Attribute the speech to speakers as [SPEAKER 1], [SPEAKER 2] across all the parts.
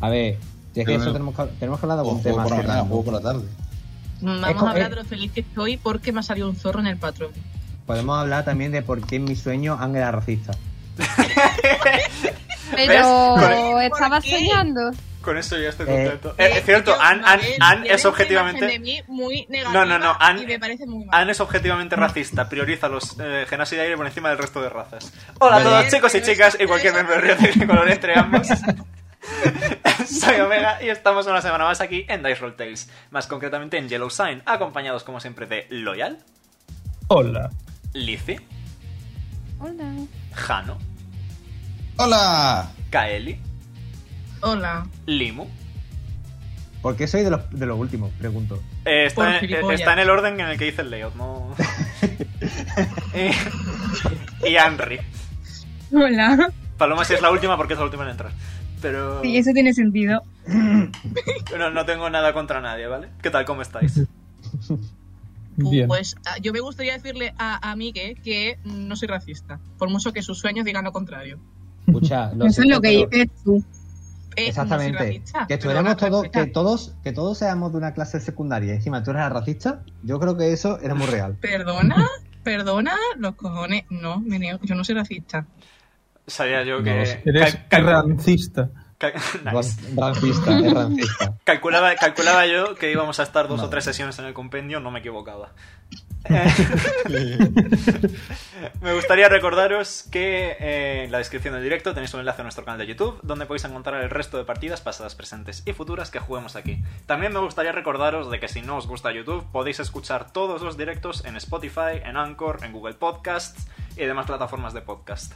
[SPEAKER 1] A ver, si es que
[SPEAKER 2] Pero
[SPEAKER 1] eso
[SPEAKER 2] no.
[SPEAKER 1] tenemos que, tenemos que hablar de
[SPEAKER 2] O
[SPEAKER 1] algún
[SPEAKER 2] juego
[SPEAKER 1] tema.
[SPEAKER 2] por la mañana,
[SPEAKER 1] cerrado.
[SPEAKER 2] o juego por la tarde.
[SPEAKER 1] Es
[SPEAKER 3] Vamos
[SPEAKER 1] co-
[SPEAKER 3] a hablar
[SPEAKER 1] es- eh,
[SPEAKER 3] de lo feliz que estoy porque me ha salido un zorro en el patrón.
[SPEAKER 1] Podemos hablar también de por qué en mi sueño Ángela es racista.
[SPEAKER 4] Pero
[SPEAKER 3] ¿Ves?
[SPEAKER 4] estaba
[SPEAKER 3] ¿Por qué?
[SPEAKER 4] soñando.
[SPEAKER 5] Con eso ya estoy
[SPEAKER 1] Eh,
[SPEAKER 5] contento. es, es cierto, Anne Anne- Anne es
[SPEAKER 3] De
[SPEAKER 5] objetivamente.
[SPEAKER 3] mí muy
[SPEAKER 5] No, no, no, Anne-
[SPEAKER 3] Y me parece muy mal.
[SPEAKER 5] Anne es objetivamente racista, prioriza los eh, genocidas de aire por encima del resto de razas. Hola a
[SPEAKER 2] Vale.
[SPEAKER 5] todos chicos y chicas y cualquier miembro de Río de color entre ambos. Soy Omega y estamos una semana más aquí en Dice Roll Tales, más concretamente en Yellow Sign, acompañados como siempre de Loyal,
[SPEAKER 6] Hola.
[SPEAKER 5] Lizzie,
[SPEAKER 4] Hola.
[SPEAKER 5] Jano,
[SPEAKER 2] ¡Hola!
[SPEAKER 5] Kaeli,
[SPEAKER 3] Hola.
[SPEAKER 5] Limu.
[SPEAKER 1] ¿Por qué soy de los, de los últimos? Pregunto.
[SPEAKER 5] Eh,
[SPEAKER 3] Por
[SPEAKER 5] está, en, eh,
[SPEAKER 3] gilipollas.
[SPEAKER 5] está en el orden en el que dice el layout, no. y, y Henry.
[SPEAKER 7] Hola.
[SPEAKER 5] Paloma si es la última porque es la última en entrar. Pero
[SPEAKER 7] Sí, eso tiene sentido.
[SPEAKER 5] no, no tengo nada contra nadie, ¿vale? ¿Qué tal? ¿Cómo estáis?
[SPEAKER 3] Uh,
[SPEAKER 6] Bien.
[SPEAKER 3] Pues ah, yo me gustaría decirle a, a Migue que no soy racista, por mucho que sus sueños digan lo contrario.
[SPEAKER 1] Escucha, lo
[SPEAKER 7] eso es
[SPEAKER 1] siento,
[SPEAKER 7] lo que
[SPEAKER 1] pero-
[SPEAKER 7] dices tú.
[SPEAKER 3] Eh, no soy
[SPEAKER 1] Exactamente.
[SPEAKER 3] racista,
[SPEAKER 1] que
[SPEAKER 3] pero
[SPEAKER 1] estuviéramos
[SPEAKER 3] no soy
[SPEAKER 1] todos,
[SPEAKER 3] racista.
[SPEAKER 1] que todos, que todos seamos de una clase secundaria y encima tú eres racista, yo creo que eso era muy real.
[SPEAKER 3] Perdona, perdona, los cojones. No, me niego, yo no soy racista.
[SPEAKER 5] Sabía yo
[SPEAKER 1] No
[SPEAKER 5] que.
[SPEAKER 1] lo sé.
[SPEAKER 6] Eres
[SPEAKER 5] cal- cal-
[SPEAKER 6] rancista.
[SPEAKER 5] cal- nice.
[SPEAKER 1] Ran- Rancista, es rancista.
[SPEAKER 5] Calculaba, calculaba yo que íbamos a estar dos o
[SPEAKER 1] Madre.
[SPEAKER 5] tres sesiones en el compendio, no me equivocaba. Eh, me gustaría recordaros que eh, en la descripción del directo tenéis un enlace a nuestro canal de YouTube, donde podéis encontrar el resto de partidas pasadas, presentes y futuras que juguemos aquí. También me gustaría recordaros de que si no os gusta YouTube, podéis escuchar todos los directos en Spotify, en Anchor, en Google Podcasts y demás plataformas de podcast.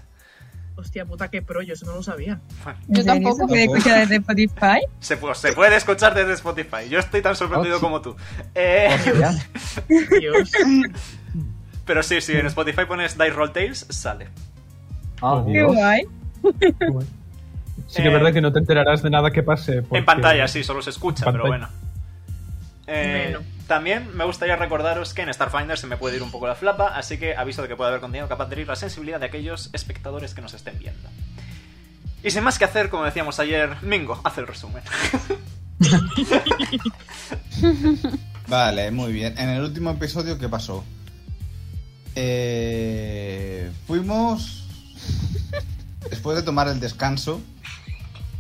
[SPEAKER 3] Hostia puta, qué pro, yo eso no lo sabía.
[SPEAKER 4] Yo
[SPEAKER 7] ¿En serio?
[SPEAKER 4] tampoco.
[SPEAKER 7] ¿Se puede escuchar desde Spotify?
[SPEAKER 5] Se, pu- se puede escuchar desde Spotify. Yo estoy tan sorprendido
[SPEAKER 1] Ouch.
[SPEAKER 5] como tú. Eh,
[SPEAKER 1] Hostia.
[SPEAKER 3] Dios.
[SPEAKER 5] Pero sí, sí, en Spotify pones Dice Roll Tales, sale.
[SPEAKER 1] Ah,
[SPEAKER 7] Qué
[SPEAKER 1] Dios.
[SPEAKER 7] guay.
[SPEAKER 6] Bueno. Sí que es verdad que no te enterarás de nada que pase. porque-
[SPEAKER 5] En pantalla, sí, solo se escucha,
[SPEAKER 6] En
[SPEAKER 5] pero bueno.
[SPEAKER 6] pantalla.
[SPEAKER 5] Eh,
[SPEAKER 3] Bueno.
[SPEAKER 5] También me gustaría recordaros que en Starfinder se me puede ir un poco la flapa, así que aviso de que puede haber contenido capaz de herir la sensibilidad de aquellos espectadores que nos estén viendo. Y sin más que hacer, como decíamos ayer, Mingo, haz el resumen.
[SPEAKER 2] Vale, muy bien. En el último episodio, ¿qué pasó? Eh, fuimos. Después de tomar el descanso,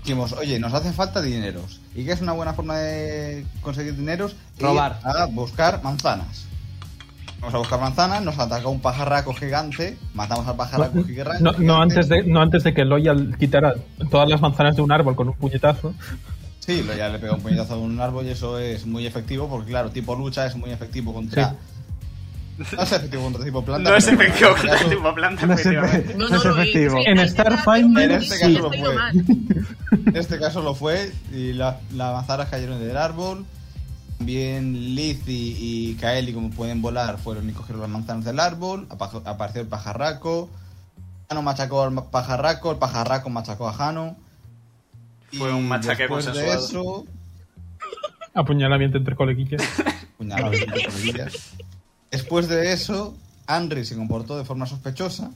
[SPEAKER 2] dijimos, oye, nos hace falta dineros. ¿Y qué es una buena forma de conseguir dineros? Ir
[SPEAKER 1] Robar.
[SPEAKER 2] A buscar manzanas. Vamos a buscar manzanas, nos ataca un pajarraco gigante, matamos al pajarraco gigan- gigante.
[SPEAKER 6] No, no antes de, no antes de que Loyal quitara todas las manzanas de un árbol con un puñetazo.
[SPEAKER 2] Sí, lo- ya le pegó un puñetazo a un árbol y eso es muy efectivo, porque claro, tipo lucha es muy efectivo contra. No es efectivo contra tipo planta.
[SPEAKER 5] no es
[SPEAKER 2] pero en
[SPEAKER 5] efectivo con
[SPEAKER 2] este
[SPEAKER 5] el
[SPEAKER 2] caso-
[SPEAKER 5] tipo planta,
[SPEAKER 1] No es
[SPEAKER 5] efectivamente.
[SPEAKER 1] efe-
[SPEAKER 3] No,
[SPEAKER 1] no
[SPEAKER 3] no,
[SPEAKER 1] es
[SPEAKER 3] no, eh,
[SPEAKER 1] efectivo.
[SPEAKER 3] sí,
[SPEAKER 6] En
[SPEAKER 3] ahí está,
[SPEAKER 6] Starfinder,
[SPEAKER 3] digo,
[SPEAKER 2] en este
[SPEAKER 3] sí,
[SPEAKER 2] caso
[SPEAKER 3] estoy
[SPEAKER 2] fue.
[SPEAKER 3] mal.
[SPEAKER 2] En este caso lo fue y la- las manzanas cayeron del árbol. También Lizzie y Kaeli, como pueden volar, fueron y cogieron las manzanas del árbol. apa- Apareció el pajarraco. Jano machacó al ma- pajarraco, el pajarraco machacó a Jano.
[SPEAKER 5] Fue un machaque
[SPEAKER 2] después de
[SPEAKER 5] consensuado.
[SPEAKER 2] eso,
[SPEAKER 6] Apuñalamiento entre coleguillas.
[SPEAKER 2] puñalada, entre comillas. Después de eso, Henry se comportó de forma sospechosa,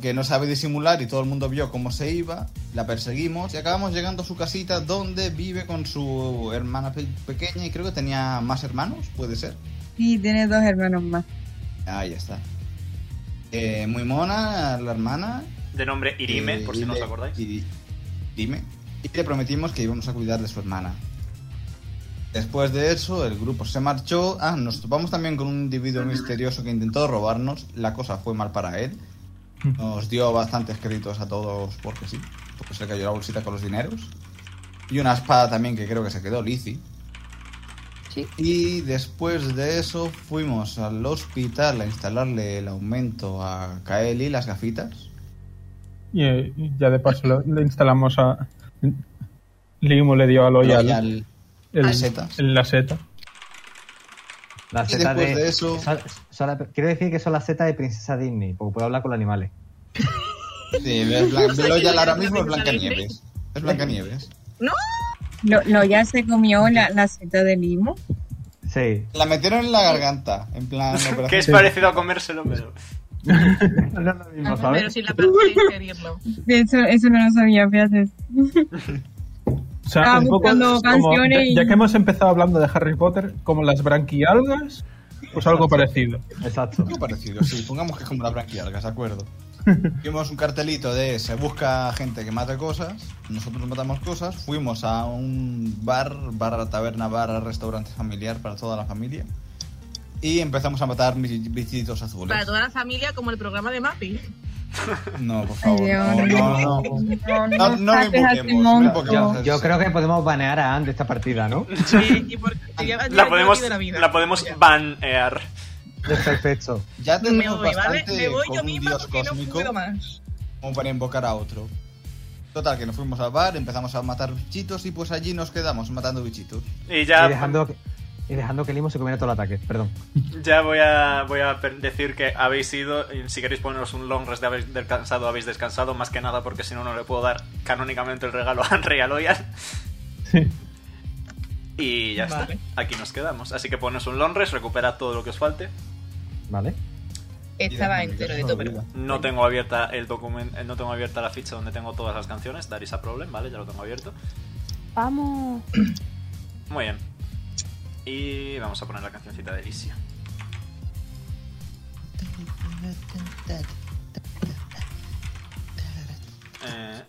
[SPEAKER 2] que no sabe disimular y todo el mundo vio cómo se iba, la perseguimos y acabamos llegando a su casita donde vive con su hermana pe- pequeña y creo que tenía más hermanos, puede ser.
[SPEAKER 7] Sí, tiene dos hermanos más.
[SPEAKER 2] Ahí está. Eh, muy mona la hermana.
[SPEAKER 5] De nombre Irime,
[SPEAKER 2] eh,
[SPEAKER 5] por si no os
[SPEAKER 2] le-
[SPEAKER 5] acordáis.
[SPEAKER 2] y- Irime. Y le prometimos que íbamos a cuidar de su hermana. Después de eso, el grupo se marchó. Ah, nos topamos también con un individuo misterioso que intentó robarnos. La cosa fue mal para él. Nos dio bastantes créditos a todos porque sí. Porque se le cayó la bolsita con los dineros. Y una espada también que creo que se quedó Lizzie.
[SPEAKER 4] Sí.
[SPEAKER 2] Y después de eso fuimos al hospital a instalarle el aumento a Kaeli, las gafitas.
[SPEAKER 6] Y eh, ya de paso lo- le instalamos a. Limo le dio a Loyal
[SPEAKER 2] Y al-
[SPEAKER 6] el-
[SPEAKER 2] al setas.
[SPEAKER 6] el- la seta.
[SPEAKER 1] Las
[SPEAKER 2] Y
[SPEAKER 1] setas
[SPEAKER 2] después de eso-
[SPEAKER 1] son- son la- quiero decir que son las setas de Princesa Disney, porque puedo hablar con los animales.
[SPEAKER 2] Sí, es Blan-
[SPEAKER 3] sea,
[SPEAKER 2] Loyal
[SPEAKER 3] que
[SPEAKER 2] ahora
[SPEAKER 3] la
[SPEAKER 2] mismo es
[SPEAKER 3] princesa
[SPEAKER 2] Blancanieves. Es Blancanieves.
[SPEAKER 7] Lo, lo ya se comió la, la seta de limo.
[SPEAKER 1] Sí.
[SPEAKER 2] La metieron en la garganta, en plan operación.
[SPEAKER 5] Que es parecido a comérselo, pero.
[SPEAKER 1] No es lo mismo,
[SPEAKER 3] Pero sin la parte de ingerirlo.
[SPEAKER 7] Eso, eso no lo sabía, fíjate.
[SPEAKER 6] sea,
[SPEAKER 7] Estaba
[SPEAKER 6] un poco
[SPEAKER 7] buscando
[SPEAKER 6] es como-
[SPEAKER 7] canciones
[SPEAKER 6] ya,
[SPEAKER 7] y-
[SPEAKER 6] ya que hemos empezado hablando de Harry Potter, como las branquialgas, pues algo parecido.
[SPEAKER 8] Exacto.
[SPEAKER 2] Algo parecido, sí. Pongamos que es como la branquialgas, ¿de acuerdo? Vimos un cartelito de se busca gente que mata cosas, nosotros matamos cosas, fuimos a un bar, barra taberna, barra restaurante familiar para toda la familia y empezamos a matar mi- bichitos azules.
[SPEAKER 3] Para toda la familia, como el programa de Mappy.
[SPEAKER 2] No, por
[SPEAKER 7] Ay,
[SPEAKER 2] favor,
[SPEAKER 7] Dios,
[SPEAKER 2] Oh, no, no, no.
[SPEAKER 7] no, no,
[SPEAKER 2] No, no lo
[SPEAKER 7] saques a ese
[SPEAKER 2] invoquemos, no
[SPEAKER 7] monstruo.
[SPEAKER 2] invoquemos a ese-
[SPEAKER 8] Yo creo que podemos banear a Anne de esta partida, ¿no?
[SPEAKER 3] Sí, y porque sería divertido
[SPEAKER 5] La podemos,
[SPEAKER 3] de la vida.
[SPEAKER 5] la podemos
[SPEAKER 3] Ya.
[SPEAKER 5] banear.
[SPEAKER 8] este Perfecto.
[SPEAKER 2] Ya
[SPEAKER 3] Me
[SPEAKER 2] tenemos
[SPEAKER 3] voy, ¿vale?
[SPEAKER 2] bastante
[SPEAKER 3] Me voy
[SPEAKER 2] con
[SPEAKER 3] yo
[SPEAKER 2] un
[SPEAKER 3] misma
[SPEAKER 2] dios
[SPEAKER 3] porque no
[SPEAKER 2] cósmico.
[SPEAKER 3] puedo más.
[SPEAKER 2] como para invocar a otro. Total, que nos fuimos al bar, empezamos a matar bichitos y pues allí nos quedamos matando bichitos.
[SPEAKER 5] Y
[SPEAKER 8] Y
[SPEAKER 5] ya,
[SPEAKER 8] dejando, que- y dejando que Limo se comiera todo el ataque, perdón.
[SPEAKER 5] ya voy, a, voy a per- decir que habéis ido. y Si queréis poneros un long rest de habéis descansado, habéis descansado. Más que nada porque si no, no le puedo dar canónicamente el regalo a Henry y a Loyan.
[SPEAKER 6] Sí.
[SPEAKER 5] Y ya
[SPEAKER 3] Vale.
[SPEAKER 5] está. Aquí nos quedamos. Así que poneros un long rest, recuperad todo lo que os falte.
[SPEAKER 8] ¿Vale?
[SPEAKER 3] Estaba
[SPEAKER 2] Y de-
[SPEAKER 3] entero de todo, pero.
[SPEAKER 5] No tengo abierta el documento, no tengo abierta la ficha donde tengo todas las canciones. That is a problem, vale, ya lo tengo abierto.
[SPEAKER 4] Vamos.
[SPEAKER 5] Muy bien. Y vamos a poner la cancioncita de Alicia. Eh,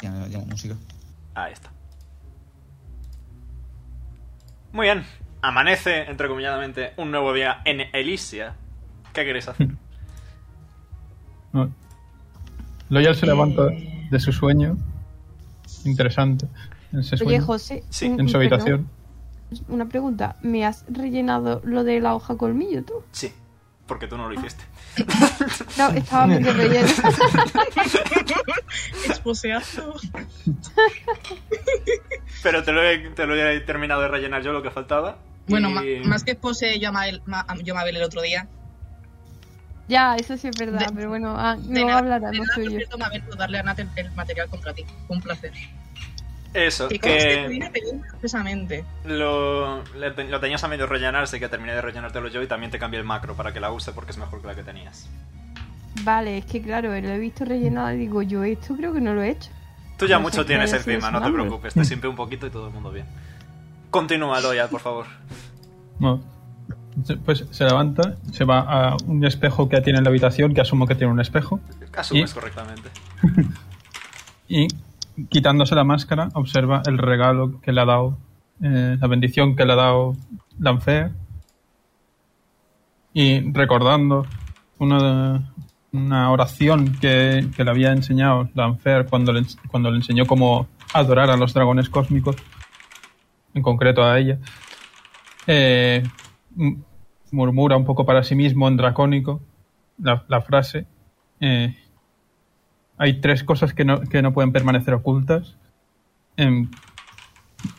[SPEAKER 2] Ya me llamo música.
[SPEAKER 5] ahí está. Muy bien. Amanece, entrecomilladamente, un nuevo día en Elysia. ¿Qué queréis hacer?
[SPEAKER 6] No. Loyal se levanta de su sueño. Interesante. Ese
[SPEAKER 4] Oye,
[SPEAKER 6] sueño.
[SPEAKER 4] José.
[SPEAKER 5] Sí.
[SPEAKER 4] un-
[SPEAKER 6] En su
[SPEAKER 4] un- perdón,
[SPEAKER 6] habitación.
[SPEAKER 4] Una pregunta. ¿Me has rellenado lo de la hoja colmillo tú?
[SPEAKER 5] Sí, porque tú no lo hiciste.
[SPEAKER 4] No, estaba medio relleno.
[SPEAKER 3] Esposeazo.
[SPEAKER 5] Pero te lo he, te lo he terminado de rellenar yo lo que faltaba.
[SPEAKER 3] Bueno,
[SPEAKER 5] Y-
[SPEAKER 3] ma- más que expose yo a Mabel, ma- a- yo a Mabel el otro día.
[SPEAKER 4] ya, eso sí es verdad,
[SPEAKER 3] De-
[SPEAKER 4] pero bueno, ah,
[SPEAKER 3] De
[SPEAKER 4] no
[SPEAKER 3] nada,
[SPEAKER 4] hablará
[SPEAKER 3] de
[SPEAKER 4] lo
[SPEAKER 3] nada, por
[SPEAKER 4] suyo.
[SPEAKER 3] cierto, Mabel, por darle a Nat el, el material contra ti. Un placer.
[SPEAKER 5] Eso,
[SPEAKER 3] Que conste que
[SPEAKER 5] que
[SPEAKER 3] viene pedido expresamente.
[SPEAKER 5] lo, le te- lo tenías a medio rellenar, así que terminé de rellenártelo yo y también te cambié el macro para que la use porque es mejor que la que tenías.
[SPEAKER 4] Vale, es que claro, lo he visto rellenado y digo, yo esto creo que no lo he hecho.
[SPEAKER 5] Tú ya
[SPEAKER 4] No
[SPEAKER 5] mucho
[SPEAKER 4] sé qué
[SPEAKER 5] tienes
[SPEAKER 4] haya sido
[SPEAKER 5] encima,
[SPEAKER 4] su
[SPEAKER 5] no te
[SPEAKER 4] nombre.
[SPEAKER 5] preocupes, te simpe un poquito y todo el mundo bien. Continúa, Loya, por favor.
[SPEAKER 6] No. Se- Pues se levanta, se va a un espejo que tiene en la habitación, que asumo que tiene un espejo,
[SPEAKER 5] Asumes
[SPEAKER 6] ¿Y?
[SPEAKER 5] correctamente.
[SPEAKER 6] y quitándose la máscara observa el regalo que le ha dado, eh, la bendición que le ha dado Lanfea. Y recordando una, una oración que, que le había enseñado Lanfea cuando le, ens- cuando le enseñó cómo adorar a los dragones cósmicos, en concreto a ella, eh, m- murmura un poco para sí mismo en dracónico la, la frase. eh, hay tres cosas que no, que no pueden permanecer ocultas. em,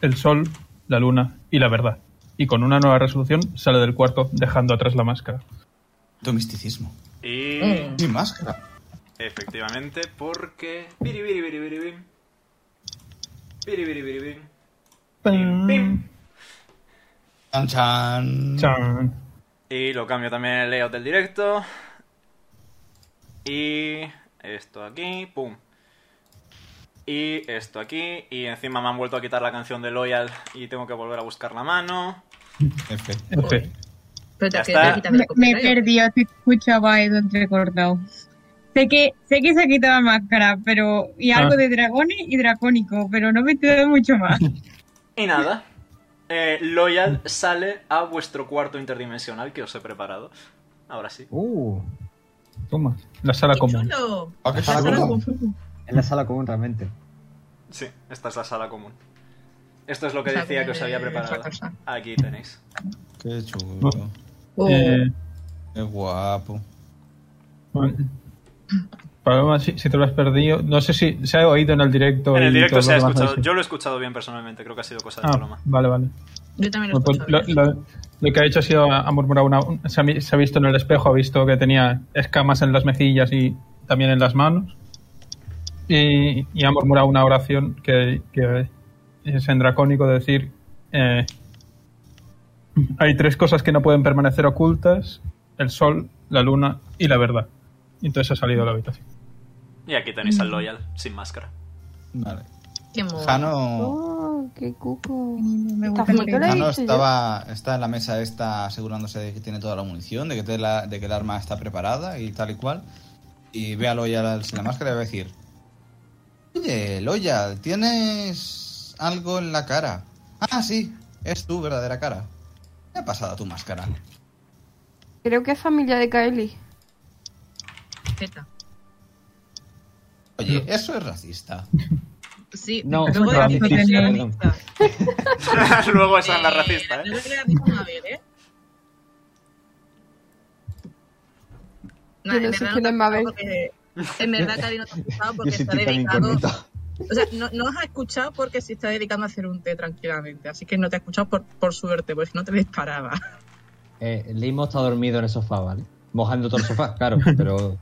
[SPEAKER 6] el sol, la luna y la verdad. Y con una nueva resolución sale del cuarto dejando atrás la máscara.
[SPEAKER 2] Tu misticismo.
[SPEAKER 5] Y
[SPEAKER 3] Mm.
[SPEAKER 2] Sin máscara.
[SPEAKER 5] efectivamente, porque... Biri, biri, biri, biri, bim. Biri, biri, biri, bim. Bim, bim.
[SPEAKER 2] Chan chan.
[SPEAKER 6] Chan.
[SPEAKER 5] Y lo cambio también en el layout del directo. Y esto aquí, pum. Y esto aquí. Y encima me han vuelto a quitar la canción de Loyal y tengo que volver a buscar la mano.
[SPEAKER 2] F.
[SPEAKER 6] F.
[SPEAKER 3] Pero
[SPEAKER 5] Ya
[SPEAKER 3] te
[SPEAKER 5] está.
[SPEAKER 3] te quitas el
[SPEAKER 7] Me he
[SPEAKER 3] copyright.
[SPEAKER 7] perdido, te escuchaba Edu entrecortado. Sé que, sé que se ha quitado la máscara, pero. Y
[SPEAKER 6] Ah.
[SPEAKER 7] algo de dragones y dracónico, pero no me entiendo mucho más.
[SPEAKER 5] Y nada. Eh, Loyal sale a vuestro cuarto interdimensional que os he preparado. Ahora sí.
[SPEAKER 8] Uh,
[SPEAKER 6] Toma. La sala
[SPEAKER 3] ¡Qué
[SPEAKER 6] común.
[SPEAKER 3] chulo!
[SPEAKER 2] ¿A qué
[SPEAKER 8] Sala
[SPEAKER 2] saco?
[SPEAKER 8] común. en la sala común realmente.
[SPEAKER 5] Sí, esta es la sala común. Esto es lo que
[SPEAKER 3] Sala
[SPEAKER 5] decía que os había
[SPEAKER 3] de
[SPEAKER 5] preparado.
[SPEAKER 3] otra cosa.
[SPEAKER 5] Aquí tenéis.
[SPEAKER 2] Qué chulo.
[SPEAKER 3] Oh,
[SPEAKER 6] Eh,
[SPEAKER 2] Qué guapo.
[SPEAKER 6] bueno. Paloma, si, si te lo has perdido, no sé si se ha oído en el directo.
[SPEAKER 5] En el
[SPEAKER 6] y
[SPEAKER 5] directo
[SPEAKER 6] todo
[SPEAKER 5] se ha
[SPEAKER 6] lo demás,
[SPEAKER 5] escuchado.
[SPEAKER 6] ¿no?
[SPEAKER 5] Yo lo he escuchado bien personalmente. Creo que ha sido cosa de
[SPEAKER 6] Ah,
[SPEAKER 5] Paloma.
[SPEAKER 6] vale, vale.
[SPEAKER 3] Yo también lo ¿eh?
[SPEAKER 6] Bueno, pues
[SPEAKER 3] escucho.
[SPEAKER 6] lo, lo- lo que ha hecho ha sido ha murmurado una, un- se, ha, mi- se ha visto en el espejo, ha visto que tenía escamas en las mejillas y también en las manos. Y, y ha murmurado una oración que, que es en dracónico de decir eh, hay tres cosas que no pueden permanecer ocultas, el sol, la luna y la verdad. Y entonces ha salido de la habitación.
[SPEAKER 5] Y aquí tenéis
[SPEAKER 6] Mm.
[SPEAKER 5] al Loyal, sin máscara.
[SPEAKER 2] Vale.
[SPEAKER 3] Qué mono.
[SPEAKER 5] Ah,
[SPEAKER 2] Jano,
[SPEAKER 4] Oh, qué cuco.
[SPEAKER 7] Me
[SPEAKER 4] Está
[SPEAKER 7] gusta el
[SPEAKER 4] muy
[SPEAKER 7] pelo.
[SPEAKER 4] lo he
[SPEAKER 2] Jano
[SPEAKER 4] visto yo.
[SPEAKER 2] estaba, está en la mesa esta asegurándose de que tiene toda la munición, de que, te la- de que el arma está preparada y tal y cual. Y ve a Loyal sin la máscara y va a decir... Oye, Loyal, tienes algo en la cara. Ah, sí, es tu verdadera cara. ¿Qué ha pasado a tu máscara?
[SPEAKER 4] Creo que es familia de Kylie.
[SPEAKER 3] Zeta.
[SPEAKER 2] Oye, eso es racista.
[SPEAKER 3] Sí,
[SPEAKER 8] No,
[SPEAKER 3] luego de
[SPEAKER 6] no,
[SPEAKER 3] la
[SPEAKER 6] no,
[SPEAKER 3] racista.
[SPEAKER 8] perdón.
[SPEAKER 5] Luego esa es la
[SPEAKER 3] Eh,
[SPEAKER 5] racista, ¿eh?
[SPEAKER 3] luego de la racista no va a haber, ¿eh?
[SPEAKER 4] Yo no sé quién es Mabel.
[SPEAKER 3] porque- En verdad, Cari no te ha escuchado porque
[SPEAKER 1] Yo soy
[SPEAKER 3] está
[SPEAKER 1] tan
[SPEAKER 3] dedicado.
[SPEAKER 1] incógnito.
[SPEAKER 3] O sea, no, no os ha escuchado porque se está dedicando a hacer un té tranquilamente. Así que no te ha escuchado por, por suerte, porque si no te disparaba.
[SPEAKER 4] Ah,
[SPEAKER 9] Eh, Limo está dormido en el sofá, ¿vale? Mojando todo el sofá, claro, pero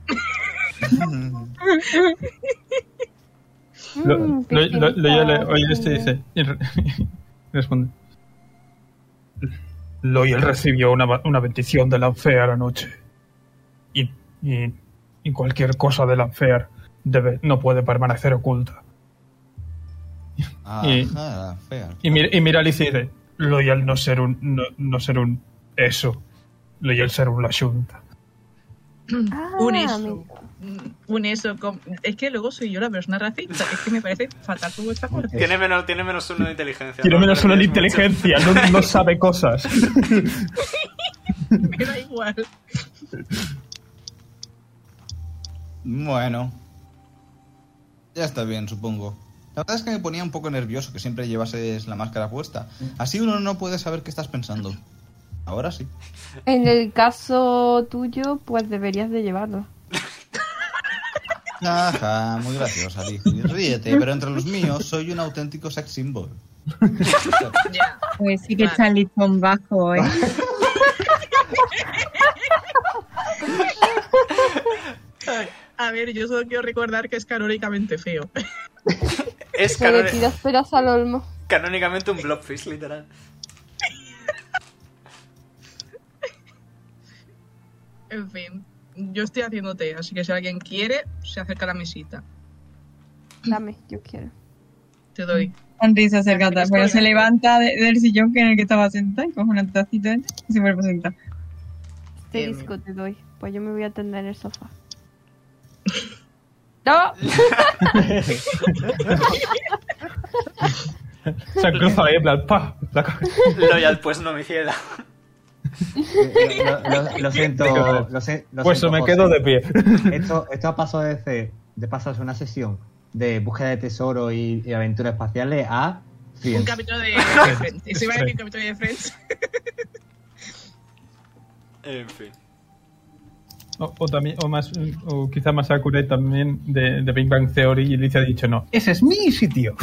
[SPEAKER 6] Lo-
[SPEAKER 4] Mm,
[SPEAKER 6] lo- lo- lo- yo le-
[SPEAKER 4] pepinillo.
[SPEAKER 6] oye, este dice. Y re- responde. Loyal recibió una, ba- una bendición de Lanfear anoche. Y, y- y cualquier cosa de Lanfear debe, no puede permanecer oculta. Y-
[SPEAKER 2] Ajá, fea.
[SPEAKER 6] Y, mira- y mira a Alicia y dice: Loyal no ser un. No, no ser un. Eso. Loyal ser un Lashunta.
[SPEAKER 4] Ah,
[SPEAKER 3] Un eso.
[SPEAKER 4] amigo.
[SPEAKER 3] Mm, Un eso. con- Es que luego soy yo la persona racista. Es que me parece fatal por vuestra parte.
[SPEAKER 5] Tiene menos, tiene menos uno de inteligencia.
[SPEAKER 6] Tiene
[SPEAKER 5] ¿no?
[SPEAKER 6] menos una en
[SPEAKER 5] Tienes
[SPEAKER 6] inteligencia, no, no sabe cosas.
[SPEAKER 3] Me da igual.
[SPEAKER 2] Bueno. Ya está bien, supongo. La verdad es que me ponía un poco nervioso que siempre llevases la máscara puesta. Así uno no puede saber qué estás pensando. Ahora sí.
[SPEAKER 4] En el caso tuyo, pues deberías de llevarlo.
[SPEAKER 2] Ajá, muy graciosa, Alicia. Ríete, pero entre los míos soy un auténtico sex symbol.
[SPEAKER 3] Ya.
[SPEAKER 7] Pues sí que está el listón bajo, ¿eh?
[SPEAKER 5] Ah.
[SPEAKER 3] A ver, yo solo quiero recordar que es canónicamente feo.
[SPEAKER 5] mucho- Es
[SPEAKER 4] Se le
[SPEAKER 5] canoni-
[SPEAKER 4] tiras peras al olmo.
[SPEAKER 5] canónicamente un blobfish, literal.
[SPEAKER 3] En fin, yo estoy haciendo té, así que si alguien quiere, se acerca a la mesita.
[SPEAKER 4] Dame, yo quiero.
[SPEAKER 3] Te doy.
[SPEAKER 7] Sonrisa acercada, pero se levanta de- del sillón que en el que estaba sentada y coge una tacita y se vuelve a sentar.
[SPEAKER 4] Este
[SPEAKER 3] Bien.
[SPEAKER 4] disco te doy. Pues yo me voy a tender en el sofá. ¡No!
[SPEAKER 6] Se han cruzado ahí en plan, ¡pa! La ca-
[SPEAKER 5] Loyal, pues no me hiciera.
[SPEAKER 1] eh, Lo, lo- lo siento, lo, sé- lo
[SPEAKER 6] Pues
[SPEAKER 1] siento,
[SPEAKER 6] me
[SPEAKER 1] José.
[SPEAKER 6] quedo de pie.
[SPEAKER 1] Esto, esto ha pasado desde de pasarse una sesión de búsqueda de tesoro y, y aventuras espaciales a
[SPEAKER 3] Un
[SPEAKER 1] Friends.
[SPEAKER 3] capítulo de, de Friends. Y se va a decir
[SPEAKER 6] Sí.
[SPEAKER 3] un capítulo de Friends.
[SPEAKER 5] En fin.
[SPEAKER 6] O, o también, o, más, o quizá Masakure también de, de Big Bang Theory y Alicia ha dicho no. Ese es mi sitio.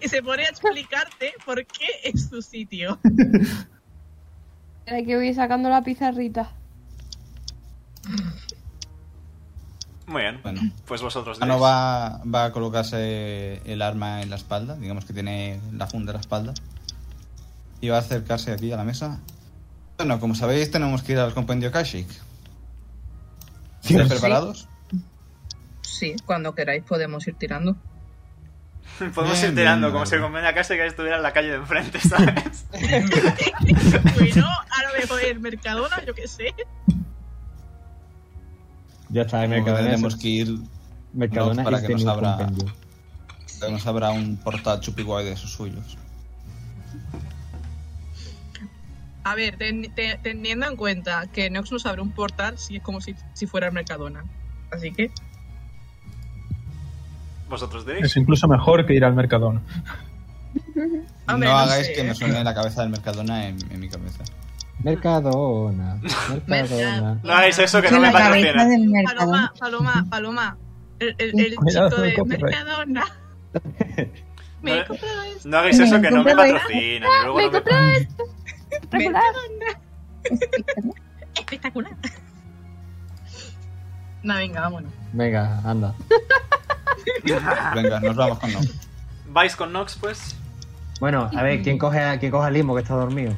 [SPEAKER 3] Y se pone a explicarte por qué es su sitio.
[SPEAKER 4] Hay que voy sacando la pizarrita.
[SPEAKER 5] Muy bien.
[SPEAKER 2] Bueno.
[SPEAKER 5] Pues vosotros
[SPEAKER 2] Ah, no
[SPEAKER 5] diréis.
[SPEAKER 2] va, va a colocarse el arma en la espalda, digamos que tiene la funda en la espalda. Y va a acercarse aquí a la mesa. Bueno, como sabéis, tenemos que ir al compendio Kashik. ¿Estáis preparados?
[SPEAKER 3] Sí, cuando queráis podemos ir tirando.
[SPEAKER 5] Podemos
[SPEAKER 2] Bien,
[SPEAKER 5] ir tirando,
[SPEAKER 2] bien,
[SPEAKER 5] como si
[SPEAKER 2] bien.
[SPEAKER 5] el convenio de casa que estuviera en la calle de enfrente, ¿sabes?
[SPEAKER 3] bueno, a lo mejor el Mercadona, yo qué sé.
[SPEAKER 9] ya está,
[SPEAKER 2] Como que
[SPEAKER 9] Mercadona
[SPEAKER 2] tenemos
[SPEAKER 9] es-
[SPEAKER 2] que ir
[SPEAKER 9] Mercadona
[SPEAKER 2] No, para
[SPEAKER 9] es
[SPEAKER 6] este
[SPEAKER 2] que
[SPEAKER 9] de
[SPEAKER 2] nos
[SPEAKER 9] New
[SPEAKER 2] abra-
[SPEAKER 9] Compendio.
[SPEAKER 2] que nos habrá un porta chupiguay de esos suyos.
[SPEAKER 3] A ver, ten- te- teniendo en cuenta que Nox nos abre un portal, sí es como si, si fuera el Mercadona. Así que,
[SPEAKER 5] Vosotros diréis.
[SPEAKER 6] Es incluso mejor que ir al Mercadona.
[SPEAKER 3] Hombre,
[SPEAKER 2] no,
[SPEAKER 3] no
[SPEAKER 2] hagáis
[SPEAKER 3] sé,
[SPEAKER 2] que
[SPEAKER 3] ¿eh?
[SPEAKER 2] me suene la cabeza del Mercadona en, en mi cabeza.
[SPEAKER 9] Mercadona. Mercadona.
[SPEAKER 5] No hagáis eso que
[SPEAKER 7] Es
[SPEAKER 5] no me
[SPEAKER 7] la cabeza
[SPEAKER 5] patrocinan.
[SPEAKER 7] del mercado.
[SPEAKER 3] Paloma, Paloma, Paloma. El, el, el
[SPEAKER 6] Cuidado
[SPEAKER 3] chico
[SPEAKER 6] con
[SPEAKER 3] de
[SPEAKER 6] el copyright.
[SPEAKER 3] Mercadona. Me
[SPEAKER 5] No,
[SPEAKER 3] he comprado esto.
[SPEAKER 5] No hagáis eso que no me
[SPEAKER 7] Me compré-
[SPEAKER 5] patrocinan. y luego
[SPEAKER 4] ¡Me
[SPEAKER 5] no me-
[SPEAKER 4] compré esto! ¡Espectacular!
[SPEAKER 3] Espectacular. No, venga, vámonos.
[SPEAKER 9] Venga, anda.
[SPEAKER 2] Venga, nos vamos con no.
[SPEAKER 5] Vais con Nox, pues.
[SPEAKER 8] Bueno, a ver, ¿quién coge a, quién coge a Limo que está dormido?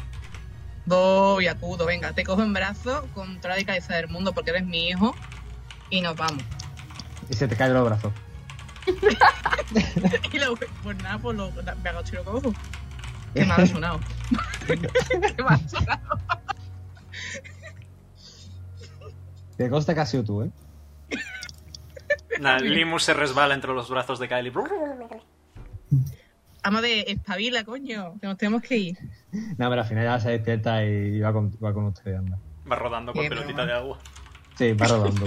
[SPEAKER 3] Voy, acudo, venga, te cojo en brazo con toda la delicadeza del mundo porque eres mi hijo y nos vamos.
[SPEAKER 1] Y se te caen los brazos.
[SPEAKER 3] Y la wea- pues nada, pues lo, la- me agacho y lo cojo. Qué mal ha sonado. Qué mal ha sonado.
[SPEAKER 1] Te consta que has sido tú, ¿eh?
[SPEAKER 5] Nah, Limus se resbala entre los brazos de Kylie.
[SPEAKER 3] Ama de espabila, coño. Que nos tenemos que ir.
[SPEAKER 1] No, pero al final ya se despierta y va con, va con ustedes, anda.
[SPEAKER 5] Va rodando con
[SPEAKER 3] Bien,
[SPEAKER 5] pelotita
[SPEAKER 3] broma.
[SPEAKER 5] de agua.
[SPEAKER 1] Sí, va rodando.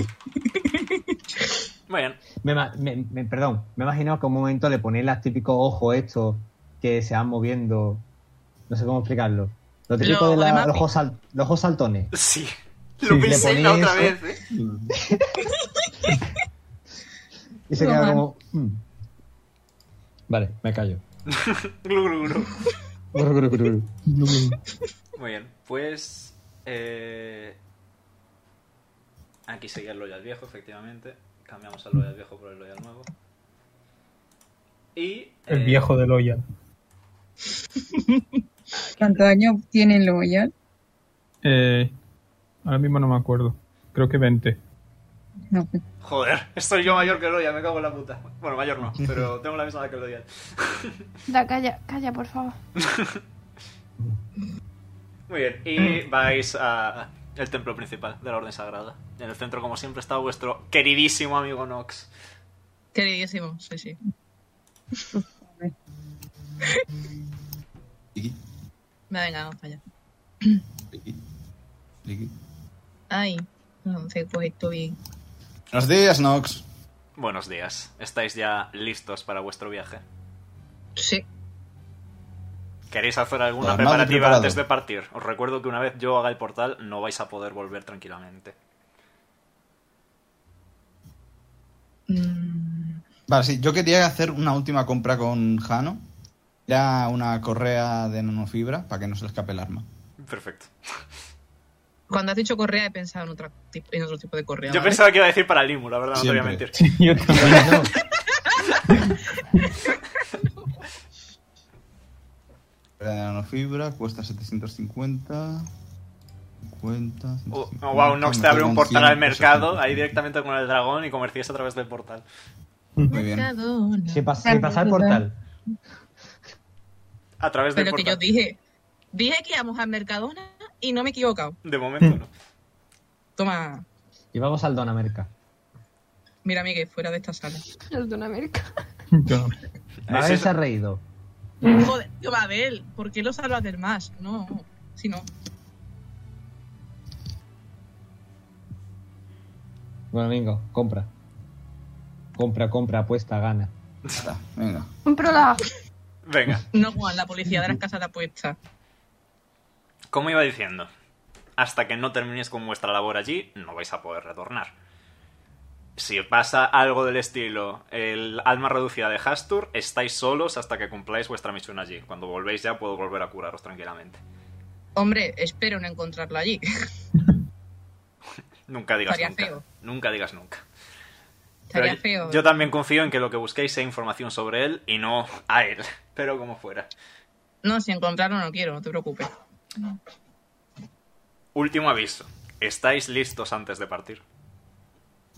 [SPEAKER 5] Muy bien.
[SPEAKER 1] me, ma- me- me- perdón, me he imaginado que un momento le ponéis los típicos ojos estos que se van moviendo. No sé cómo explicarlo. Lo típico
[SPEAKER 3] Lo
[SPEAKER 1] de la-
[SPEAKER 3] de Mappy.
[SPEAKER 1] los, ojos sal- los ojos saltones.
[SPEAKER 5] Sí.
[SPEAKER 6] Sí,
[SPEAKER 5] Lo
[SPEAKER 6] le
[SPEAKER 5] pensé
[SPEAKER 1] ponéis
[SPEAKER 5] la otra
[SPEAKER 1] eso.
[SPEAKER 5] vez, ¿eh?
[SPEAKER 1] Y se
[SPEAKER 7] Lo
[SPEAKER 1] queda
[SPEAKER 7] mal.
[SPEAKER 1] como. "Hmm". Vale, me callo.
[SPEAKER 5] Glu, glu, glu.
[SPEAKER 6] No,
[SPEAKER 5] Muy bien, pues. eh, Aquí seguía el Loyal Viejo, efectivamente. Cambiamos al Loyal Viejo por el Loyal Nuevo. Y.
[SPEAKER 6] El
[SPEAKER 5] eh,
[SPEAKER 6] viejo de Loyal.
[SPEAKER 7] ¿Cuánto daño tiene el Loyal?
[SPEAKER 6] Eh, ahora mismo no me acuerdo. Creo que 20.
[SPEAKER 7] No, pues,
[SPEAKER 5] Joder, estoy yo mayor que el Loyal, me cago en la puta. Bueno, mayor no, pero tengo la misma edad que el Loyal.
[SPEAKER 4] Da, calla, calla, por favor.
[SPEAKER 5] Muy bien,
[SPEAKER 3] Mm.
[SPEAKER 5] y vais a. El templo principal de la Orden Sagrada. En el centro, como siempre, está vuestro queridísimo amigo Nox.
[SPEAKER 3] Queridísimo, sí, sí.
[SPEAKER 2] Liqui,
[SPEAKER 3] Me venga, vamos para allá.
[SPEAKER 2] liqui, liqui.
[SPEAKER 3] Ay, no sé, pues esto bien.
[SPEAKER 2] Buenos días, Nox.
[SPEAKER 5] Buenos días, estáis ya listos para vuestro viaje.
[SPEAKER 3] Sí.
[SPEAKER 5] ¿Queréis hacer alguna
[SPEAKER 2] Armado y
[SPEAKER 5] preparativa
[SPEAKER 2] Ah, preparado.
[SPEAKER 5] antes de partir? Os recuerdo que una vez yo haga el portal no vais a poder volver tranquilamente.
[SPEAKER 3] Mm,
[SPEAKER 2] Vale, sí, yo quería hacer una última compra con Jano. Era una correa de nanofibra para que no se le escape el arma.
[SPEAKER 5] Perfecto.
[SPEAKER 3] Cuando has dicho correa he pensado en, otra, tip- en otro tipo de correa.
[SPEAKER 5] Yo
[SPEAKER 3] ¿vale?
[SPEAKER 5] pensaba que iba a decir para Limu, la verdad, no te voy a
[SPEAKER 2] Siempre.
[SPEAKER 5] mentir.
[SPEAKER 6] Sí, yo también.
[SPEAKER 2] Correa de nanofibra cuesta 750. 50.
[SPEAKER 5] Oh,
[SPEAKER 2] 150,
[SPEAKER 5] oh, wow, Nox te
[SPEAKER 2] me
[SPEAKER 5] abre un
[SPEAKER 2] quedan
[SPEAKER 5] portal
[SPEAKER 2] 100,
[SPEAKER 5] al mercado,
[SPEAKER 2] 150.
[SPEAKER 5] ahí directamente con el dragón y comerciáis a través del portal.
[SPEAKER 2] Muy bien.
[SPEAKER 3] Mercadona.
[SPEAKER 1] Sin, pas- sin pasar el portal.
[SPEAKER 5] A través del
[SPEAKER 3] Pero lo que yo
[SPEAKER 5] portal.
[SPEAKER 3] dije. Dije que íbamos al Mercadona y no me he equivocado.
[SPEAKER 5] De momento no.
[SPEAKER 3] Toma,
[SPEAKER 1] Y vamos al Donamerca.
[SPEAKER 3] mira, Miguel, fuera de esta sala.
[SPEAKER 4] Los de América.
[SPEAKER 6] Yo no.
[SPEAKER 5] Ahí
[SPEAKER 1] Mabel
[SPEAKER 5] sí-
[SPEAKER 1] se ha Ah, reído.
[SPEAKER 3] Joder, tío, Mabel, ¿por qué lo salvas del más? No, si no.
[SPEAKER 1] Bueno, Mingo, compra. Compra, compra, apuesta, gana.
[SPEAKER 2] Ya está, Venga.
[SPEAKER 4] Un prolago.
[SPEAKER 5] Venga,
[SPEAKER 3] No, Juan, la policía de las casas de apuestas.
[SPEAKER 5] como iba diciendo, hasta que no terminéis con vuestra labor allí, no vais a poder retornar. Si pasa algo del estilo, el alma reducida de Hastur, estáis solos hasta que cumpláis vuestra misión allí. Cuando volvéis ya puedo volver a curaros tranquilamente.
[SPEAKER 3] Hombre, espero no encontrarla allí.
[SPEAKER 5] Nunca digas
[SPEAKER 3] Estaría
[SPEAKER 5] nunca.
[SPEAKER 3] feo.
[SPEAKER 5] Nunca digas nunca. Pero
[SPEAKER 3] Estaría
[SPEAKER 5] yo-
[SPEAKER 3] feo. ¿eh?
[SPEAKER 5] Yo también confío en que lo que busquéis sea información sobre él y no a él. Pero como fuera.
[SPEAKER 3] No, si encontrarlo no quiero, no te preocupes.
[SPEAKER 5] Último aviso. ¿Estáis listos antes de partir?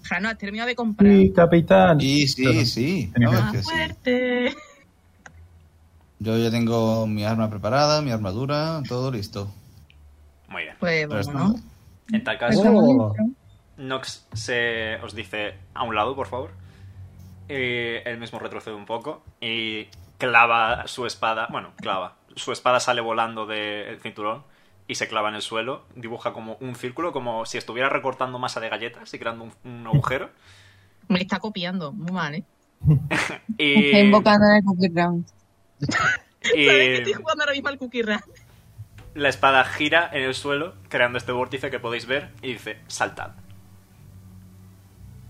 [SPEAKER 3] Jano, has terminado de comprar.
[SPEAKER 6] Sí, capitán.
[SPEAKER 2] Y sí, sí. no, es
[SPEAKER 3] Más
[SPEAKER 2] que sí.
[SPEAKER 3] fuerte.
[SPEAKER 2] Yo ya tengo mi arma preparada, mi armadura, todo listo.
[SPEAKER 5] Muy bien.
[SPEAKER 3] Pues
[SPEAKER 2] Pero esto-
[SPEAKER 3] vámonos.
[SPEAKER 5] En tal
[SPEAKER 7] está
[SPEAKER 5] caso,
[SPEAKER 1] Oh.
[SPEAKER 7] bonito.
[SPEAKER 5] Nox se os dice a un lado, por favor. Y él mismo retrocede un poco y clava su espada. Bueno, clava. Su espada sale volando del cinturón y se clava en el suelo. Dibuja como un círculo, como si estuviera recortando masa de galletas y creando un, un agujero.
[SPEAKER 3] Me está copiando, muy mal, ¿eh?
[SPEAKER 5] Y,
[SPEAKER 7] Está invocando en el Cookie Round.
[SPEAKER 5] y-
[SPEAKER 3] ¿Sabes que estoy jugando ahora mismo al Cookie Run?
[SPEAKER 5] La espada gira en el suelo, creando este vórtice que podéis ver, y dice, saltad.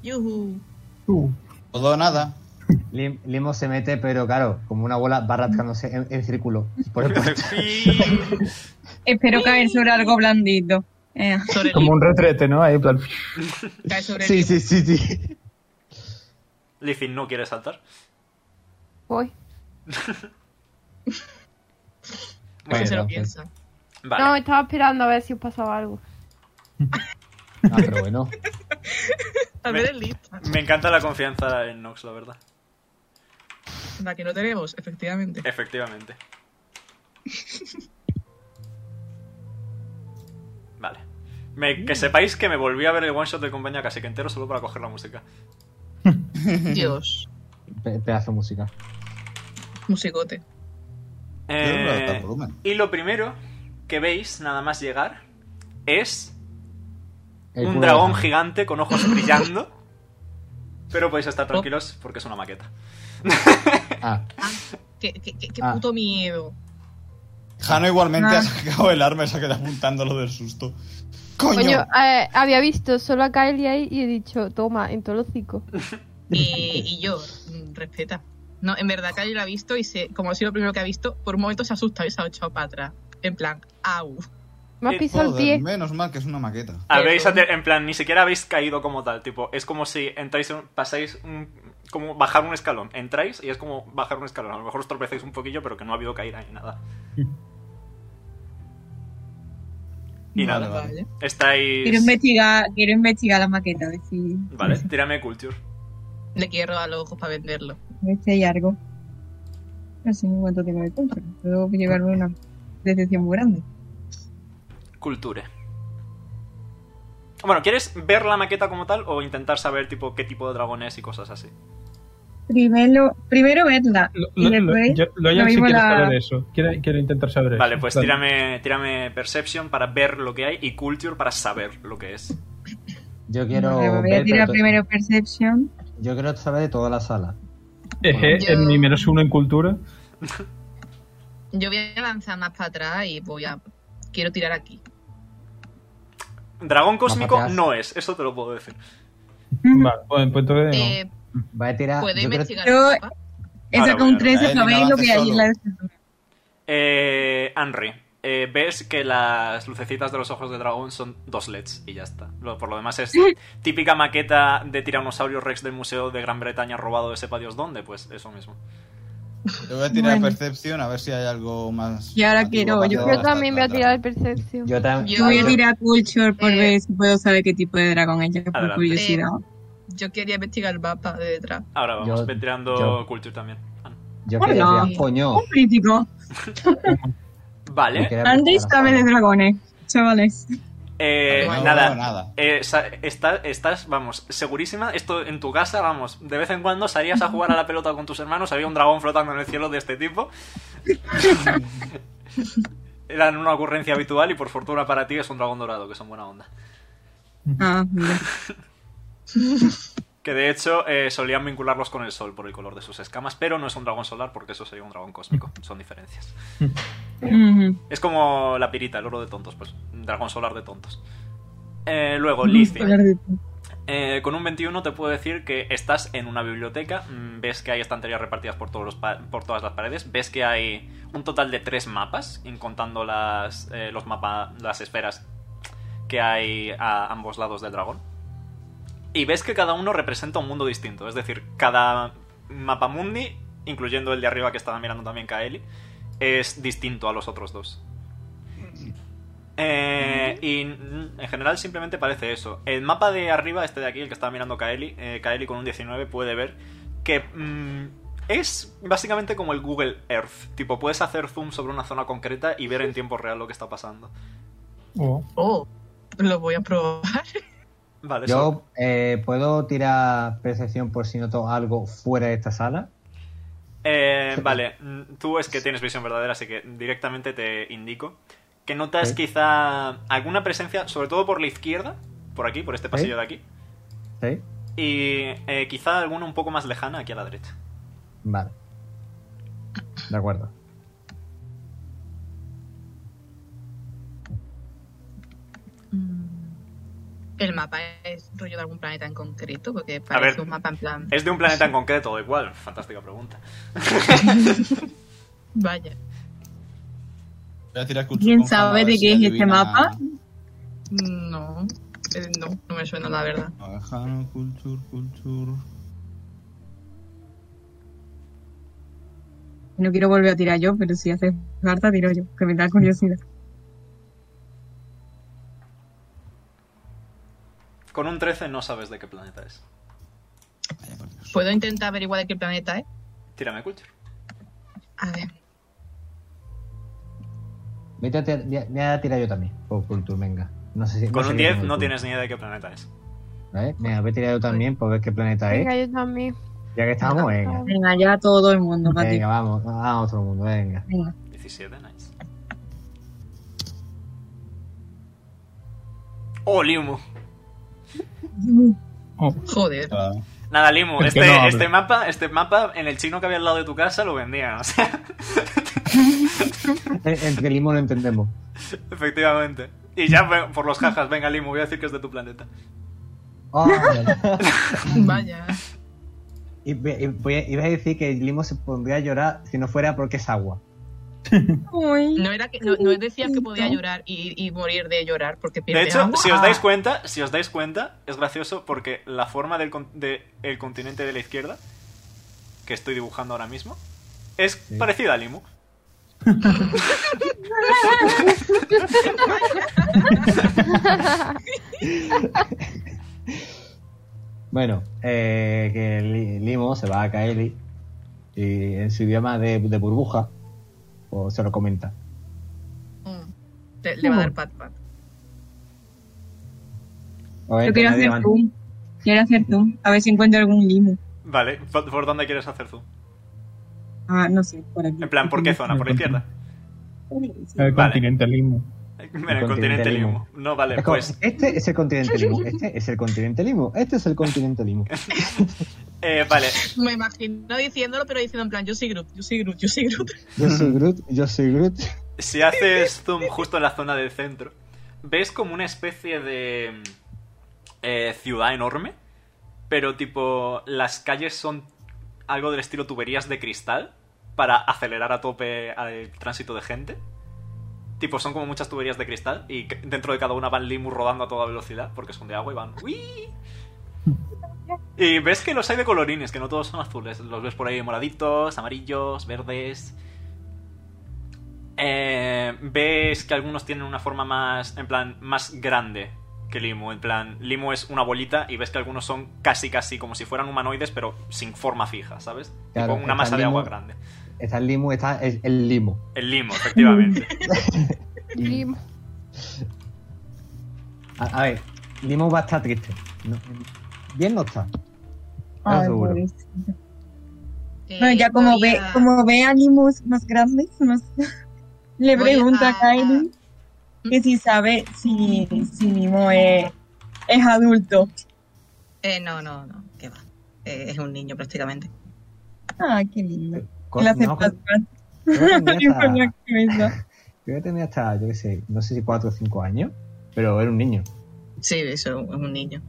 [SPEAKER 3] Yuhu.
[SPEAKER 6] Tú.
[SPEAKER 2] Todo o Pues nada.
[SPEAKER 1] Lim- Limo se mete, pero claro, como una bola va rascándose en, en círculo. Por el puerto.
[SPEAKER 7] Espero caer sobre algo blandito. Eh,
[SPEAKER 3] Sobre el
[SPEAKER 6] Como un retrete, ¿no? Ahí, en plan,
[SPEAKER 3] cae sobre el
[SPEAKER 1] sí, sí, sí, sí.
[SPEAKER 5] Lizzie no quiere saltar.
[SPEAKER 4] Voy.
[SPEAKER 3] Que se lo
[SPEAKER 1] Bueno,
[SPEAKER 3] piensa.
[SPEAKER 5] Vale.
[SPEAKER 4] No, estaba esperando a ver si os pasaba algo.
[SPEAKER 1] Ah, pero bueno.
[SPEAKER 3] Tal vez es lista.
[SPEAKER 5] Me encanta la confianza en Nox, la verdad.
[SPEAKER 3] La que no tenemos, efectivamente.
[SPEAKER 5] Efectivamente. Vale. Me- que sepáis que me volví a ver el one shot de compañía casi que entero solo para coger la música.
[SPEAKER 3] Dios.
[SPEAKER 1] Pe- pedazo de música.
[SPEAKER 3] Musicote.
[SPEAKER 2] Yo no voy a dar
[SPEAKER 5] Eh,
[SPEAKER 2] volumen.
[SPEAKER 5] y lo primero que veis, nada más llegar, es
[SPEAKER 1] El
[SPEAKER 5] un
[SPEAKER 1] culo
[SPEAKER 5] dragón
[SPEAKER 1] de-
[SPEAKER 5] gigante con ojos brillando. Pero podéis estar tranquilos porque es una maqueta.
[SPEAKER 1] Ah,
[SPEAKER 3] Qué, qué- qué- qué
[SPEAKER 1] Ah.
[SPEAKER 3] puto miedo.
[SPEAKER 2] Jano igualmente
[SPEAKER 7] Ah.
[SPEAKER 2] ha sacado el arma y se ha quedado apuntándolo del susto. ¡Coño!
[SPEAKER 4] Coño, eh, había visto solo a Kylie ahí y he dicho, toma, en todos los cinco.
[SPEAKER 3] Eh, y yo, mm, respeta. No, en verdad, Kylie la ha visto y se, como ha sido lo primero que ha visto, por un momento se asusta y se ha echado para atrás. En plan, au.
[SPEAKER 4] Me has
[SPEAKER 5] Eh,
[SPEAKER 4] pisado el
[SPEAKER 2] Joder,
[SPEAKER 4] pie.
[SPEAKER 2] menos mal que es una maqueta.
[SPEAKER 5] Habéis, ate- en plan, ni siquiera habéis caído como tal, tipo, es como si entráis, en- pasáis un- como bajar un escalón, entráis y es como bajar un escalón, a lo mejor os tropezáis un poquillo, pero que no ha habido caída ni nada. Y nada,
[SPEAKER 3] Vale.
[SPEAKER 7] Quiero
[SPEAKER 5] estáis...
[SPEAKER 7] investigar, quiero investigar la maqueta, a ver si,
[SPEAKER 5] Vale, tírame Culture.
[SPEAKER 3] Le quiero robar los ojos para venderlo.
[SPEAKER 7] a ver si hay algo. No sé en cuánto tengo de control. Puedo llevarme una decepción muy grande.
[SPEAKER 5] Culture. Bueno, ¿quieres ver la maqueta como tal o intentar saber tipo qué tipo de dragón es y cosas así?
[SPEAKER 7] Primero, primero verla.
[SPEAKER 6] Lo,
[SPEAKER 7] y
[SPEAKER 6] lo, lo,
[SPEAKER 7] después
[SPEAKER 6] yo- lo Ian
[SPEAKER 7] lo
[SPEAKER 6] sí
[SPEAKER 7] mismo
[SPEAKER 6] quiere
[SPEAKER 7] la-
[SPEAKER 6] saber eso. Quiere, quiere intentar saber eso.
[SPEAKER 5] Vale, pues
[SPEAKER 6] Dale.
[SPEAKER 5] tírame, tírame Perception para ver lo que hay y Culture para saber lo que es.
[SPEAKER 9] Yo quiero.
[SPEAKER 7] Vale, voy a
[SPEAKER 9] ver,
[SPEAKER 7] tirar
[SPEAKER 9] pero-
[SPEAKER 7] primero Perception.
[SPEAKER 9] Yo quiero saber de toda la sala.
[SPEAKER 6] Eje,
[SPEAKER 3] Yo-
[SPEAKER 6] Eh, en mi menos uno en cultura.
[SPEAKER 3] Yo voy a lanzar más para atrás y voy a. Quiero tirar aquí.
[SPEAKER 5] Dragón cósmico
[SPEAKER 9] Mapateas.
[SPEAKER 5] no es, eso te lo puedo decir.
[SPEAKER 6] Vale, pues, pues entonces. no.
[SPEAKER 1] ah,
[SPEAKER 3] Eh,
[SPEAKER 9] Voy a tirar.
[SPEAKER 3] ¿Puedo
[SPEAKER 9] yo creo-
[SPEAKER 3] investigar
[SPEAKER 7] Yo-
[SPEAKER 3] el mapa?
[SPEAKER 7] He
[SPEAKER 5] Vale,
[SPEAKER 7] sacado
[SPEAKER 5] voy
[SPEAKER 7] un
[SPEAKER 5] a
[SPEAKER 7] 13,
[SPEAKER 2] ver, no
[SPEAKER 7] ¿sabéis lo
[SPEAKER 2] haces
[SPEAKER 7] que hay
[SPEAKER 2] solo.
[SPEAKER 7] en la decepción?
[SPEAKER 5] Eh, Henry, eh, ves que las lucecitas de los ojos de dragón son dos LEDs y ya está. Lo- por lo demás es típica maqueta de Tiranosaurio Rex del Museo de Gran Bretaña robado de sepa Dios dónde, pues eso mismo.
[SPEAKER 2] Yo voy a tirar
[SPEAKER 7] Bueno.
[SPEAKER 2] percepción a ver si hay algo más.
[SPEAKER 7] Y ahora
[SPEAKER 2] llamativo
[SPEAKER 7] quiero,
[SPEAKER 2] para
[SPEAKER 7] yo-
[SPEAKER 2] hacer
[SPEAKER 4] Yo
[SPEAKER 2] esta
[SPEAKER 4] también voy a
[SPEAKER 2] plata.
[SPEAKER 4] tirar de percepción.
[SPEAKER 9] Yo ¿eh? también.
[SPEAKER 7] Yo voy a tirar Culture por
[SPEAKER 3] Eh,
[SPEAKER 7] ver si puedo saber qué tipo de dragón es, por
[SPEAKER 5] Adelante.
[SPEAKER 7] curiosidad.
[SPEAKER 3] Yo quería investigar el mapa de detrás.
[SPEAKER 5] Ahora vamos,
[SPEAKER 9] Yo-
[SPEAKER 5] ve tirando
[SPEAKER 9] yo-
[SPEAKER 5] Culture también. Ah,
[SPEAKER 9] Yo
[SPEAKER 7] Hola.
[SPEAKER 9] quería tirar. Coño.
[SPEAKER 7] Un crítico.
[SPEAKER 5] Vale.
[SPEAKER 9] yo quería ver
[SPEAKER 7] Antes
[SPEAKER 9] toda la
[SPEAKER 7] sabe de dragones, chavales.
[SPEAKER 5] Eh,
[SPEAKER 2] No,
[SPEAKER 5] nada,
[SPEAKER 2] no, nada.
[SPEAKER 5] Eh, sa- está- estás, vamos, segurísima. Esto en tu casa, vamos, de vez en cuando salías a jugar a la pelota con tus hermanos. Había un dragón flotando en el cielo de este tipo. Era una ocurrencia habitual y por fortuna para ti es un dragón dorado, que son buena onda.
[SPEAKER 7] Ah, mira.
[SPEAKER 5] Que de hecho eh, solían vincularlos con el sol por el color de sus escamas, pero no es un dragón solar porque eso sería un dragón cósmico. Son diferencias.
[SPEAKER 7] Ujú.
[SPEAKER 5] Es como la pirita, el oro de tontos, pues un dragón solar de tontos. Eh, luego, Lizzie.
[SPEAKER 7] Hablar de ti.
[SPEAKER 5] Eh, con un 21 te puedo decir que estás en una biblioteca, mm, ves que hay estanterías repartidas por, todos los pa- por todas las paredes, ves que hay un total de tres mapas, in- contando las, eh, los mapa, las esferas que hay a ambos lados del dragón. Y ves que cada uno representa un mundo distinto, es decir, cada mapa mundi, incluyendo el de arriba que estaba mirando también Kaeli, es distinto a los otros dos. Eh, y mm, en general simplemente parece eso. El mapa de arriba, este de aquí, el que estaba mirando Kaeli, eh, Kaeli con un 19 puede ver que mm, es básicamente como el Google Earth. Tipo, puedes hacer zoom sobre una zona concreta y ver en tiempo real lo que está pasando.
[SPEAKER 6] Oh.
[SPEAKER 3] Oh, lo voy a probar.
[SPEAKER 5] Vale, eso.
[SPEAKER 1] Yo eh, puedo tirar percepción por si noto algo fuera de esta sala.
[SPEAKER 5] Eh, vale, mm, tú es que tienes visión verdadera, así que directamente te indico que notas
[SPEAKER 1] Ok.
[SPEAKER 5] quizá alguna presencia, sobre todo por la izquierda, por aquí, por este pasillo de aquí,
[SPEAKER 1] ¿Sí?
[SPEAKER 5] y eh, quizá alguna un poco más lejana aquí a la derecha.
[SPEAKER 1] Vale. De acuerdo.
[SPEAKER 3] El mapa es rollo de algún planeta en concreto, pues. porque
[SPEAKER 5] A
[SPEAKER 3] parece
[SPEAKER 5] ver.
[SPEAKER 3] un mapa en plan.
[SPEAKER 5] ¿Es de un planeta en concreto o igual? Fantástica pregunta.
[SPEAKER 3] Vaya.
[SPEAKER 2] Voy a tirar culture
[SPEAKER 7] ¿Quién
[SPEAKER 2] con Jano a
[SPEAKER 7] sabe
[SPEAKER 2] ver
[SPEAKER 7] de
[SPEAKER 2] si
[SPEAKER 7] qué es este
[SPEAKER 2] adivina-
[SPEAKER 7] mapa?
[SPEAKER 3] No, eh, no, no me suena la verdad.
[SPEAKER 2] A ver, Jano, culture, culture.
[SPEAKER 7] No quiero volver a tirar yo, pero si hace falta, tiro yo, que me da curiosidad.
[SPEAKER 5] Con un 13 no sabes de qué planeta es.
[SPEAKER 2] Vaya, por Dios.
[SPEAKER 3] Puedo intentar averiguar de qué planeta es.
[SPEAKER 5] Tírame culture.
[SPEAKER 3] A ver.
[SPEAKER 9] Vete a tirar- voy a- voy a tirar yo también. Por cultura, venga. No sé si, no
[SPEAKER 5] Con
[SPEAKER 9] sé
[SPEAKER 5] un
[SPEAKER 9] qué
[SPEAKER 5] 10
[SPEAKER 9] tengo
[SPEAKER 5] no
[SPEAKER 9] tú.
[SPEAKER 5] tienes ni idea de qué planeta es.
[SPEAKER 9] ¿Eh? Venga, voy a tirar yo también por ver qué planeta es.
[SPEAKER 4] Venga, yo también.
[SPEAKER 9] Ya que estamos, venga.
[SPEAKER 7] Venga, ya todo el mundo, Mati.
[SPEAKER 9] Venga, vamos. A otro mundo, venga.
[SPEAKER 7] Venga.
[SPEAKER 5] 17, nice. ¡Oh, Limu!
[SPEAKER 6] Oh,
[SPEAKER 3] Joder.
[SPEAKER 2] Claro.
[SPEAKER 5] Nada, Limu,
[SPEAKER 6] Es que
[SPEAKER 5] este,
[SPEAKER 6] no habla.
[SPEAKER 5] este mapa, este mapa en el chino que había al lado de tu casa lo vendían, o sea,
[SPEAKER 1] Entre Limo lo entendemos.
[SPEAKER 5] efectivamente. Y ya ve- por los jajas, venga Limu, voy a decir que es de tu planeta.
[SPEAKER 9] Oh,
[SPEAKER 3] Vaya.
[SPEAKER 1] Y, ve- y voy a- iba a decir que Limo se pondría a llorar si no fuera porque es agua.
[SPEAKER 7] Uy.
[SPEAKER 3] No era que no, no decía que podía llorar y, y morir de llorar porque
[SPEAKER 5] De
[SPEAKER 3] pierde
[SPEAKER 5] hecho,
[SPEAKER 3] agua.
[SPEAKER 5] si os dais cuenta, si os dais cuenta, es gracioso porque la forma del con- de el continente de la izquierda, que estoy dibujando ahora mismo, es parecida a Limu.
[SPEAKER 9] Bueno, eh, que Li- Limo se va a Kaeli y en su idioma de, de burbuja pues se lo comenta.
[SPEAKER 3] Mm. Le, le va a dar pat pat.
[SPEAKER 7] Yo quiero hacer zoom. Quiero hacer zoom. A ver si encuentro algún limo.
[SPEAKER 5] Vale, ¿por, por dónde quieres hacer zoom?
[SPEAKER 7] Ah, no sé, por aquí.
[SPEAKER 5] En plan, ¿por qué zona? ¿Por la izquierda?
[SPEAKER 6] el
[SPEAKER 5] Vale.
[SPEAKER 6] continente limo.
[SPEAKER 5] En el continente Limu. No, vale,
[SPEAKER 1] Es como,
[SPEAKER 5] pues
[SPEAKER 1] Este es el continente Limo. Este es el continente Limo. Este es el continente Limo.
[SPEAKER 5] Eh, vale,
[SPEAKER 3] Me imagino diciéndolo, pero diciendo en plan, yo soy Groot, yo soy Groot, yo soy Groot.
[SPEAKER 1] Yo soy Groot. Yo soy Groot.
[SPEAKER 5] si haces zoom justo en la zona del centro, ves como una especie de eh, ciudad enorme, pero tipo las calles son algo del estilo tuberías de cristal para acelerar a tope el tránsito de gente. Tipo, son como muchas tuberías de cristal y c- dentro de cada una van limus rodando a toda velocidad porque son de agua y van... "Uii". Y ves que los hay de colorines, que no todos son azules. Los ves por ahí moraditos, amarillos, verdes, eh, ves que algunos tienen una forma más, en plan, más grande que Limo. En plan, Limo es una bolita y ves que algunos son casi, casi como si fueran humanoides, pero sin forma fija, ¿sabes?
[SPEAKER 1] Claro,
[SPEAKER 5] Con una
[SPEAKER 1] en
[SPEAKER 5] masa
[SPEAKER 1] plan,
[SPEAKER 5] de agua
[SPEAKER 1] Limo-
[SPEAKER 5] grande.
[SPEAKER 1] Está el Limo. Está el, el Limo.
[SPEAKER 5] El Limo, efectivamente.
[SPEAKER 4] Limo.
[SPEAKER 1] A, a ver, Limo va a estar triste. No- bien no está.
[SPEAKER 7] Ay,
[SPEAKER 1] seguro.
[SPEAKER 7] pobrecito.
[SPEAKER 3] Eh,
[SPEAKER 7] Bueno, ya como ve,
[SPEAKER 3] todavía-
[SPEAKER 7] como ve a Limus más grandes, más... le
[SPEAKER 3] Voy
[SPEAKER 7] pregunta
[SPEAKER 3] a-
[SPEAKER 7] a Kylie que si sabe si, si Limo es, es adulto.
[SPEAKER 3] Eh, no, no, no, que va. Eh, es un niño prácticamente.
[SPEAKER 7] Ah, qué lindo.
[SPEAKER 1] Co-
[SPEAKER 7] la
[SPEAKER 1] no,
[SPEAKER 7] aceptación.
[SPEAKER 1] creo que tenía
[SPEAKER 7] La información
[SPEAKER 1] hasta-
[SPEAKER 7] que me hizo.
[SPEAKER 1] creo que tenía hasta, yo qué sé, no sé si 4 o 5 años, pero era un niño.
[SPEAKER 3] Sí, eso es un niño.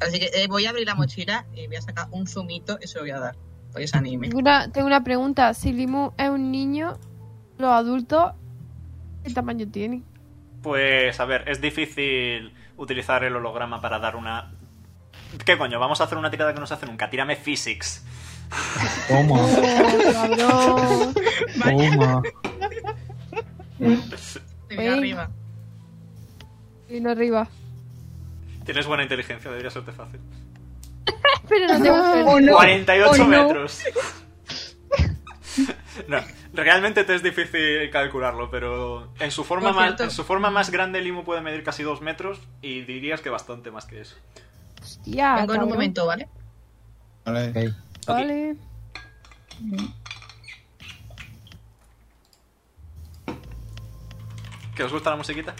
[SPEAKER 3] Así que eh, voy a abrir la mochila y voy a sacar un zumito y se lo voy a dar. Porque es anime.
[SPEAKER 4] Tengo una, tengo una pregunta. Si Limu es un niño, los adultos, ¿qué tamaño tienen?
[SPEAKER 5] Pues, a ver, es difícil utilizar el holograma para dar una... ¿Qué coño? Vamos a hacer una tirada que no se hace nunca. Tírame Physics.
[SPEAKER 6] Toma,
[SPEAKER 4] Oh, cabrón.
[SPEAKER 6] toma.
[SPEAKER 3] Te voy
[SPEAKER 4] Ey.
[SPEAKER 3] arriba.
[SPEAKER 4] Vino arriba.
[SPEAKER 5] Tienes buena inteligencia, debería serte fácil.
[SPEAKER 4] Pero no tengo suerte.
[SPEAKER 7] O no,
[SPEAKER 5] 48
[SPEAKER 7] o no.
[SPEAKER 5] metros. No, realmente te es difícil calcularlo, pero en su forma
[SPEAKER 3] Por
[SPEAKER 5] más,
[SPEAKER 3] cierto.
[SPEAKER 5] en su forma más grande el limo puede medir casi 2 metros y dirías que bastante más que eso.
[SPEAKER 4] Hostia,
[SPEAKER 3] Vengo en un
[SPEAKER 4] cabrón.
[SPEAKER 3] momento, ¿vale?
[SPEAKER 2] Vale.
[SPEAKER 4] Vale.
[SPEAKER 5] ¿Que os gusta la musiquita?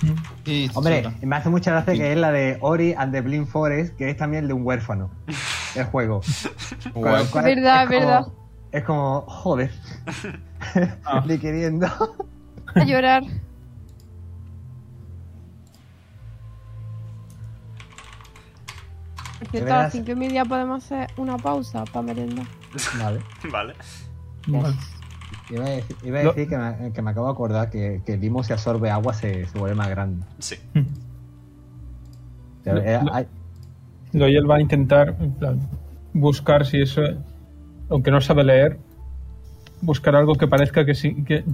[SPEAKER 2] Sí, sí,
[SPEAKER 1] Hombre,
[SPEAKER 2] sí,
[SPEAKER 1] me hace mucha gracia que es la de Ori and the Blind Forest, que es también de un huérfano. El juego.
[SPEAKER 2] Guay.
[SPEAKER 1] Con- con-
[SPEAKER 4] Verdad,
[SPEAKER 1] como-
[SPEAKER 4] verdad.
[SPEAKER 1] Es como, joder. Ah. Ni queriendo.
[SPEAKER 4] A llorar. Por cierto, a
[SPEAKER 1] verás-
[SPEAKER 4] las cinco y media podemos hacer una pausa para merendar.
[SPEAKER 1] Vale.
[SPEAKER 5] Vale.
[SPEAKER 6] Vale.
[SPEAKER 1] Iba a decir, iba a
[SPEAKER 6] Lo-
[SPEAKER 1] decir que, me, que me acabo de acordar que, que el limo si absorbe agua se, se vuelve más grande.
[SPEAKER 5] Sí.
[SPEAKER 1] O sea, eh, era-
[SPEAKER 6] Lo-
[SPEAKER 1] ay,
[SPEAKER 6] Doyle va a intentar en plan, buscar si eso, aunque no sabe leer, buscar algo que parezca que sí. Que,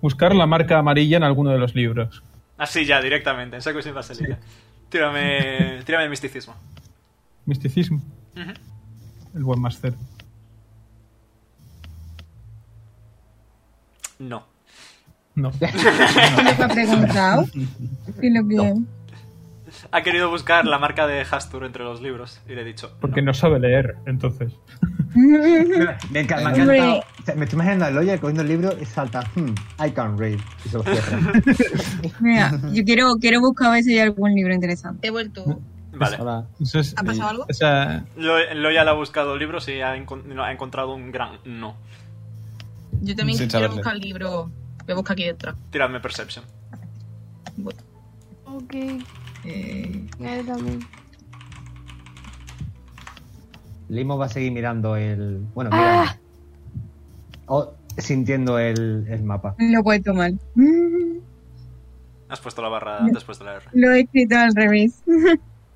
[SPEAKER 6] buscar la marca amarilla en alguno de los libros.
[SPEAKER 5] Así ya, directamente, en saco y sin vaselina. Tírame, tírame misticismo.
[SPEAKER 6] Misticismo.
[SPEAKER 5] Ujú.
[SPEAKER 6] El buen más cero.
[SPEAKER 5] No.
[SPEAKER 6] No.
[SPEAKER 7] ¿Quién les ha preguntado? Y lo que...
[SPEAKER 5] Ha querido buscar la marca de Hastur entre los libros y le he dicho.
[SPEAKER 6] Porque no sabe leer, entonces.
[SPEAKER 1] Me, enca- me ha
[SPEAKER 7] Hombre.
[SPEAKER 1] encantado. O sea, me estoy imaginando a Loya cogiendo el libro y salta, hmm, I can read. Y se lo cierra.
[SPEAKER 7] Mira, yo quiero, quiero buscar a ver si hay algún libro interesante.
[SPEAKER 3] He vuelto.
[SPEAKER 5] Vale.
[SPEAKER 1] Ahora,
[SPEAKER 6] Entonces,
[SPEAKER 3] ¿Ha pasado algo?
[SPEAKER 6] Esa,
[SPEAKER 5] Lo, Loya le ha buscado libros y ha, encon- no, ha encontrado un gran no.
[SPEAKER 3] Yo también
[SPEAKER 2] Sin
[SPEAKER 3] quiero
[SPEAKER 2] saberle.
[SPEAKER 3] buscar el libro. Voy a buscar aquí detrás.
[SPEAKER 5] Tiradme Perception.
[SPEAKER 4] Ok,
[SPEAKER 3] Eh,
[SPEAKER 4] él también.
[SPEAKER 1] Limo va a seguir mirando el. Bueno, mira.
[SPEAKER 4] ¡Ah!
[SPEAKER 1] O sintiendo el, el mapa.
[SPEAKER 7] Lo puedo tomar. Mm,
[SPEAKER 5] Has puesto la barra después de la R.
[SPEAKER 7] Lo he escrito al revés.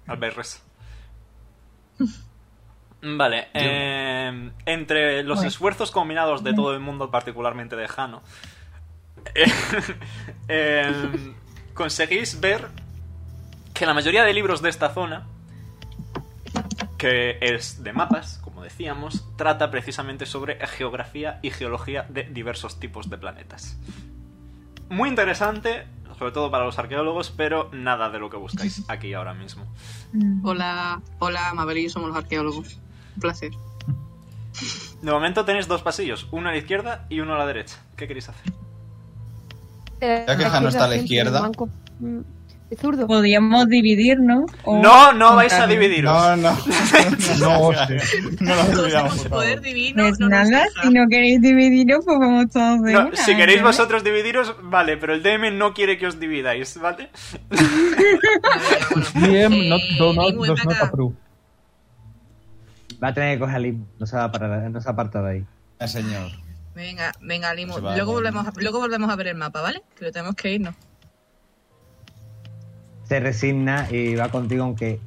[SPEAKER 5] Al Berres. Vale. eh, entre los
[SPEAKER 7] Bueno.
[SPEAKER 5] esfuerzos combinados de todo el mundo, particularmente de Jano, eh, eh, conseguís ver que la mayoría de libros de esta zona, que es de mapas, como decíamos, trata precisamente sobre geografía y geología de diversos tipos de planetas. Muy interesante, sobre todo para los arqueólogos, pero nada de lo que buscáis aquí ahora mismo.
[SPEAKER 7] Mm.
[SPEAKER 10] Hola, hola, Mabel y yo somos los arqueólogos. Un placer.
[SPEAKER 5] De momento tenéis dos pasillos, uno a la izquierda y uno a la derecha. ¿Qué queréis hacer?
[SPEAKER 4] Ya
[SPEAKER 2] que
[SPEAKER 4] Ah,
[SPEAKER 2] Jano está a la izquierda.
[SPEAKER 4] Mm. Es zurdo.
[SPEAKER 7] Podríamos dividirnos. o-
[SPEAKER 5] No, no vais a
[SPEAKER 7] juntarnos.
[SPEAKER 5] dividiros.
[SPEAKER 2] No, no.
[SPEAKER 6] no, sí.
[SPEAKER 2] No lo
[SPEAKER 3] todos
[SPEAKER 2] olvidamos,
[SPEAKER 3] tenemos
[SPEAKER 2] por
[SPEAKER 3] poder
[SPEAKER 2] favor.
[SPEAKER 3] divino.
[SPEAKER 7] Pues
[SPEAKER 3] no nos
[SPEAKER 7] nada,
[SPEAKER 3] deja.
[SPEAKER 7] si no queréis dividirnos, pues vamos todos de
[SPEAKER 5] No,
[SPEAKER 7] una, ¿eh?
[SPEAKER 5] si queréis
[SPEAKER 7] ¿entendés?
[SPEAKER 5] vosotros dividiros, vale, pero el DM no quiere que os dividáis, ¿vale?
[SPEAKER 6] DM not,
[SPEAKER 3] Eh,
[SPEAKER 6] do not-
[SPEAKER 3] ningún
[SPEAKER 6] does not
[SPEAKER 3] ataca.
[SPEAKER 6] approve.
[SPEAKER 1] Va a tener que coger a Limo. No se va a, parar, no se va a apartar de ahí.
[SPEAKER 2] Ah, señor.
[SPEAKER 3] Venga, venga, Limo.
[SPEAKER 2] Se va,
[SPEAKER 3] Luego
[SPEAKER 2] Limo.
[SPEAKER 3] volvemos, a, luego volvemos a ver el mapa, ¿vale? Que lo tenemos que irnos.
[SPEAKER 1] Se resigna y va contigo, aunque.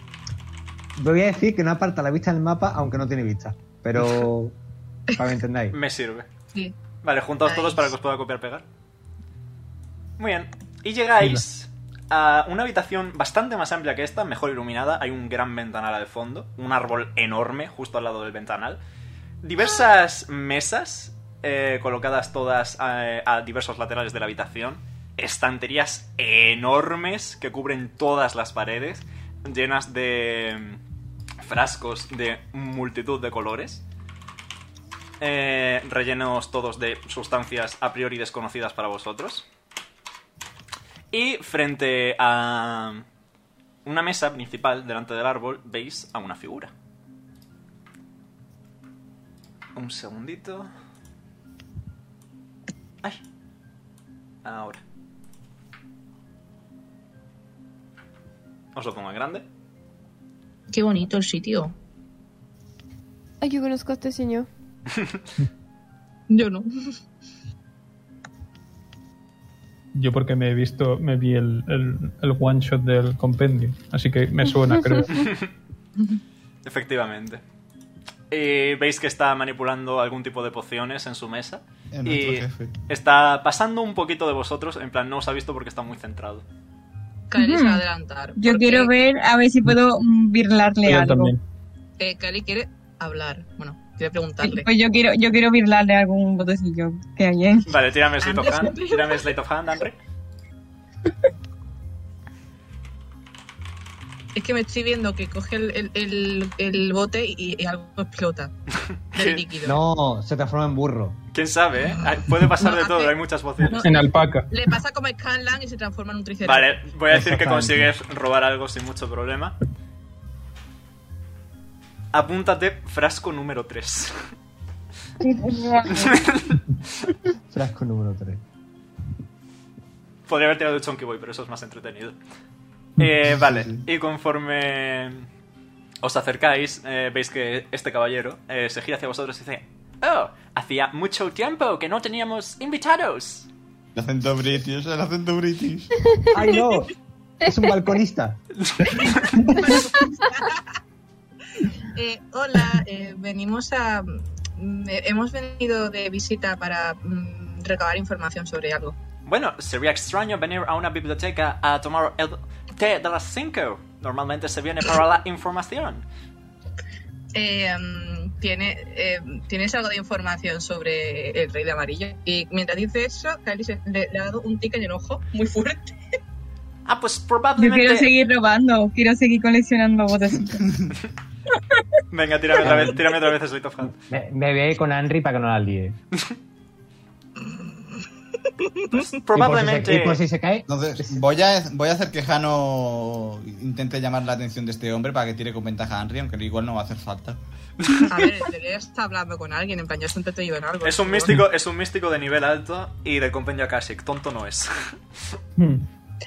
[SPEAKER 1] Voy a decir que no aparta la vista del mapa, aunque no tiene vista. Pero. para que entendáis.
[SPEAKER 5] Me sirve.
[SPEAKER 3] Sí.
[SPEAKER 5] Vale, juntaos todos
[SPEAKER 3] Nice.
[SPEAKER 5] para que os pueda copiar pegar. Muy bien. Y llegáis a una habitación bastante más amplia que esta, mejor iluminada. Hay un gran ventanal al fondo, un árbol enorme justo al lado del ventanal. Diversas mesas eh, colocadas todas eh, a diversos laterales de la habitación. Estanterías enormes que cubren todas las paredes, llenas de mm, frascos de multitud de colores. Eh, rellenos todos de sustancias a priori desconocidas para vosotros. Y frente a una mesa principal delante del árbol veis a una figura. Un segundito. Ay. Ahora. Os lo pongo en grande.
[SPEAKER 3] Qué bonito el sitio.
[SPEAKER 4] Ay, yo conozco a este señor.
[SPEAKER 3] Yo no.
[SPEAKER 6] Yo porque me he visto, me vi el, el, el one shot del compendio, así que me suena, creo.
[SPEAKER 5] Efectivamente. Eh, veis que está manipulando algún tipo de pociones en su mesa.
[SPEAKER 2] Es nuestro
[SPEAKER 5] Y
[SPEAKER 2] jefe.
[SPEAKER 5] está pasando un poquito de vosotros. En plan, no os ha visto porque está muy centrado.
[SPEAKER 3] Kylie se va a
[SPEAKER 7] Ujú.
[SPEAKER 3] adelantar.
[SPEAKER 7] Yo
[SPEAKER 3] porque,
[SPEAKER 7] quiero ver a ver si puedo mm, birlarle
[SPEAKER 6] Yo
[SPEAKER 7] algo.
[SPEAKER 6] también.
[SPEAKER 3] eh, Kylie quiere hablar. Bueno, quiere preguntarle.
[SPEAKER 7] Pues yo quiero, yo quiero birlarle algún botecillo que hay, ¿eh?
[SPEAKER 5] Vale, tírame Slate of
[SPEAKER 3] Andre.
[SPEAKER 5] Hand. Tírame Slate of Hand, Andre.
[SPEAKER 3] Es que me estoy viendo que coge el, el, el, el bote y, y algo explota.
[SPEAKER 5] ¿Qué?
[SPEAKER 3] Del líquido.
[SPEAKER 1] No, se transforma en burro.
[SPEAKER 5] Quién sabe, ¿eh? Hay- Puede pasar
[SPEAKER 3] No,
[SPEAKER 5] de
[SPEAKER 3] hace-
[SPEAKER 5] todo, hay muchas voces.
[SPEAKER 3] No.
[SPEAKER 6] En alpaca.
[SPEAKER 3] Le pasa como Scanlan y se transforma en un triceratops.
[SPEAKER 5] Vale, voy a decir que
[SPEAKER 1] Exactamente.
[SPEAKER 5] consigues robar algo sin mucho problema. Apúntate frasco número 3.
[SPEAKER 3] pues,
[SPEAKER 1] Frasco número 3.
[SPEAKER 5] Podría haber tirado el Chonky Boy, pero eso es más entretenido. Eh, vale,
[SPEAKER 2] Sí,
[SPEAKER 5] y conforme os acercáis, eh, veis que este caballero eh, se gira hacia vosotros y dice: Oh, hacía mucho tiempo que no teníamos invitados.
[SPEAKER 2] El acento british, el acento british.
[SPEAKER 1] ¡Ay, no! Es un balconista.
[SPEAKER 3] Eh, hola, eh, venimos a. mm, eh, hemos venido de visita para mm, recabar información sobre algo.
[SPEAKER 5] Bueno, sería extraño venir a una biblioteca a tomar el té de las 5. normalmente se viene para la información.
[SPEAKER 3] Eh, mm, tiene, eh, ¿Tienes algo de información sobre el rey de amarillo? Y mientras dice eso, Kylie se- le, le ha dado un tic en el ojo muy fuerte.
[SPEAKER 5] Ah, pues
[SPEAKER 7] Yo quiero
[SPEAKER 5] probablemente...
[SPEAKER 7] seguir robando, quiero seguir coleccionando botecitos.
[SPEAKER 5] Venga, tírame otra vez, tírame otra vez Slate of Hand.
[SPEAKER 9] Me, me voy a ir con Henry para que no la líe.
[SPEAKER 5] Pues
[SPEAKER 9] Y
[SPEAKER 5] probablemente...
[SPEAKER 9] por si se cae,
[SPEAKER 2] Entonces, voy a, voy a hacer que Jano intente llamar la atención de este hombre para que tire con ventaja a Henry, aunque igual no va a hacer falta.
[SPEAKER 3] A ver, el Telea está hablando con alguien, en plan, yo siempre te digo en algo.
[SPEAKER 5] Es un místico, es un místico de nivel alto y del compendio Akashic. Tonto no es.
[SPEAKER 6] Hmm.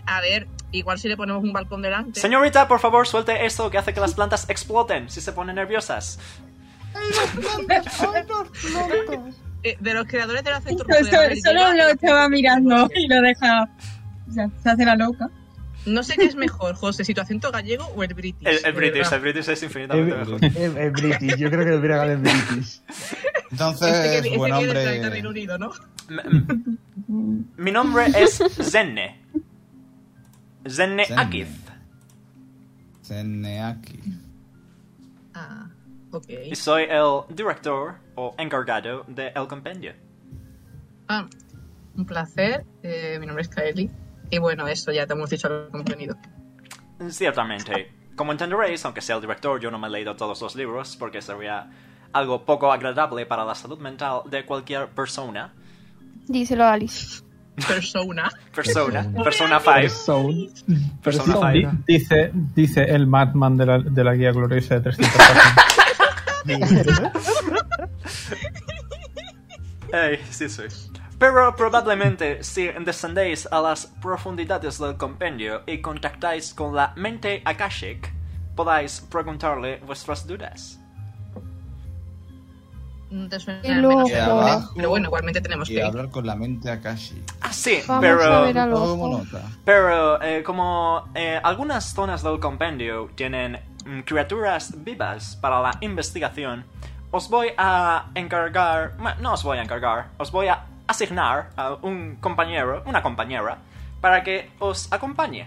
[SPEAKER 3] A ver, igual si le ponemos un balcón delante.
[SPEAKER 5] Señorita, por favor, suelte esto que hace que las plantas exploten si se ponen nerviosas.
[SPEAKER 3] Eh, de los creadores del acento ruso de la
[SPEAKER 7] Solo, solo
[SPEAKER 3] narrativa,
[SPEAKER 7] lo estaba mirando y lo deja. O sea, se hace la loca.
[SPEAKER 3] No sé qué es mejor, José, si tu acento gallego o el british.
[SPEAKER 5] El, el
[SPEAKER 3] de
[SPEAKER 5] British,
[SPEAKER 3] verdad.
[SPEAKER 5] el British es infinitamente mejor.
[SPEAKER 9] es, es British. Yo creo que debería ganar el British.
[SPEAKER 3] Este
[SPEAKER 2] Entonces,
[SPEAKER 3] que, este
[SPEAKER 2] buen
[SPEAKER 3] que viene del planeta
[SPEAKER 2] hombre.
[SPEAKER 3] Reino Unido, ¿no?
[SPEAKER 5] M- m- Mi nombre es Zenne.
[SPEAKER 2] Zenne.
[SPEAKER 5] Zenne Akiz.
[SPEAKER 2] Zeneaki.
[SPEAKER 3] Ah, ok.
[SPEAKER 5] Y soy el director o encargado de El Compendio.
[SPEAKER 3] Ah, un placer. Eh, mi nombre es Kaeli. Y bueno, eso ya te hemos dicho lo que hemos venido.
[SPEAKER 5] Ciertamente. Como entenderéis, aunque sea el director, yo no me he leído todos los libros porque sería algo poco agradable para la salud mental de cualquier persona.
[SPEAKER 4] Díselo a Alice.
[SPEAKER 3] Persona.
[SPEAKER 5] Persona. Persona 5.
[SPEAKER 9] Sound.
[SPEAKER 5] Persona
[SPEAKER 9] Persona.
[SPEAKER 5] 5.
[SPEAKER 6] Di- Dice, dice el Madman de la, de la guía gloriosa de 300 páginas.
[SPEAKER 5] Ey, sí soy. Pero probablemente si descendéis a las profundidades del compendio y contactáis con la mente Akashic, podáis preguntarle vuestras dudas.
[SPEAKER 3] No Mm, te suena
[SPEAKER 4] Qué
[SPEAKER 3] al menos,
[SPEAKER 4] loco.
[SPEAKER 2] Y abajo,
[SPEAKER 3] Pero bueno, igualmente tenemos
[SPEAKER 2] Y
[SPEAKER 3] que ir.
[SPEAKER 2] hablar con la mente Akashi.
[SPEAKER 5] Ah, sí,
[SPEAKER 4] Vamos a ver
[SPEAKER 5] pero,
[SPEAKER 4] al
[SPEAKER 2] Tomo
[SPEAKER 4] ojo.
[SPEAKER 2] nota.
[SPEAKER 5] pero eh, como eh, algunas zonas del compendio tienen mm, criaturas vivas para la investigación, os voy a encargar, bueno, no os voy a encargar, os voy a asignar a un compañero, una compañera, para que os acompañe.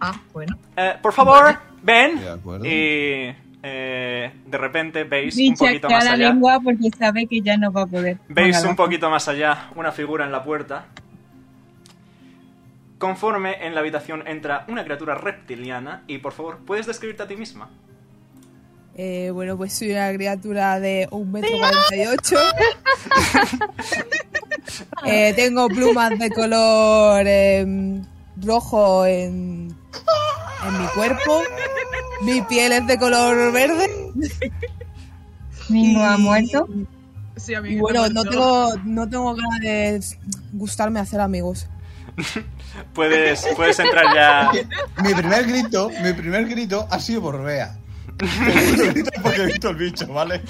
[SPEAKER 3] Ah, bueno.
[SPEAKER 5] Eh, por favor, ven.
[SPEAKER 2] De acuerdo.
[SPEAKER 5] Y eh, de repente veis un
[SPEAKER 7] Richa
[SPEAKER 5] poquito más
[SPEAKER 7] la
[SPEAKER 5] allá.
[SPEAKER 7] lengua porque sabe que ya no va a poder.
[SPEAKER 5] Veis
[SPEAKER 7] Póngalo.
[SPEAKER 5] un poquito más allá una figura en la puerta. Conforme en la habitación entra una criatura reptiliana y por favor, ¿puedes describirte a ti misma?
[SPEAKER 11] Eh, bueno, pues soy una criatura de 1,48m. eh, tengo plumas de color em, rojo en, en mi cuerpo. Mi piel es de color verde.
[SPEAKER 7] Mingo ha
[SPEAKER 11] Y-
[SPEAKER 7] muerto.
[SPEAKER 3] Sí,
[SPEAKER 11] Y
[SPEAKER 3] amigo,
[SPEAKER 11] bueno, no
[SPEAKER 3] hemos dicho-
[SPEAKER 11] tengo, no tengo ganas de gustarme hacer amigos.
[SPEAKER 5] Puedes, puedes entrar ya.
[SPEAKER 2] Mi primer grito, mi primer grito ha sido por Bea. Porque he visto el bicho, ¿vale?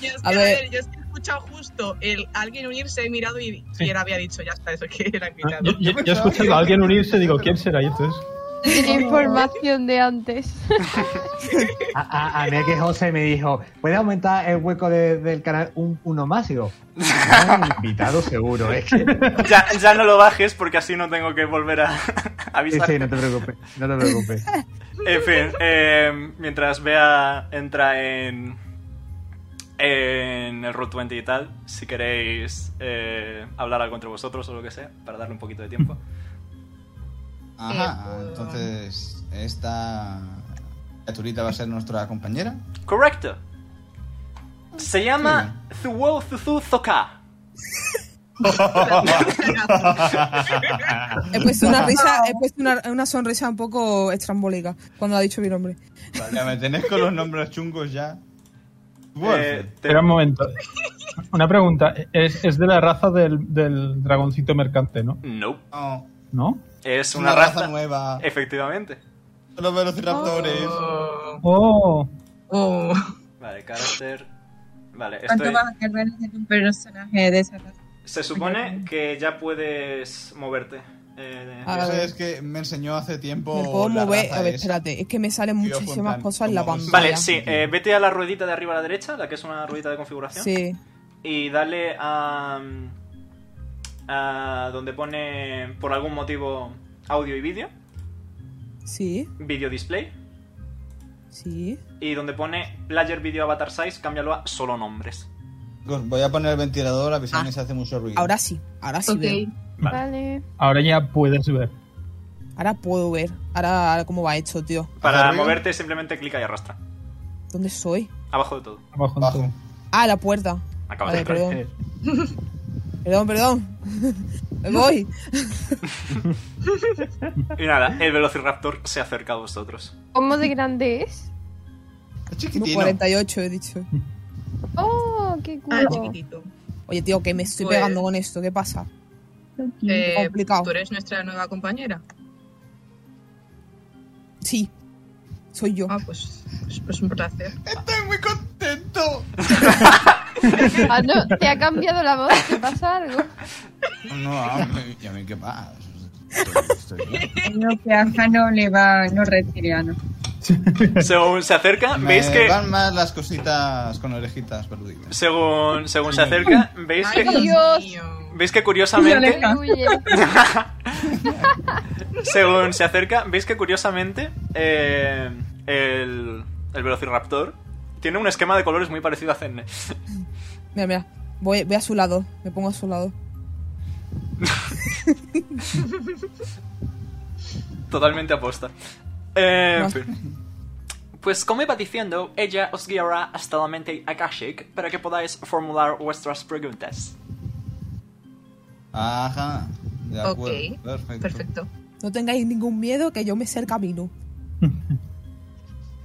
[SPEAKER 3] Yo es que,
[SPEAKER 11] A
[SPEAKER 3] a
[SPEAKER 11] ver.
[SPEAKER 3] ver, yo es que he escuchado justo el alguien unirse, he mirado y, y él había dicho, ya está, eso que era
[SPEAKER 6] Ah,
[SPEAKER 3] invitado.
[SPEAKER 6] Yo, yo- yo he escuchado a alguien unirse y digo, ¿quién será? Y entonces,
[SPEAKER 4] Tiene información de antes.
[SPEAKER 9] A, a, a mí que José me dijo, ¿puedes aumentar el hueco de- del canal un- uno más? Y digo, "No, invitado seguro, es que...
[SPEAKER 5] ya. Ya no lo bajes porque así no tengo que volver a
[SPEAKER 9] Sí,
[SPEAKER 5] avisar.
[SPEAKER 9] sí, no te preocupes, no te preocupes.
[SPEAKER 5] En fin, eh, mientras Bea entra en. en el Root 20 y tal, si queréis eh, hablar algo entre vosotros o lo que sea, para darle un poquito de tiempo.
[SPEAKER 2] Ajá,
[SPEAKER 3] Eh,
[SPEAKER 2] entonces esta criaturita va a ser nuestra compañera.
[SPEAKER 5] Correcto. Se llama Zuo Zuzu Zoka.
[SPEAKER 11] He puesto una risa, he puesto una, una sonrisa un poco estrambólica cuando ha dicho mi nombre.
[SPEAKER 2] Ya me tenés con los nombres chungos ya.
[SPEAKER 5] Eh,
[SPEAKER 2] Wolf.
[SPEAKER 5] te-
[SPEAKER 6] espera un momento. Una pregunta. Es, es de la raza del, del dragoncito mercante, ¿no?
[SPEAKER 5] Nope.
[SPEAKER 2] No,
[SPEAKER 6] ¿No?
[SPEAKER 5] Es
[SPEAKER 2] es
[SPEAKER 5] una, raza, Eh,
[SPEAKER 2] nueva.
[SPEAKER 5] Efectivamente.
[SPEAKER 2] Los velociraptores.
[SPEAKER 3] Oh,
[SPEAKER 6] Oh,
[SPEAKER 3] oh.
[SPEAKER 5] Vale, carácter. Vale,
[SPEAKER 7] ¿Cuánto
[SPEAKER 5] estoy.
[SPEAKER 7] vas a cargar de un personaje de esa raza?
[SPEAKER 5] Se supone que ya puedes moverte. Eh,
[SPEAKER 11] Ah,
[SPEAKER 2] Eso
[SPEAKER 11] a ver.
[SPEAKER 2] es que me enseñó hace tiempo.
[SPEAKER 11] Me puedo
[SPEAKER 2] Oh, la
[SPEAKER 11] mover.
[SPEAKER 2] raza
[SPEAKER 11] A ver,
[SPEAKER 2] esa.
[SPEAKER 11] espérate, es que me
[SPEAKER 2] Yo,
[SPEAKER 11] salen
[SPEAKER 2] en
[SPEAKER 11] muchísimas
[SPEAKER 2] plan,
[SPEAKER 11] cosas en la
[SPEAKER 2] como-
[SPEAKER 11] pantalla.
[SPEAKER 5] Vale, sí, eh, vete a la ruedita de arriba a la derecha, la que es una ruedita de configuración.
[SPEAKER 11] Sí.
[SPEAKER 5] Y dale a. mm, a donde pone por algún motivo audio y vídeo.
[SPEAKER 11] Sí,
[SPEAKER 5] Video Display.
[SPEAKER 11] sí.
[SPEAKER 5] Y donde pone Player Video Avatar Size, cámbialo a solo nombres.
[SPEAKER 2] Os Voy a poner el ventilador, avisadme si hace mucho ruido.
[SPEAKER 11] Ah. Ahora sí, ahora sí
[SPEAKER 3] Ok.
[SPEAKER 11] veo.
[SPEAKER 4] Vale.
[SPEAKER 6] Ahora ya puedes ver.
[SPEAKER 11] Ahora puedo ver. Ahora, ahora cómo va hecho, tío.
[SPEAKER 5] Para
[SPEAKER 2] Arriba.
[SPEAKER 5] moverte simplemente clica y arrastra.
[SPEAKER 11] ¿Dónde soy?
[SPEAKER 5] Abajo de todo.
[SPEAKER 6] Abajo. en
[SPEAKER 2] Bajo.
[SPEAKER 6] todo.
[SPEAKER 11] Ah, la puerta.
[SPEAKER 5] Acabas de
[SPEAKER 11] Vale,
[SPEAKER 5] entrar.
[SPEAKER 11] perdón. Perdón, perdón. Me voy.
[SPEAKER 5] Y nada, el Velociraptor se acerca a vosotros.
[SPEAKER 4] ¿Cómo de grande es?
[SPEAKER 2] Es
[SPEAKER 11] Como
[SPEAKER 2] chiquitino.
[SPEAKER 11] 48, he dicho.
[SPEAKER 4] ¡Oh, qué
[SPEAKER 3] Ah,
[SPEAKER 4] culo!
[SPEAKER 3] chiquitito.
[SPEAKER 11] Oye, tío, que me estoy
[SPEAKER 3] Pues-
[SPEAKER 11] pegando con esto. ¿Qué pasa?
[SPEAKER 3] Eh,
[SPEAKER 11] Mm, Complicado.
[SPEAKER 3] Tú eres nuestra nueva compañera.
[SPEAKER 11] Sí. Soy yo.
[SPEAKER 3] Ah, pues, pues, pues un placer.
[SPEAKER 2] Estoy muy contento.
[SPEAKER 4] Ah, no, te ha cambiado la voz, ¿te pasa algo?
[SPEAKER 2] No, a mí, y a mí qué pasa. Estoy- estoy bien.
[SPEAKER 7] Lo que a Jano le va los reptilianos.
[SPEAKER 5] Según se acerca, veis
[SPEAKER 2] Me
[SPEAKER 5] que.
[SPEAKER 2] van más las cositas con orejitas peluditas.
[SPEAKER 5] Según, según se acerca, veis
[SPEAKER 3] Ay,
[SPEAKER 5] que.
[SPEAKER 4] Dios.
[SPEAKER 3] mío.
[SPEAKER 5] Veis que curiosamente.
[SPEAKER 7] Venga.
[SPEAKER 4] Huye.
[SPEAKER 5] Según se acerca, veis que curiosamente eh, el, el Velociraptor tiene un esquema de colores muy parecido a Zenne.
[SPEAKER 11] Mira, mira. Voy, voy a su lado. Me pongo a su lado.
[SPEAKER 5] Totalmente aposta. Eh, en
[SPEAKER 11] No.
[SPEAKER 5] fin. Pues como iba diciendo, ella os guiará hasta la mente Akashic para que podáis formular vuestras preguntas.
[SPEAKER 2] Ajá. De
[SPEAKER 3] Ok,
[SPEAKER 2] acuerdo. Perfecto.
[SPEAKER 3] Perfecto.
[SPEAKER 11] No tengáis ningún miedo que yo me sé el camino.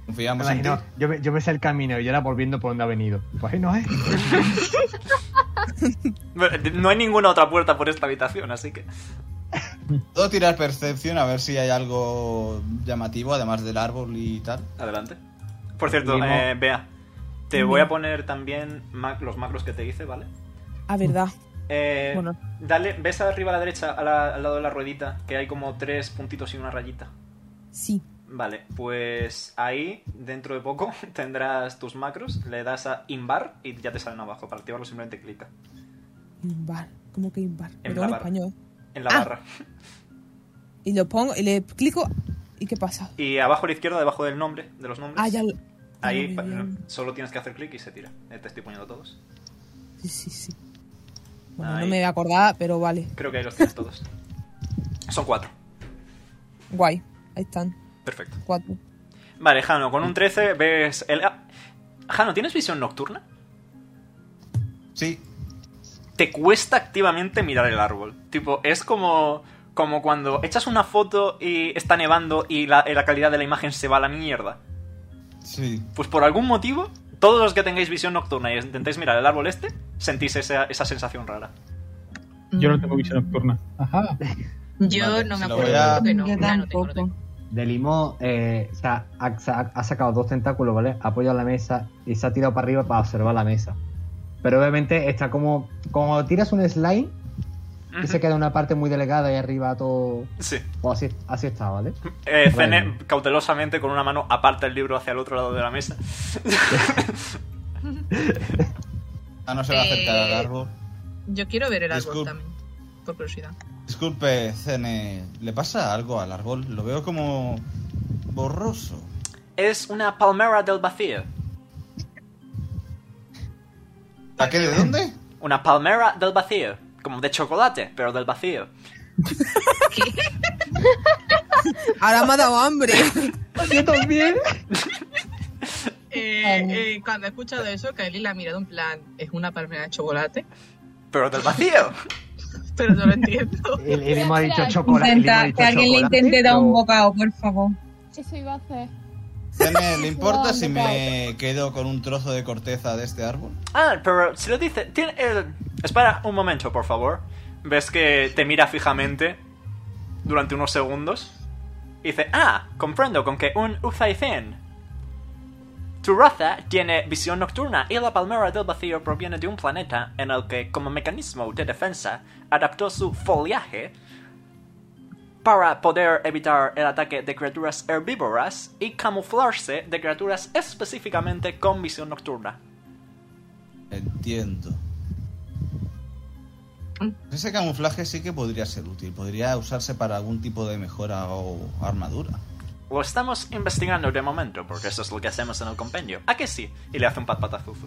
[SPEAKER 2] Confiamos
[SPEAKER 1] Me
[SPEAKER 2] en ti.
[SPEAKER 1] imagino, yo, me- yo me sé el camino y yo era volviendo por donde ha venido. Pues ahí no es.
[SPEAKER 5] No hay ninguna otra puerta por esta habitación, así que...
[SPEAKER 2] Puedo tirar percepción a ver si hay algo llamativo, además del árbol y tal.
[SPEAKER 5] Adelante. Por cierto,
[SPEAKER 1] Limo.
[SPEAKER 5] eh, Bea, te voy a poner también mac- los macros que te hice, ¿vale?
[SPEAKER 11] Ah, verdad.
[SPEAKER 5] Eh,
[SPEAKER 11] Bueno.
[SPEAKER 5] Dale, ves arriba a la derecha, a la- al lado de la ruedita, que hay como tres puntitos y una rayita.
[SPEAKER 11] Sí.
[SPEAKER 5] Vale, pues ahí, dentro de poco, tendrás tus macros, le das a invar y ya te salen abajo. Para activarlo simplemente clica
[SPEAKER 11] Invar. ¿Cómo que invar?
[SPEAKER 5] En
[SPEAKER 11] Me tengo en
[SPEAKER 5] la barra.
[SPEAKER 11] español.
[SPEAKER 5] en la
[SPEAKER 11] Ah.
[SPEAKER 5] barra.
[SPEAKER 11] Y lo pongo y le clico. ¿Y qué pasa?
[SPEAKER 5] Y abajo a la izquierda, debajo del nombre, de los nombres,
[SPEAKER 11] Ah, ya lo-
[SPEAKER 5] ahí
[SPEAKER 11] ya
[SPEAKER 5] pa-
[SPEAKER 11] lo vi, ya lo vi.
[SPEAKER 5] solo tienes que hacer clic y se tira. Eh, Te estoy poniendo todos.
[SPEAKER 11] Sí, sí, sí. Bueno,
[SPEAKER 5] Ahí.
[SPEAKER 11] no me voy a acordar, pero vale.
[SPEAKER 5] Creo que ahí los tienes todos. Son cuatro.
[SPEAKER 11] Guay. Ahí están.
[SPEAKER 5] Perfecto.
[SPEAKER 11] Cuatro.
[SPEAKER 5] Vale, Jano, con un 13 ves el... ah, Jano, ¿tienes visión nocturna?
[SPEAKER 2] Sí.
[SPEAKER 5] te cuesta activamente mirar el árbol. Tipo, es como, como cuando echas una foto y está nevando y la, la calidad de la imagen se va a la mierda.
[SPEAKER 2] Sí.
[SPEAKER 5] Pues por algún motivo, todos los que tengáis visión nocturna y intentéis mirar el árbol este, sentís esa, esa sensación rara.
[SPEAKER 6] Yo no tengo visión nocturna. Ajá.
[SPEAKER 3] Yo
[SPEAKER 2] Vale,
[SPEAKER 3] no
[SPEAKER 2] se
[SPEAKER 3] me
[SPEAKER 2] lo voy
[SPEAKER 3] acuerdo.
[SPEAKER 2] a-
[SPEAKER 3] creo que no,
[SPEAKER 7] Yo
[SPEAKER 3] ya no tengo, no tengo.
[SPEAKER 7] tampoco.
[SPEAKER 9] De limo, eh, o sea, ha, sa- ha sacado dos tentáculos, ¿vale? Ha apoyado la mesa y se ha tirado para arriba para observar la mesa. Pero obviamente está como. Como tiras un slime y se queda una parte muy delegada y arriba todo.
[SPEAKER 5] Sí.
[SPEAKER 9] Pues así, así está, ¿vale?
[SPEAKER 5] Eh, Zene,
[SPEAKER 9] Vale.
[SPEAKER 5] cautelosamente, con una mano, aparta el libro hacia el otro lado de la mesa.
[SPEAKER 2] Ah, no se va a acercar
[SPEAKER 3] Eh,
[SPEAKER 2] al árbol.
[SPEAKER 3] Yo quiero ver el árbol
[SPEAKER 2] Disculpa.
[SPEAKER 3] también, por curiosidad.
[SPEAKER 2] Disculpe, Cene. ¿Le pasa algo al árbol? Lo veo como borroso.
[SPEAKER 5] es una palmera del vacío.
[SPEAKER 2] ¿A qué? ¿De dónde?
[SPEAKER 5] Una palmera del vacío. Como de chocolate, pero del vacío.
[SPEAKER 11] Ahora me ha dado hambre.
[SPEAKER 3] Eh, eh, cuando he escuchado eso, Kylie la ha mirado en plan, es una palmera de chocolate,
[SPEAKER 5] Pero del vacío.
[SPEAKER 3] pero no lo entiendo.
[SPEAKER 9] El, el limo ha dicho chocolate. el limo ha
[SPEAKER 7] Intenta,
[SPEAKER 9] dicho
[SPEAKER 7] que alguien le
[SPEAKER 9] chocolate,
[SPEAKER 7] intente dar un
[SPEAKER 9] pero-
[SPEAKER 7] bocado, por favor.
[SPEAKER 4] Eso iba a hacer.
[SPEAKER 2] Cene, ¿le importa
[SPEAKER 4] No,
[SPEAKER 2] si
[SPEAKER 4] no
[SPEAKER 2] me quedo con un trozo de corteza de este árbol?
[SPEAKER 5] Ah, pero si lo dice. Tiene el... Espera un momento, por favor. Ves que te mira fijamente durante unos segundos. Y dice: Ah, comprendo con que un Uzaicen. Tu raza tiene visión nocturna y la palmera del vacío proviene de un planeta en el que, como mecanismo de defensa, adaptó su foliaje para poder evitar el ataque de criaturas herbívoras y camuflarse de criaturas específicamente con visión nocturna.
[SPEAKER 2] Entiendo.
[SPEAKER 3] Mm.
[SPEAKER 2] Ese camuflaje sí que podría ser útil. Podría usarse para algún tipo de mejora o armadura.
[SPEAKER 5] Lo estamos investigando de momento, porque eso es lo que hacemos en el compendio. ¿A qué sí? Y le hace un pat pat a Zuzu.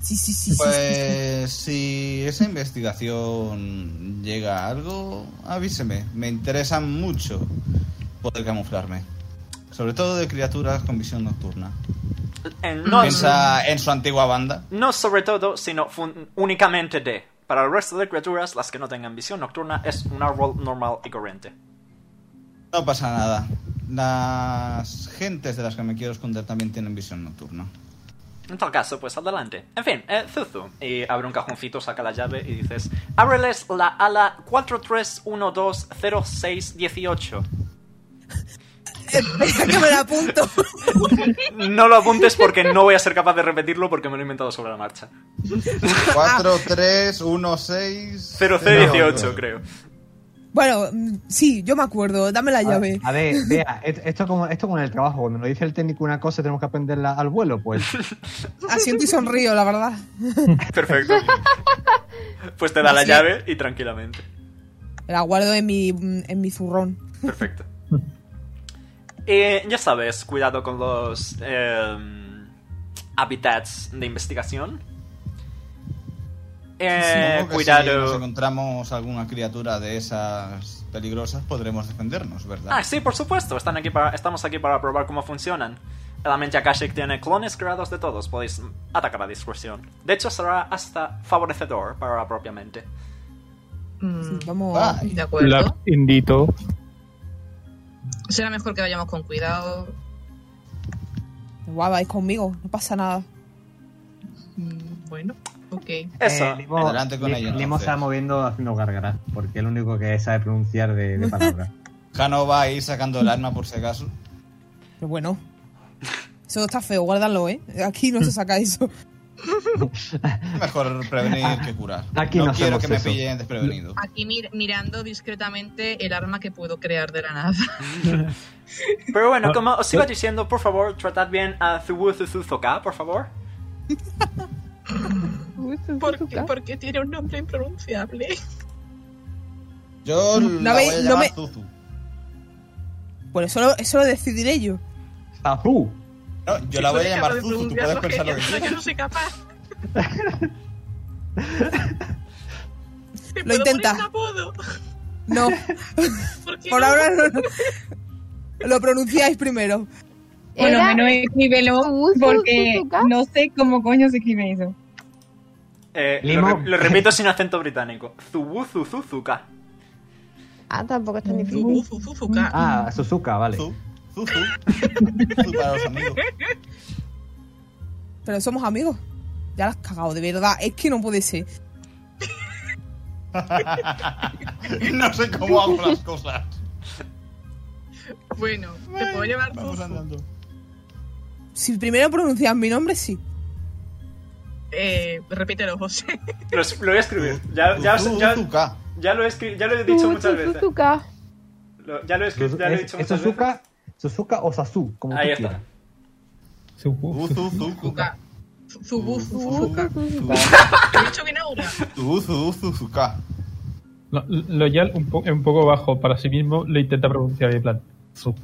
[SPEAKER 7] Sí, sí, sí.
[SPEAKER 2] Pues si esa investigación llega a algo, avíseme. Me interesa mucho poder camuflarme. Sobre todo de criaturas con visión nocturna.
[SPEAKER 5] En- no,
[SPEAKER 2] Piensa en su antigua banda.
[SPEAKER 5] no sobre todo, sino fun- únicamente de. Para el resto de criaturas, las que no tengan visión nocturna es un árbol normal y corriente.
[SPEAKER 2] No pasa nada. Las gentes de las que me quiero esconder también tienen visión nocturna.
[SPEAKER 5] En tal caso, pues adelante. En fin, eh, Zuzu. Y abre un cajoncito, saca la llave y dices: Ábreles la ala 43120618.
[SPEAKER 7] Espera que me la apunto.
[SPEAKER 5] No lo apuntes porque no voy a ser capaz de repetirlo porque me lo he inventado sobre la marcha.
[SPEAKER 2] 4, 3, 1, 6.
[SPEAKER 5] 0618, creo.
[SPEAKER 7] Bueno, mm, sí, yo me acuerdo. Dame la
[SPEAKER 9] A,
[SPEAKER 7] llave.
[SPEAKER 9] a ver, vea, et- esto como esto con el trabajo, cuando nos dice el técnico una cosa tenemos que aprenderla al vuelo, pues.
[SPEAKER 7] Asiento y sonrío, la verdad.
[SPEAKER 5] Perfecto. Pues te da la
[SPEAKER 7] Sí.
[SPEAKER 5] llave y tranquilamente.
[SPEAKER 7] La guardo en mi, mm, en mi zurrón.
[SPEAKER 5] Perfecto. Eh, ya sabes, cuidado con los eh, hábitats de investigación. Eh,
[SPEAKER 2] Supongo que Si nos
[SPEAKER 5] cuidado.
[SPEAKER 2] encontramos alguna criatura de esas peligrosas, podremos defendernos, ¿verdad?
[SPEAKER 5] Ah, sí, por supuesto. Están aquí para, estamos aquí para probar cómo funcionan. La mente Akashic tiene clones creados de todos. Podéis atacar a discreción. De hecho, será hasta favorecedor para la propia mente.
[SPEAKER 7] Sí,
[SPEAKER 3] Mm,
[SPEAKER 7] vamos.
[SPEAKER 2] Ah,
[SPEAKER 3] de acuerdo.
[SPEAKER 6] La indito.
[SPEAKER 3] Será mejor que vayamos con cuidado.
[SPEAKER 7] Guau, vais conmigo. No pasa nada.
[SPEAKER 3] Mm, Bueno, ok.
[SPEAKER 5] Eso.
[SPEAKER 9] Eh, Limo,
[SPEAKER 2] Adelante con
[SPEAKER 9] Li-
[SPEAKER 2] ello,
[SPEAKER 9] Limo
[SPEAKER 2] entonces.
[SPEAKER 9] se va moviendo haciendo gárgaras, porque es el único que sabe pronunciar de, de palabras.
[SPEAKER 2] Jano va a ir sacando el arma por si acaso.
[SPEAKER 7] Pero bueno. Eso está feo, guárdalo, ¿eh? Aquí no se saca eso.
[SPEAKER 2] Mejor prevenir que curar.
[SPEAKER 9] Ah, Aquí
[SPEAKER 2] no
[SPEAKER 9] no
[SPEAKER 2] quiero
[SPEAKER 9] hacemos
[SPEAKER 2] que me
[SPEAKER 9] eso.
[SPEAKER 2] pillen desprevenido.
[SPEAKER 3] Aquí mir- mirando discretamente el arma que puedo crear de la nada.
[SPEAKER 5] Pero bueno, como os iba diciendo, por favor, tratad bien a Zubu Zuzuzoka, por favor.
[SPEAKER 3] ¿Por qué? Porque tiene un nombre impronunciable.
[SPEAKER 2] Yo
[SPEAKER 7] No
[SPEAKER 2] la voy
[SPEAKER 7] me-
[SPEAKER 2] a
[SPEAKER 7] no
[SPEAKER 2] llamar
[SPEAKER 7] me-
[SPEAKER 2] Zuzu.
[SPEAKER 7] Bueno, eso lo, eso lo decidiré yo.
[SPEAKER 9] ¡Tajú!
[SPEAKER 2] No, yo la voy a llamar Zuzu, tú puedes
[SPEAKER 3] pronunciarlo
[SPEAKER 2] pensar lo que
[SPEAKER 3] genial,
[SPEAKER 2] quieras.
[SPEAKER 3] Yo no soy capaz. Me puedo
[SPEAKER 7] Lo
[SPEAKER 3] poner
[SPEAKER 7] intenta.
[SPEAKER 3] un apodo.
[SPEAKER 7] No,
[SPEAKER 3] ¿Por qué
[SPEAKER 7] por
[SPEAKER 3] no?
[SPEAKER 7] ahora no. Lo pronunciáis primero.
[SPEAKER 12] Bueno,
[SPEAKER 4] Era-
[SPEAKER 12] menos escríbelo
[SPEAKER 4] Suzuka,
[SPEAKER 12] porque
[SPEAKER 4] Suzuka.
[SPEAKER 12] no sé cómo coño se escribe eso.
[SPEAKER 5] Eh,
[SPEAKER 9] Limo.
[SPEAKER 5] lo, re- lo repito sin acento británico. Zubu Zuzuzuka.
[SPEAKER 4] Ah, tampoco es tan
[SPEAKER 3] Zubu,
[SPEAKER 4] difícil.
[SPEAKER 3] zuzu, zuka.
[SPEAKER 9] Ah, Suzuka, vale.
[SPEAKER 2] Zuzu. Zuzu. Zuzu para los amigos.
[SPEAKER 7] Pero somos amigos. Ya las has cagado, de verdad. Es que no puede ser.
[SPEAKER 2] No sé cómo hago las cosas.
[SPEAKER 3] Bueno, te puedo llevar
[SPEAKER 2] Vamos
[SPEAKER 3] Zuzu.
[SPEAKER 2] andando.
[SPEAKER 7] Si primero pronuncias mi nombre, sí.
[SPEAKER 3] Eh, repítelo, José.
[SPEAKER 5] Lo, es- lo voy a escribir. Ya, ya,
[SPEAKER 2] Zuzu,
[SPEAKER 5] ya-
[SPEAKER 2] Zuzuka.
[SPEAKER 5] ya lo he escri- ya lo he dicho muchas veces.
[SPEAKER 4] Suzuka.
[SPEAKER 5] Lo- ya lo he, escri-
[SPEAKER 9] Suzu-
[SPEAKER 5] ya lo he
[SPEAKER 9] ¿Es,
[SPEAKER 5] dicho
[SPEAKER 9] es
[SPEAKER 5] muchas veces.
[SPEAKER 9] Suzuka, Suzuka o Sasu? Como tú
[SPEAKER 5] Ahí está.
[SPEAKER 9] quieras.
[SPEAKER 6] Zuzu.
[SPEAKER 2] Zuzu, Zuzuka.
[SPEAKER 3] Zubu, zuzu, zuka.
[SPEAKER 2] Zuzu,
[SPEAKER 3] Te he dicho bien ahora.
[SPEAKER 2] Zuzu, Zuzuka.
[SPEAKER 6] Lo- Loyal, un, po- un poco bajo para sí mismo, le intenta pronunciar y en plan. Zuzu,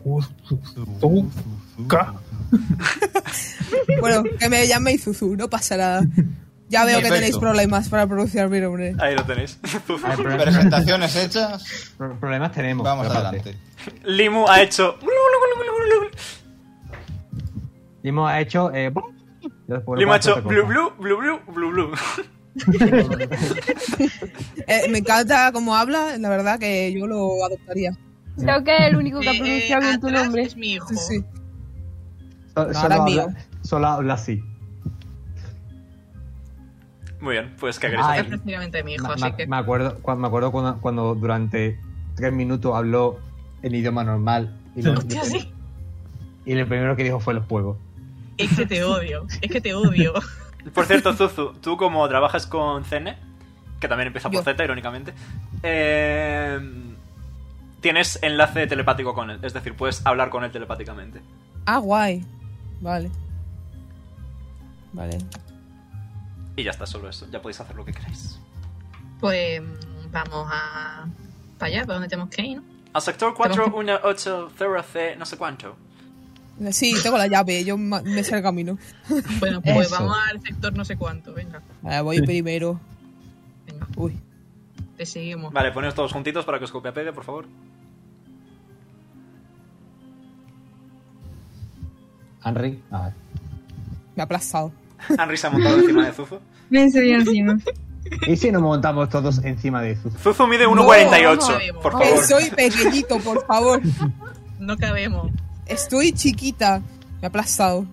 [SPEAKER 6] Zuzu,
[SPEAKER 2] Zuzu,
[SPEAKER 6] Zuzu.
[SPEAKER 2] Zuzuka.
[SPEAKER 7] Bueno, que me llaméis Zuzu, no pasa nada. Ya veo
[SPEAKER 2] Perfecto.
[SPEAKER 7] que tenéis problemas para pronunciar mi nombre.
[SPEAKER 5] Ahí lo tenéis. Zuzu.
[SPEAKER 9] A ver, pro-
[SPEAKER 2] Presentaciones hechas.
[SPEAKER 9] Ah, pro- problemas tenemos.
[SPEAKER 2] Vamos
[SPEAKER 9] pero
[SPEAKER 2] adelante.
[SPEAKER 5] Limu ha hecho.
[SPEAKER 9] Limo ha hecho. Eh, blum, y después
[SPEAKER 5] Limu
[SPEAKER 9] puede
[SPEAKER 5] ha
[SPEAKER 9] pues hacer
[SPEAKER 5] hecho.
[SPEAKER 9] otra
[SPEAKER 5] Blue,
[SPEAKER 9] cosa.
[SPEAKER 5] blue, blue, blue, blue, blue.
[SPEAKER 7] Eh, me encanta cómo habla, la verdad que yo lo adoptaría.
[SPEAKER 4] Creo que es el único que ha
[SPEAKER 3] Eh, eh,
[SPEAKER 4] pronunciado bien tu
[SPEAKER 3] atrás
[SPEAKER 4] nombre.
[SPEAKER 3] Es mi hijo.
[SPEAKER 7] Sí, sí.
[SPEAKER 9] So-
[SPEAKER 7] No,
[SPEAKER 9] solo,
[SPEAKER 7] ahora es
[SPEAKER 9] habla, solo habla así.
[SPEAKER 5] Muy bien, pues que queréis
[SPEAKER 9] Ay,
[SPEAKER 5] hacer?
[SPEAKER 3] Es prácticamente mi hijo,
[SPEAKER 9] Ma-
[SPEAKER 3] así
[SPEAKER 9] ma-
[SPEAKER 3] que.
[SPEAKER 9] me acuerdo, cua- me acuerdo cuando, cuando durante tres minutos habló en idioma normal y, lo-
[SPEAKER 3] Hostia, sí.
[SPEAKER 9] y lo primero que dijo fue los juegos.
[SPEAKER 3] Es que te odio. Es que te odio.
[SPEAKER 5] Por cierto, Zuzu, tú como trabajas con Cene, que también empieza por
[SPEAKER 7] Yo.
[SPEAKER 5] Z, irónicamente, eh, tienes enlace telepático con él. Es decir, puedes hablar con él telepáticamente.
[SPEAKER 7] Ah, guay. Vale. Vale.
[SPEAKER 5] Y ya está, solo eso. Ya podéis hacer lo que queráis.
[SPEAKER 3] Pues mm, vamos a. para allá, para donde tenemos que ir, ¿no?
[SPEAKER 5] Al sector 4180C, no sé cuánto.
[SPEAKER 11] Sí, tengo la llave, yo ma- me sé el camino.
[SPEAKER 3] Bueno, pues
[SPEAKER 1] Eso.
[SPEAKER 3] vamos al sector no sé cuánto, venga.
[SPEAKER 11] Ahora voy primero.
[SPEAKER 3] venga,
[SPEAKER 11] Uy.
[SPEAKER 3] te seguimos.
[SPEAKER 5] Vale, poneos todos juntitos para que os copie Pele, por favor.
[SPEAKER 1] Henry, a ver.
[SPEAKER 11] Me ha aplastado.
[SPEAKER 5] Henry se ha montado encima de Zuzu.
[SPEAKER 7] Me subí encima.
[SPEAKER 1] ¿Y si nos montamos todos encima de Zuzu?
[SPEAKER 5] Zuzu mide
[SPEAKER 3] No,
[SPEAKER 5] 1,48,
[SPEAKER 3] no,
[SPEAKER 5] por
[SPEAKER 3] no.
[SPEAKER 11] Que
[SPEAKER 7] Eh,
[SPEAKER 5] favor.
[SPEAKER 11] soy pequeñito, por favor.
[SPEAKER 3] No cabemos.
[SPEAKER 11] Estoy chiquita. Me ha aplastado.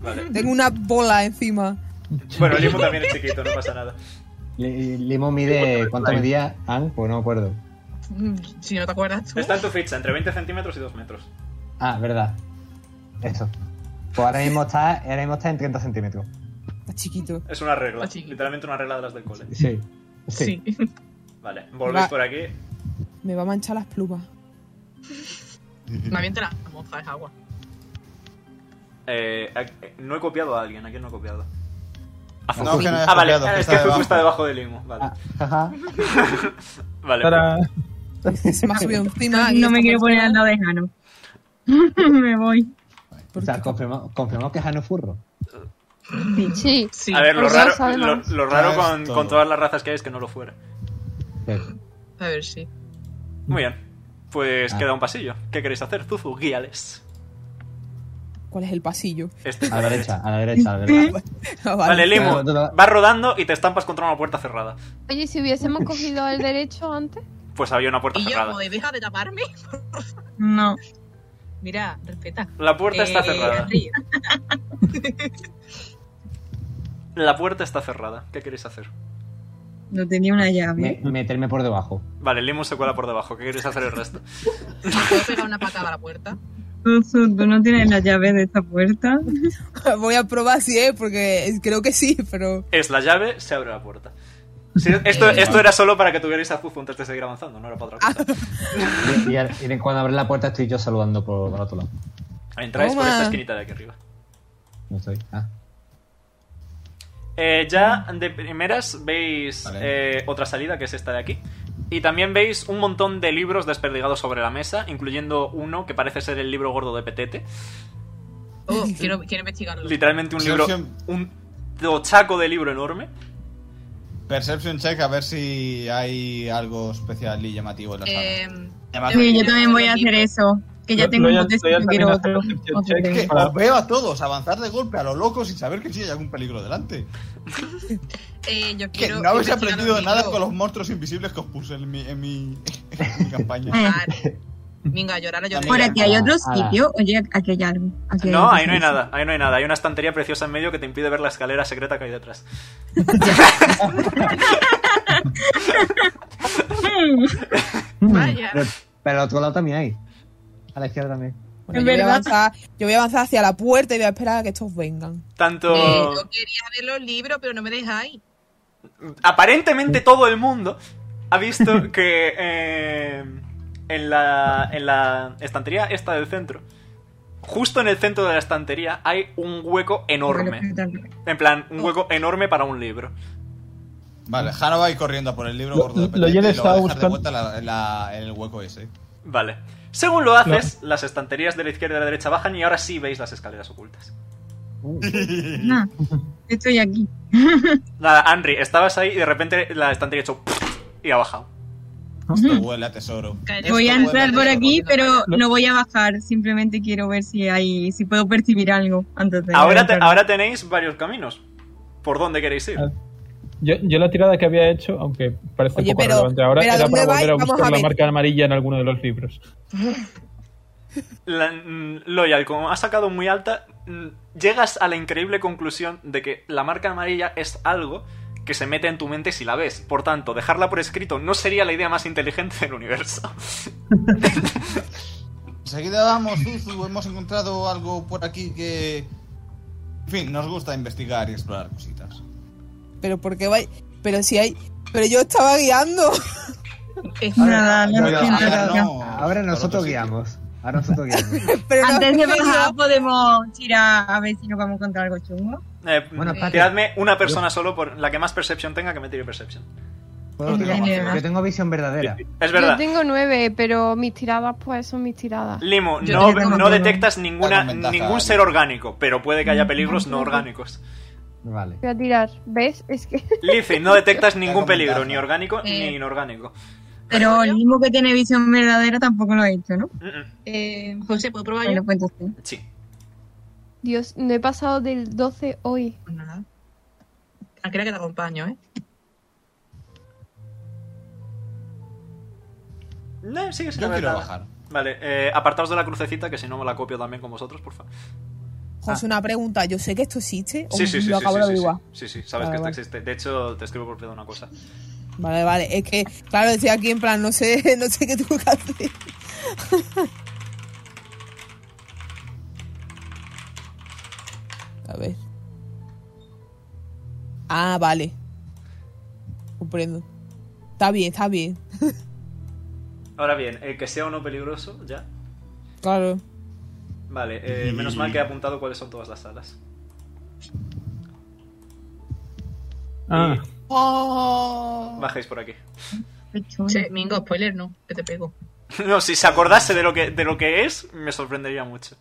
[SPEAKER 5] Vale.
[SPEAKER 11] Tengo una bola encima.
[SPEAKER 5] Bueno, Limo también es chiquito, no pasa nada.
[SPEAKER 1] Li- Limo mide. ¿Cuánto medía? Ann, pues no me acuerdo.
[SPEAKER 3] Mm, Si no te acuerdas tú.
[SPEAKER 5] Está en tu ficha, entre 20 centímetros y 2 metros.
[SPEAKER 1] Ah, verdad. Eso. Pues ahora mismo está, ahora mismo está en 30 centímetros.
[SPEAKER 11] Está chiquito.
[SPEAKER 5] Es una regla,
[SPEAKER 3] Ah, sí.
[SPEAKER 5] literalmente una regla de las del cole.
[SPEAKER 1] Sí.
[SPEAKER 3] Sí.
[SPEAKER 5] Vale, volvéis
[SPEAKER 11] Va.
[SPEAKER 5] por aquí.
[SPEAKER 11] Me va a manchar las plumas.
[SPEAKER 3] Más bien te la moja, es agua.
[SPEAKER 5] Eh, a- eh, no he copiado a alguien, ¿a quién no he copiado? A Zuzu.
[SPEAKER 2] No, que no hayas
[SPEAKER 5] ah, vale,
[SPEAKER 2] copiado, que
[SPEAKER 5] es
[SPEAKER 2] está
[SPEAKER 5] que Zuzu
[SPEAKER 2] debajo.
[SPEAKER 5] está debajo de Limo. Vale,
[SPEAKER 1] Ah, jaja.
[SPEAKER 5] vale.
[SPEAKER 6] Tara,
[SPEAKER 11] Se me ha subido encima. y
[SPEAKER 7] Ah, No me
[SPEAKER 11] está
[SPEAKER 7] quiero poner al
[SPEAKER 11] manchada.
[SPEAKER 7] lado de Jano. me voy.
[SPEAKER 1] O sea, confirmamos confirmamos que es Jano Furro.
[SPEAKER 4] Sí.
[SPEAKER 3] Sí.
[SPEAKER 5] a ver, lo
[SPEAKER 11] pues
[SPEAKER 4] Por
[SPEAKER 5] raro,
[SPEAKER 4] dos, además.
[SPEAKER 5] lo, lo raro
[SPEAKER 2] Ah,
[SPEAKER 5] con,
[SPEAKER 2] esto.
[SPEAKER 5] con todas las razas que hay es que no lo fuera.
[SPEAKER 3] A ver, sí.
[SPEAKER 5] Muy bien. Pues
[SPEAKER 1] Ah.
[SPEAKER 5] queda un pasillo. ¿Qué queréis hacer? Zuzu, guíales.
[SPEAKER 11] ¿Cuál es el pasillo?
[SPEAKER 5] Este
[SPEAKER 1] A la derecha, a la derecha, a la derecha.
[SPEAKER 11] Ah,
[SPEAKER 5] Vale, Limo,
[SPEAKER 1] Claro, tú lo-
[SPEAKER 5] vas rodando y te estampas contra una puerta cerrada.
[SPEAKER 4] Oye, si hubiésemos cogido el derecho antes.
[SPEAKER 5] Pues había una puerta
[SPEAKER 3] Y yo,
[SPEAKER 5] cerrada.
[SPEAKER 3] como de, deja de taparme.
[SPEAKER 7] No.
[SPEAKER 3] Mira, respeta.
[SPEAKER 5] La puerta está
[SPEAKER 3] Eh,
[SPEAKER 5] cerrada.
[SPEAKER 3] Henry, eh.
[SPEAKER 5] La puerta está cerrada. ¿Qué queréis hacer?
[SPEAKER 7] No tenía una
[SPEAKER 1] Me-
[SPEAKER 11] ¿Eh?
[SPEAKER 7] llave.
[SPEAKER 1] meterme por debajo.
[SPEAKER 5] Vale, Limo se cuela por debajo. ¿Qué queréis hacer el resto?
[SPEAKER 3] ¿Puedo pegar una patada a la puerta?
[SPEAKER 7] Zuzu, ¿tú no tienes la llave de esta puerta?
[SPEAKER 11] Voy a probar si es, porque creo que sí, pero.
[SPEAKER 5] Es la llave, se abre la puerta. Sí, esto,
[SPEAKER 3] Eh.
[SPEAKER 5] esto era solo para que tuvierais a Zuzu antes de seguir avanzando, no era para otra cosa.
[SPEAKER 1] Y, y al- y de cuando abres la puerta estoy yo saludando por, por otro lado.
[SPEAKER 5] Entráis por esta
[SPEAKER 11] Ah, Toma.
[SPEAKER 5] esquinita de aquí arriba.
[SPEAKER 1] No estoy. Ah.
[SPEAKER 5] Eh, ya de primeras veis
[SPEAKER 2] Vale.
[SPEAKER 5] eh, otra salida, que es esta de aquí. Y también veis un montón de libros desperdigados sobre la mesa, incluyendo uno que parece ser el libro gordo de Petete.
[SPEAKER 3] Oh, quiero, quiero investigarlo.
[SPEAKER 5] Literalmente un
[SPEAKER 2] Sí,
[SPEAKER 5] libro.
[SPEAKER 2] sí.
[SPEAKER 5] Un tochaco de libro enorme.
[SPEAKER 2] Perception check a ver si hay algo especial y llamativo en la sala.
[SPEAKER 3] Eh,
[SPEAKER 2] Llamativo.
[SPEAKER 7] Sí, yo también voy a hacer eso. Que ya
[SPEAKER 6] Lo-
[SPEAKER 7] tengo
[SPEAKER 6] lo ya-
[SPEAKER 7] un bote,
[SPEAKER 6] lo ya
[SPEAKER 7] si quiero
[SPEAKER 6] también
[SPEAKER 7] otro.
[SPEAKER 6] hace percepción
[SPEAKER 7] otro
[SPEAKER 6] check.
[SPEAKER 7] de-
[SPEAKER 2] Que os veo a todos avanzar de golpe a lo loco sin saber que sí hay algún peligro delante.
[SPEAKER 3] eh, yo
[SPEAKER 2] Que
[SPEAKER 3] quiero.
[SPEAKER 2] no habéis
[SPEAKER 3] investigar
[SPEAKER 2] aprendido
[SPEAKER 3] los
[SPEAKER 2] nada
[SPEAKER 3] libros.
[SPEAKER 2] con los monstruos invisibles que os puse en mi, en mi, en mi campaña.
[SPEAKER 3] Eh. Llorar. Venga, llorar, llorar.
[SPEAKER 7] Por aquí hay otro
[SPEAKER 1] Ah, ah.
[SPEAKER 7] sitio. Oye, aquí hay algo. Aquí hay
[SPEAKER 5] No,
[SPEAKER 7] algo.
[SPEAKER 5] ahí no hay nada, ahí no hay nada. Hay una estantería preciosa en medio que te impide ver la escalera secreta que hay detrás.
[SPEAKER 3] Vaya.
[SPEAKER 1] Pero, pero al otro lado también hay. A la izquierda también.
[SPEAKER 11] Bueno,
[SPEAKER 7] Es
[SPEAKER 11] yo, voy a
[SPEAKER 7] verdad.
[SPEAKER 11] avanzar, yo voy a avanzar hacia la puerta y voy a esperar a que estos vengan.
[SPEAKER 5] Tanto.
[SPEAKER 3] Eh, yo quería ver los libros, pero no me dejáis.
[SPEAKER 5] aparentemente todo el mundo ha visto que eh, en, la, en la estantería esta del centro, justo en el centro de la estantería, hay un hueco enorme. En plan, un hueco enorme para un libro.
[SPEAKER 2] Vale, Hanna va a ir corriendo a por el libro
[SPEAKER 6] Lo-
[SPEAKER 2] gordo de
[SPEAKER 6] lo
[SPEAKER 2] Petete
[SPEAKER 6] ya le
[SPEAKER 2] y lo va a
[SPEAKER 6] estaba
[SPEAKER 2] dejar de
[SPEAKER 6] buscando.
[SPEAKER 2] vuelta en la- en la- en el hueco ese.
[SPEAKER 5] Vale. Según lo haces, las estanterías de la izquierda y de la derecha bajan y ahora sí veis las escaleras ocultas.
[SPEAKER 7] Nah, Ah, Estoy aquí.
[SPEAKER 5] Nada, Henry, estabas ahí y de repente la estantería ha hecho y ha bajado.
[SPEAKER 2] Esto huele a tesoro.
[SPEAKER 3] Caeré
[SPEAKER 7] Voy a
[SPEAKER 2] Esto
[SPEAKER 7] entrar
[SPEAKER 2] huele
[SPEAKER 7] por
[SPEAKER 2] tesoro.
[SPEAKER 7] aquí, pero
[SPEAKER 6] No.
[SPEAKER 7] no voy a bajar. Simplemente quiero ver si hay, si puedo percibir algo antes de.
[SPEAKER 5] Ahora, te-
[SPEAKER 7] entrar.
[SPEAKER 5] ahora tenéis varios caminos. ¿Por dónde queréis ir?
[SPEAKER 6] yo, yo la tirada que había hecho, aunque parece
[SPEAKER 11] Oye,
[SPEAKER 6] poco
[SPEAKER 11] pero-
[SPEAKER 6] relevante ahora,
[SPEAKER 11] pero ¿a
[SPEAKER 6] era para
[SPEAKER 11] dónde vais?
[SPEAKER 6] volver a
[SPEAKER 11] Vamos
[SPEAKER 6] buscar
[SPEAKER 11] a
[SPEAKER 6] la
[SPEAKER 11] ver.
[SPEAKER 6] marca amarilla en alguno de los libros.
[SPEAKER 5] La- mm, Loyal, como has sacado muy alta, mm, llegas a la increíble conclusión de que la marca amarilla es algo que se mete en tu mente si la ves. Por tanto, dejarla por escrito no sería la idea más inteligente del universo.
[SPEAKER 2] Enseguida vamos, Zuzu, hemos encontrado algo por aquí que... En fin, nos gusta investigar y explorar cositas.
[SPEAKER 11] Pero ¿por qué vais? Pero si hay. Pero yo estaba guiando.
[SPEAKER 3] Es
[SPEAKER 7] Nada,
[SPEAKER 1] Ahora-
[SPEAKER 7] lo
[SPEAKER 1] ahora-
[SPEAKER 7] siento,
[SPEAKER 1] ahora
[SPEAKER 7] lo siento.
[SPEAKER 2] Ah, no.
[SPEAKER 1] Ahora nosotros guiamos. Ahora nosotros guiamos.
[SPEAKER 11] Pero no
[SPEAKER 7] Antes de
[SPEAKER 11] me
[SPEAKER 7] bajar podemos tirar a ver si nos vamos a encontrar algo chungo.
[SPEAKER 5] Eh,
[SPEAKER 1] Bueno,
[SPEAKER 5] mm,
[SPEAKER 1] Pati.
[SPEAKER 5] tiradme una persona solo por la que más percepción tenga que me tire percepción.
[SPEAKER 1] Bueno,
[SPEAKER 3] Yo
[SPEAKER 1] lo tengo-
[SPEAKER 3] tengo-
[SPEAKER 1] yo tengo visión verdadera.
[SPEAKER 5] Es verdad.
[SPEAKER 4] Yo tengo nueve, pero mis tiradas pues son mis tiradas.
[SPEAKER 5] Limo,
[SPEAKER 3] Yo
[SPEAKER 5] no,
[SPEAKER 3] tengo
[SPEAKER 5] no
[SPEAKER 3] uno.
[SPEAKER 5] detectas
[SPEAKER 2] Está
[SPEAKER 5] ninguna,
[SPEAKER 2] con ventaja,
[SPEAKER 5] ningún ser orgánico, pero puede que haya peligros no orgánicos.
[SPEAKER 1] Vale.
[SPEAKER 4] Voy a tirar. ¿Ves? Es que...
[SPEAKER 5] Lizzie, no detectas ningún
[SPEAKER 2] con
[SPEAKER 5] peligro,
[SPEAKER 2] ventaja.
[SPEAKER 5] ni orgánico ni
[SPEAKER 3] Eh.
[SPEAKER 5] inorgánico.
[SPEAKER 7] Pero el mismo que tiene visión verdadera tampoco lo ha hecho, ¿no?
[SPEAKER 5] Mm, mm,
[SPEAKER 3] Eh, José, ¿puedo probar
[SPEAKER 7] Bueno,
[SPEAKER 3] yo?
[SPEAKER 7] pues entonces,
[SPEAKER 5] Sí.
[SPEAKER 4] Dios, no he pasado del 12 hoy.
[SPEAKER 3] Pues nada. Tranquila que te acompaño, ¿eh?
[SPEAKER 5] No, sigue sin
[SPEAKER 2] Yo
[SPEAKER 5] haber
[SPEAKER 2] quiero
[SPEAKER 5] nada.
[SPEAKER 2] bajar.
[SPEAKER 5] Ah, Vale, eh, apartaos de la crucecita, que si no me la copio también con vosotros, por favor.
[SPEAKER 11] José, una pregunta. Yo sé que esto existe. o
[SPEAKER 5] Ah. Sí, sí, sí.
[SPEAKER 11] Lo
[SPEAKER 5] sí, sí,
[SPEAKER 11] acabo de
[SPEAKER 5] sí, sí.
[SPEAKER 11] averiguar.
[SPEAKER 5] Sí, sí, sabes
[SPEAKER 11] Vale,
[SPEAKER 5] que esto
[SPEAKER 11] vale.
[SPEAKER 5] existe. De hecho, te escribo por pedo una cosa.
[SPEAKER 11] Vale, vale. Es que, claro, estoy aquí en plan, no sé, no sé qué tengo que hacer. A ver. Ah, vale. Comprendo. Está bien, está bien.
[SPEAKER 5] Ahora bien, el que sea o no peligroso, ya.
[SPEAKER 11] Claro.
[SPEAKER 5] Vale, eh, menos mal que he apuntado cuáles son todas las salas.
[SPEAKER 6] Ah,
[SPEAKER 11] Oh.
[SPEAKER 5] Y bajéis por aquí.
[SPEAKER 7] qué chulo.
[SPEAKER 3] Sí, Mingo, spoiler no, que te pego.
[SPEAKER 5] No, si se acordase de lo que, de lo que es, me sorprendería mucho.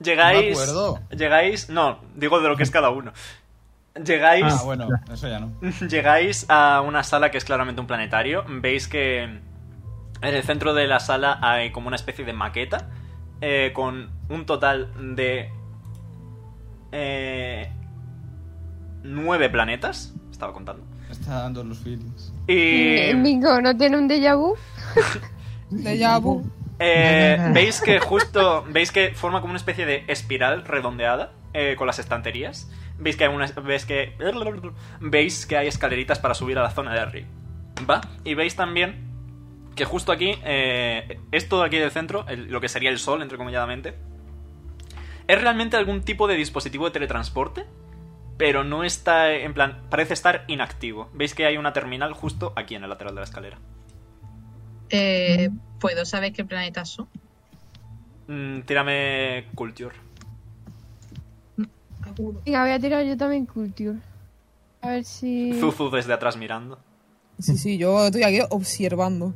[SPEAKER 5] Llegáis.
[SPEAKER 2] No me acuerdo.
[SPEAKER 5] Llegáis. No, digo de lo que es cada uno. Llegáis.
[SPEAKER 2] Ah, bueno, eso ya no.
[SPEAKER 5] Llegáis a una sala que es claramente un planetario. Veis que en el centro de la sala hay como una especie de maqueta eh, con un total de eh, nueve planetas. Estaba contando.
[SPEAKER 2] Está dando los feelings.
[SPEAKER 5] Y
[SPEAKER 4] Eh, Mingo, ¿no tiene un déjà vu?
[SPEAKER 11] Deja vu.
[SPEAKER 5] eh, veis que justo veis que forma como una especie de espiral redondeada eh, con las estanterías. Veis que hay unas, veis que veis que hay escaleritas para subir a la zona de arriba. Va y veis también que justo aquí eh, esto de aquí del centro, el- lo que sería el sol entrecomilladamente, es realmente algún tipo de dispositivo de teletransporte, pero no está en plan parece estar inactivo. Veis que hay una terminal justo aquí en el lateral de la escalera.
[SPEAKER 3] Eh, ¿Puedo saber qué planetas son?
[SPEAKER 5] Mm, tírame culture.
[SPEAKER 4] Venga, voy a tirar yo también Culture. A ver si...
[SPEAKER 5] Zuzu desde atrás mirando.
[SPEAKER 11] Sí, sí, yo estoy aquí observando.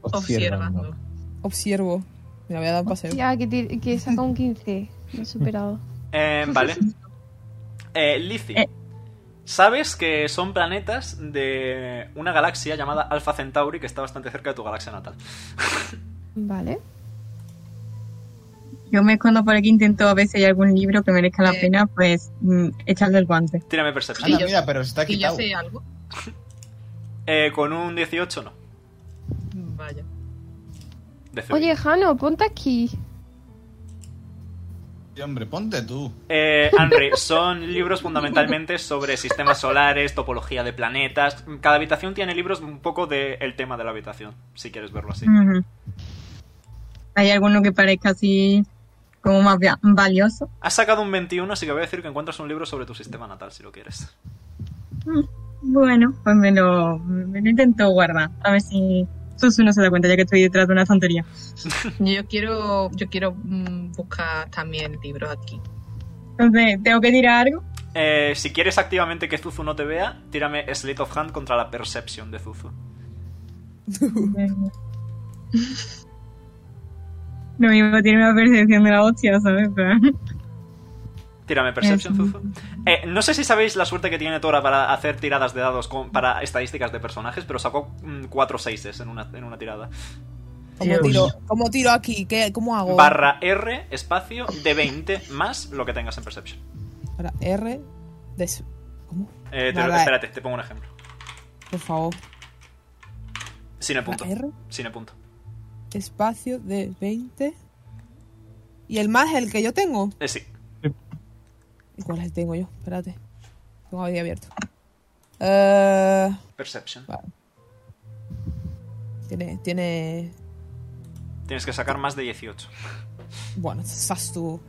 [SPEAKER 3] Observando.
[SPEAKER 11] Observo. Me la voy a dar un paseo.
[SPEAKER 4] Ya, ah, que, tir- que he sacado un 15. Me he superado.
[SPEAKER 5] Eh, vale. Eh, Lizzie,
[SPEAKER 7] Eh.
[SPEAKER 5] sabes que son planetas de una galaxia llamada Alpha Centauri que está bastante cerca de tu galaxia natal.
[SPEAKER 4] Vale.
[SPEAKER 7] Yo me escondo por aquí, intento a ver si hay algún libro que merezca la
[SPEAKER 3] Eh.
[SPEAKER 7] pena, pues mm, echarle el guante.
[SPEAKER 5] Tírame Perception.
[SPEAKER 2] Anda,
[SPEAKER 3] yo-
[SPEAKER 2] mira, pero está
[SPEAKER 3] ¿Y yo
[SPEAKER 2] quitado.
[SPEAKER 3] sé algo?
[SPEAKER 5] Eh, con un 18 no.
[SPEAKER 11] Mm.
[SPEAKER 3] Vaya.
[SPEAKER 5] De CB.
[SPEAKER 4] Oye, Jano, ponte aquí.
[SPEAKER 2] Sí, hombre, ponte tú.
[SPEAKER 5] Eh, Henry, son libros fundamentalmente sobre sistemas solares, topología de planetas. Cada habitación tiene libros un poco del tema de la habitación, si quieres verlo así.
[SPEAKER 7] Ujú. ¿Hay alguno que parezca así como más va- valioso?
[SPEAKER 5] Has sacado un 21, así que voy a decir que encuentras un libro sobre tu sistema natal, si lo quieres.
[SPEAKER 7] Bueno, pues me lo, me lo intento guardar. A ver si Susu no se da cuenta ya que estoy detrás de una santería.
[SPEAKER 3] Yo quiero, yo quiero mm, buscar también libros aquí.
[SPEAKER 7] Entonces, ¿tengo que tirar algo?
[SPEAKER 5] Eh, si quieres activamente que Zuzu no te vea, tírame Slate of Hand contra la Perception de Zuzu.
[SPEAKER 7] lo mismo tiene una percepción de la hostia, ¿sabes? Pero-
[SPEAKER 5] Tírame Perception, Zuzu. Eh, no sé si sabéis la suerte que tiene Tora para hacer tiradas de dados con- para estadísticas de personajes, pero sacó 4 seises en una, en una tirada.
[SPEAKER 11] ¿Cómo tiro, cómo tiro aquí? ¿Qué, ¿Cómo hago?
[SPEAKER 5] Barra R, espacio, D20, más lo que tengas en Perception.
[SPEAKER 11] Ahora, R. Des... ¿Cómo?
[SPEAKER 5] Eh, te-
[SPEAKER 11] Nada.
[SPEAKER 5] espérate, te pongo un ejemplo.
[SPEAKER 11] Por favor.
[SPEAKER 5] Sin el punto.
[SPEAKER 11] La R.
[SPEAKER 5] Sin el punto.
[SPEAKER 11] Espacio de 20. ¿Y el más, el que yo tengo?
[SPEAKER 5] Eh, sí.
[SPEAKER 11] ¿Y ¿Cuál es el que tengo yo? Espérate. Tengo ahí abierto. Eh,
[SPEAKER 5] Perception.
[SPEAKER 11] tiene, tiene...
[SPEAKER 5] Tienes que sacar más de 18.
[SPEAKER 11] Bueno, estás tú.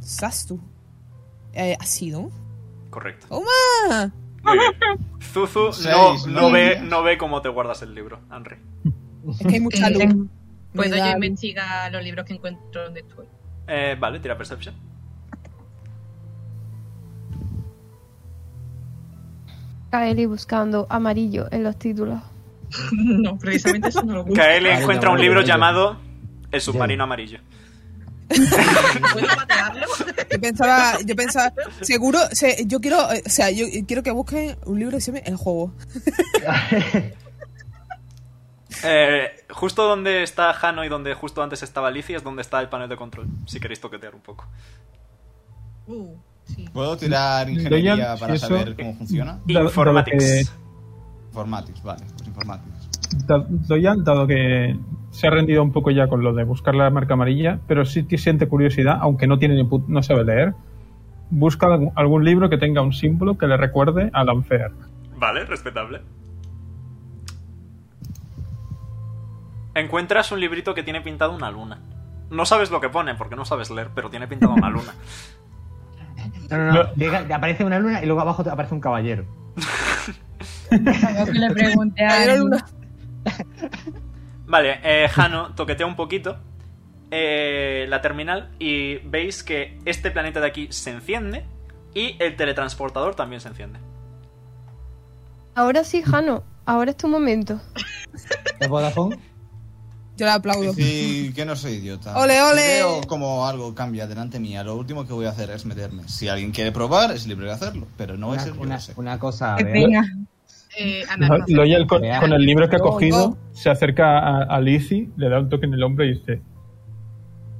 [SPEAKER 11] Estás tú. Eh, ¿Ha sido? Ah,
[SPEAKER 5] Correcto.
[SPEAKER 11] ¡Toma!
[SPEAKER 5] Muy bien. Zuzu no,
[SPEAKER 2] Seis,
[SPEAKER 5] no,
[SPEAKER 2] ¿no?
[SPEAKER 5] ve, no ve cómo te guardas el libro, Henry.
[SPEAKER 11] Es que hay mucha
[SPEAKER 3] Eh,
[SPEAKER 11] luz.
[SPEAKER 7] tengo-
[SPEAKER 11] Me
[SPEAKER 3] ¿Puedo
[SPEAKER 11] da
[SPEAKER 3] yo
[SPEAKER 11] luz.
[SPEAKER 3] investigar los libros que encuentro donde estoy?
[SPEAKER 5] Eh, vale, tira Perception.
[SPEAKER 4] Kaeli buscando amarillo en los títulos.
[SPEAKER 3] no, precisamente eso no lo busco.
[SPEAKER 5] Kaeli encuentra un libro llamado El submarino amarillo.
[SPEAKER 3] ¿Puedo patearlo?
[SPEAKER 11] Yo pensaba, yo pensaba, seguro, se- yo quiero, eh, o sea, yo quiero que busquen un libro que se llame El juego.
[SPEAKER 5] Eh, justo donde está Hano y donde justo antes estaba Alicia es donde está el panel de control. Si queréis toquetear un poco.
[SPEAKER 3] Uh, sí.
[SPEAKER 2] ¿Puedo tirar ingeniería para saber cómo funciona?
[SPEAKER 6] Da- dado que-
[SPEAKER 5] Informatics.
[SPEAKER 2] Informatics, vale, pues informatics.
[SPEAKER 6] Da- Doyan, dado que se ha rendido un poco ya con lo de buscar la marca amarilla, pero sí te siente curiosidad, aunque no tiene ni pu- no sabe leer. Busca algún- algún libro que tenga un símbolo que le recuerde al Anfer.
[SPEAKER 5] Vale, respetable. Encuentras un librito que tiene pintado una luna. No sabes lo que pone porque no sabes leer, pero tiene pintado una luna.
[SPEAKER 1] No, no, no. Llega- te aparece una luna y luego abajo te aparece un caballero.
[SPEAKER 7] Yo que le pregunté a
[SPEAKER 11] Ayer
[SPEAKER 7] él.
[SPEAKER 11] una-
[SPEAKER 5] Vale, eh, Hano toquetea un poquito eh, la terminal y veis que este planeta de aquí se enciende y el teletransportador también se enciende.
[SPEAKER 4] Ahora sí, Jano, ahora es tu momento.
[SPEAKER 1] ¿Es Vodafone?
[SPEAKER 11] Yo le aplaudo.
[SPEAKER 2] Sí, que no soy idiota.
[SPEAKER 11] Ole, ole.
[SPEAKER 2] Si Veo como algo cambia delante mía. Lo último que voy a hacer es meterme. Si alguien quiere probar, es libre de hacerlo. Pero no es
[SPEAKER 1] Una,
[SPEAKER 2] el que
[SPEAKER 1] una-
[SPEAKER 2] lo sé.
[SPEAKER 1] una cosa.
[SPEAKER 7] Qué
[SPEAKER 1] a ver.
[SPEAKER 7] pena.
[SPEAKER 3] Eh, Ana, no sé.
[SPEAKER 6] Doyan, con,
[SPEAKER 1] Vea.
[SPEAKER 6] con el libro que ha
[SPEAKER 11] No,
[SPEAKER 6] cogido,
[SPEAKER 11] no.
[SPEAKER 6] se acerca a, a Lizzie, le da un toque en el hombro y dice: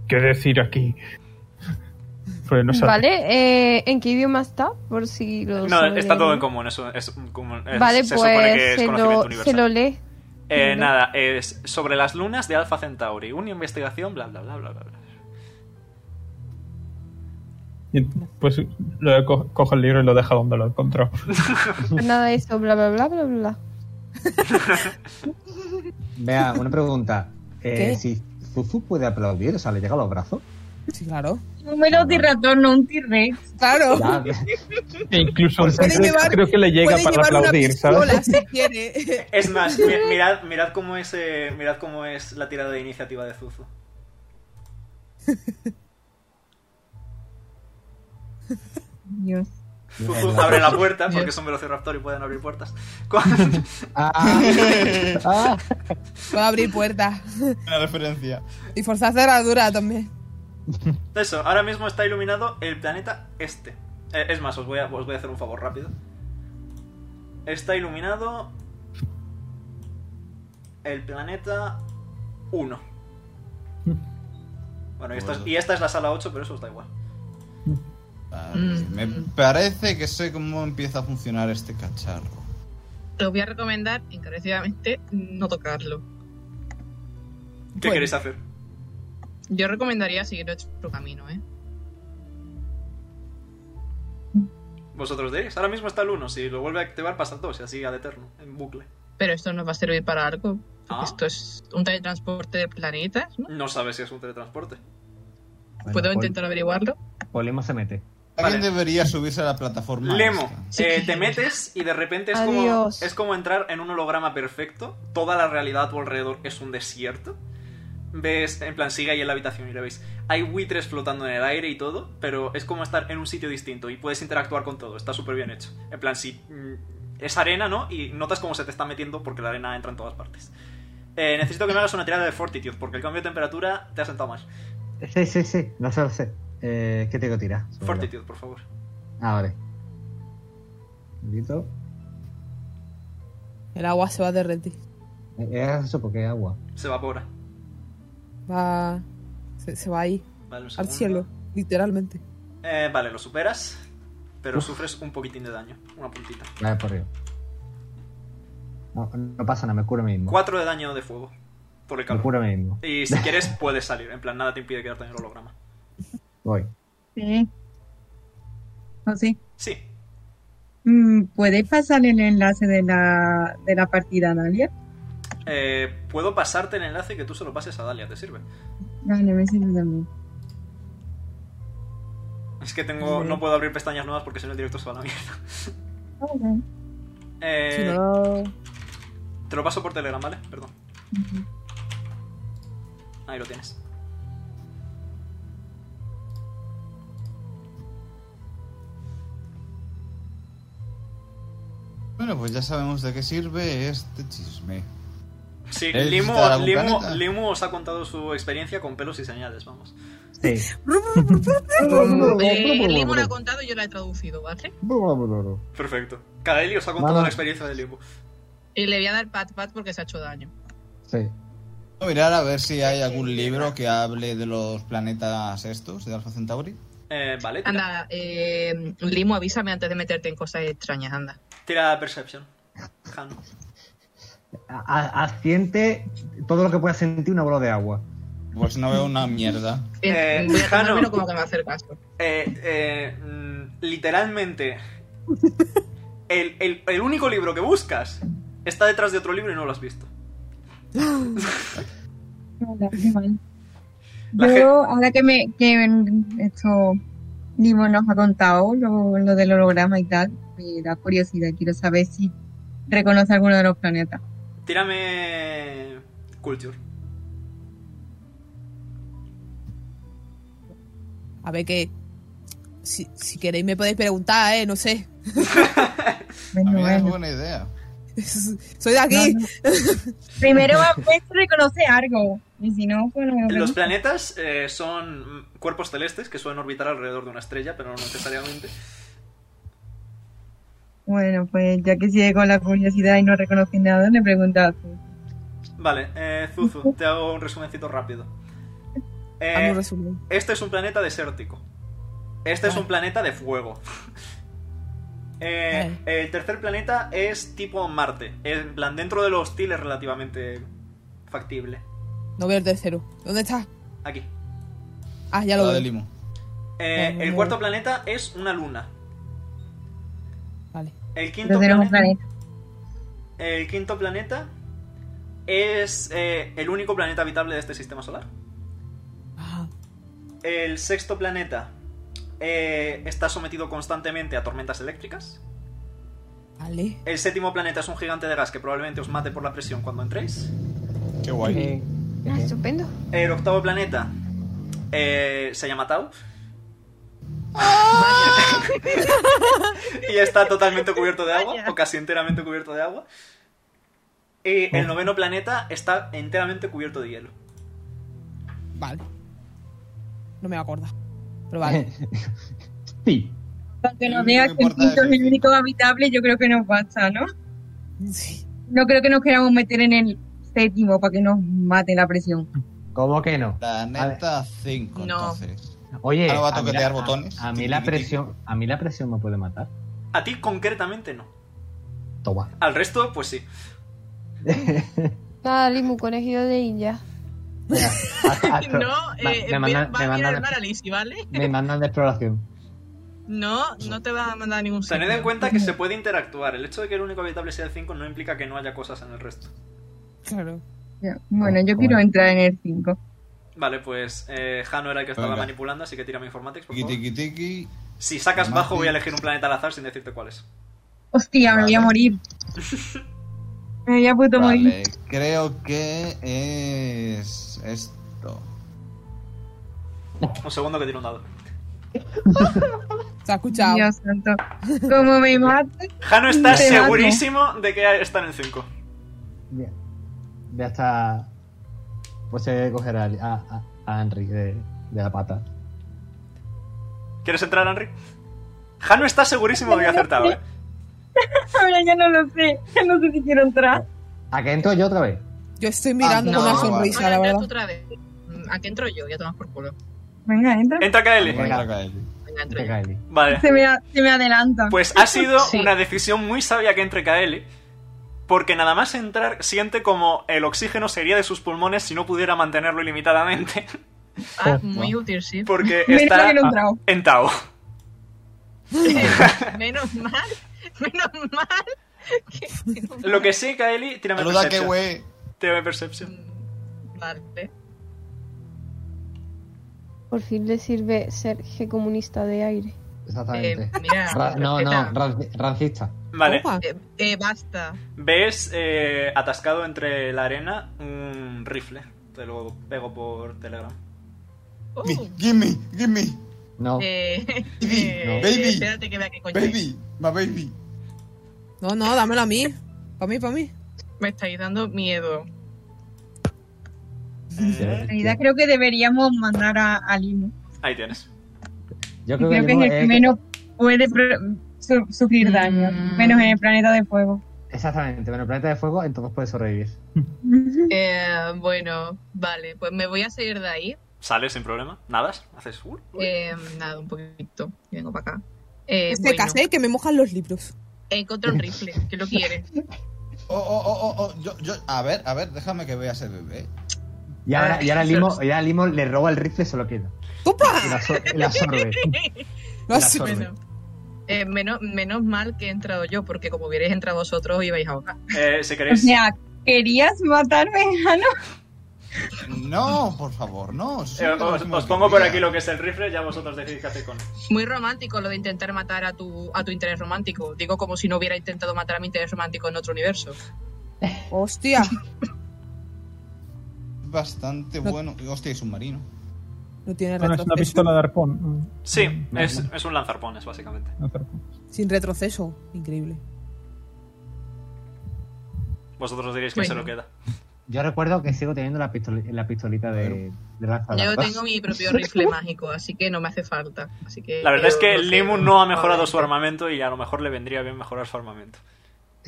[SPEAKER 6] ¿Qué decir aquí? Pues no sabe.
[SPEAKER 4] Vale, eh, ¿en qué idioma está? Por si lo
[SPEAKER 5] No,
[SPEAKER 4] sabe
[SPEAKER 5] está todo
[SPEAKER 4] leer.
[SPEAKER 5] en común, eso es, un común- es-
[SPEAKER 4] Vale,
[SPEAKER 5] se supone que
[SPEAKER 4] pues
[SPEAKER 5] es
[SPEAKER 4] se
[SPEAKER 5] conocimiento
[SPEAKER 4] lo, se
[SPEAKER 5] universal.
[SPEAKER 4] lo lee.
[SPEAKER 5] Eh,
[SPEAKER 4] Ujú.
[SPEAKER 5] nada, es sobre las lunas de Alpha Centauri. Una investigación, bla, bla, bla, bla, bla. bla.
[SPEAKER 6] Y, pues lo co- coge el libro y lo deja donde lo encontró.
[SPEAKER 4] Nada de eso, bla, bla, bla, bla, bla.
[SPEAKER 1] Vea, una pregunta. Eh,
[SPEAKER 11] ¿Qué?
[SPEAKER 1] Si Zuzu puede aplaudir, o sea, le llega a los brazos.
[SPEAKER 11] Sí, claro.
[SPEAKER 7] Un velociraptor, no un T-Rex.
[SPEAKER 11] Claro.
[SPEAKER 1] Ya,
[SPEAKER 6] E incluso
[SPEAKER 11] Puede
[SPEAKER 6] creo,
[SPEAKER 11] llevar-
[SPEAKER 6] creo que le llega
[SPEAKER 11] Puede
[SPEAKER 6] para
[SPEAKER 11] llevar una
[SPEAKER 6] aplaudir,
[SPEAKER 11] pistola
[SPEAKER 6] ¿sabes?
[SPEAKER 11] si quiere.
[SPEAKER 5] Es más, mi- mirad, mirad, cómo es, eh, mirad cómo es la tirada de iniciativa de Zuzu.
[SPEAKER 7] Dios.
[SPEAKER 5] Zuzu abre la puerta, porque son velociraptor y pueden abrir puertas. Cuando-
[SPEAKER 1] Ah, ah.
[SPEAKER 11] Va a abrir puertas.
[SPEAKER 2] Una referencia.
[SPEAKER 11] Y forzar cerradura también.
[SPEAKER 5] Eso, ahora mismo está iluminado el planeta este. Eh, es más, os voy, a, os voy a hacer un favor rápido. Está iluminado el planeta 1. Bueno, y, esto es- y esta es la sala 8, pero eso os da igual.
[SPEAKER 2] Vale,
[SPEAKER 3] Mm.
[SPEAKER 2] Me parece que sé cómo empieza a funcionar este cacharro.
[SPEAKER 3] Te voy a recomendar encarecidamente no tocarlo.
[SPEAKER 5] ¿Qué queréis hacer?
[SPEAKER 3] Yo recomendaría seguir nuestro camino, ¿eh?
[SPEAKER 5] Vosotros diréis, ahora mismo está el 1, si lo vuelve a activar pasa el 2 y así al eterno, en bucle.
[SPEAKER 3] Pero esto nos va a servir para algo.
[SPEAKER 5] Ah.
[SPEAKER 3] Esto es un teletransporte de planetas, ¿no?
[SPEAKER 5] No sabes si es un teletransporte.
[SPEAKER 3] ¿Puedo
[SPEAKER 9] pues
[SPEAKER 1] Bueno,
[SPEAKER 3] intentar averiguarlo?
[SPEAKER 1] Pol- Polimo se mete.
[SPEAKER 2] Alguien debería subirse a la plataforma.
[SPEAKER 5] Lemo,
[SPEAKER 2] esta.
[SPEAKER 5] eh, te metes y de repente es como,
[SPEAKER 4] Adiós.
[SPEAKER 5] es como entrar en un holograma perfecto. Toda la realidad a tu alrededor es un desierto. Ves, en plan, sigue ahí en la habitación y lo veis. Hay buitres flotando en el aire y todo, pero es como estar en un sitio distinto y puedes interactuar con todo. Está súper bien hecho. En plan, si mm, es arena, ¿no? Y notas cómo se te está metiendo porque la arena entra en todas partes. Eh, necesito que me hagas una tirada de fortitude porque el cambio de temperatura te ha sentado mal.
[SPEAKER 1] Sí, sí, sí, no se lo sé. Eh, ¿Qué tengo que tirar?
[SPEAKER 5] Fortitude, por favor.
[SPEAKER 1] Ah, vale. Un poquito.
[SPEAKER 11] El agua se va a derretir.
[SPEAKER 1] Eh, Es eso porque es agua.
[SPEAKER 5] Se evapora.
[SPEAKER 11] Va. Se, se va ahí.
[SPEAKER 5] Vale, un
[SPEAKER 11] Al
[SPEAKER 5] segundo.
[SPEAKER 11] cielo. Literalmente.
[SPEAKER 5] Eh, vale, lo superas, pero sufres un poquitín de daño, una puntita.
[SPEAKER 1] Vale, por arriba. No, no pasa nada, me curo a mí mismo.
[SPEAKER 5] Cuatro de daño de fuego por el
[SPEAKER 1] Me
[SPEAKER 5] calor.
[SPEAKER 1] curo a mí mismo.
[SPEAKER 5] Y si quieres puedes salir, en plan nada te impide quedarte en el holograma.
[SPEAKER 1] Voy.
[SPEAKER 7] Sí. ¿O sí?
[SPEAKER 5] Sí,
[SPEAKER 7] Mm, ¿Puedes pasar el enlace de la, de la partida, Dalia?
[SPEAKER 5] eh, puedo pasarte el enlace que tú se lo pases a Dalia, ¿te sirve?
[SPEAKER 7] Vale, me sirve también.
[SPEAKER 5] Es que tengo,
[SPEAKER 11] Sí.
[SPEAKER 5] no puedo abrir pestañas nuevas porque si no el directo se va a la mierda.
[SPEAKER 7] Ok.
[SPEAKER 5] Eh,
[SPEAKER 11] Si no.
[SPEAKER 5] Te lo paso por Telegram, ¿vale? Perdón.
[SPEAKER 7] Ujú.
[SPEAKER 5] Ahí lo tienes.
[SPEAKER 2] Bueno, pues ya sabemos de qué sirve este chisme.
[SPEAKER 5] Sí,
[SPEAKER 2] ¿Eh?
[SPEAKER 5] Limu,
[SPEAKER 2] ¿Visitar algún
[SPEAKER 5] Limu-
[SPEAKER 2] planeta?
[SPEAKER 5] Limu os ha contado su experiencia con pelos y señales, vamos.
[SPEAKER 1] Sí.
[SPEAKER 3] Eh, Limo lo ha contado y yo la he traducido, ¿vale?
[SPEAKER 5] Perfecto. Kaeli os ha contado
[SPEAKER 1] Mano.
[SPEAKER 5] la experiencia de Limu.
[SPEAKER 3] Y le voy a dar pat pat porque se ha hecho daño.
[SPEAKER 1] Sí.
[SPEAKER 2] Voy a mirar a ver si hay algún libro que hable de los planetas estos, de Alpha Centauri.
[SPEAKER 5] Eh, vale, tira,
[SPEAKER 3] Anda, eh, Limo, avísame antes de meterte en cosas extrañas, anda.
[SPEAKER 5] tira Perception. Han.
[SPEAKER 1] A- a- Asiente todo lo que pueda sentir una bola de agua.
[SPEAKER 2] Pues no veo una mierda.
[SPEAKER 5] Eh,
[SPEAKER 3] voy a
[SPEAKER 5] Jano.
[SPEAKER 3] tomármelo como que me va a hacer caso.
[SPEAKER 5] Eh, eh, mm, literalmente, el, el- el único libro que buscas está detrás de otro libro y no lo has visto.
[SPEAKER 7] Hola, qué mal.
[SPEAKER 5] La
[SPEAKER 7] Yo,
[SPEAKER 5] gen-
[SPEAKER 7] ahora que me que en- esto Nimo nos ha contado lo, lo del holograma y tal, me da curiosidad, quiero saber si reconoce alguno de los planetas.
[SPEAKER 5] Tírame. Culture.
[SPEAKER 11] A ver que. Si, si queréis me podéis preguntar, eh, no sé.
[SPEAKER 2] A mí
[SPEAKER 7] Bueno,
[SPEAKER 2] no es
[SPEAKER 7] bueno.
[SPEAKER 2] buena idea.
[SPEAKER 11] Soy de aquí.
[SPEAKER 7] No, no. Primero va pues reconoce algo. Y si no, pues no
[SPEAKER 5] Los planetas eh, son mm, cuerpos celestes que suelen orbitar alrededor de una estrella, pero no necesariamente.
[SPEAKER 7] Bueno, pues ya que sigue con la curiosidad y no reconoce nada, le pregunta a Zuzu.
[SPEAKER 5] Vale, eh, Zuzu, te hago un resumencito rápido. Eh,
[SPEAKER 11] Vamos a resumir.
[SPEAKER 5] Este es un planeta desértico. Este es un planeta de fuego. Eh, el tercer planeta es tipo Marte. En plan, dentro de lo hostil es relativamente factible.
[SPEAKER 11] No veo el tercero. ¿Dónde está?
[SPEAKER 5] Aquí.
[SPEAKER 11] Ah, ya lo
[SPEAKER 2] La de
[SPEAKER 11] veo.
[SPEAKER 2] Limo.
[SPEAKER 5] Eh,
[SPEAKER 11] Vale.
[SPEAKER 5] el cuarto planeta es una luna.
[SPEAKER 11] Vale.
[SPEAKER 5] El quinto
[SPEAKER 7] Pero tenemos
[SPEAKER 5] planeta,
[SPEAKER 7] planeta.
[SPEAKER 5] el quinto planeta es eh, el único planeta habitable de este sistema solar.
[SPEAKER 11] Ah,
[SPEAKER 5] El sexto planeta eh, está sometido constantemente a tormentas eléctricas.
[SPEAKER 11] vale.
[SPEAKER 5] El séptimo planeta es un gigante de gas que probablemente os mate por la presión cuando entréis.
[SPEAKER 2] Qué guay.
[SPEAKER 1] Eh,
[SPEAKER 4] Ah, estupendo.
[SPEAKER 5] El octavo planeta eh, se llama Tau. y está totalmente cubierto de agua, o casi enteramente cubierto de agua. Y el noveno planeta está enteramente cubierto de hielo.
[SPEAKER 11] Vale. No me acuerdo. Pero vale.
[SPEAKER 1] Sí.
[SPEAKER 7] Aunque
[SPEAKER 2] Lo
[SPEAKER 7] nos
[SPEAKER 2] único
[SPEAKER 7] diga
[SPEAKER 2] que
[SPEAKER 7] que el
[SPEAKER 2] importa
[SPEAKER 7] quinto
[SPEAKER 2] es
[SPEAKER 7] es el
[SPEAKER 2] el
[SPEAKER 7] único habitable, yo creo que nos basta, ¿no?
[SPEAKER 11] Sí.
[SPEAKER 7] No creo que nos queramos meter en el séptimo para que nos mate la presión.
[SPEAKER 1] ¿Cómo que no?
[SPEAKER 2] Planeta 5,
[SPEAKER 3] No.
[SPEAKER 2] entonces.
[SPEAKER 1] Oye,
[SPEAKER 2] Ahora va a
[SPEAKER 1] mí
[SPEAKER 2] toquetear
[SPEAKER 1] la-
[SPEAKER 2] botones.
[SPEAKER 1] a mí la presión, a mí la presión me puede matar.
[SPEAKER 5] A ti concretamente no.
[SPEAKER 1] Toma.
[SPEAKER 5] Al resto, pues sí.
[SPEAKER 4] Nada, Limu, conejillo de India.
[SPEAKER 1] Hasta- hasta-
[SPEAKER 3] No,
[SPEAKER 1] va-
[SPEAKER 3] eh,
[SPEAKER 1] me,
[SPEAKER 3] mira-
[SPEAKER 1] mandan,
[SPEAKER 3] va
[SPEAKER 1] me
[SPEAKER 3] a mirar
[SPEAKER 1] mandan-
[SPEAKER 3] el análisis, ¿vale?
[SPEAKER 1] me mandan de exploración.
[SPEAKER 3] No, no te vas a mandar a ningún sitio.
[SPEAKER 5] Tened en cuenta que se puede interactuar. El hecho de que el único habitable sea el 5 no implica que no haya cosas en el resto.
[SPEAKER 11] Claro.
[SPEAKER 7] Ya, Bueno, yo
[SPEAKER 1] Bueno.
[SPEAKER 7] quiero entrar en el 5.
[SPEAKER 5] Vale, pues eh, Jano era el que estaba
[SPEAKER 2] Venga.
[SPEAKER 5] manipulando, así que tira mi informatics, por
[SPEAKER 2] Tiki
[SPEAKER 5] favor.
[SPEAKER 2] tiki tiki.
[SPEAKER 5] Si sacas bajo, voy a
[SPEAKER 2] Informatics.
[SPEAKER 5] elegir un planeta al azar sin decirte cuál es.
[SPEAKER 7] Hostia, me voy a
[SPEAKER 2] Vale.
[SPEAKER 7] morir. Me voy a puto morir.
[SPEAKER 2] Vale, creo que es esto.
[SPEAKER 5] Un segundo que tiro un dado.
[SPEAKER 11] Se ha escuchado.
[SPEAKER 7] Dios santo. Como me mate,
[SPEAKER 5] Jano está
[SPEAKER 7] Te mato.
[SPEAKER 5] segurísimo de que está en el 5.
[SPEAKER 1] Bien. Ya está. Pues se cogerá a, a, a Henry de, de la pata.
[SPEAKER 5] ¿Quieres entrar, Henry? Jano está segurísimo de que ha acertado, ¿eh?
[SPEAKER 7] ahora ya no lo sé. Ya no sé si quiero entrar.
[SPEAKER 1] ¿A qué entro yo otra vez?
[SPEAKER 11] Yo estoy mirando con una
[SPEAKER 2] no,
[SPEAKER 11] sonrisa,
[SPEAKER 3] Bueno,
[SPEAKER 11] la
[SPEAKER 3] entra tú
[SPEAKER 11] verdad.
[SPEAKER 3] otra vez. Mm, ¿A qué entro yo? Ya tomas por culo.
[SPEAKER 7] Venga, entra.
[SPEAKER 5] Entra KL.
[SPEAKER 2] Venga, Kaeli.
[SPEAKER 3] Venga, entro
[SPEAKER 1] Te
[SPEAKER 3] yo.
[SPEAKER 1] cae bien.
[SPEAKER 5] Vale.
[SPEAKER 7] Se me, a- se me adelanta.
[SPEAKER 5] Pues ha sido
[SPEAKER 3] Sí.
[SPEAKER 5] una decisión muy sabia que entre KL. Porque nada más entrar siente como el oxígeno sería de sus pulmones si no pudiera mantenerlo ilimitadamente.
[SPEAKER 3] Ah, muy útil, sí.
[SPEAKER 5] Porque
[SPEAKER 7] Menos mal
[SPEAKER 5] está
[SPEAKER 7] que no he entrado.
[SPEAKER 5] en Tao.
[SPEAKER 3] menos mal, menos mal. que-
[SPEAKER 5] Lo que sí, Kaeli, tírame
[SPEAKER 2] Saluda que
[SPEAKER 5] Perception.
[SPEAKER 2] wey.
[SPEAKER 5] Tírame Perception.
[SPEAKER 3] Vale.
[SPEAKER 4] Por fin le sirve ser comunista de aire.
[SPEAKER 1] Exactamente.
[SPEAKER 3] Eh, mira,
[SPEAKER 1] Ra- no, no,
[SPEAKER 3] respeta.
[SPEAKER 1] ranci- rancista.
[SPEAKER 5] Vale.
[SPEAKER 11] Opa.
[SPEAKER 3] Eh, eh, basta.
[SPEAKER 5] Ves eh, atascado entre la arena un rifle. Te lo pego por Telegram.
[SPEAKER 3] Oh,
[SPEAKER 2] Gimme, gimme,
[SPEAKER 1] No.
[SPEAKER 3] eh,
[SPEAKER 2] Baby,
[SPEAKER 3] eh,
[SPEAKER 2] baby,
[SPEAKER 3] espérate que vea qué coño es.
[SPEAKER 2] baby, my baby.
[SPEAKER 11] No, no, dámelo a mí. Para mí, para mí.
[SPEAKER 3] Me estáis dando miedo.
[SPEAKER 7] En realidad creo que deberíamos mandar a, a Limo.
[SPEAKER 5] Eh, Ahí tienes.
[SPEAKER 7] Yo creo, creo que, que, es
[SPEAKER 9] eh,
[SPEAKER 7] el que menos puede pro- su- sufrir daño. Menos en el planeta de fuego.
[SPEAKER 9] Exactamente, bueno, el planeta de fuego, entonces puede sobrevivir.
[SPEAKER 3] Eh, bueno, vale, pues me voy a salir de ahí.
[SPEAKER 5] Sales sin problema. Nadas. Haces. uh, uh.
[SPEAKER 3] Eh, nada, un poquito. Y vengo para acá. Eh,
[SPEAKER 11] este
[SPEAKER 3] bueno,
[SPEAKER 11] casé que me mojan los libros.
[SPEAKER 3] encontré un rifle, que lo quiere.
[SPEAKER 2] Oh, oh, oh, oh, oh, yo, yo, a ver, a ver, déjame que veas el bebé.
[SPEAKER 9] Y
[SPEAKER 3] Ah,
[SPEAKER 9] ahora, y ahora Limo, y ahora Limo le roba el rifle y se lo queda. Y
[SPEAKER 11] ¡Opa!
[SPEAKER 9] la, absor- y la absorbe.
[SPEAKER 11] Lo
[SPEAKER 9] la
[SPEAKER 11] hace-
[SPEAKER 9] absorbe.
[SPEAKER 3] Eh, menos, menos mal que he entrado yo, porque como hubierais entrado vosotros, ibais a ahogar.
[SPEAKER 5] Eh, si
[SPEAKER 7] O
[SPEAKER 5] queréis.
[SPEAKER 7] sea, ¿querías matarme, Jano?
[SPEAKER 2] No, por favor, no. eso
[SPEAKER 5] eh,
[SPEAKER 2] es lo
[SPEAKER 5] os,
[SPEAKER 2] mismo
[SPEAKER 5] os
[SPEAKER 2] que
[SPEAKER 5] pongo por
[SPEAKER 2] quería.
[SPEAKER 5] aquí lo que es el rifle, ya vosotros decidís qué hacéis con él.
[SPEAKER 3] Muy romántico lo de intentar matar a tu, a tu interés romántico. Digo como si no hubiera intentado matar a mi interés romántico en otro universo.
[SPEAKER 11] Hostia.
[SPEAKER 2] Bastante
[SPEAKER 11] No.
[SPEAKER 2] bueno. Hostia, y submarino.
[SPEAKER 11] No tiene
[SPEAKER 6] Bueno, es una
[SPEAKER 11] retroceso.
[SPEAKER 6] pistola de arpón.
[SPEAKER 5] Sí, es, es un lanzarpones, básicamente.
[SPEAKER 6] Mm, arpón.
[SPEAKER 11] Sin retroceso. Increíble.
[SPEAKER 5] Vosotros diréis que se
[SPEAKER 3] Bueno.
[SPEAKER 5] lo queda.
[SPEAKER 9] Yo recuerdo que sigo teniendo la, pistoli- la pistolita de, de
[SPEAKER 3] Yo
[SPEAKER 9] lanzallamas.
[SPEAKER 3] tengo mi propio rifle mágico, así que no me hace falta. Así que
[SPEAKER 5] La verdad es que
[SPEAKER 3] yo sé, Pues,
[SPEAKER 5] Limu no ha mejorado
[SPEAKER 3] probablemente.
[SPEAKER 5] su armamento y a lo mejor le vendría bien mejorar su armamento.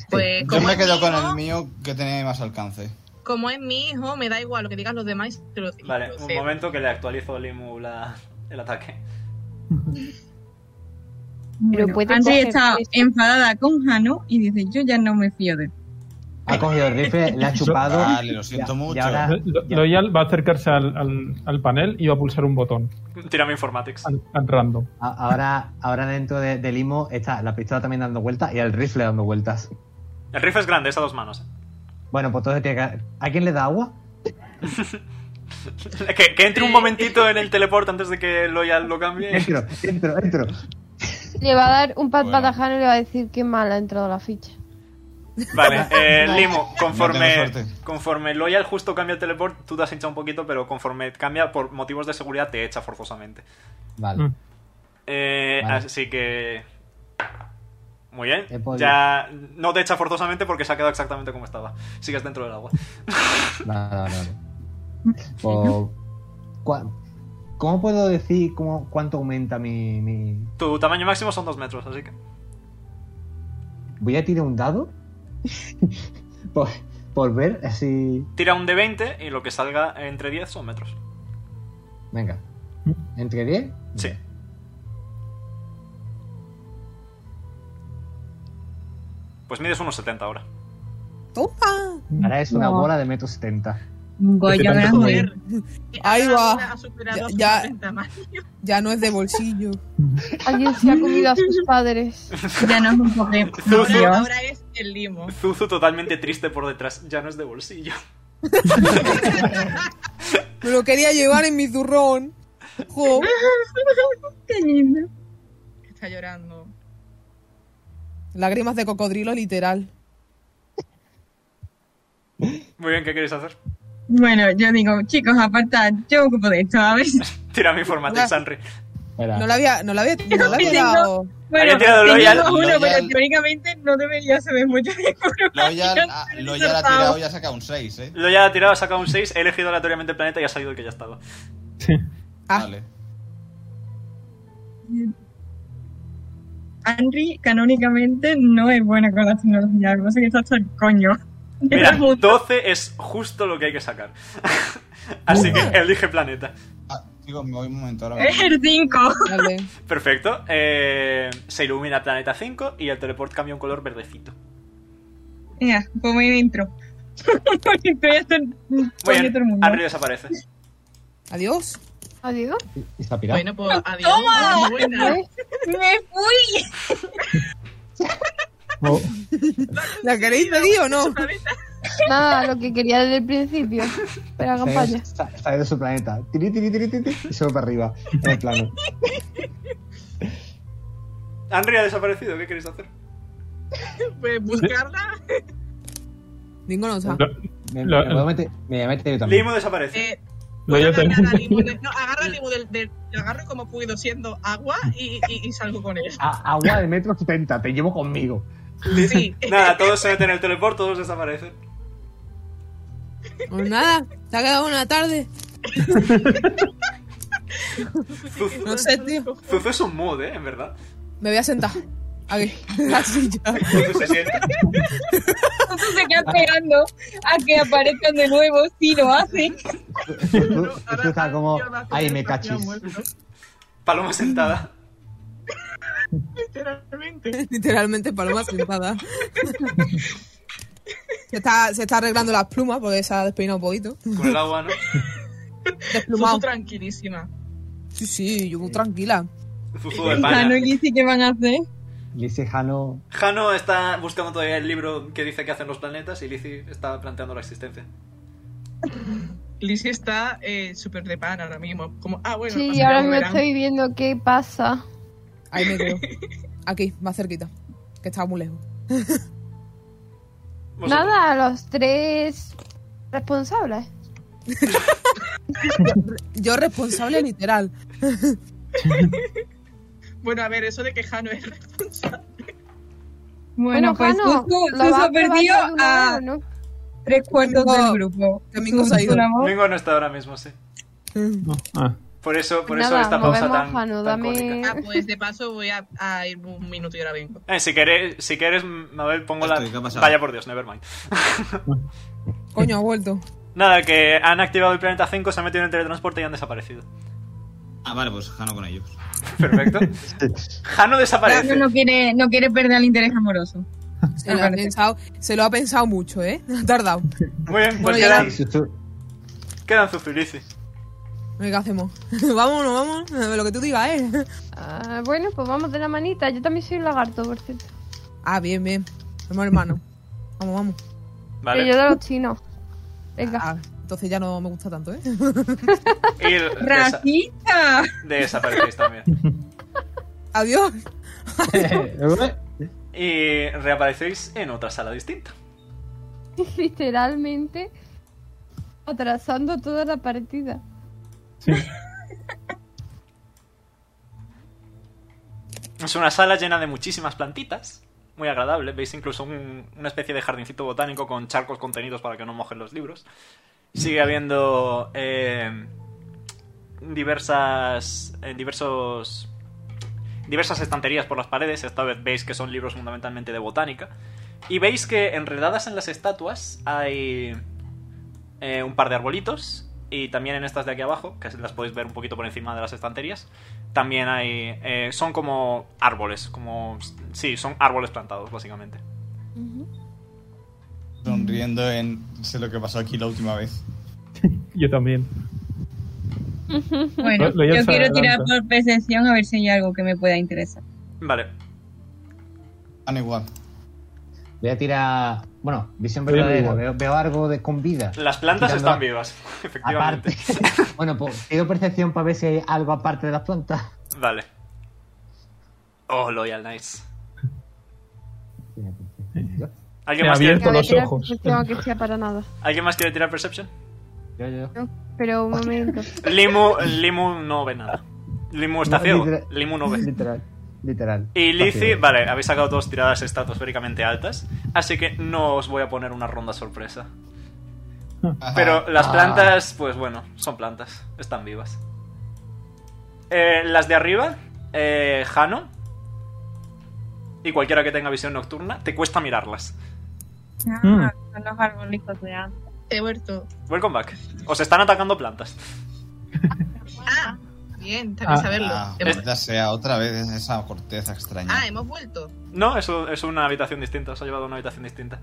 [SPEAKER 3] Pues
[SPEAKER 2] Yo
[SPEAKER 3] como
[SPEAKER 2] me
[SPEAKER 3] es
[SPEAKER 2] quedo
[SPEAKER 3] mi
[SPEAKER 2] con
[SPEAKER 3] hijo,
[SPEAKER 2] el mío que tiene más alcance.
[SPEAKER 3] Como es mi hijo, me da igual lo que digan los demás. te lo-
[SPEAKER 5] Vale,
[SPEAKER 3] lo
[SPEAKER 5] un
[SPEAKER 3] sé.
[SPEAKER 5] momento que le actualizo a Limu la- el ataque.
[SPEAKER 7] Bueno,
[SPEAKER 4] puede
[SPEAKER 7] antes
[SPEAKER 4] coger
[SPEAKER 7] estaba
[SPEAKER 4] eso.
[SPEAKER 7] enfadada con Jano y dice, yo ya no me fío de ti.
[SPEAKER 9] Ha cogido el rifle, le ha chupado.
[SPEAKER 2] Vale, lo siento
[SPEAKER 9] y- y
[SPEAKER 2] mucho.
[SPEAKER 9] ahora-
[SPEAKER 6] Lo-
[SPEAKER 9] Ah, ya.
[SPEAKER 6] Loyal va a acercarse al, al- al panel y va a pulsar un botón.
[SPEAKER 5] Tírame informatics.
[SPEAKER 6] Al, al random.
[SPEAKER 9] a- ahora, ahora dentro de- del limo está la pistola también dando vueltas y el rifle dando vueltas.
[SPEAKER 5] El rifle es grande, es a dos manos. eh.
[SPEAKER 9] Bueno, pues entonces, ¿qué- ¿a quién le da agua?
[SPEAKER 5] Que, que entre un momentito en el teleport antes de que Loyal lo cambie.
[SPEAKER 9] Entro, entro, entro.
[SPEAKER 4] Le va a dar un pat
[SPEAKER 2] Bueno.
[SPEAKER 4] patajano y le va a decir que mal ha entrado la ficha.
[SPEAKER 5] Vale, eh, Limo,
[SPEAKER 2] No
[SPEAKER 5] conforme,
[SPEAKER 2] tengo suerte.
[SPEAKER 5] conforme Loyal justo cambia el teleport, tú te has hinchado un poquito, pero conforme cambia, por motivos de seguridad, te echa forzosamente.
[SPEAKER 9] Vale.
[SPEAKER 6] Mm.
[SPEAKER 5] Eh,
[SPEAKER 9] Vale.
[SPEAKER 5] Así que... Muy bien.
[SPEAKER 9] He podido.
[SPEAKER 5] Ya no te echa forzosamente porque se ha quedado exactamente como estaba. Sigues dentro del agua.
[SPEAKER 9] Vale, vale, vale. Pues, ¿cuá- ¿Cómo puedo decir cómo, cuánto aumenta mi, mi-
[SPEAKER 5] Tu tamaño máximo son dos metros, así que...
[SPEAKER 9] Voy a tirar un dado? por, por ver si...
[SPEAKER 5] Tira un de 20 y lo que salga entre 10 son metros.
[SPEAKER 9] Venga. ¿Entre 10?
[SPEAKER 5] Sí. Pues mides unos 70 ahora.
[SPEAKER 11] ¡Opa!
[SPEAKER 9] Ahora es una
[SPEAKER 7] No.
[SPEAKER 9] bola de metro 70.
[SPEAKER 7] Un
[SPEAKER 2] Pues
[SPEAKER 7] Goya
[SPEAKER 6] tanto
[SPEAKER 7] grande.
[SPEAKER 3] Joder.
[SPEAKER 11] Ahí va.
[SPEAKER 3] Ha superado su
[SPEAKER 11] Ya- ya-
[SPEAKER 3] tamaño.
[SPEAKER 11] Ya no es de bolsillo.
[SPEAKER 4] Alguien se ha comido a sus padres.
[SPEAKER 7] Ya no es un Pokémon.
[SPEAKER 5] Zuzu.
[SPEAKER 3] Ahora,
[SPEAKER 7] Dios.
[SPEAKER 3] ahora es el limo.
[SPEAKER 5] Zuzu totalmente triste por detrás, ya no es de bolsillo.
[SPEAKER 11] Me lo quería llevar en mi zurrón. Jo.
[SPEAKER 7] Qué lindo.
[SPEAKER 3] Está llorando.
[SPEAKER 11] Lágrimas de cocodrilo, literal.
[SPEAKER 5] Muy bien, ¿qué queréis hacer?
[SPEAKER 7] Bueno, yo digo, chicos, apartad, yo ocupo de esto, a ver.
[SPEAKER 5] Tira mi informatics, Sanri.
[SPEAKER 9] Espera.
[SPEAKER 11] No la había, no la había, no la había
[SPEAKER 7] Tengo-
[SPEAKER 11] dado.
[SPEAKER 7] Bueno,
[SPEAKER 5] Había tirado
[SPEAKER 7] tengo
[SPEAKER 5] Loyal.
[SPEAKER 7] uno,
[SPEAKER 2] Loyal.
[SPEAKER 7] pero teóricamente no debería saber mucho de
[SPEAKER 2] Loyal,
[SPEAKER 7] programación.
[SPEAKER 2] ah,
[SPEAKER 7] Estoy
[SPEAKER 2] Loyal ha
[SPEAKER 7] sortado.
[SPEAKER 2] tirado y ha sacado un 6, ¿eh?
[SPEAKER 5] Lo ya ha tirado, ha sacado un 6, he elegido aleatoriamente el planeta y ha salido el que ya estaba.
[SPEAKER 6] Sí.
[SPEAKER 11] Ah.
[SPEAKER 2] Vale.
[SPEAKER 7] Henry canónicamente no es buena con la tecnología, lo que pasa es que está hasta el coño. de
[SPEAKER 5] Mira,
[SPEAKER 7] la puta.
[SPEAKER 5] 12 es justo lo que hay que sacar. Así que elige planeta.
[SPEAKER 2] Ah, digo, me voy un momento ahora.
[SPEAKER 7] Es el 5.
[SPEAKER 11] Vale.
[SPEAKER 5] Perfecto. eh, se ilumina planeta 5 y el teleport cambia un color verdecito.
[SPEAKER 7] Ya, pues me dentro. Porque estoy hasta el
[SPEAKER 5] Muy
[SPEAKER 7] coño de
[SPEAKER 5] bien,
[SPEAKER 7] todo el mundo.
[SPEAKER 5] Henry desaparece.
[SPEAKER 11] Adiós.
[SPEAKER 4] Adiós.
[SPEAKER 9] Está pirado.
[SPEAKER 3] Bueno, pues adiós. enhorabuena.
[SPEAKER 7] ¡Me fui!
[SPEAKER 6] Oh,
[SPEAKER 11] ¿La queréis pedir o no?
[SPEAKER 4] Nada, lo que quería desde el principio. Pero hagan
[SPEAKER 9] Está-
[SPEAKER 4] campaña.
[SPEAKER 9] está- está de su planeta. Tiri, tiri, tiri, tiri, y se va para arriba. En el plano.
[SPEAKER 5] Henry ha desaparecido, ¿qué queréis hacer?
[SPEAKER 3] Pues buscarla.
[SPEAKER 11] Ninguno nos ha.
[SPEAKER 6] lo-
[SPEAKER 9] Me,
[SPEAKER 6] Lo-
[SPEAKER 9] me puedo meter, me voy a meter yo también.
[SPEAKER 5] Limo desaparece.
[SPEAKER 3] Eh,
[SPEAKER 6] lo ya
[SPEAKER 3] agarra
[SPEAKER 6] tengo.
[SPEAKER 3] la limo de- no, agarra el limo del, del- lo agarro como puedo siendo agua y, y- y salgo con él.
[SPEAKER 9] A- agua de metro 70, te llevo conmigo.
[SPEAKER 3] Sí.
[SPEAKER 5] Nada, todos se meten en el teleport, todos desaparecen.
[SPEAKER 11] Pues nada, se ha quedado una tarde. No sé, tío.
[SPEAKER 5] Zuzu es un mood, ¿eh? En verdad.
[SPEAKER 11] Me voy a sentar. Aquí, en la silla.
[SPEAKER 5] Zuzu se sienta.
[SPEAKER 13] Entonces se queda esperando a que aparezcan de nuevo si lo hacen.
[SPEAKER 9] Tú, tú estás como, ay, me cachis.
[SPEAKER 5] Paloma sentada.
[SPEAKER 3] Literalmente.
[SPEAKER 11] Literalmente paloma sentada. Se está, se está arreglando las plumas porque se ha despeinado un poquito.
[SPEAKER 5] Con el agua, ¿no?
[SPEAKER 11] Desplumado.
[SPEAKER 3] Zuzu tranquilísima.
[SPEAKER 11] Sí, sí, yo muy tranquila.
[SPEAKER 5] Zuzu de
[SPEAKER 6] Ah,
[SPEAKER 13] Jano
[SPEAKER 5] pana.
[SPEAKER 13] y Lizzie, ¿qué van a hacer?
[SPEAKER 9] Lizzie Jano.
[SPEAKER 5] Jano está buscando todavía el libro que dice que hacen los planetas y Lizzie está planteando la existencia.
[SPEAKER 3] Lizzie está eh, súper de pan ahora mismo. Como, ah, bueno,
[SPEAKER 4] Sí,
[SPEAKER 3] pasará
[SPEAKER 4] ahora
[SPEAKER 3] un
[SPEAKER 4] me
[SPEAKER 3] verano.
[SPEAKER 4] estoy viendo qué pasa.
[SPEAKER 11] Ahí me quedo. Aquí, más cerquita. Que estaba muy lejos.
[SPEAKER 5] Vosotros.
[SPEAKER 4] Nada, los tres responsables.
[SPEAKER 11] Yo responsable literal.
[SPEAKER 3] Bueno, a ver, eso de que Jano es responsable.
[SPEAKER 13] Bueno, pues
[SPEAKER 4] Jano,
[SPEAKER 13] Susu,
[SPEAKER 4] lo vas
[SPEAKER 13] Susu
[SPEAKER 4] a
[SPEAKER 13] perdió
[SPEAKER 4] probar de una
[SPEAKER 13] a
[SPEAKER 4] vez, ¿no?
[SPEAKER 13] tres cuartos
[SPEAKER 11] Domingo-
[SPEAKER 13] del grupo.
[SPEAKER 11] Domingo
[SPEAKER 13] Susu,
[SPEAKER 11] se ha ido.
[SPEAKER 13] un amor.
[SPEAKER 5] Mingo no está ahora mismo, sí.
[SPEAKER 6] No, ah.
[SPEAKER 5] Por eso, por
[SPEAKER 4] Nada,
[SPEAKER 5] eso esta pausa
[SPEAKER 4] movemos a
[SPEAKER 5] tan,
[SPEAKER 4] Jano,
[SPEAKER 5] tan
[SPEAKER 4] dame-
[SPEAKER 5] cómica.
[SPEAKER 3] Ah, pues de paso voy a, a ir un minuto y ahora vengo.
[SPEAKER 5] Eh, si quieres, si quieres, Mabel, pongo la.
[SPEAKER 2] Estoy, ¿qué ha pasado?
[SPEAKER 5] Vaya por Dios, nevermind.
[SPEAKER 11] Coño, ha vuelto.
[SPEAKER 5] Nada, que han activado el planeta 5, se han metido en el teletransporte y han desaparecido.
[SPEAKER 2] Ah, vale, pues Jano con ellos.
[SPEAKER 5] Perfecto. Jano
[SPEAKER 13] Jano
[SPEAKER 5] desaparece.
[SPEAKER 13] no quiere, Eh, no quiere perder el interés amoroso.
[SPEAKER 11] Se lo, ha
[SPEAKER 13] Aparte.
[SPEAKER 11] pensado, se lo ha pensado mucho, ¿eh? Ha tardado.
[SPEAKER 5] Muy bien, pues
[SPEAKER 11] Bueno, ya
[SPEAKER 5] quedan,
[SPEAKER 9] Sí, tú-
[SPEAKER 5] quedan Zuzu y Lizzie.
[SPEAKER 11] Venga, ¿qué hacemos? vámonos, vámonos. Eh, Lo que tú digas, ¿eh?
[SPEAKER 4] Ah, bueno, pues vamos de la manita. Yo también soy un lagarto, por cierto.
[SPEAKER 11] Ah, bien, bien. Somos hermanos. Vamos, vamos.
[SPEAKER 4] Pero yo
[SPEAKER 5] Vale.
[SPEAKER 4] de los chinos. Venga.
[SPEAKER 11] Ah, entonces ya no me gusta tanto, ¿eh?
[SPEAKER 5] Y desa-
[SPEAKER 13] ¡Racista!
[SPEAKER 5] desaparecéis también.
[SPEAKER 11] Adiós.
[SPEAKER 9] "¿Eh?
[SPEAKER 5] Y reaparecéis en otra sala distinta.
[SPEAKER 4] literalmente atrasando toda la partida.
[SPEAKER 6] Sí.
[SPEAKER 5] Es una sala llena de muchísimas plantitas. Muy agradable. Veis incluso un- una especie de jardincito botánico con charcos contenidos para que no mojen los libros. Sigue habiendo eh, diversas. eh, diversos. Diversas estanterías por las paredes. Esta vez veis que son libros fundamentalmente de botánica. Y veis que enredadas en las estatuas hay eh, un par de arbolitos. Y también en estas de aquí abajo, que las podéis ver un poquito por encima de las estanterías, también hay... eh, son como árboles, como... Sí, son árboles plantados, básicamente.
[SPEAKER 2] Sonriendo en. Sé lo que pasó aquí la última vez.
[SPEAKER 6] Yo también.
[SPEAKER 13] Bueno,
[SPEAKER 6] Lo- lo ya
[SPEAKER 13] yo
[SPEAKER 6] se
[SPEAKER 13] quiero tirar
[SPEAKER 6] adelanta.
[SPEAKER 13] por percepción a ver si hay algo que me pueda interesar.
[SPEAKER 5] Vale.
[SPEAKER 2] Jano Ah, igual.
[SPEAKER 9] Voy a tirar. Bueno, visión
[SPEAKER 6] Voy a
[SPEAKER 9] verdadera.
[SPEAKER 6] averiguar.
[SPEAKER 9] Veo, veo algo de con vida.
[SPEAKER 5] Las plantas
[SPEAKER 9] Quitando-
[SPEAKER 5] están vivas, efectivamente.
[SPEAKER 9] Aparte. bueno, pues pido percepción para ver si hay algo aparte de las plantas.
[SPEAKER 5] Vale. Oh, loyal, nice.
[SPEAKER 9] Yo,
[SPEAKER 5] ¿Alguien
[SPEAKER 6] Me
[SPEAKER 5] más, quiere,
[SPEAKER 6] abierto. Con
[SPEAKER 4] Voy a
[SPEAKER 6] los
[SPEAKER 4] tirar
[SPEAKER 6] ojos.
[SPEAKER 4] percepción, que sea para nada.
[SPEAKER 5] ¿Alguien más quiere tirar Perception?
[SPEAKER 9] yo, yo.
[SPEAKER 4] No, pero un momento.
[SPEAKER 5] Limu, Limu no ve nada. Limu está
[SPEAKER 9] No,
[SPEAKER 5] ciego.
[SPEAKER 9] literal-
[SPEAKER 5] Limu no ve.
[SPEAKER 9] Literal. Literal.
[SPEAKER 5] Y Lizzie,
[SPEAKER 9] Fácil.
[SPEAKER 5] vale, habéis sacado dos tiradas estratosféricamente altas, así que no os voy a poner una ronda sorpresa.
[SPEAKER 2] Ajá.
[SPEAKER 5] Pero las plantas, pues bueno, son plantas, están vivas. Eh, las de arriba, eh, Jano y cualquiera que tenga visión nocturna, te cuesta mirarlas.
[SPEAKER 6] Mm.
[SPEAKER 13] Ah, Son los arbolitos de antes.
[SPEAKER 3] He muerto.
[SPEAKER 5] Welcome back. Os están atacando plantas.
[SPEAKER 3] Ah, bien, tengo que
[SPEAKER 6] Ah.
[SPEAKER 3] saberlo.
[SPEAKER 2] Ah,
[SPEAKER 3] Hemos-
[SPEAKER 2] maldita sea, otra vez esa corteza extraña.
[SPEAKER 3] ah, hemos vuelto.
[SPEAKER 5] No, eso es una habitación distinta, os ha llevado a una habitación distinta.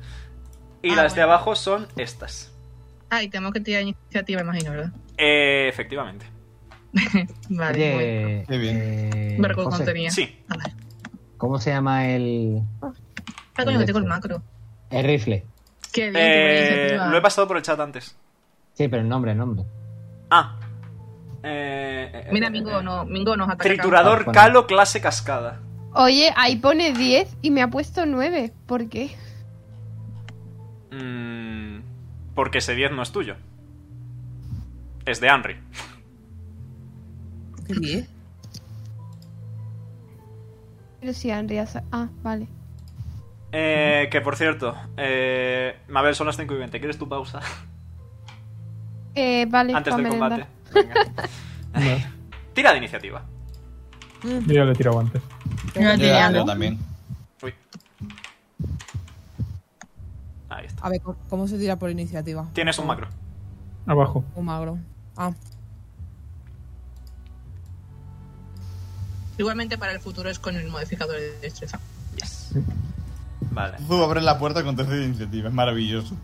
[SPEAKER 5] Y
[SPEAKER 3] Ah,
[SPEAKER 5] las de
[SPEAKER 3] bueno.
[SPEAKER 5] abajo son estas.
[SPEAKER 3] Ah, y tenemos que tirar iniciativa, imagino, ¿verdad?
[SPEAKER 5] Eh, efectivamente.
[SPEAKER 3] Vale. bueno.
[SPEAKER 9] Oye,
[SPEAKER 2] Qué bien.
[SPEAKER 9] eh,
[SPEAKER 3] Marco
[SPEAKER 9] José,
[SPEAKER 3] contenía.
[SPEAKER 5] Sí,
[SPEAKER 3] Ah, vale.
[SPEAKER 9] ¿Cómo se llama el,
[SPEAKER 3] Ah, coño, que tengo el macro.
[SPEAKER 9] el rifle?
[SPEAKER 3] Qué bien,
[SPEAKER 5] Eh,
[SPEAKER 3] qué buena pues, iniciativa.
[SPEAKER 5] lo he pasado por el chat antes.
[SPEAKER 9] Sí, pero el nombre, el nombre.
[SPEAKER 5] Ah. Eh, eh,
[SPEAKER 3] Mira,
[SPEAKER 5] eh,
[SPEAKER 3] Mingo,
[SPEAKER 5] eh.
[SPEAKER 3] no, Mingo nos ataca.
[SPEAKER 5] Triturador
[SPEAKER 9] Ah, bueno.
[SPEAKER 5] calo clase cascada.
[SPEAKER 4] Oye, ahí pone 10 y me ha puesto 9. ¿Por qué?
[SPEAKER 5] Mm, porque ese 10 no es tuyo. Es de Henry.
[SPEAKER 11] ¿Qué bien?
[SPEAKER 4] Pero si Andrea... sa- Ah, vale.
[SPEAKER 5] Eh, que por cierto, eh, Mabel, son las 5 y 20. ¿Quieres tu pausa?
[SPEAKER 4] Eh, vale,
[SPEAKER 5] Antes
[SPEAKER 4] pa'
[SPEAKER 5] del combate.
[SPEAKER 4] merendar.
[SPEAKER 5] Venga. Tira de iniciativa.
[SPEAKER 6] Yo ya le he tirado antes.
[SPEAKER 7] Yo tenía, ¿no?
[SPEAKER 2] también.
[SPEAKER 5] Uy. Ahí está.
[SPEAKER 11] A ver, ¿cómo- ¿cómo se tira por iniciativa?
[SPEAKER 5] Tienes un macro.
[SPEAKER 6] Abajo.
[SPEAKER 11] Un magro. Ah,
[SPEAKER 3] Igualmente para el futuro es con el modificador de destreza.
[SPEAKER 5] Yes. Vale.
[SPEAKER 2] Puedo abrir la puerta con tercera iniciativa, es maravilloso.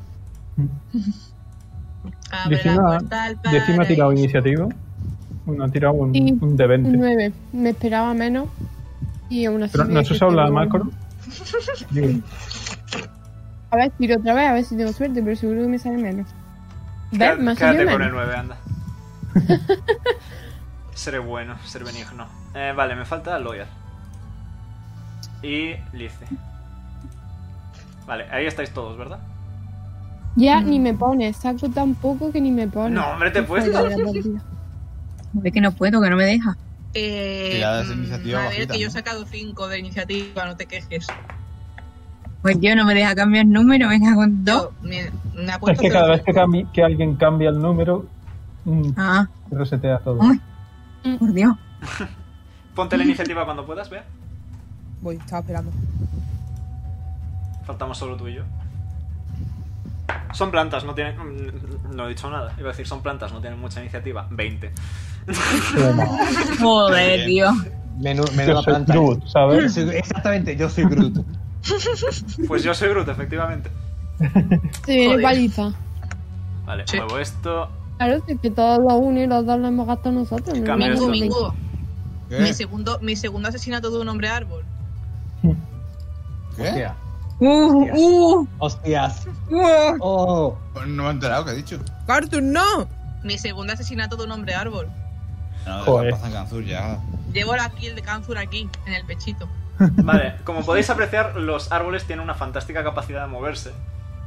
[SPEAKER 3] Abre la
[SPEAKER 6] Decima-
[SPEAKER 3] puerta al
[SPEAKER 6] Decima ha tirado iniciativa. Bueno, ha tirado un,
[SPEAKER 4] Sí.
[SPEAKER 6] un de 20.
[SPEAKER 4] 9. Me esperaba menos. Y aún así.
[SPEAKER 6] Pero
[SPEAKER 4] me
[SPEAKER 6] no se
[SPEAKER 4] decepcionó.
[SPEAKER 6] habla macro. Digo,
[SPEAKER 4] A ver, tiro otra vez, a ver si tengo suerte, pero seguro que me sale menos. ¿Ves? Me ha
[SPEAKER 5] Quédate,
[SPEAKER 4] salido
[SPEAKER 5] quédate con el
[SPEAKER 4] menos.
[SPEAKER 5] 9, anda. seré bueno, seré benigno. Eh, vale, me falta Loyal. Y Lice. Vale, ahí estáis todos, ¿verdad?
[SPEAKER 4] Ya ni me pone, saco tan poco que ni me pone.
[SPEAKER 5] No, hombre, te he
[SPEAKER 4] Qué
[SPEAKER 5] puesto.
[SPEAKER 4] falla la partida.
[SPEAKER 7] Ve que no puedo, que no me deja.
[SPEAKER 3] Eh,
[SPEAKER 2] Tiradas de
[SPEAKER 3] mm,
[SPEAKER 2] iniciativa
[SPEAKER 3] a ver,
[SPEAKER 2] bajita,
[SPEAKER 3] que yo he
[SPEAKER 2] ¿no?
[SPEAKER 3] sacado 5 de iniciativa, no te quejes.
[SPEAKER 7] Pues yo no me deja cambiar número, venga con dos.
[SPEAKER 3] Yo Oh, me, me ha
[SPEAKER 4] Pues
[SPEAKER 6] Es
[SPEAKER 3] puesto
[SPEAKER 6] que cada vez
[SPEAKER 3] cero.
[SPEAKER 6] que, cami- que alguien cambia el número, mm,
[SPEAKER 7] Ah,
[SPEAKER 6] se resetea todo.
[SPEAKER 7] Ay. por Dios.
[SPEAKER 5] Ponte la iniciativa cuando puedas, vea.
[SPEAKER 11] voy, estaba esperando.
[SPEAKER 5] Faltamos solo tú y yo. Son plantas, no tienen. mm, No he dicho nada. Iba a decir, son plantas, no tienen mucha iniciativa. 20.
[SPEAKER 7] Joder, tío.
[SPEAKER 1] Menú,
[SPEAKER 6] Yo
[SPEAKER 1] menuda
[SPEAKER 6] soy
[SPEAKER 1] planta.
[SPEAKER 6] Groot,
[SPEAKER 1] Yo
[SPEAKER 6] ¿sabes?
[SPEAKER 1] soy- exactamente, yo soy Groot.
[SPEAKER 5] Pues yo soy Groot, efectivamente.
[SPEAKER 4] Se viene
[SPEAKER 3] Joder.
[SPEAKER 4] paliza.
[SPEAKER 5] Vale,
[SPEAKER 3] Sí.
[SPEAKER 5] muevo esto.
[SPEAKER 4] Claro, es que todos los uno y los dos lo hemos gastado nosotros. ¿no?
[SPEAKER 5] Cambia
[SPEAKER 3] Mingo,
[SPEAKER 5] esto.
[SPEAKER 3] Mingo.
[SPEAKER 2] ¿Qué?
[SPEAKER 3] Mi segundo, mi segundo asesinato de un hombre árbol.
[SPEAKER 2] ¿Qué?
[SPEAKER 1] Hostia.
[SPEAKER 7] Uh, uh,
[SPEAKER 1] Hostias.
[SPEAKER 7] uh.
[SPEAKER 1] Oh.
[SPEAKER 2] Pues No me he enterado, ¿qué ha dicho?
[SPEAKER 11] ¡Cartoon, no!
[SPEAKER 3] Mi segundo asesinato de un hombre árbol.
[SPEAKER 2] No, de
[SPEAKER 6] Joder.
[SPEAKER 2] la plaza Canzur ya.
[SPEAKER 3] Llevo la kill de Kanzur aquí, en el pechito.
[SPEAKER 5] Vale, como podéis apreciar, los árboles tienen una fantástica capacidad de moverse.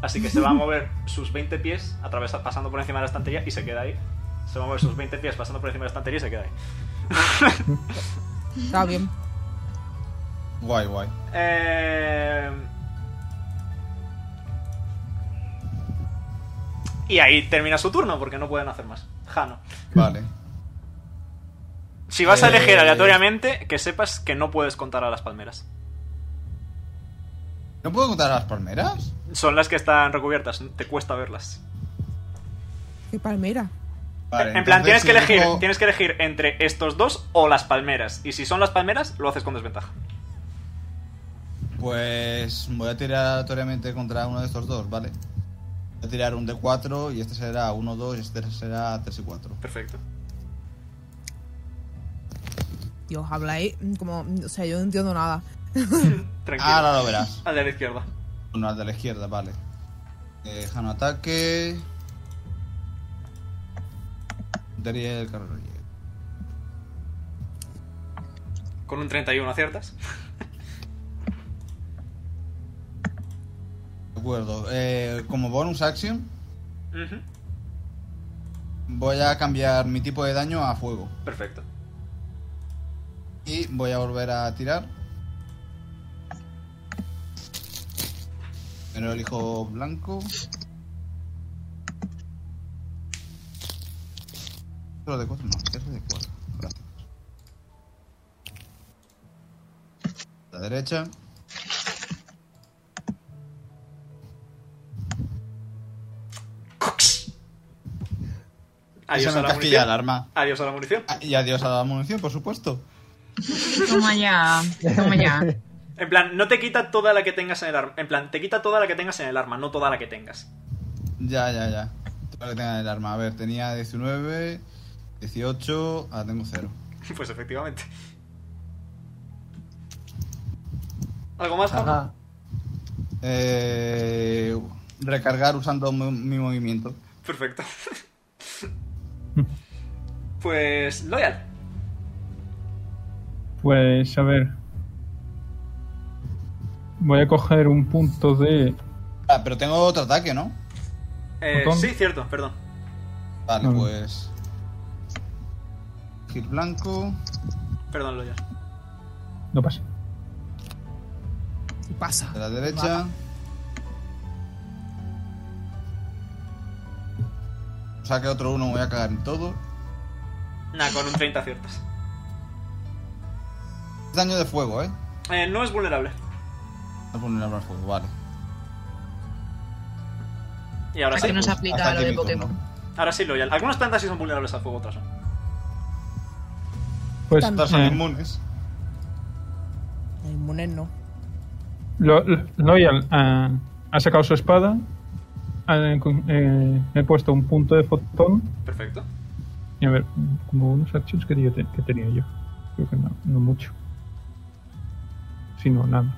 [SPEAKER 5] Así que se va a mover sus 20 pies, atravesa- pasando por encima de la estantería y se queda ahí. Se va a mover sus 20 pies pasando por encima de la estantería y se queda ahí.
[SPEAKER 11] Está bien.
[SPEAKER 2] Guay, guay.
[SPEAKER 5] Eh... Y ahí termina su turno porque no pueden hacer más. Jano.
[SPEAKER 2] Vale.
[SPEAKER 5] Si vas a elegir
[SPEAKER 2] Eh.
[SPEAKER 5] aleatoriamente, que sepas que no puedes contar a las palmeras.
[SPEAKER 2] ¿No puedo contar a las palmeras?
[SPEAKER 5] Son las que están recubiertas, te cuesta verlas.
[SPEAKER 11] Qué palmera.
[SPEAKER 2] Vale,
[SPEAKER 5] en plan,
[SPEAKER 2] entonces
[SPEAKER 5] tienes que, elegir,
[SPEAKER 2] elijo-
[SPEAKER 5] tienes que elegir entre estos dos o las palmeras. Y si son las palmeras, lo haces con desventaja.
[SPEAKER 2] Pues voy a tirar aleatoriamente contra uno de estos dos, ¿vale? Voy a tirar un D4 y este será 1, 2 y este será 3 y 4.
[SPEAKER 5] Perfecto.
[SPEAKER 11] Dios, habláis mm, como. O sea, yo no entiendo nada.
[SPEAKER 5] Tranquilo.
[SPEAKER 2] Ahora lo verás.
[SPEAKER 5] Al de la izquierda.
[SPEAKER 2] Uno al de la izquierda, vale. Eh, Jano ataque. Daría el carro
[SPEAKER 5] Con un 31 aciertas.
[SPEAKER 2] De acuerdo. Eh, como bonus action,
[SPEAKER 5] Ujú.
[SPEAKER 2] voy a cambiar mi tipo de daño a fuego.
[SPEAKER 5] Perfecto.
[SPEAKER 2] Y voy a volver a tirar. Primero elijo blanco. Solo de 4, no, 3 de 4. Gracias. La derecha.
[SPEAKER 5] Adiós
[SPEAKER 2] Se me
[SPEAKER 5] a la
[SPEAKER 2] encasquilla
[SPEAKER 5] munición.
[SPEAKER 2] el arma.
[SPEAKER 5] Adiós a la munición.
[SPEAKER 2] Ah, Y adiós a la munición, por supuesto.
[SPEAKER 7] Toma ya, toma ya.
[SPEAKER 5] En plan, no te quita toda la que tengas en el arma. En plan, te quita toda la que tengas en el arma, no toda la que tengas.
[SPEAKER 2] Ya, ya, ya. Tengo que tener el arma. A ver, tenía 19, 18, ahora tengo 0.
[SPEAKER 5] Pues efectivamente. ¿Algo más, Jano?
[SPEAKER 1] Ajá.
[SPEAKER 2] Eh, recargar usando mi, mi movimiento.
[SPEAKER 5] Perfecto. pues, Loyal.
[SPEAKER 6] Pues a ver. Voy a coger un punto de.
[SPEAKER 2] Ah, pero tengo otro ataque, ¿no?
[SPEAKER 5] Eh,
[SPEAKER 6] Botón.
[SPEAKER 5] sí, cierto, perdón.
[SPEAKER 2] Vale,
[SPEAKER 6] Ah.
[SPEAKER 2] pues. Gil blanco.
[SPEAKER 5] Perdón, Loyal.
[SPEAKER 6] No pasa.
[SPEAKER 11] ¿Qué pasa?
[SPEAKER 2] De la derecha. Saque otro uno, voy a cagar en todo.
[SPEAKER 5] Nah, con un 30 aciertas.
[SPEAKER 2] Daño de fuego, ¿eh?
[SPEAKER 5] Eh, no es vulnerable.
[SPEAKER 2] No es vulnerable al fuego, vale.
[SPEAKER 5] Y ahora
[SPEAKER 3] Así
[SPEAKER 5] sí.
[SPEAKER 3] no se aplica
[SPEAKER 2] hasta
[SPEAKER 3] a lo
[SPEAKER 2] aquí
[SPEAKER 3] de
[SPEAKER 2] mi turno.
[SPEAKER 3] Pokémon.
[SPEAKER 5] Ahora sí, Loyal. Algunas plantas sí son vulnerables al fuego, otras no.
[SPEAKER 6] Pues
[SPEAKER 2] Estas son
[SPEAKER 6] eh,
[SPEAKER 2] inmunes.
[SPEAKER 11] El inmunes no.
[SPEAKER 6] Lo- lo- Loyal ah, ha sacado su espada. ha- con- eh, he puesto un punto de fotón.
[SPEAKER 5] Perfecto.
[SPEAKER 6] Y a ver, como unos actions que, yo te- que tenía yo. Creo que no, no mucho. Si no, nada.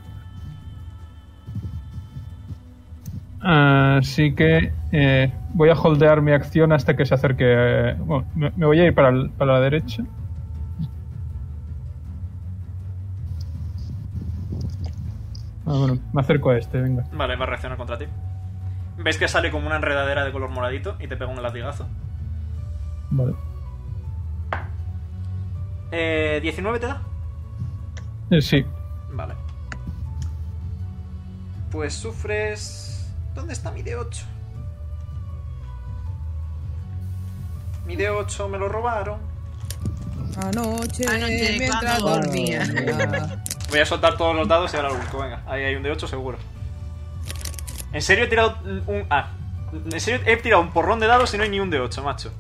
[SPEAKER 6] Así que eh, voy a holdear mi acción hasta que se acerque. eh, bueno, me, me voy a ir para, el- para la derecha. Ah, bueno, me acerco a este, venga.
[SPEAKER 5] Vale, va a reaccionar contra ti. ¿Ves que sale como una enredadera de color moradito y te pega un latigazo?
[SPEAKER 6] Vale.
[SPEAKER 5] Eh, ¿19 te da?
[SPEAKER 6] Eh, sí,
[SPEAKER 5] Vale. Pues sufres... ¿Dónde está mi D8? Mi D8 me lo robaron.
[SPEAKER 11] Anoche,
[SPEAKER 3] Anoche,
[SPEAKER 11] mientras
[SPEAKER 3] cuando
[SPEAKER 11] dormía.
[SPEAKER 5] Voy a soltar todos los dados y ahora lo busco, venga. Ahí hay un D8 seguro. En serio he tirado un... Ah. En serio he tirado un porrón de dados y no hay ni un D8, macho.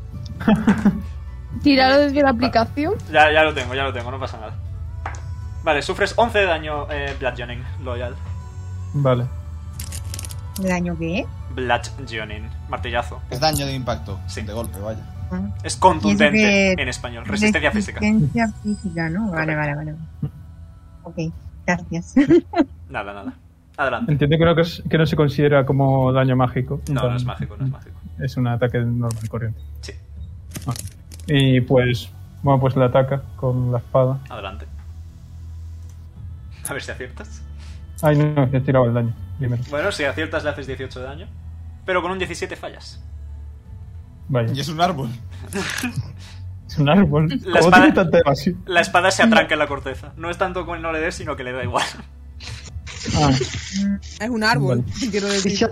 [SPEAKER 4] Tíralo desde la aplicación.
[SPEAKER 5] Ya, ya lo tengo, ya lo tengo, no pasa nada. Vale, sufres 11 de daño eh, bludgeoning, loyal.
[SPEAKER 6] vale.
[SPEAKER 7] ¿De daño qué?
[SPEAKER 5] Bludgeoning, martillazo.
[SPEAKER 2] Es daño de impacto.
[SPEAKER 5] Sí.
[SPEAKER 2] De golpe, vaya.
[SPEAKER 7] Ah,
[SPEAKER 5] Es
[SPEAKER 7] Y
[SPEAKER 5] contundente
[SPEAKER 7] eso que-
[SPEAKER 5] en español, resistencia física.
[SPEAKER 7] Resistencia física, ¿no? Vale, vale, vale. Ok, gracias.
[SPEAKER 5] Nada, nada. Adelante.
[SPEAKER 6] Entiendo que no, que es- que no se considera como daño mágico.
[SPEAKER 5] No, no es
[SPEAKER 6] Entonces,
[SPEAKER 5] mágico, no es mágico.
[SPEAKER 6] Es un ataque normal y corriente.
[SPEAKER 5] Sí,
[SPEAKER 6] Y pues, bueno, pues le ataca con la espada.
[SPEAKER 5] adelante. A ver si aciertas.
[SPEAKER 6] Ay, no, he tirado el daño primero.
[SPEAKER 5] Bueno, si aciertas le haces 18 de daño. Pero con un 17 fallas.
[SPEAKER 2] Y
[SPEAKER 6] Vaya,
[SPEAKER 2] es un árbol.
[SPEAKER 6] es un árbol.
[SPEAKER 5] La
[SPEAKER 6] ¿Cómo
[SPEAKER 5] espada-
[SPEAKER 6] tiene tanta evasión?
[SPEAKER 5] La espada se atranca en la corteza. No es tanto como no le des, sino que le da igual.
[SPEAKER 6] Ah,
[SPEAKER 11] Es un árbol, quiero decir.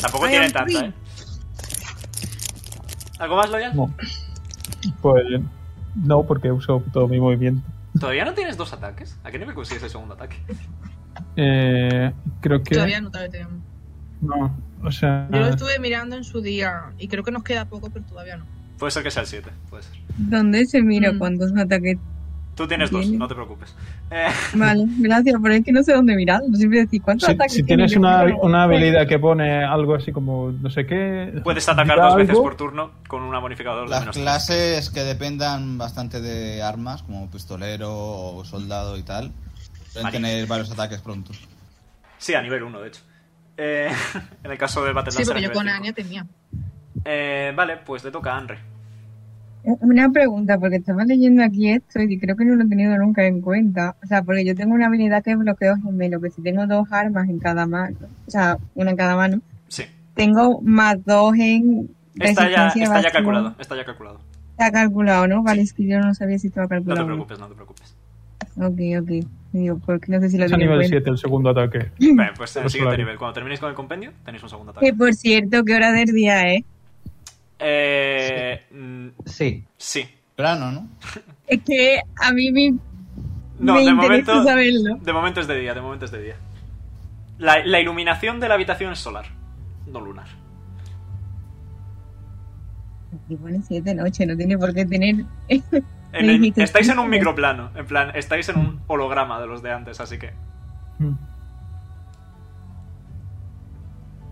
[SPEAKER 5] Tampoco
[SPEAKER 11] I
[SPEAKER 5] tienen
[SPEAKER 11] am
[SPEAKER 5] tanta,
[SPEAKER 11] free.
[SPEAKER 5] ¿eh? ¿Algo más, Loyal?
[SPEAKER 6] no. Pues no, porque uso todo mi movimiento.
[SPEAKER 5] ¿Todavía no tienes dos ataques? ¿A qué nivel consigues el segundo ataque?
[SPEAKER 6] Eh, creo que...
[SPEAKER 3] Todavía no te lo tengo.
[SPEAKER 6] No, o sea...
[SPEAKER 3] Yo lo estuve mirando en su día y creo que nos queda poco, pero todavía no.
[SPEAKER 5] Puede ser que sea el 7, puede ser.
[SPEAKER 7] ¿Dónde se mira
[SPEAKER 3] Mm.
[SPEAKER 7] cuántos ataques?
[SPEAKER 5] Tú tienes dos,
[SPEAKER 7] Bien.
[SPEAKER 5] no te preocupes. Eh,
[SPEAKER 7] Vale, gracias, pero es que no sé dónde mirar. No siempre decir cuántos
[SPEAKER 6] Si,
[SPEAKER 7] ataques.
[SPEAKER 6] si
[SPEAKER 7] tiene Pues,
[SPEAKER 6] tienes
[SPEAKER 7] yo?
[SPEAKER 6] una, una habilidad
[SPEAKER 3] Pues
[SPEAKER 6] que pone algo así como no sé qué...
[SPEAKER 5] puedes atacar
[SPEAKER 6] da
[SPEAKER 5] dos veces
[SPEAKER 6] algo,
[SPEAKER 5] por turno con un bonificador de
[SPEAKER 2] Las
[SPEAKER 5] menos tres.
[SPEAKER 2] clases que dependan bastante de armas, como pistolero o soldado y tal, suelen
[SPEAKER 5] Vale.
[SPEAKER 2] tener varios ataques pronto.
[SPEAKER 5] Sí, a nivel 1, de hecho. Eh, en el caso de Battle
[SPEAKER 3] Sí, porque yo
[SPEAKER 5] Lancer, a
[SPEAKER 3] con
[SPEAKER 5] nivel
[SPEAKER 3] Anya
[SPEAKER 5] cinco.
[SPEAKER 3] tenía.
[SPEAKER 5] Eh, vale, pues le toca a Anre.
[SPEAKER 7] eh, Una pregunta, porque estaba leyendo aquí esto y creo que no lo he tenido nunca en cuenta. O sea, porque yo tengo una habilidad que es bloqueo gemelo, que si tengo dos armas en cada mano, o sea, una en cada mano,
[SPEAKER 5] Sí.
[SPEAKER 7] tengo más dos en.
[SPEAKER 5] Está ya,
[SPEAKER 7] resistencia
[SPEAKER 5] está ya
[SPEAKER 7] evasión.
[SPEAKER 5] calculado, está ya calculado.
[SPEAKER 7] Está calculado, ¿no? Vale, es que yo no sabía si estaba
[SPEAKER 5] No te
[SPEAKER 7] calculado.
[SPEAKER 5] preocupes, no te preocupes.
[SPEAKER 7] Ok, ok. Digo, porque no sé si lo
[SPEAKER 6] Es a
[SPEAKER 7] tengo en
[SPEAKER 6] nivel
[SPEAKER 7] cuenta.
[SPEAKER 6] 7 el segundo ataque.
[SPEAKER 5] Vale, pues en el
[SPEAKER 6] Pues
[SPEAKER 5] siguiente
[SPEAKER 6] claro.
[SPEAKER 5] nivel, cuando terminéis con el compendio, tenéis un segundo
[SPEAKER 7] Que
[SPEAKER 5] ataque.
[SPEAKER 7] por cierto, qué hora del día es.
[SPEAKER 5] Eh, mm,
[SPEAKER 1] Sí.
[SPEAKER 5] sí.
[SPEAKER 2] Verano, ¿no?
[SPEAKER 7] Es que a mí me,
[SPEAKER 5] No,
[SPEAKER 7] me
[SPEAKER 5] de
[SPEAKER 7] interesa
[SPEAKER 5] momento,
[SPEAKER 7] saberlo.
[SPEAKER 5] de momento es de día, de momento es de día. La, la iluminación de la habitación es solar, no lunar.
[SPEAKER 7] Y pone siete noches, no tiene por qué tener.
[SPEAKER 5] En
[SPEAKER 7] Me
[SPEAKER 5] el-
[SPEAKER 7] dijiste,
[SPEAKER 5] estáis en un
[SPEAKER 7] sí.
[SPEAKER 5] microplano, en plan, estáis en un holograma de los de antes, así que
[SPEAKER 6] Mm.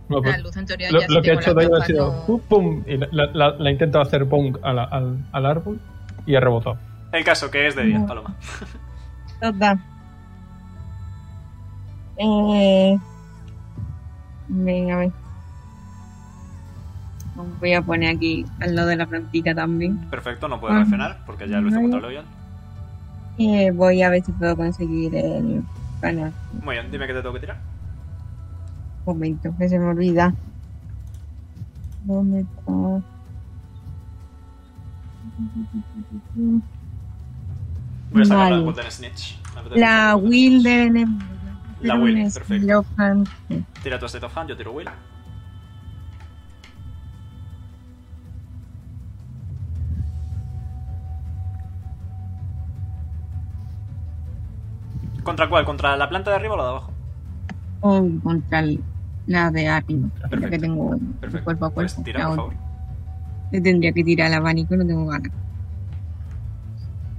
[SPEAKER 6] No,
[SPEAKER 3] La
[SPEAKER 6] pues,
[SPEAKER 3] luz en teoría
[SPEAKER 6] lo,
[SPEAKER 3] ya
[SPEAKER 6] lo que ha hecho
[SPEAKER 3] David
[SPEAKER 6] Dairo ha sido ¡pum! pum, y la, la- la ha intentado hacer pong a la- al, al árbol y ha rebotado.
[SPEAKER 5] el caso que es de día,
[SPEAKER 7] No.
[SPEAKER 5] Paloma.
[SPEAKER 7] Total. Eh, venga, a ver. Voy a poner aquí al lado de la plantita también.
[SPEAKER 5] Perfecto, no puede
[SPEAKER 7] Ah.
[SPEAKER 5] reaccionar porque ya lo hizo
[SPEAKER 7] Vale.
[SPEAKER 5] contra Loyal.
[SPEAKER 7] Eh, voy a ver si puedo conseguir el canal.
[SPEAKER 5] Muy bien, dime que te tengo que tirar.
[SPEAKER 7] Un momento, que se me olvida. ¿Dónde está?
[SPEAKER 5] Voy a sacar
[SPEAKER 7] Vale.
[SPEAKER 5] la Golden Snitch. Me apetece
[SPEAKER 7] La
[SPEAKER 5] mucho.
[SPEAKER 7] Wilder en el-
[SPEAKER 5] La Will, perfecto.
[SPEAKER 7] Yo, fan.
[SPEAKER 5] Tira tu State of Hand, yo tiro Will. ¿Contra cuál? ¿Contra la planta de arriba o la de abajo?
[SPEAKER 7] O contra el- la de arriba, la que
[SPEAKER 5] Perfecto.
[SPEAKER 7] tengo
[SPEAKER 5] Perfecto.
[SPEAKER 7] cuerpo a
[SPEAKER 5] Pues
[SPEAKER 7] cuerpo.
[SPEAKER 5] tira,
[SPEAKER 7] la
[SPEAKER 5] por
[SPEAKER 7] otra.
[SPEAKER 5] favor.
[SPEAKER 7] Le tendría que tirar el abanico, no tengo ganas.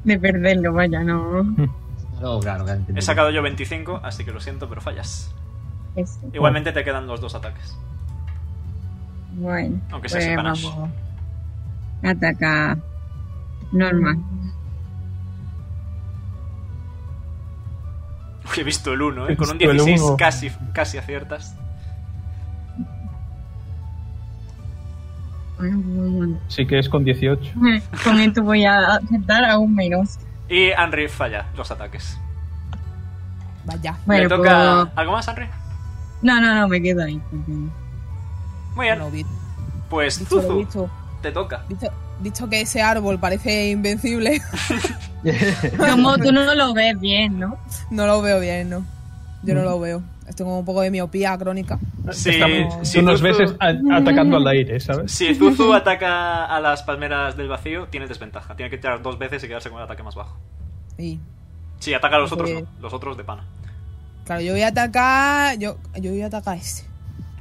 [SPEAKER 7] De perderlo, vaya, no.
[SPEAKER 1] No, claro, claro.
[SPEAKER 5] He sacado yo 25, así que lo siento, pero fallas.
[SPEAKER 7] Eso.
[SPEAKER 5] Igualmente te quedan los dos ataques.
[SPEAKER 7] Bueno,
[SPEAKER 5] Aunque sea
[SPEAKER 7] pues
[SPEAKER 5] Sepanash.
[SPEAKER 7] vamos. Ataca normal.
[SPEAKER 5] Uy, he visto el 1,
[SPEAKER 6] He
[SPEAKER 5] ¿eh? Con un
[SPEAKER 6] visto el
[SPEAKER 5] 16
[SPEAKER 6] uno.
[SPEAKER 5] casi, casi aciertas.
[SPEAKER 7] Bueno, bueno,
[SPEAKER 6] Sí que es con 18.
[SPEAKER 7] bueno. Con esto voy a aceptar aún menos.
[SPEAKER 5] Y Henry falla los ataques.
[SPEAKER 11] Vaya.
[SPEAKER 5] Le
[SPEAKER 7] Bueno,
[SPEAKER 5] toca...
[SPEAKER 7] pues-
[SPEAKER 5] ¿Algo más, Henry?
[SPEAKER 7] No, no, no, me quedo ahí. porque-
[SPEAKER 5] Muy bien.
[SPEAKER 11] Bueno, dicho,
[SPEAKER 5] Pues
[SPEAKER 11] dicho lo
[SPEAKER 5] Zuzu,
[SPEAKER 11] dicho,
[SPEAKER 5] te toca.
[SPEAKER 11] dicho- dicho que ese árbol parece invencible,
[SPEAKER 7] Como tú no lo ves bien, ¿no?
[SPEAKER 11] no lo veo bien, ¿no? Yo
[SPEAKER 6] Mm.
[SPEAKER 11] no lo veo. Estoy con un poco de miopía crónica.
[SPEAKER 5] Si,
[SPEAKER 6] Estamos-
[SPEAKER 5] si
[SPEAKER 6] tú nos ves
[SPEAKER 5] Zuzu-
[SPEAKER 6] es a- atacando al aire, ¿sabes?
[SPEAKER 5] si Zuzu ataca a las palmeras del vacío, tiene desventaja. Tiene que tirar dos veces y quedarse con el ataque más bajo.
[SPEAKER 11] Y
[SPEAKER 5] Si ataca a los otros,
[SPEAKER 11] Bien.
[SPEAKER 5] no. Los otros de pana.
[SPEAKER 11] claro, yo voy a atacar. Yo, yo voy a este. atacar a ese.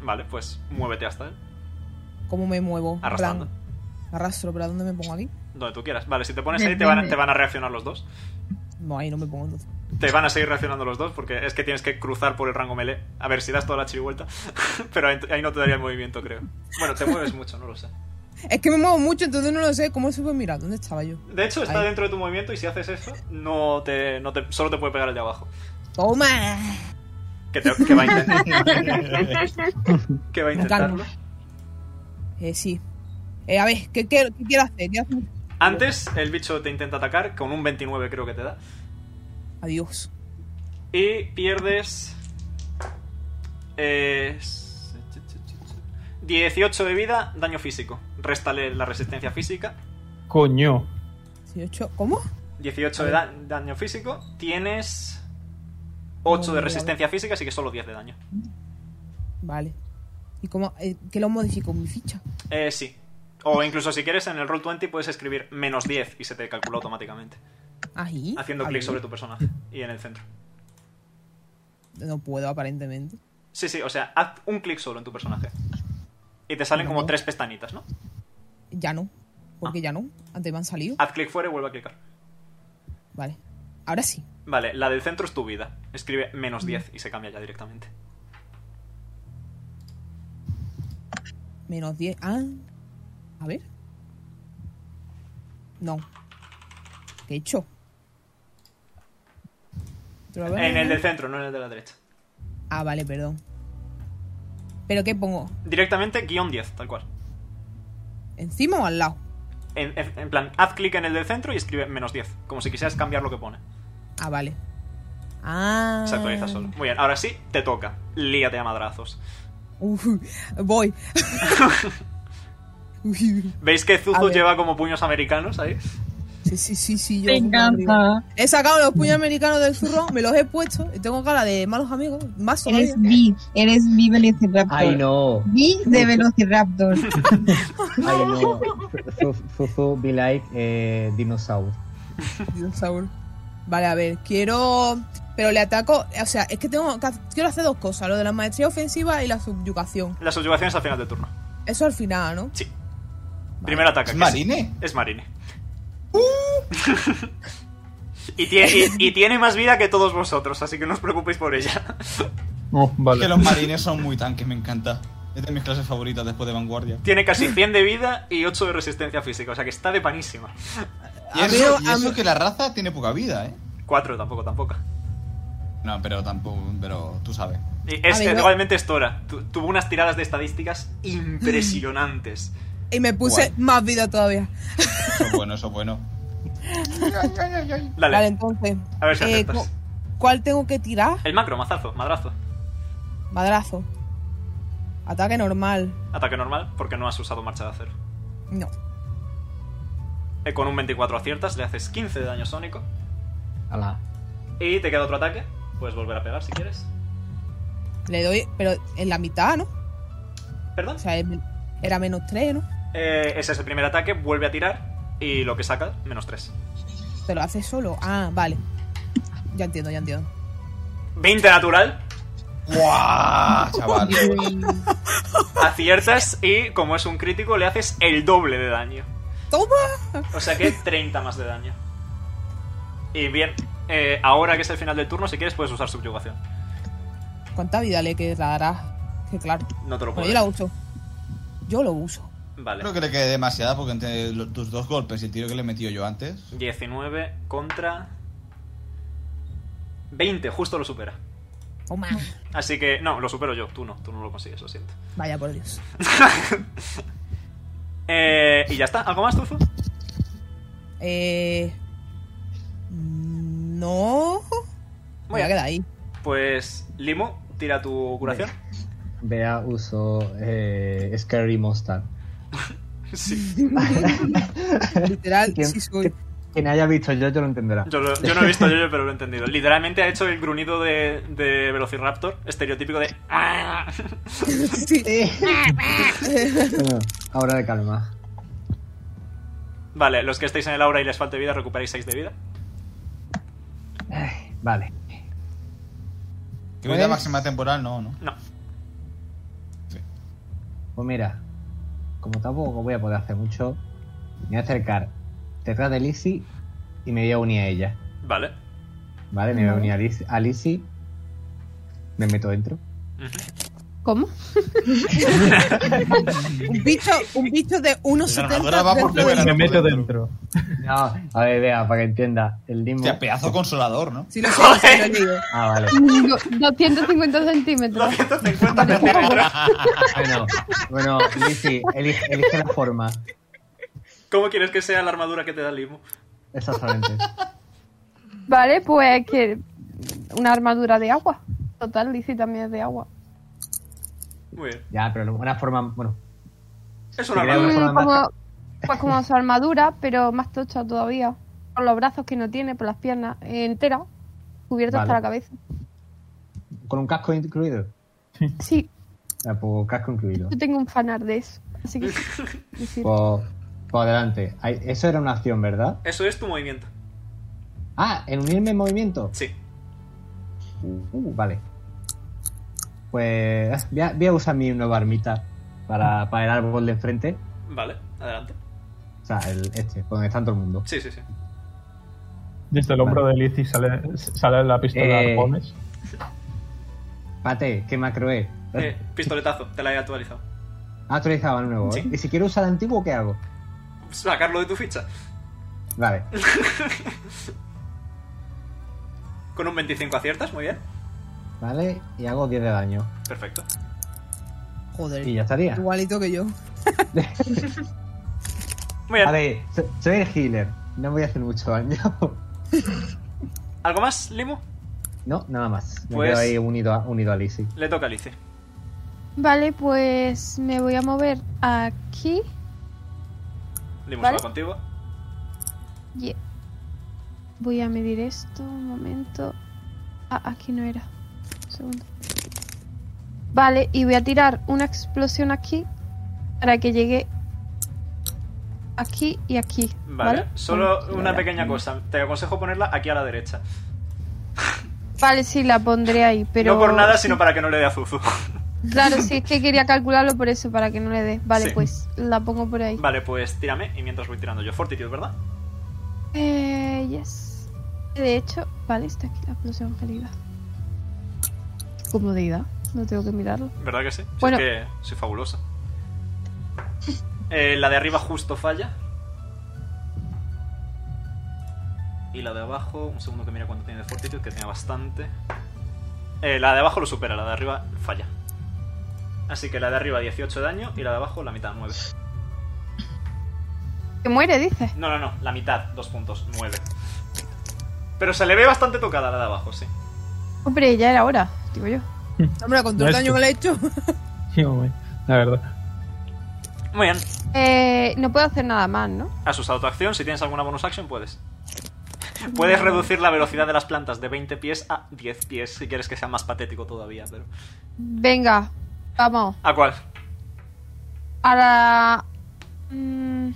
[SPEAKER 5] Vale, pues muévete hasta él.
[SPEAKER 11] ¿Cómo me muevo? En plan,
[SPEAKER 5] Arrastrando.
[SPEAKER 11] Arrastro, pero ¿a dónde me pongo aquí?
[SPEAKER 5] Donde tú quieras. Vale, si te pones ahí, te van, a, te van a reaccionar los dos.
[SPEAKER 11] No, ahí no me pongo entonces.
[SPEAKER 5] Te van a seguir reaccionando los dos porque es que tienes que cruzar por el rango melee. A ver si das toda la chivuelta. Pero ahí- ahí no te daría el movimiento, creo. Bueno, te mueves mucho, no lo sé.
[SPEAKER 11] Es que me muevo mucho, entonces no lo sé. ¿Cómo se puede mirar? ¿Dónde estaba yo?
[SPEAKER 5] De hecho, está
[SPEAKER 11] Ahí.
[SPEAKER 5] dentro de tu movimiento y si haces eso, no te, no te, solo te puede pegar el de abajo.
[SPEAKER 11] ¡Toma!
[SPEAKER 5] Que, te- que va a intentar. que va a
[SPEAKER 11] Me calmo.
[SPEAKER 5] intentarlo.
[SPEAKER 11] Eh, sí. Eh, a ver, ¿qué quiero, qué quiero hacer? ¿Qué hacer?
[SPEAKER 5] Antes, el bicho te intenta atacar con un 29, creo que te da.
[SPEAKER 11] Adiós.
[SPEAKER 5] Y pierdes. eh, 18 de vida, daño físico. Réstale la resistencia física.
[SPEAKER 6] Coño.
[SPEAKER 11] 18. ¿Cómo?
[SPEAKER 5] 18 de da- daño físico. Tienes.
[SPEAKER 11] No,
[SPEAKER 5] 8 de
[SPEAKER 11] mira,
[SPEAKER 5] resistencia física, así que solo 10 de daño.
[SPEAKER 11] Vale. ¿Y cómo? eh, ¿Qué lo modifico? Mi ficha.
[SPEAKER 5] Eh, sí. O incluso si quieres, en el roll 20 puedes escribir menos 10 y se te calcula automáticamente.
[SPEAKER 11] Ahí.
[SPEAKER 5] Haciendo
[SPEAKER 11] Ahí.
[SPEAKER 5] clic sobre tu personaje y en el centro.
[SPEAKER 11] No puedo, aparentemente.
[SPEAKER 5] Sí, sí, o sea, haz un clic solo en tu personaje. Y te salen como tres pestañitas, ¿no?
[SPEAKER 11] Ya no.
[SPEAKER 5] Ah.
[SPEAKER 11] Porque ya no. Antes me han salido.
[SPEAKER 5] Haz clic fuera y vuelve a clicar.
[SPEAKER 11] Vale. Ahora sí.
[SPEAKER 5] Vale, la del centro es tu vida. Escribe menos 10 y se cambia ya directamente.
[SPEAKER 11] Menos 10. Ah. A ver. No. ¿Qué he hecho? Otra vez.
[SPEAKER 5] En el del centro, no en el de la derecha.
[SPEAKER 11] Ah, vale, perdón. ¿Pero qué pongo?
[SPEAKER 5] Directamente guión 10, tal cual.
[SPEAKER 11] ¿Encima o al lado?
[SPEAKER 5] En, en- en plan, haz clic en el del centro y escribe menos 10, como si quisieras cambiar lo que pone.
[SPEAKER 11] Ah, vale. Ah.
[SPEAKER 5] Se actualiza solo. Muy bien, ahora sí, te toca. Líate a madrazos.
[SPEAKER 11] Uf, voy. Uy,
[SPEAKER 5] ¿Veis que
[SPEAKER 11] A
[SPEAKER 5] Zuzu
[SPEAKER 11] ver.
[SPEAKER 5] lleva como puños americanos ahí?
[SPEAKER 11] sí, sí, sí, sí. Yo
[SPEAKER 7] Me encanta.
[SPEAKER 11] He sacado los puños americanos del zurro, me los he puesto y tengo cara de malos amigos. Más o
[SPEAKER 7] Eres
[SPEAKER 11] menos.
[SPEAKER 7] B, eres B Velociraptor.
[SPEAKER 9] Ay, no.
[SPEAKER 7] B de Velociraptor.
[SPEAKER 9] Ay, no. Zu- Zuzu, be like eh, dinosaur.
[SPEAKER 11] Dinosaurio. Vale, a ver, quiero. Pero le ataco. O sea, es que tengo. que hacer- Quiero hacer dos cosas: lo de la maestría ofensiva y la subyugación.
[SPEAKER 5] La subyugación es al final del turno.
[SPEAKER 11] Eso al final, ¿no?
[SPEAKER 5] Sí. Primer ataque.
[SPEAKER 2] ¿Es
[SPEAKER 5] que es-
[SPEAKER 2] marine? ¡Uh!
[SPEAKER 5] Es Marine. y, tiene, y- y tiene más vida que todos vosotros, así que no os preocupéis por ella.
[SPEAKER 6] Oh,
[SPEAKER 2] Es que
[SPEAKER 6] vale.
[SPEAKER 2] los marines son muy tanques, me encanta. Es de mis clases favoritas después de vanguardia.
[SPEAKER 5] Tiene casi 100 de vida y 8 de resistencia física, o sea que está de panísima.
[SPEAKER 2] Y
[SPEAKER 11] A
[SPEAKER 2] eso,
[SPEAKER 11] mí-
[SPEAKER 2] y
[SPEAKER 11] a
[SPEAKER 2] eso
[SPEAKER 11] mí-
[SPEAKER 2] que la raza tiene poca vida, ¿eh?
[SPEAKER 5] 4 tampoco, tampoco.
[SPEAKER 2] No, pero tampoco, pero tú sabes.
[SPEAKER 5] Y es,
[SPEAKER 11] A ver, yo-
[SPEAKER 5] igualmente es Tora. Tu- tuvo unas tiradas de estadísticas impresionantes.
[SPEAKER 11] Y me puse
[SPEAKER 2] Guay.
[SPEAKER 11] más vida todavía.
[SPEAKER 2] Eso es bueno, eso es bueno.
[SPEAKER 5] Dale,
[SPEAKER 11] Vale, entonces.
[SPEAKER 5] a ver si
[SPEAKER 11] eh,
[SPEAKER 5] aceptas.
[SPEAKER 11] cu- ¿Cuál tengo que tirar?
[SPEAKER 5] El macro, mazazo, madrazo.
[SPEAKER 11] Madrazo. Ataque normal.
[SPEAKER 5] Ataque normal, porque no has usado marcha de acero.
[SPEAKER 11] No.
[SPEAKER 5] Eh, con un 24 aciertas, le haces 15 de daño sónico.
[SPEAKER 9] Ala.
[SPEAKER 5] Y te queda otro ataque. Puedes volver a pegar si quieres.
[SPEAKER 11] Le doy, pero en la mitad, ¿no?
[SPEAKER 5] ¿Perdón?
[SPEAKER 11] O sea, es- era menos 3, ¿no?
[SPEAKER 5] Eh, ese es el primer ataque, vuelve a tirar y lo que saca, menos 3.
[SPEAKER 11] ¿Te lo haces solo? Ah, vale. Ya entiendo, ya entiendo.
[SPEAKER 5] 20 natural,
[SPEAKER 2] ¡Guau, chaval!
[SPEAKER 5] aciertas y como es un crítico le haces el doble de daño.
[SPEAKER 11] ¡Toma!
[SPEAKER 5] O sea que 30 más de daño. Y bien, eh, ahora que es el final del turno, si quieres puedes usar subyugación.
[SPEAKER 11] ¿Cuánta vida le quedará? Que claro.
[SPEAKER 5] No te lo
[SPEAKER 11] Pero
[SPEAKER 5] puedo.
[SPEAKER 11] yo la uso. Yo lo uso.
[SPEAKER 5] Vale.
[SPEAKER 2] Creo que le quede demasiada porque entre lo- tus dos golpes y el tiro que le he metido yo antes.
[SPEAKER 5] 19 contra 20, justo lo supera.
[SPEAKER 11] Toma.
[SPEAKER 5] Así que, no, lo supero yo, tú no, tú no lo consigues, lo siento.
[SPEAKER 11] Vaya por Dios.
[SPEAKER 5] Eh, y ya está, ¿algo más, Tufo?
[SPEAKER 11] Eh. mm, No. Me voy a quedar ahí.
[SPEAKER 5] Pues, Limo, tira tu curación.
[SPEAKER 9] Vea, uso eh, Scary Monster.
[SPEAKER 5] Sí.
[SPEAKER 11] Literal,
[SPEAKER 9] Quien-
[SPEAKER 11] sí soy.
[SPEAKER 9] Quien haya visto yo, yo lo entenderá.
[SPEAKER 5] Yo, lo- yo no he visto yo, yo, pero lo he entendido. Literalmente ha hecho el gruñido de, de Velociraptor, estereotípico de... "Ah".
[SPEAKER 11] Sí.
[SPEAKER 9] Bueno, Ahora de calma.
[SPEAKER 5] Vale, los que estéis en el aura y les falte vida, recuperáis 6 de vida.
[SPEAKER 9] Vale.
[SPEAKER 2] Que
[SPEAKER 11] Pues-
[SPEAKER 2] vida máxima temporal no, ¿no?
[SPEAKER 5] No.
[SPEAKER 9] Pues mira, como tampoco voy a poder hacer mucho, me voy a acercar detrás de Lizzie y me voy a unir a ella.
[SPEAKER 5] Vale.
[SPEAKER 9] Vale, me voy a unir a Lizzie. a Lizzie. Me meto dentro.
[SPEAKER 4] ¿Cómo?
[SPEAKER 11] Un bicho, un bicho de
[SPEAKER 2] armadura va
[SPEAKER 11] 1,70
[SPEAKER 2] por
[SPEAKER 11] dentro de-
[SPEAKER 2] fuera.
[SPEAKER 9] Me
[SPEAKER 2] meto
[SPEAKER 9] dentro. No, a ver, vea, para que entienda. El limbo.
[SPEAKER 2] Hostia, pedazo consolador, ¿no?
[SPEAKER 11] Si lo sé, si lo digo.
[SPEAKER 9] Ah, vale.
[SPEAKER 4] Do- 250 centímetros.
[SPEAKER 5] 250 centímetros.
[SPEAKER 9] Bueno, bueno, Lizzie, elige, elige la forma.
[SPEAKER 5] ¿Cómo quieres que sea la armadura que te da Limo?
[SPEAKER 9] Exactamente.
[SPEAKER 4] Vale, pues que una armadura de agua. Total, Lizzie también es de agua.
[SPEAKER 5] Muy bien.
[SPEAKER 9] Ya, pero una forma. Bueno,
[SPEAKER 5] Es una
[SPEAKER 9] Te creo una
[SPEAKER 5] armadura.
[SPEAKER 4] Mm,
[SPEAKER 9] forma más
[SPEAKER 4] como, pues como su armadura, pero más tocha todavía. Por los brazos que no tiene, por las piernas, eh, entera, cubierta hasta
[SPEAKER 9] Vale.
[SPEAKER 4] la cabeza.
[SPEAKER 9] con un casco incluido.
[SPEAKER 4] Sí,
[SPEAKER 9] Ah, pues casco incluido.
[SPEAKER 4] yo tengo un fanar de eso. Así que sí, me sirve.
[SPEAKER 9] Por, por pues adelante. Ay, Eso era una acción, ¿verdad?
[SPEAKER 5] Eso es tu movimiento.
[SPEAKER 9] Ah, en unirme en movimiento.
[SPEAKER 5] Sí.
[SPEAKER 9] Uh, uh, vale. Pues voy a, voy a usar mi nueva armita para, para el árbol de enfrente.
[SPEAKER 5] Vale, adelante.
[SPEAKER 9] O sea, el, este, donde está todo el mundo.
[SPEAKER 5] Sí, sí, sí.
[SPEAKER 6] Desde el hombro de Lizzie sale, sale la pistola
[SPEAKER 9] Eh.
[SPEAKER 6] Gómez.
[SPEAKER 9] Pate, qué macro es.
[SPEAKER 5] Eh, pistoletazo, te la he actualizado.
[SPEAKER 9] Ha actualizado el nuevo, ¿eh?
[SPEAKER 5] Sí.
[SPEAKER 9] Y si quiero usar el antiguo, ¿qué hago?
[SPEAKER 5] Sacarlo de tu ficha.
[SPEAKER 9] Vale.
[SPEAKER 5] Con un 25 aciertas, muy bien.
[SPEAKER 9] Vale, y hago 10 de daño.
[SPEAKER 5] Perfecto.
[SPEAKER 9] Y
[SPEAKER 11] Joder.
[SPEAKER 9] ya estaría.
[SPEAKER 11] Igualito que yo.
[SPEAKER 5] Muy bien.
[SPEAKER 9] A ver, so- soy el healer. No voy a hacer mucho daño.
[SPEAKER 5] ¿Algo más, Limo?
[SPEAKER 9] No, nada más. Me
[SPEAKER 5] Pues-
[SPEAKER 9] quedo ahí unido a, unido a Lizzie.
[SPEAKER 5] Le toca a Lice.
[SPEAKER 4] Vale, pues me voy a mover aquí.
[SPEAKER 5] Limo se
[SPEAKER 4] Vale.
[SPEAKER 5] va contigo.
[SPEAKER 4] Ye- Voy a medir esto un momento. Ah, aquí no era. Un segundo. Vale, y voy a tirar una explosión aquí para que llegue aquí y aquí.
[SPEAKER 5] Vale.
[SPEAKER 4] Vale,
[SPEAKER 5] Solo
[SPEAKER 4] Vale.
[SPEAKER 5] una pequeña cosa. Te aconsejo ponerla aquí a la derecha.
[SPEAKER 4] Vale, sí, la pondré ahí, pero.
[SPEAKER 5] No por nada, sino para que no le dé a Zuzu.
[SPEAKER 4] Claro, sí, es que quería calcularlo por eso, para que no le dé. Vale,
[SPEAKER 5] Sí.
[SPEAKER 4] pues la pongo por ahí.
[SPEAKER 5] vale, pues tírame y mientras voy tirando yo. Fortitude, ¿verdad?
[SPEAKER 4] Eh, yes. De hecho, vale, está aquí la explosión calidad. Comodidad, no tengo que mirarlo.
[SPEAKER 5] ¿Verdad que sí? Si
[SPEAKER 4] Bueno.
[SPEAKER 5] es que soy fabulosa. Eh, la de arriba justo falla. Y la de abajo, un segundo que mira cuánto tiene de fortitud, que tiene bastante. Eh, la de abajo lo supera, la de arriba falla. Así que la de arriba 18 de daño y la de abajo la mitad 9.
[SPEAKER 4] Que muere, dice.
[SPEAKER 5] No, no, no, la mitad, dos puntos, 9. Pero se le ve bastante tocada la de abajo, sí.
[SPEAKER 4] Hombre, ya era hora, digo yo.
[SPEAKER 11] Hombre, con todo
[SPEAKER 6] No
[SPEAKER 11] el
[SPEAKER 6] es
[SPEAKER 11] daño
[SPEAKER 6] tú.
[SPEAKER 11] que le he hecho.
[SPEAKER 6] Sí, hombre, La verdad.
[SPEAKER 5] Muy bien,
[SPEAKER 4] Eh, no puedo hacer nada más, ¿no?
[SPEAKER 5] has usado tu acción, si tienes alguna bonus action puedes. Puedes reducir la velocidad de las plantas de 20 pies a 10 pies si quieres que sea más patético todavía, pero.
[SPEAKER 4] Venga, vamos.
[SPEAKER 5] ¿A cuál?
[SPEAKER 4] A la. Mm.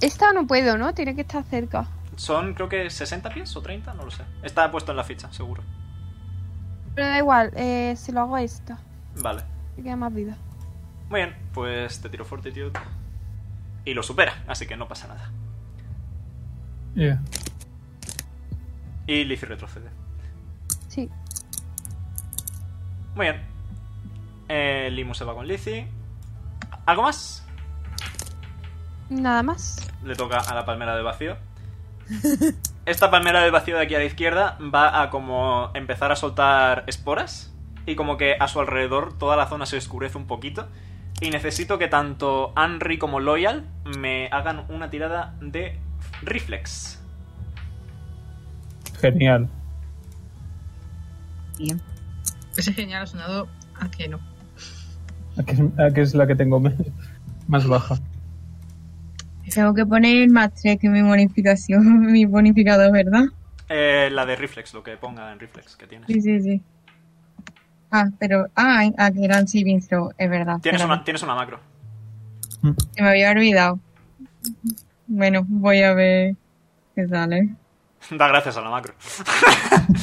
[SPEAKER 4] Esta no puedo, ¿no? Tiene que estar cerca.
[SPEAKER 5] Son, creo que 60 pies o 30, no lo sé. Está puesto en la ficha, seguro.
[SPEAKER 4] Pero da igual, eh, si lo hago a esta.
[SPEAKER 5] Vale.
[SPEAKER 4] Me queda más vida.
[SPEAKER 5] Muy bien, pues te tiro Fortitude. Y lo supera, así que no pasa nada.
[SPEAKER 6] Yeah.
[SPEAKER 5] Y Lizzie retrocede.
[SPEAKER 4] Sí.
[SPEAKER 5] Muy bien. Eh, Limu se va con Lizzie. ¿Algo más?
[SPEAKER 4] Nada más.
[SPEAKER 5] Le toca a la palmera del vacío. Esta palmera del vacío de aquí a la izquierda va a como empezar a soltar esporas y como que a su alrededor toda la zona se oscurece un poquito. Y necesito que tanto Henry como Loyal me hagan una tirada de reflex.
[SPEAKER 6] Genial.
[SPEAKER 11] Bien.
[SPEAKER 3] Ese genial ha sonado a que no.
[SPEAKER 6] ¿A qué, a qué es la que tengo más baja?
[SPEAKER 7] Tengo que poner más 3 que mi bonificación, mi bonificador, ¿verdad?
[SPEAKER 5] Eh, la de reflex, lo que ponga en reflex que tienes.
[SPEAKER 7] Sí, sí, sí. Ah, pero. Ah, aquí eran saving throw, es verdad.
[SPEAKER 5] Tienes,
[SPEAKER 7] Espérame.
[SPEAKER 5] una, tienes una macro.
[SPEAKER 7] Se me había olvidado. Bueno, voy a ver qué sale.
[SPEAKER 5] da gracias a la macro.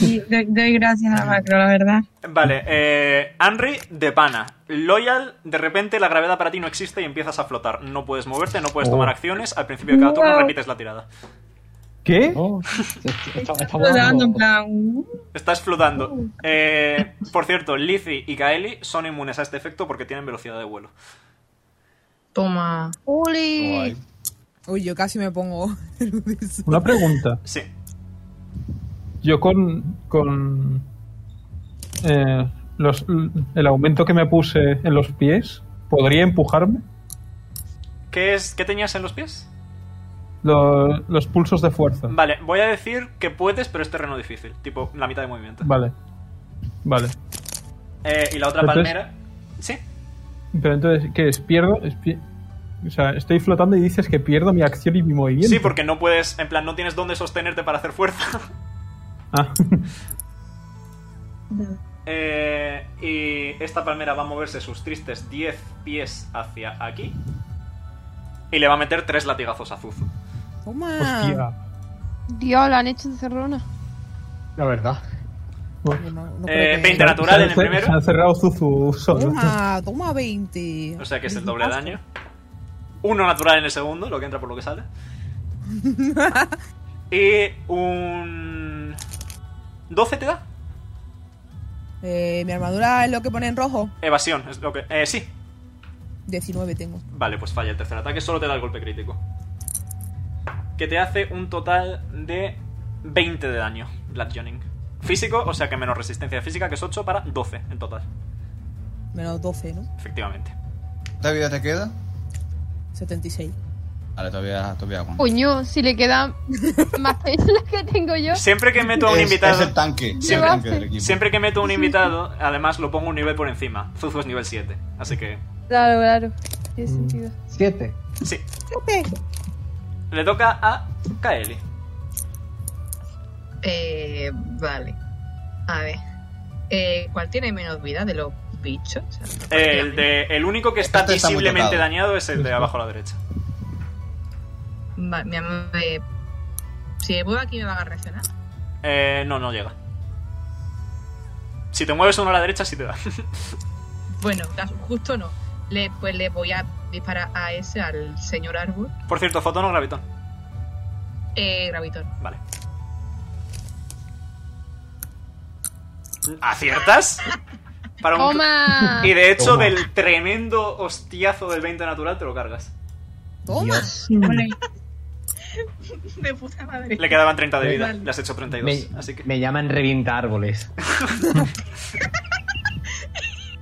[SPEAKER 7] Y doy, doy gracias a Macro, la verdad.
[SPEAKER 5] Vale, eh, Henry de pana. Loyal, de repente la gravedad para ti no existe y empiezas a flotar. No puedes moverte, no puedes
[SPEAKER 6] Oh.
[SPEAKER 5] tomar acciones. Al principio de cada turno
[SPEAKER 7] Wow.
[SPEAKER 5] repites la tirada.
[SPEAKER 6] ¿Qué?
[SPEAKER 9] Oh, se- se- está, está
[SPEAKER 7] Estoy dando
[SPEAKER 9] volando.
[SPEAKER 7] en plan. uh,
[SPEAKER 5] Estás flotando. Eh, por cierto, Lizzie y Kaeli son inmunes a este efecto porque tienen velocidad de vuelo.
[SPEAKER 10] Toma.
[SPEAKER 4] ¡Uli!
[SPEAKER 2] Guay.
[SPEAKER 11] Uy, yo casi me pongo. nervioso.
[SPEAKER 6] Una pregunta.
[SPEAKER 5] Sí.
[SPEAKER 6] Yo con. con. eh, los, el aumento que me puse en los pies, ¿podría empujarme?
[SPEAKER 5] ¿Qué, es, ¿Qué tenías en los pies?
[SPEAKER 6] Lo- los pulsos de fuerza.
[SPEAKER 5] Vale, voy a decir que puedes, pero es terreno difícil. Tipo, la mitad de movimiento.
[SPEAKER 6] Vale. Vale.
[SPEAKER 5] Eh, y la otra
[SPEAKER 6] Entonces-
[SPEAKER 5] palmera. Sí.
[SPEAKER 6] Pero entonces, ¿qué es? ¿Pierdo? Es pi- O sea, estoy flotando y dices que pierdo mi acción y mi movimiento.
[SPEAKER 5] Sí, porque no puedes. En plan, no tienes dónde sostenerte para hacer fuerza.
[SPEAKER 6] Ah,
[SPEAKER 5] Eh, y esta palmera va a moverse sus tristes 10 pies hacia aquí. Y le va a meter tres latigazos a Zuzu. Eh,
[SPEAKER 11] Toma.
[SPEAKER 5] Ah.
[SPEAKER 6] hostia.
[SPEAKER 4] Dios, lo han hecho encerrona.
[SPEAKER 9] La verdad.
[SPEAKER 11] No, no, no creo
[SPEAKER 5] Eh,
[SPEAKER 11] que-
[SPEAKER 5] 20 natural en el
[SPEAKER 6] Se ha- Se
[SPEAKER 5] primero.
[SPEAKER 6] ha cerrado Zuzu solo.
[SPEAKER 11] Toma, toma 20.
[SPEAKER 5] O sea que es el doble daño. Uno natural en el segundo, lo que entra por lo que sale. Y un... 12 te da.
[SPEAKER 11] Eh, mi armadura es lo que pone en rojo.
[SPEAKER 5] Evasión, es lo que... Eh, sí.
[SPEAKER 11] 19 tengo.
[SPEAKER 5] Vale, pues falla el tercer ataque, solo te da el golpe crítico. Que te hace un total de 20 de daño, Bludgeoning. Físico, o sea que menos resistencia física, que es 8 para 12 en total,
[SPEAKER 11] Menos 12, ¿no?
[SPEAKER 5] efectivamente.
[SPEAKER 2] ¿Cuánta vida te queda?
[SPEAKER 11] 76.
[SPEAKER 2] Vale, todavía, todavía aguanto.
[SPEAKER 4] Coño, si le queda más que la que tengo yo.
[SPEAKER 5] Siempre que meto a un
[SPEAKER 2] es,
[SPEAKER 5] invitado...
[SPEAKER 2] es el tanque.
[SPEAKER 4] Se
[SPEAKER 2] el
[SPEAKER 4] va a
[SPEAKER 2] tanque
[SPEAKER 4] hacer.
[SPEAKER 2] del equipo.
[SPEAKER 5] Siempre que meto a un invitado, además lo pongo un nivel por encima. Zuzu es nivel 7, así que...
[SPEAKER 4] Claro, claro. Tiene sentido.
[SPEAKER 9] Siete.
[SPEAKER 5] Sí.
[SPEAKER 11] Ok.
[SPEAKER 5] Le toca a Kaeli.
[SPEAKER 3] Eh, vale. A ver. Eh, ¿Cuál tiene menos vida de los bichos? O sea,
[SPEAKER 5] El, de, el único que está
[SPEAKER 2] Este está muy
[SPEAKER 5] visiblemente
[SPEAKER 2] tocado.
[SPEAKER 5] dañado es el de abajo a la derecha.
[SPEAKER 3] Va- me- me- si me muevo aquí me van a reaccionar.
[SPEAKER 5] Eh, no, no llega. Si te mueves uno a la derecha, sí te da.
[SPEAKER 3] Bueno, das- justo no. Le, pues le voy a disparar a ese, al señor árbol.
[SPEAKER 5] Por cierto, fotón o gravitón.
[SPEAKER 3] Eh, gravitón.
[SPEAKER 5] Vale. ¿Aciertas? Para un-
[SPEAKER 4] ¡Toma!
[SPEAKER 5] Y de hecho,
[SPEAKER 9] Toma.
[SPEAKER 5] del tremendo hostiazo del 20 natural, te lo cargas.
[SPEAKER 11] Toma.
[SPEAKER 7] ole.
[SPEAKER 3] De puta madre.
[SPEAKER 5] Le quedaban 30 de vida,
[SPEAKER 3] Vale.
[SPEAKER 5] le has hecho 32.
[SPEAKER 9] Me,
[SPEAKER 5] Así que.
[SPEAKER 9] me llaman revienta árboles.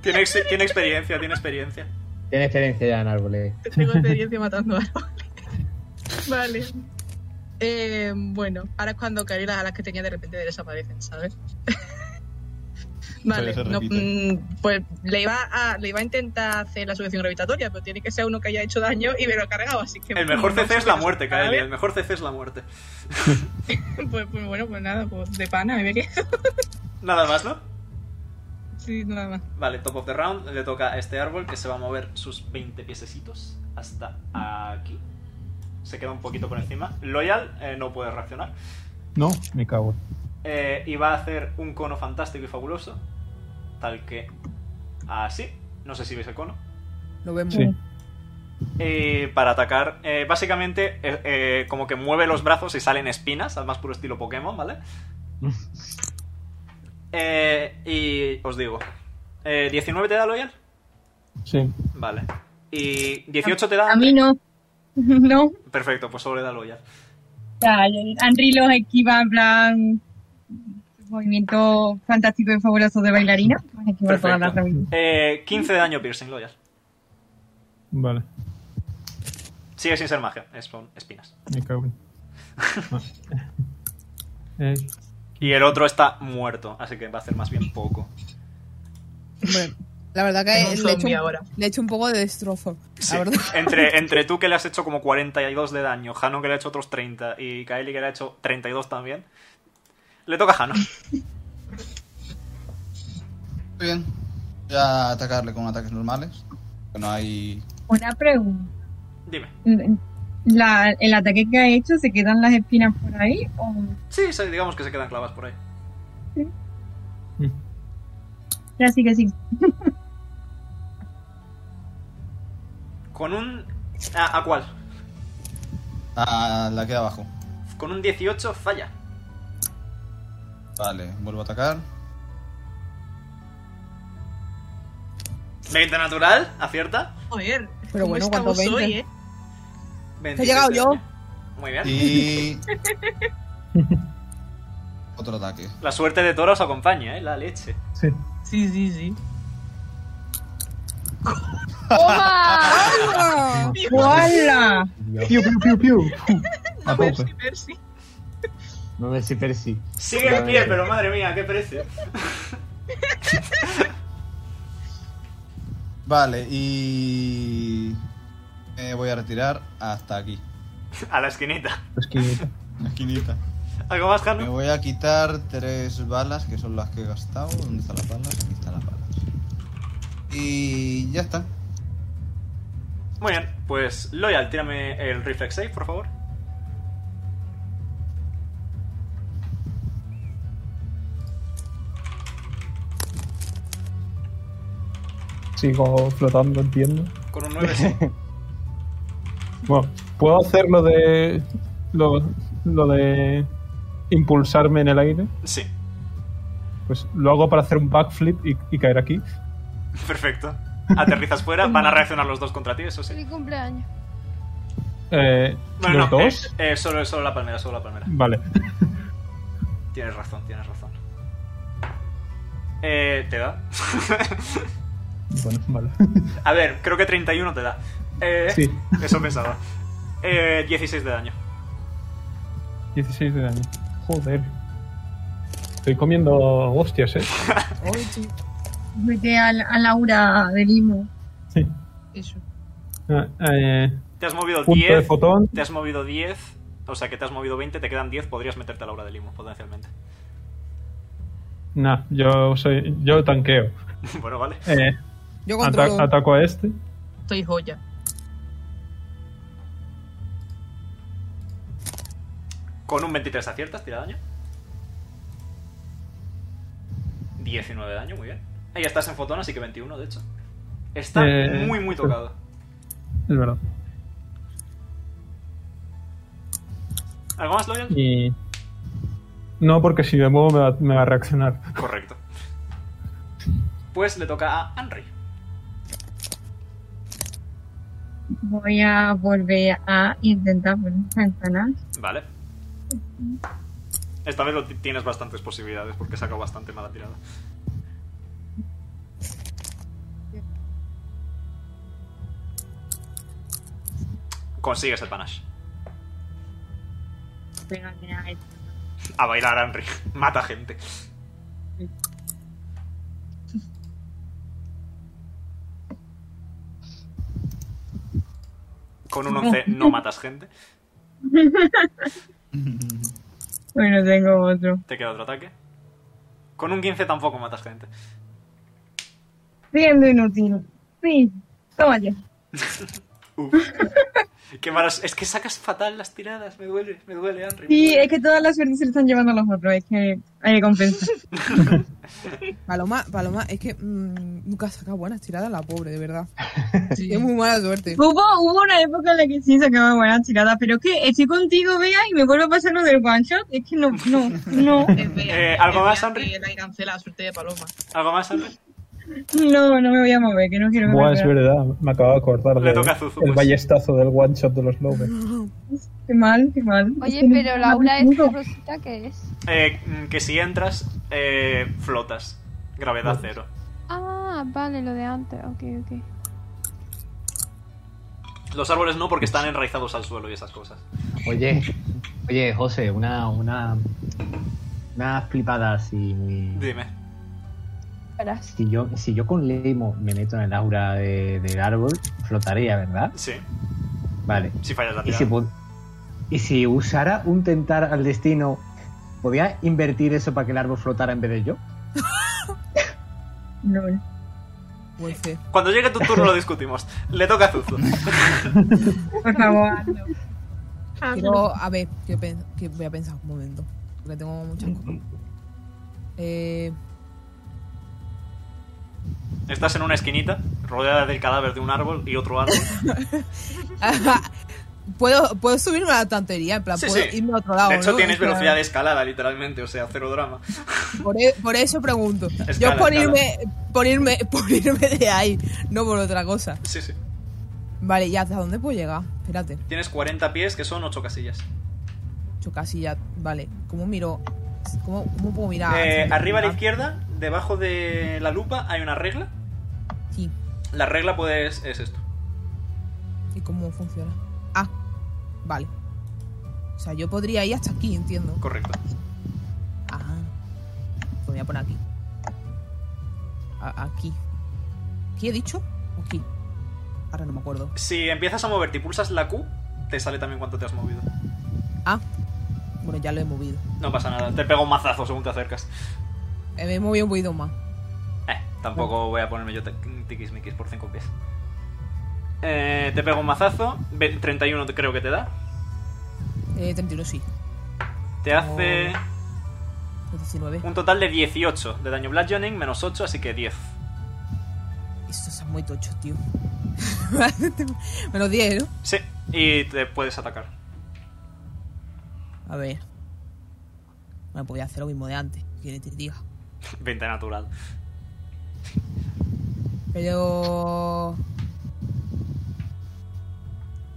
[SPEAKER 5] Tiene, ex- tiene experiencia, tiene experiencia.
[SPEAKER 9] Tiene experiencia ya en árboles.
[SPEAKER 3] Tengo experiencia matando árboles. vale. Eh, bueno, ahora es cuando caeré las alas que tenía de repente desaparecen, ¿sabes?
[SPEAKER 2] Suele
[SPEAKER 3] Vale,
[SPEAKER 2] ser
[SPEAKER 3] no,
[SPEAKER 2] repite.
[SPEAKER 3] mm, pues le iba, a, le iba a intentar hacer la sujeción gravitatoria, pero tiene que ser uno que haya hecho daño y me lo ha cargado, así que... pues,
[SPEAKER 5] El mejor
[SPEAKER 3] no
[SPEAKER 5] CC
[SPEAKER 3] sé
[SPEAKER 5] es la
[SPEAKER 3] qué-
[SPEAKER 5] muerte,
[SPEAKER 3] A
[SPEAKER 5] Kaeli.
[SPEAKER 3] ver,
[SPEAKER 5] El mejor CC es la muerte.
[SPEAKER 3] Pues, pues bueno, pues nada, pues de pana, me quedo.
[SPEAKER 5] Nada más, ¿no?
[SPEAKER 3] Sí, nada más.
[SPEAKER 5] Vale, top of the round. Le toca a este árbol que se va a mover sus 20 piececitos hasta aquí. Se queda un poquito por encima. Loyal eh, no puede reaccionar.
[SPEAKER 6] No, me cago.
[SPEAKER 5] Eh, y va a hacer un cono fantástico y fabuloso. Tal que. Así. No sé si veis el cono.
[SPEAKER 11] Lo vemos.
[SPEAKER 6] Sí.
[SPEAKER 5] Eh, para atacar. eh, básicamente, eh, eh, como que mueve los brazos y salen espinas, al más puro estilo Pokémon, ¿vale? Eh, y os digo: eh, ¿19 te da Loyal?
[SPEAKER 6] Sí.
[SPEAKER 5] Vale. Y 18 te da.
[SPEAKER 13] A mí no. no.
[SPEAKER 5] Perfecto, pues solo le da Loyal.
[SPEAKER 13] O sea, el- Henry los esquiva en plan. Movimiento fantástico y fabuloso de bailarina. Los esquiva todas las
[SPEAKER 5] Perfecto.
[SPEAKER 13] ramitas.
[SPEAKER 5] Eh, 15 de daño piercing, Loyal.
[SPEAKER 6] Vale,
[SPEAKER 5] Sigue sin ser magia, es son espinas.
[SPEAKER 6] me cago. en- Eh,
[SPEAKER 5] Y el otro está muerto, así que va a hacer más bien poco.
[SPEAKER 11] Hombre, la verdad
[SPEAKER 3] Es
[SPEAKER 11] que
[SPEAKER 3] un
[SPEAKER 11] Eh, le he hecho,
[SPEAKER 3] zombie
[SPEAKER 11] un-
[SPEAKER 3] ahora.
[SPEAKER 11] le he hecho un poco de destrozo.
[SPEAKER 5] Sí.
[SPEAKER 11] La verdad.
[SPEAKER 5] Entre, entre tú que le has hecho como 42 de daño, Jano que le ha hecho otros 30 y Kaeli que le ha hecho 32 también, le toca a Jano.
[SPEAKER 2] Muy bien. Voy a atacarle con ataques normales. Que no hay.
[SPEAKER 13] Una pregunta.
[SPEAKER 5] Dime.
[SPEAKER 13] La- ¿El ataque que ha hecho se quedan las espinas por ahí? O...
[SPEAKER 5] Sí, sí, digamos que se quedan clavas por ahí.
[SPEAKER 6] eh,
[SPEAKER 13] Así que sí.
[SPEAKER 5] Con un... ¿A, a cuál?
[SPEAKER 2] Ah, la queda abajo.
[SPEAKER 5] Con un 18 falla.
[SPEAKER 2] Vale, vuelvo a atacar.
[SPEAKER 5] 20 natural, acierta.
[SPEAKER 3] Joder,
[SPEAKER 11] Pero
[SPEAKER 3] ¿cómo
[SPEAKER 11] bueno,
[SPEAKER 3] estamos
[SPEAKER 11] cuando
[SPEAKER 3] hoy,
[SPEAKER 11] 20.
[SPEAKER 3] eh?
[SPEAKER 5] 27
[SPEAKER 11] llegado
[SPEAKER 5] de
[SPEAKER 11] yo.
[SPEAKER 5] daño. Muy bien.
[SPEAKER 2] Y. Otro ataque.
[SPEAKER 5] La suerte de Toro os acompaña, eh, la leche.
[SPEAKER 6] sí.
[SPEAKER 3] Sí, sí, sí.
[SPEAKER 4] ¡Toma!
[SPEAKER 11] ¡Ah!
[SPEAKER 13] ¡Hola!
[SPEAKER 6] Piu, piu, piu, piu. A
[SPEAKER 3] Mercy,
[SPEAKER 6] tope.
[SPEAKER 3] Mercy.
[SPEAKER 1] No me si Percy.
[SPEAKER 5] Sigue en pie, pero madre mía, qué precio.
[SPEAKER 2] Vale, y. Me voy a retirar hasta aquí.
[SPEAKER 5] A la esquinita.
[SPEAKER 6] Es que-
[SPEAKER 2] La esquinita.
[SPEAKER 5] ¿Algo más,
[SPEAKER 2] Me
[SPEAKER 5] Jano?
[SPEAKER 2] voy a quitar tres balas, que son las que he gastado. ¿Dónde están las balas? Aquí están las balas. Y ya está.
[SPEAKER 5] Muy bien, pues Loyal, tírame el reflex save, por favor.
[SPEAKER 6] Sigo flotando, entiendo.
[SPEAKER 5] Con un 9 sí.
[SPEAKER 6] Bueno, ¿puedo hacer lo de. Lo, lo de. impulsarme en el aire?
[SPEAKER 5] Sí,
[SPEAKER 6] Pues lo hago para hacer un backflip y, y caer aquí.
[SPEAKER 5] perfecto. Aterrizas fuera, van a reaccionar los dos contra ti, eso sí.
[SPEAKER 4] Feliz cumpleaños.
[SPEAKER 6] Eh,
[SPEAKER 5] Bueno,
[SPEAKER 6] ¿Los
[SPEAKER 5] no, eh,
[SPEAKER 6] dos?
[SPEAKER 5] eh, solo, solo la palmera, solo la palmera.
[SPEAKER 6] Vale.
[SPEAKER 5] Tienes razón, tienes razón. Eh, ¿te da?
[SPEAKER 6] Bueno, vale.
[SPEAKER 5] A ver, creo que 31 te da. Eh,
[SPEAKER 6] Sí.
[SPEAKER 5] Eso pensaba. Eh, 16 de daño.
[SPEAKER 6] 16 de daño. Joder. Estoy comiendo hostias, eh.
[SPEAKER 11] Ay, sí.
[SPEAKER 13] Vete al- a, Laura de Limo.
[SPEAKER 6] Sí.
[SPEAKER 3] Eso.
[SPEAKER 6] Ah, eh,
[SPEAKER 5] Te has movido
[SPEAKER 6] punto de
[SPEAKER 5] 10.
[SPEAKER 6] fotón.
[SPEAKER 5] Te has movido 10. O sea que te has movido 20, te quedan 10. Podrías meterte a la hora de limo, potencialmente.
[SPEAKER 6] Nah, yo soy. Yo tanqueo.
[SPEAKER 5] bueno, vale.
[SPEAKER 6] Eh,
[SPEAKER 11] Yo
[SPEAKER 6] ata-
[SPEAKER 11] controlo.
[SPEAKER 6] ataco a este.
[SPEAKER 3] Estoy joya.
[SPEAKER 5] Con un 23 aciertas, tira daño. 19 de daño, muy bien. Ahí estás en fotón, así que 21, de hecho. Está
[SPEAKER 6] Eh,
[SPEAKER 5] muy, muy tocado.
[SPEAKER 6] Es verdad.
[SPEAKER 5] ¿Algo más, Loyal?
[SPEAKER 6] Y. No, porque si me muevo me va, me va a reaccionar.
[SPEAKER 5] Correcto. Pues le toca a Henry.
[SPEAKER 13] Voy a volver a intentar poner esta ventana.
[SPEAKER 5] Vale. Esta vez lo ti- tienes bastantes posibilidades porque saco bastante mala tirada. Consigues el panache.
[SPEAKER 13] Pero mira, esto.
[SPEAKER 5] A bailar, Henry. Mata gente. Con un 11 no matas gente.
[SPEAKER 7] Hoy no tengo otro.
[SPEAKER 5] Te queda otro ataque. Con un 15 tampoco matas gente.
[SPEAKER 7] Siendo inútil. Sí, toma ya.
[SPEAKER 5] Uf. Qué malos- Es que sacas fatal las tiradas. Me duele, me duele, Henry.
[SPEAKER 7] Sí, es que todas las suertes se lo están llevando a los otros, es que hay que compensar.
[SPEAKER 11] Paloma, Paloma, es que mm, nunca saca buenas tiradas la pobre, de verdad. Sí, es muy mala suerte.
[SPEAKER 13] Hubo,
[SPEAKER 7] hubo una época en la que sí sacaba buenas tiradas, pero es que estoy contigo, Bea, y me vuelvo a pasar lo del one shot, es que no, no, no,
[SPEAKER 5] Eh, ¿Algo más, Henry?
[SPEAKER 3] Y la cancela la suerte de Paloma.
[SPEAKER 5] ¿Algo más, Henry?
[SPEAKER 7] no, no me voy a mover, que no quiero que
[SPEAKER 6] Buah,
[SPEAKER 7] me
[SPEAKER 6] es
[SPEAKER 7] mueva.
[SPEAKER 6] verdad, me acabo de acordar
[SPEAKER 5] Le
[SPEAKER 6] de
[SPEAKER 5] toca a Zuzu,
[SPEAKER 6] el
[SPEAKER 5] pues.
[SPEAKER 6] ballestazo del one shot de los Lobes.
[SPEAKER 7] Qué mal, qué mal.
[SPEAKER 4] Oye,
[SPEAKER 7] Es que no-
[SPEAKER 4] pero Laura, ¿esta rosita qué es?
[SPEAKER 5] Eh, mm, que si entras, eh, flotas. Gravedad cero.
[SPEAKER 4] Ah, vale, lo de antes. Ok, ok.
[SPEAKER 5] Los árboles no, porque están enraizados al suelo y esas cosas.
[SPEAKER 1] Oye, oye, José, una, una, una flipada si,
[SPEAKER 5] Dime.
[SPEAKER 4] Verás.
[SPEAKER 1] si yo, si yo con Leimo me meto en el aura de- del árbol, flotaría, ¿verdad?
[SPEAKER 5] Sí,
[SPEAKER 1] Vale.
[SPEAKER 5] si fallas la
[SPEAKER 1] Y si,
[SPEAKER 5] tirada.
[SPEAKER 1] pu- y si usara un tentar al destino, ¿podía invertir eso para que el árbol flotara en vez de yo?
[SPEAKER 7] No,
[SPEAKER 11] Buen fe.
[SPEAKER 5] Cuando llegue tu turno lo discutimos. Le toca a Zuzu.
[SPEAKER 7] por favor, hazlo.
[SPEAKER 11] Quiero, a ver, que, pen- que voy a pensar un momento. Porque tengo muchas cosas. Eh,
[SPEAKER 5] Estás en una esquinita, rodeada del cadáver de un árbol y otro árbol.
[SPEAKER 11] ¿puedo, puedo subirme a la tantería, en plan,
[SPEAKER 5] Sí,
[SPEAKER 11] puedo
[SPEAKER 5] sí.
[SPEAKER 11] irme a otro lado.
[SPEAKER 5] De hecho,
[SPEAKER 11] ¿no?
[SPEAKER 5] tienes
[SPEAKER 11] O sea,
[SPEAKER 5] velocidad de escalada, literalmente, o sea, cero drama.
[SPEAKER 11] Por, e- por eso pregunto.
[SPEAKER 5] Escala,
[SPEAKER 11] Yo por
[SPEAKER 5] escala.
[SPEAKER 11] irme, por irme, por irme de ahí, no por otra cosa.
[SPEAKER 5] Sí, sí.
[SPEAKER 11] Vale, ¿y hasta dónde puedo llegar? Espérate,
[SPEAKER 5] Tienes 40 pies, que son 8 casillas.
[SPEAKER 11] yo casi ya. Vale, ¿cómo miro? ¿Cómo, cómo puedo mirar?
[SPEAKER 5] Eh, arriba a la
[SPEAKER 11] Ah,
[SPEAKER 5] izquierda, debajo de la lupa, hay una regla.
[SPEAKER 11] Sí.
[SPEAKER 5] La regla, pues, es esto.
[SPEAKER 11] ¿Y cómo funciona? Ah, vale. O sea, yo podría ir hasta aquí, entiendo.
[SPEAKER 5] Correcto.
[SPEAKER 11] Ah, pues voy a poner aquí. A- aquí. ¿Aquí he dicho? ¿O aquí? Ahora no me acuerdo.
[SPEAKER 5] Si empiezas a moverte y pulsas la Q, te sale también cuánto te has movido.
[SPEAKER 11] Ah, bueno, ya lo he movido.
[SPEAKER 5] No pasa nada, te pega un mazazo según te acercas.
[SPEAKER 11] Eh, Me he movido un poquito más.
[SPEAKER 5] Eh, tampoco voy a ponerme yo te- tiquismiquis por 5 pies. Eh, te pega un mazazo, ve- 31 creo que te da.
[SPEAKER 11] Eh, 31 sí. Oh.
[SPEAKER 5] Te hace
[SPEAKER 11] Pues 19.
[SPEAKER 5] un total de 18 de daño bludgeoning, menos 8, así que 10.
[SPEAKER 11] Esto está muy tocho, tío. Menos 10, ¿no?
[SPEAKER 5] Sí, y te puedes atacar.
[SPEAKER 11] A ver. Bueno, podía hacer lo mismo de antes. Quiere te diga.
[SPEAKER 5] 20 natural.
[SPEAKER 11] Pero.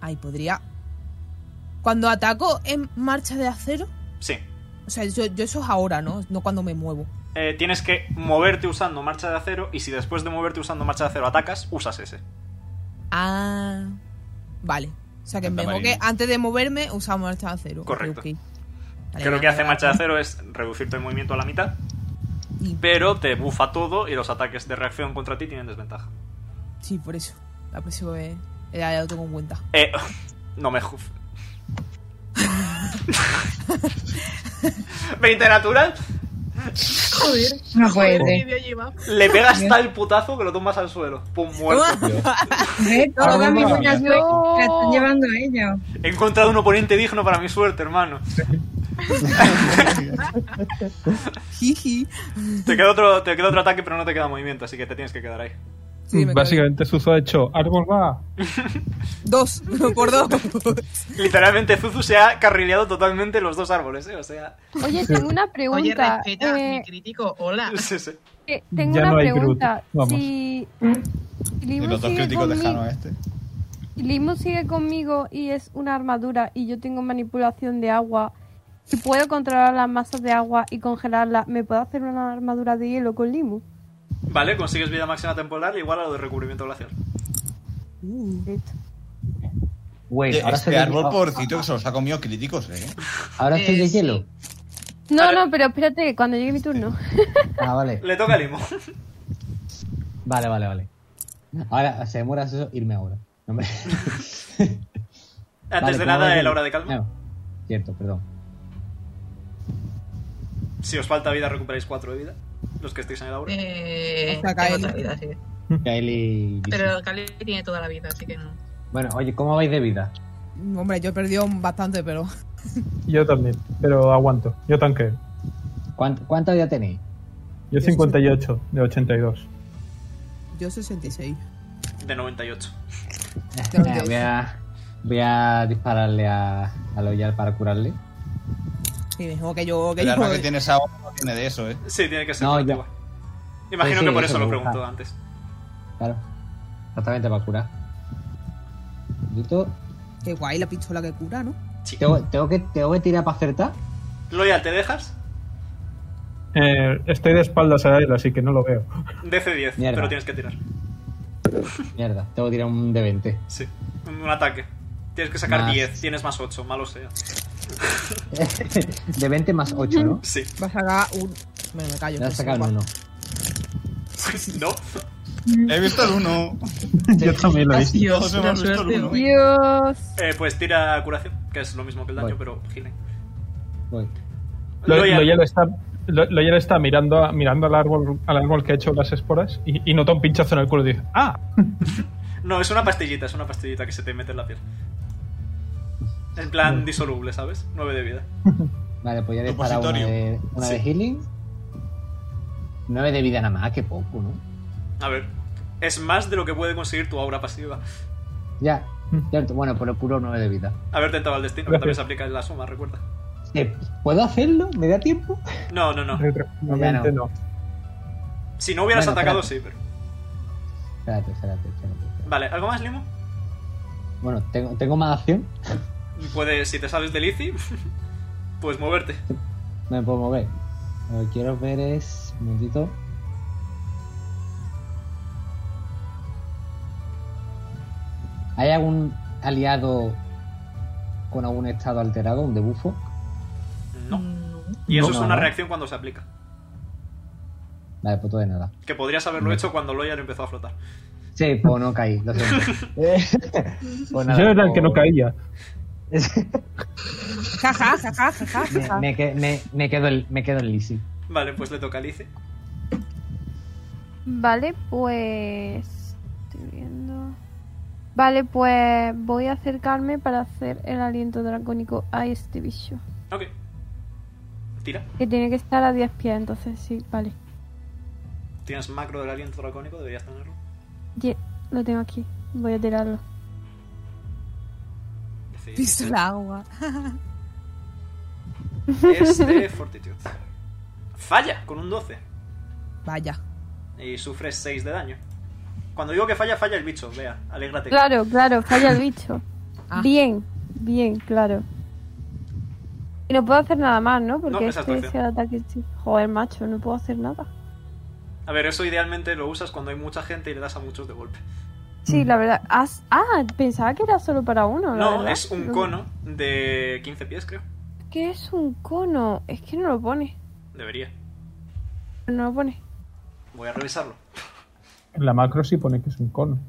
[SPEAKER 11] Ay, podría. Cuando ataco en marcha de acero.
[SPEAKER 5] Sí.
[SPEAKER 11] O sea, yo, yo eso es ahora, ¿no? No cuando me muevo.
[SPEAKER 5] Eh, tienes que moverte usando marcha de acero y si después de moverte usando marcha de acero atacas, usas ese.
[SPEAKER 11] Ah. Vale. O sea, que
[SPEAKER 2] Anda,
[SPEAKER 11] me
[SPEAKER 2] Marina.
[SPEAKER 11] moqué. Antes de moverme, usaba marcha de acero. Ok,
[SPEAKER 5] Correcto.
[SPEAKER 11] ok. Vale,
[SPEAKER 5] que lo
[SPEAKER 11] vale,
[SPEAKER 5] que hace
[SPEAKER 11] vale,
[SPEAKER 5] marcha de acero
[SPEAKER 11] vale.
[SPEAKER 5] es reducir tu movimiento a la mitad,
[SPEAKER 11] Y-
[SPEAKER 5] pero te bufa todo y los ataques de reacción contra ti tienen desventaja.
[SPEAKER 11] Sí, por eso. La próxima vez. Ya, ya lo tengo en cuenta.
[SPEAKER 5] Eh, no me juf. 20 natural,
[SPEAKER 3] Joder.
[SPEAKER 7] No puede
[SPEAKER 3] Joder, qué
[SPEAKER 7] ser.
[SPEAKER 3] bien lleva.
[SPEAKER 5] le pegas tal putazo que lo tomas al suelo. Pum, muerto.
[SPEAKER 7] Ve, Toda mi buena suerte la están llevando ellos.
[SPEAKER 5] He encontrado un oponente digno para mi suerte, hermano.
[SPEAKER 11] Jiji.
[SPEAKER 5] Te queda otro, te queda otro ataque, pero no te queda movimiento, así que te tienes que quedar ahí.
[SPEAKER 11] Sí, me
[SPEAKER 6] Básicamente Suzo ha hecho árbol va.
[SPEAKER 11] quedo- Dos. por dos.
[SPEAKER 5] Literalmente Zuzu se ha carrileado totalmente los dos árboles, ¿eh? O sea...
[SPEAKER 4] Oye, tengo una
[SPEAKER 3] Oye,
[SPEAKER 4] pregunta.
[SPEAKER 3] respeta
[SPEAKER 4] eh,
[SPEAKER 3] mi crítico. Hola.
[SPEAKER 5] sí, sí.
[SPEAKER 4] que tengo
[SPEAKER 6] Ya
[SPEAKER 4] una
[SPEAKER 6] no hay
[SPEAKER 4] pregunta.
[SPEAKER 6] Groot, vamos.
[SPEAKER 4] Si si
[SPEAKER 2] Y
[SPEAKER 4] Limo
[SPEAKER 2] los dos
[SPEAKER 4] sigue,
[SPEAKER 2] críticos
[SPEAKER 4] conmigo,
[SPEAKER 2] lejanos a este.
[SPEAKER 4] si Limo sigue conmigo y es una armadura y yo tengo manipulación de agua y puedo controlar las masas de agua y congelarlas, ¿me puedo hacer una armadura de hielo con Limo?
[SPEAKER 5] Vale, consigues vida máxima temporal igual a lo de recubrimiento glacial.
[SPEAKER 11] Uh,
[SPEAKER 4] Listo.
[SPEAKER 9] Güey,
[SPEAKER 5] Eh,
[SPEAKER 2] Oye,
[SPEAKER 9] ahora oh, soy
[SPEAKER 2] este
[SPEAKER 9] de- Ah,
[SPEAKER 2] árbol pobrecito que se los ha comido críticos, eh.
[SPEAKER 9] Ahora estoy de
[SPEAKER 3] Eh, sí.
[SPEAKER 9] hielo.
[SPEAKER 4] No,
[SPEAKER 5] Ahora-
[SPEAKER 4] no, pero espérate, que cuando llegue mi turno.
[SPEAKER 9] Ah, vale.
[SPEAKER 5] Le toca a Limo.
[SPEAKER 9] Vale, vale, vale. Ahora, se demora eso, irme ahora. No, hombre.
[SPEAKER 5] Antes de nada, el aura de calma.
[SPEAKER 9] No. Cierto, perdón.
[SPEAKER 5] Si os falta vida, recuperáis 4 de vida. Los que estéis en el aura.
[SPEAKER 3] Eh,
[SPEAKER 11] Hasta
[SPEAKER 3] tengo
[SPEAKER 11] Kylie.
[SPEAKER 3] otra vida, sí.
[SPEAKER 9] Kylie. dice-
[SPEAKER 3] Pero Cali tiene toda la vida, así que no.
[SPEAKER 9] Bueno, oye, ¿cómo vais de vida?
[SPEAKER 11] Hombre, yo he perdido bastante, pero.
[SPEAKER 6] Yo también, pero aguanto. Yo tanqueo.
[SPEAKER 9] ¿Cuánta, cuánta vida tenéis?
[SPEAKER 6] Yo 58 de 82.
[SPEAKER 11] Yo 66.
[SPEAKER 5] De 98.
[SPEAKER 11] Creo que
[SPEAKER 9] voy, a, voy a dispararle a, a Loyal para curarle.
[SPEAKER 11] Sí, mejor que yo. Que
[SPEAKER 2] El
[SPEAKER 11] yo eh.
[SPEAKER 2] arma que tienes ahora no tiene de eso, ¿eh?
[SPEAKER 5] Sí, tiene que ser.
[SPEAKER 9] No,
[SPEAKER 5] efectiva. Imagino
[SPEAKER 9] Sí,
[SPEAKER 5] que por
[SPEAKER 9] eso
[SPEAKER 5] eso
[SPEAKER 9] me
[SPEAKER 5] lo
[SPEAKER 9] gusta.
[SPEAKER 5] pregunto antes.
[SPEAKER 9] Claro. Exactamente para curar. ¿Listo?
[SPEAKER 11] Qué guay la pistola que cura, ¿no?
[SPEAKER 5] Sí.
[SPEAKER 9] ¿Tengo, tengo que, ¿Tengo que tirar para acertar?
[SPEAKER 5] Loyal, ¿te dejas?
[SPEAKER 6] Eh, estoy de espaldas a él, así que no lo veo.
[SPEAKER 5] DC10,
[SPEAKER 9] Mierda.
[SPEAKER 5] pero tienes que tirar.
[SPEAKER 9] Mierda, tengo que tirar un de 20.
[SPEAKER 5] Sí. Un un ataque. Tienes que sacar
[SPEAKER 9] Más.
[SPEAKER 5] 10, tienes más 8, malo sea.
[SPEAKER 9] de 20 más 8, ¿no?
[SPEAKER 5] Sí.
[SPEAKER 11] Va a sacar un. Me, me callo.
[SPEAKER 9] Le has
[SPEAKER 11] que
[SPEAKER 9] sacado
[SPEAKER 11] sepa.
[SPEAKER 9] un 1.
[SPEAKER 5] no.
[SPEAKER 2] He visto el uno.
[SPEAKER 6] Yo también lo he visto.
[SPEAKER 2] Todos hemos visto el uno.
[SPEAKER 4] Dios.
[SPEAKER 5] Eh, pues tira curación, que es lo mismo que el daño, pero healing.
[SPEAKER 9] Voy.
[SPEAKER 6] Lo-
[SPEAKER 5] Loyal.
[SPEAKER 6] Loyal está, Lo- Loyal está mirando, a- mirando al, árbol, al árbol que ha hecho las esporas y, y nota un pinchazo en el culo y dice: ¡Ah!
[SPEAKER 5] No, es una pastillita, es una pastillita que se te mete en la piel. En plan disoluble, ¿sabes? 9 de vida.
[SPEAKER 9] Vale, pues ya he disparado una,
[SPEAKER 2] Repositorio.
[SPEAKER 9] de, una de
[SPEAKER 5] Sí.
[SPEAKER 9] healing. 9 de vida nada más, que poco, ¿no?
[SPEAKER 5] A ver. Es más de lo que puede conseguir tu aura pasiva.
[SPEAKER 9] Ya, cierto. Bueno, pues por el puro 9 de vida.
[SPEAKER 5] Haber tentado el destino, que
[SPEAKER 6] Gracias.
[SPEAKER 5] también se aplica en la suma, recuerda.
[SPEAKER 9] Eh, ¿Puedo hacerlo? ¿Me da tiempo?
[SPEAKER 5] No, no, no.
[SPEAKER 6] Retroactivamente no.
[SPEAKER 5] Si no hubieras
[SPEAKER 9] Bueno,
[SPEAKER 5] atacado,
[SPEAKER 9] espérate.
[SPEAKER 5] sí, pero.
[SPEAKER 9] Espérate, espérate, espérate. espérate.
[SPEAKER 5] Vale, ¿algo más, Limo?
[SPEAKER 9] Bueno, tengo, tengo más acción.
[SPEAKER 5] Puedes, si te sales del ICI, pues moverte.
[SPEAKER 9] No me puedo mover. Lo que quiero ver es. Un momentito. ¿Hay algún aliado con algún estado alterado, un debufo?
[SPEAKER 5] No.
[SPEAKER 3] No.
[SPEAKER 5] Y eso
[SPEAKER 9] No,
[SPEAKER 5] es
[SPEAKER 9] no,
[SPEAKER 5] una
[SPEAKER 9] no.
[SPEAKER 5] reacción cuando se aplica.
[SPEAKER 9] Vale, pues todo de nada.
[SPEAKER 5] Que podrías haberlo hecho cuando Loyal empezó a flotar.
[SPEAKER 9] Sí, pues no caí, lo siento. Eh, Pues nada,
[SPEAKER 6] Yo era el que
[SPEAKER 9] pues-
[SPEAKER 6] no caía.
[SPEAKER 11] Ja, ja, ja, ja, ja, ja, ja, ja.
[SPEAKER 9] me, me que- me- me quedo el, me quedo en Lizzy.
[SPEAKER 5] Vale, pues le toca al ICI.
[SPEAKER 4] Vale, pues. Estoy viendo. Vale, pues voy a acercarme para hacer el aliento dracónico a este bicho.
[SPEAKER 5] Ok. Tira.
[SPEAKER 4] Que tiene que estar a 10 pies, entonces sí, vale.
[SPEAKER 5] Tienes macro del aliento dracónico, deberías tenerlo.
[SPEAKER 4] Ye- lo tengo aquí. Voy a tirarlo.
[SPEAKER 11] Piso el agua.
[SPEAKER 5] Es de Fortitude. Falla con un 12.
[SPEAKER 11] Vaya.
[SPEAKER 5] Y sufres 6 de daño. Cuando digo que falla, falla el bicho. Vea, alégrate.
[SPEAKER 4] Claro, claro, falla el bicho.
[SPEAKER 11] Ah.
[SPEAKER 4] Bien, bien, claro. Y no puedo hacer nada más, ¿no? Porque
[SPEAKER 5] No,
[SPEAKER 4] es
[SPEAKER 5] esa es
[SPEAKER 4] que
[SPEAKER 5] tu
[SPEAKER 4] ese ataque. sí. Joder, macho, no puedo hacer nada.
[SPEAKER 5] A ver, eso idealmente lo usas cuando hay mucha gente y le das a muchos de golpe.
[SPEAKER 4] Sí, la verdad. has- Ah, pensaba que era solo para uno. la
[SPEAKER 5] Mm. No,
[SPEAKER 4] verdad.
[SPEAKER 5] es un cono de 15 pies, creo.
[SPEAKER 4] ¿Qué es un cono? Es que no lo pone.
[SPEAKER 5] Debería.
[SPEAKER 4] No lo pone.
[SPEAKER 5] Voy a revisarlo.
[SPEAKER 6] En la macro sí pone que es un cono.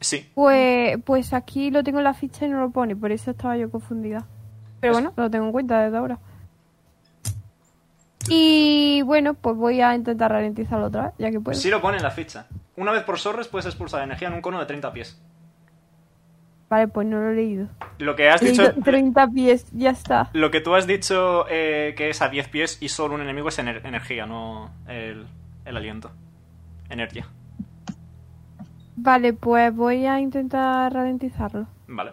[SPEAKER 5] Sí.
[SPEAKER 4] Pues, pues aquí lo tengo en la ficha y no lo pone, por eso estaba yo confundida. Pero bueno, lo tengo en cuenta desde ahora. Y bueno, pues voy a intentar ralentizarlo otra vez, ya que puedo.
[SPEAKER 5] Sí lo pone en la ficha. Una vez por sorres puedes expulsar energía en un cono de 30 pies.
[SPEAKER 4] Vale, pues no lo he leído.
[SPEAKER 5] Lo que has
[SPEAKER 4] He
[SPEAKER 5] dicho...
[SPEAKER 4] leído 30 pies, ya está.
[SPEAKER 5] Lo que tú has dicho eh, que es a 10 pies y solo un enemigo es ener- energía, no el, el aliento. Energía.
[SPEAKER 4] Vale, pues voy a intentar ralentizarlo.
[SPEAKER 5] Vale.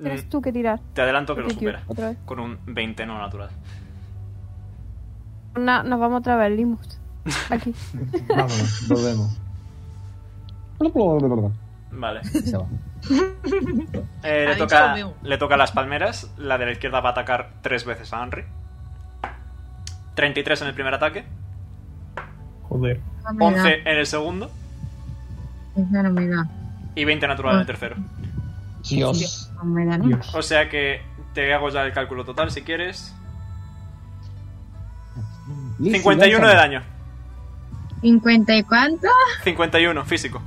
[SPEAKER 4] Tienes
[SPEAKER 5] Mm,
[SPEAKER 4] tú que tirar.
[SPEAKER 5] Te adelanto que lo
[SPEAKER 4] Fortitude,
[SPEAKER 5] supera.
[SPEAKER 4] otra vez.
[SPEAKER 5] Con un 20 no natural.
[SPEAKER 4] Na- nos vamos otra vez, Limus. Aquí.
[SPEAKER 9] Vámonos, volvemos.
[SPEAKER 5] Vale.
[SPEAKER 9] Y se va.
[SPEAKER 5] Eh, le,
[SPEAKER 3] Ahí
[SPEAKER 5] toca,
[SPEAKER 3] lo veo.
[SPEAKER 5] le toca a las palmeras. La de la izquierda va a atacar tres veces a Henry. 33 en el primer ataque.
[SPEAKER 6] Joder.
[SPEAKER 7] No me da.
[SPEAKER 5] 11 en el segundo.
[SPEAKER 7] Esa no me da.
[SPEAKER 5] Y 20 natural en el tercero.
[SPEAKER 9] Dios.
[SPEAKER 7] No me da nada.
[SPEAKER 6] Dios.
[SPEAKER 5] O sea que te hago ya el cálculo total si quieres.
[SPEAKER 9] Lizzy,
[SPEAKER 5] 51 de
[SPEAKER 9] lánzame.
[SPEAKER 5] daño.
[SPEAKER 7] ¿50 y cuánto?
[SPEAKER 5] 51, físico.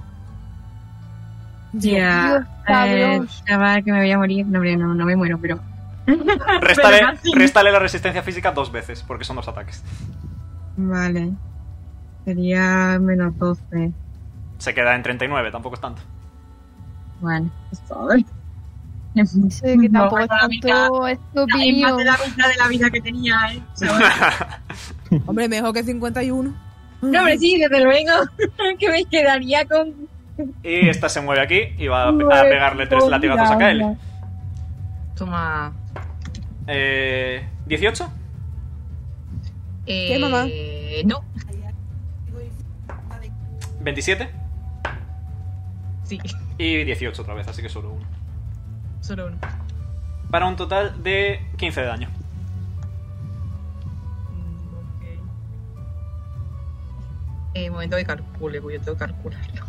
[SPEAKER 13] Ya, eh, chaval, que me voy a morir. No, hombre, no, no me muero, pero.
[SPEAKER 5] Réstale,
[SPEAKER 13] Pero casi.
[SPEAKER 5] réstale la resistencia física dos veces, porque son dos ataques.
[SPEAKER 7] Vale. Sería menos 12.
[SPEAKER 5] Se queda en 39, tampoco es tanto.
[SPEAKER 7] Bueno, es todo. Es
[SPEAKER 4] Sé que tampoco es tanto estúpido.
[SPEAKER 13] de la mitad de la vida que tenía, ¿eh?
[SPEAKER 11] Hombre, mejor que 51.
[SPEAKER 13] No, hombre, sí, desde luego. que me quedaría con.
[SPEAKER 5] Y esta se mueve aquí y va a, pe- a pegarle tres latigazos a Kael.
[SPEAKER 3] Toma.
[SPEAKER 5] Eh, ¿18?
[SPEAKER 3] Eh,
[SPEAKER 11] ¿Qué, mamá?
[SPEAKER 3] No,
[SPEAKER 5] ¿27?
[SPEAKER 3] sí,
[SPEAKER 5] Y 18 otra vez, así que solo uno.
[SPEAKER 3] solo uno.
[SPEAKER 5] Para un total de 15 de daño.
[SPEAKER 3] Mm, ok. Eh, momento de calcule, voy a tengo que calcularlo.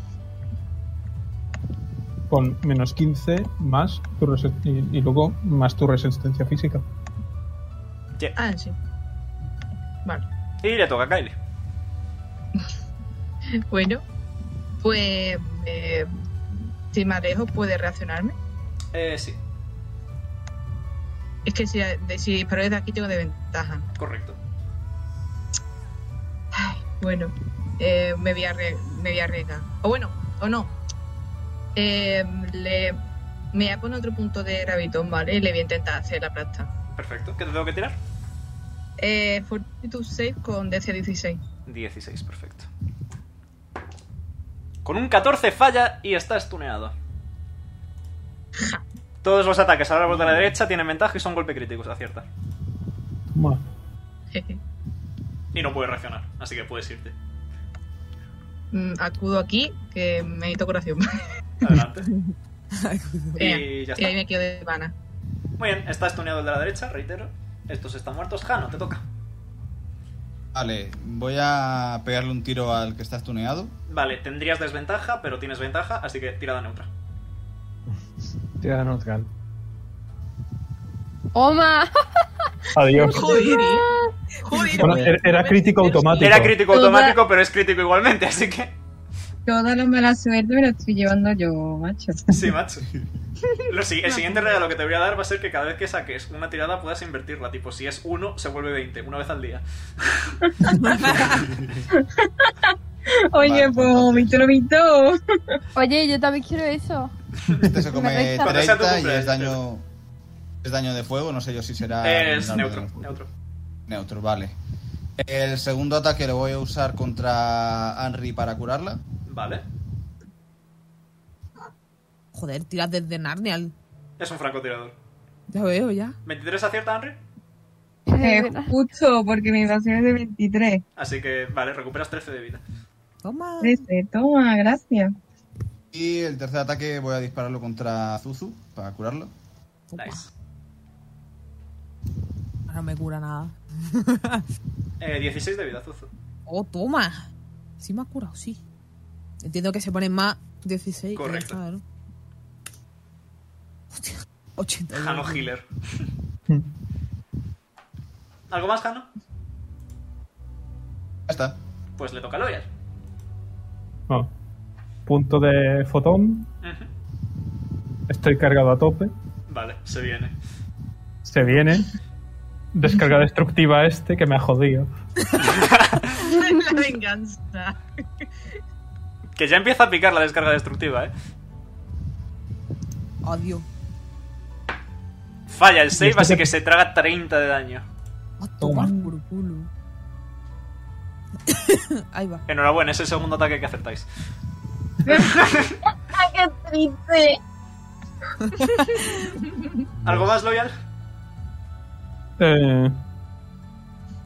[SPEAKER 6] Con menos 15 más tu resi- y, y luego más tu resistencia física.
[SPEAKER 3] Ah, sí. Vale.
[SPEAKER 5] Y le toca a Kael.
[SPEAKER 3] Bueno, pues. eh, si me alejo, ¿puede reaccionarme?
[SPEAKER 5] Eh, sí,
[SPEAKER 3] Es que si, de- si disparo desde aquí, tengo desventaja.
[SPEAKER 5] correcto.
[SPEAKER 3] Bueno, eh, me, voy a arrie- me voy a arriesgar. O bueno, o no. Eh, le, me voy a poner otro punto de gravitón, ¿vale? Y le voy a intentar hacer la plasta.
[SPEAKER 5] Perfecto. ¿Qué te tengo que tirar?
[SPEAKER 3] Eh, Fortitude 6 con DC16.
[SPEAKER 5] 16, perfecto. Con un 14 falla y está stuneado. Todos los ataques a lo largo de la derecha tienen ventaja y son golpe críticos, acierta.
[SPEAKER 6] Toma.
[SPEAKER 3] Jeje.
[SPEAKER 5] Y no puede reaccionar, así que puedes irte.
[SPEAKER 3] Mm, acudo aquí, que me necesito curación.
[SPEAKER 5] Adelante.
[SPEAKER 3] Eh,
[SPEAKER 5] y ya
[SPEAKER 3] y
[SPEAKER 5] está.
[SPEAKER 3] ahí me quedo de vana.
[SPEAKER 5] Muy bien, está stuneado el de la derecha, reitero. Estos están muertos. Jano, te toca.
[SPEAKER 2] Vale, voy a pegarle un tiro al que está estuneado.
[SPEAKER 5] Vale, tendrías desventaja, pero tienes ventaja, así que tirada neutra.
[SPEAKER 1] Tira neutral.
[SPEAKER 4] ¡Oma!
[SPEAKER 6] Adiós.
[SPEAKER 3] Joder, eh. Joder,
[SPEAKER 6] Bueno,
[SPEAKER 3] eh.
[SPEAKER 6] era, era crítico automático.
[SPEAKER 5] Era crítico
[SPEAKER 7] Toda-
[SPEAKER 5] automático, pero es crítico igualmente, así que.
[SPEAKER 7] Toda la mala suerte me la estoy llevando yo, macho.
[SPEAKER 5] Sí, macho. Lo si- el siguiente regalo que te voy a dar va a ser que cada vez que saques una tirada puedas invertirla. Tipo, si es 1, se vuelve 20, una vez al día.
[SPEAKER 7] Oye,
[SPEAKER 2] Vale,
[SPEAKER 7] pues, Vito lo Vito.
[SPEAKER 4] Oye, yo también quiero eso.
[SPEAKER 2] Este se
[SPEAKER 4] Me
[SPEAKER 2] come
[SPEAKER 4] resta.
[SPEAKER 5] Cuando sea tu
[SPEAKER 2] 30 y
[SPEAKER 5] cumpleaños,
[SPEAKER 2] es daño, es daño de fuego, Ah, no sé yo si será...
[SPEAKER 5] es
[SPEAKER 2] daño de
[SPEAKER 5] neutro,
[SPEAKER 2] fuego.
[SPEAKER 5] neutro.
[SPEAKER 2] Neutro, vale. El segundo ataque lo voy a usar contra Henry para curarla.
[SPEAKER 5] Vale.
[SPEAKER 11] Joder, tiras desde Narnia.
[SPEAKER 5] Es un francotirador.
[SPEAKER 11] Ya veo, ya.
[SPEAKER 5] ¿23 acierta, Henry?
[SPEAKER 7] Eh, justo, porque mi invasión es de 23.
[SPEAKER 5] Así que, vale, recuperas 13 de vida.
[SPEAKER 11] Toma.
[SPEAKER 7] 13, toma, gracias.
[SPEAKER 2] Y el tercer ataque voy a dispararlo contra Zuzu para curarlo.
[SPEAKER 5] Nice.
[SPEAKER 11] No me cura nada.
[SPEAKER 5] Eh, 16 de vida, Zuzu.
[SPEAKER 11] Oh, toma. Sí me ha curado, sí. Entiendo que se ponen más 16. que
[SPEAKER 5] Correcto.
[SPEAKER 11] esta, ¿no? Hostia, 80.
[SPEAKER 5] Jano Healer.
[SPEAKER 6] Mm.
[SPEAKER 5] ¿Algo más, Jano?
[SPEAKER 2] Ya está.
[SPEAKER 5] Pues le toca a Loyal.
[SPEAKER 6] Ah. Punto de fotón.
[SPEAKER 5] Ujú.
[SPEAKER 6] Estoy cargado a tope.
[SPEAKER 5] Vale, se viene.
[SPEAKER 6] Se viene. Descarga destructiva este que me ha jodido.
[SPEAKER 3] la venganza.
[SPEAKER 5] Que ya empieza a picar la descarga destructiva, ¿eh?
[SPEAKER 11] Adiós.
[SPEAKER 5] Falla el
[SPEAKER 6] ¿Y
[SPEAKER 5] 6,
[SPEAKER 6] esto
[SPEAKER 5] así
[SPEAKER 6] qué-
[SPEAKER 5] que se traga 30 de daño.
[SPEAKER 11] A
[SPEAKER 6] Toma.
[SPEAKER 11] tomar por culo. Ahí va.
[SPEAKER 5] Enhorabuena, es el segundo ataque que acertáis.
[SPEAKER 13] ¡Ay, qué triste!
[SPEAKER 5] ¿Algo más, Loyal?
[SPEAKER 6] Eh,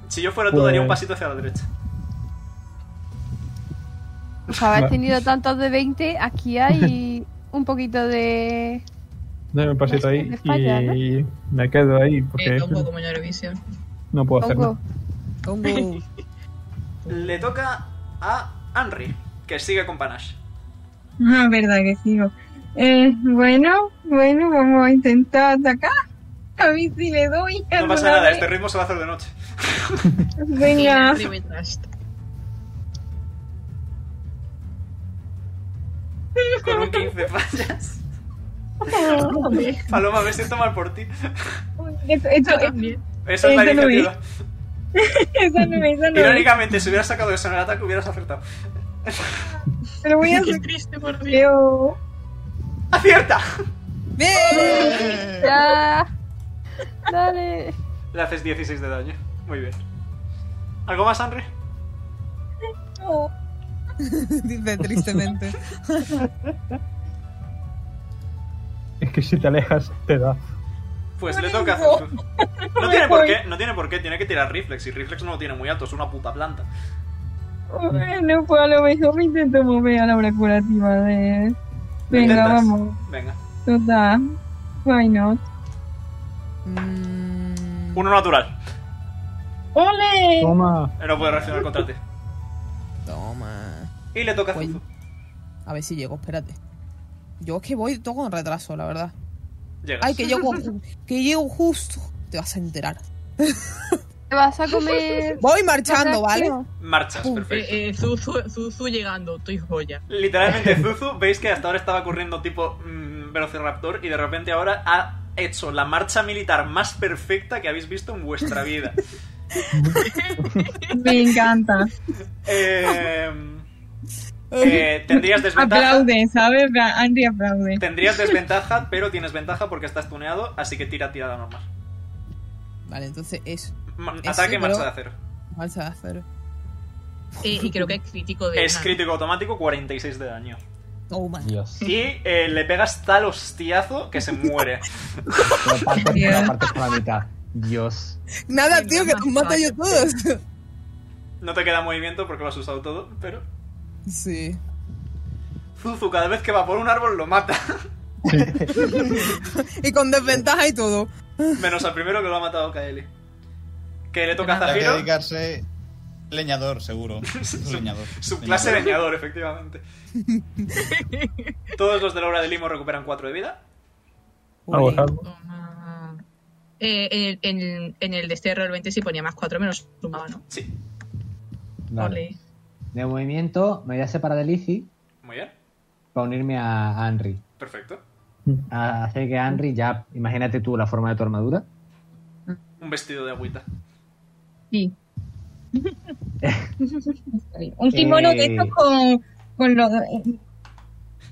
[SPEAKER 5] Si yo fuera tú,
[SPEAKER 6] Pues-
[SPEAKER 5] daría un pasito hacia la derecha.
[SPEAKER 4] Pues haber
[SPEAKER 6] Vale.
[SPEAKER 4] tenido tantos de 20, aquí hay un poquito de...
[SPEAKER 6] doy un pasito ahí
[SPEAKER 4] Me falla,
[SPEAKER 6] y me quedo ahí porque
[SPEAKER 3] Eh, tongo como yo visión.
[SPEAKER 6] no puedo hacerlo.
[SPEAKER 4] Hongo.
[SPEAKER 11] Tongo.
[SPEAKER 5] Le toca a Henry, que sigue con Panache.
[SPEAKER 7] Ah, verdad que sigo. Eh, bueno, bueno, vamos a intentar atacar. A mí si le doy.
[SPEAKER 5] No pasa
[SPEAKER 7] alguna
[SPEAKER 5] nada,
[SPEAKER 7] vez.
[SPEAKER 13] eh.
[SPEAKER 5] este ritmo se va a hacer de noche.
[SPEAKER 7] Venga.
[SPEAKER 5] Con un 15 fallas. Paloma, me siento mal por ti.
[SPEAKER 13] Esto, esto,
[SPEAKER 3] Yo también.
[SPEAKER 5] Eso es la
[SPEAKER 13] Eso lo vi.
[SPEAKER 5] iniciativa.
[SPEAKER 13] esa no me, esa no me.
[SPEAKER 5] Irónicamente, si hubieras sacado eso en el ataque, hubieras acertado.
[SPEAKER 13] Te lo voy a
[SPEAKER 3] Qué
[SPEAKER 13] hacer.
[SPEAKER 3] triste por mí.
[SPEAKER 13] Creo.
[SPEAKER 5] ¡Acierta!
[SPEAKER 11] ¡Bien!
[SPEAKER 4] Ya. Dale.
[SPEAKER 5] Le haces 16 de daño. Muy bien. ¿Algo más, Henry?
[SPEAKER 13] No.
[SPEAKER 11] Dice tristemente.
[SPEAKER 6] Es que si te alejas, te da.
[SPEAKER 5] Pues
[SPEAKER 13] No
[SPEAKER 5] le toca
[SPEAKER 13] tengo.
[SPEAKER 5] hacer su- No tiene por
[SPEAKER 13] voy.
[SPEAKER 5] qué, no tiene por qué, tiene que tirar reflex. Y reflex no lo tiene muy alto, es una puta planta.
[SPEAKER 13] Bueno, pues a lo mejor me intento mover a la hora curativa de.
[SPEAKER 5] Lo
[SPEAKER 13] Venga,
[SPEAKER 5] intentas.
[SPEAKER 13] vamos.
[SPEAKER 5] Venga.
[SPEAKER 13] Total. Why not?
[SPEAKER 11] Mm,
[SPEAKER 5] Uno natural.
[SPEAKER 13] ¡Ole!
[SPEAKER 6] Toma.
[SPEAKER 5] Eh, No puede reaccionar contra ti.
[SPEAKER 11] Toma.
[SPEAKER 5] Y le toca a
[SPEAKER 11] Pues-
[SPEAKER 5] Zuzu.
[SPEAKER 11] A ver si llego, espérate. Yo es que voy todo con retraso, la verdad.
[SPEAKER 5] Llegas.
[SPEAKER 11] Ay, que llego, ju- que llego justo. Te vas a enterar.
[SPEAKER 4] Te vas a comer.
[SPEAKER 11] Voy marchando, ¿vale?
[SPEAKER 4] Atractivo.
[SPEAKER 5] Marchas,
[SPEAKER 11] Pum.
[SPEAKER 5] perfecto.
[SPEAKER 3] Eh, eh, Zuzu, Zuzu llegando, estoy joya.
[SPEAKER 5] Literalmente, Zuzu, veis que hasta ahora estaba corriendo tipo mm, Velociraptor y de repente ahora ha hecho la marcha militar más perfecta que habéis visto en vuestra vida.
[SPEAKER 13] Me encanta.
[SPEAKER 5] Eh, eh, tendrías desventaja.
[SPEAKER 13] Aplaude, ¿sabes? Andy aplaude.
[SPEAKER 5] Tendrías desventaja, pero tienes ventaja porque estás tuneado, así que tira tirada normal.
[SPEAKER 11] Vale, entonces eso.
[SPEAKER 5] Ma-
[SPEAKER 11] Ese,
[SPEAKER 5] Ataque,
[SPEAKER 11] pero-
[SPEAKER 5] marcha de acero.
[SPEAKER 11] Marcha de acero.
[SPEAKER 3] Eh, y creo que es crítico de.
[SPEAKER 5] Es crítico automático, 46 de daño.
[SPEAKER 11] Oh, man.
[SPEAKER 9] Dios.
[SPEAKER 5] Y eh, le pegas tal hostiazo que se muere.
[SPEAKER 9] Lo partes,
[SPEAKER 13] Bien.
[SPEAKER 9] lo partes por la mitad. Dios.
[SPEAKER 11] Nada,
[SPEAKER 3] Sí,
[SPEAKER 11] tío, que
[SPEAKER 3] venga,
[SPEAKER 11] nos mato
[SPEAKER 3] cállate.
[SPEAKER 11] yo todos.
[SPEAKER 5] No te queda movimiento porque lo has usado todo, pero.
[SPEAKER 11] Sí.
[SPEAKER 5] Zuzu, cada vez que va por un árbol lo mata.
[SPEAKER 11] Y con desventaja y todo.
[SPEAKER 5] Menos al primero que lo ha matado Kaeli. Que le toca a
[SPEAKER 2] Hay que
[SPEAKER 5] Zafiro.
[SPEAKER 2] dedicarse leñador, seguro. Es leñador.
[SPEAKER 5] Su
[SPEAKER 2] Leñador.
[SPEAKER 5] clase de leñador, efectivamente. Todos los de la obra de Limo recuperan 4 de vida.
[SPEAKER 6] Algo es
[SPEAKER 11] Uy.
[SPEAKER 6] algo.
[SPEAKER 3] Toma. Eh, en, en- en el desterro del 20 si ponía más 4 menos sumaba, ¿no?
[SPEAKER 5] Sí,
[SPEAKER 3] Vale.
[SPEAKER 9] De movimiento, me voy a separar de Lizzie
[SPEAKER 5] muy bien.
[SPEAKER 9] para unirme a a Henry.
[SPEAKER 5] Perfecto.
[SPEAKER 9] A hacer que Henry ya. Imagínate tú la forma de tu armadura.
[SPEAKER 5] Un vestido de agüita.
[SPEAKER 13] Sí. Un kimono de
[SPEAKER 9] Eh.
[SPEAKER 13] estos con, con los. eh,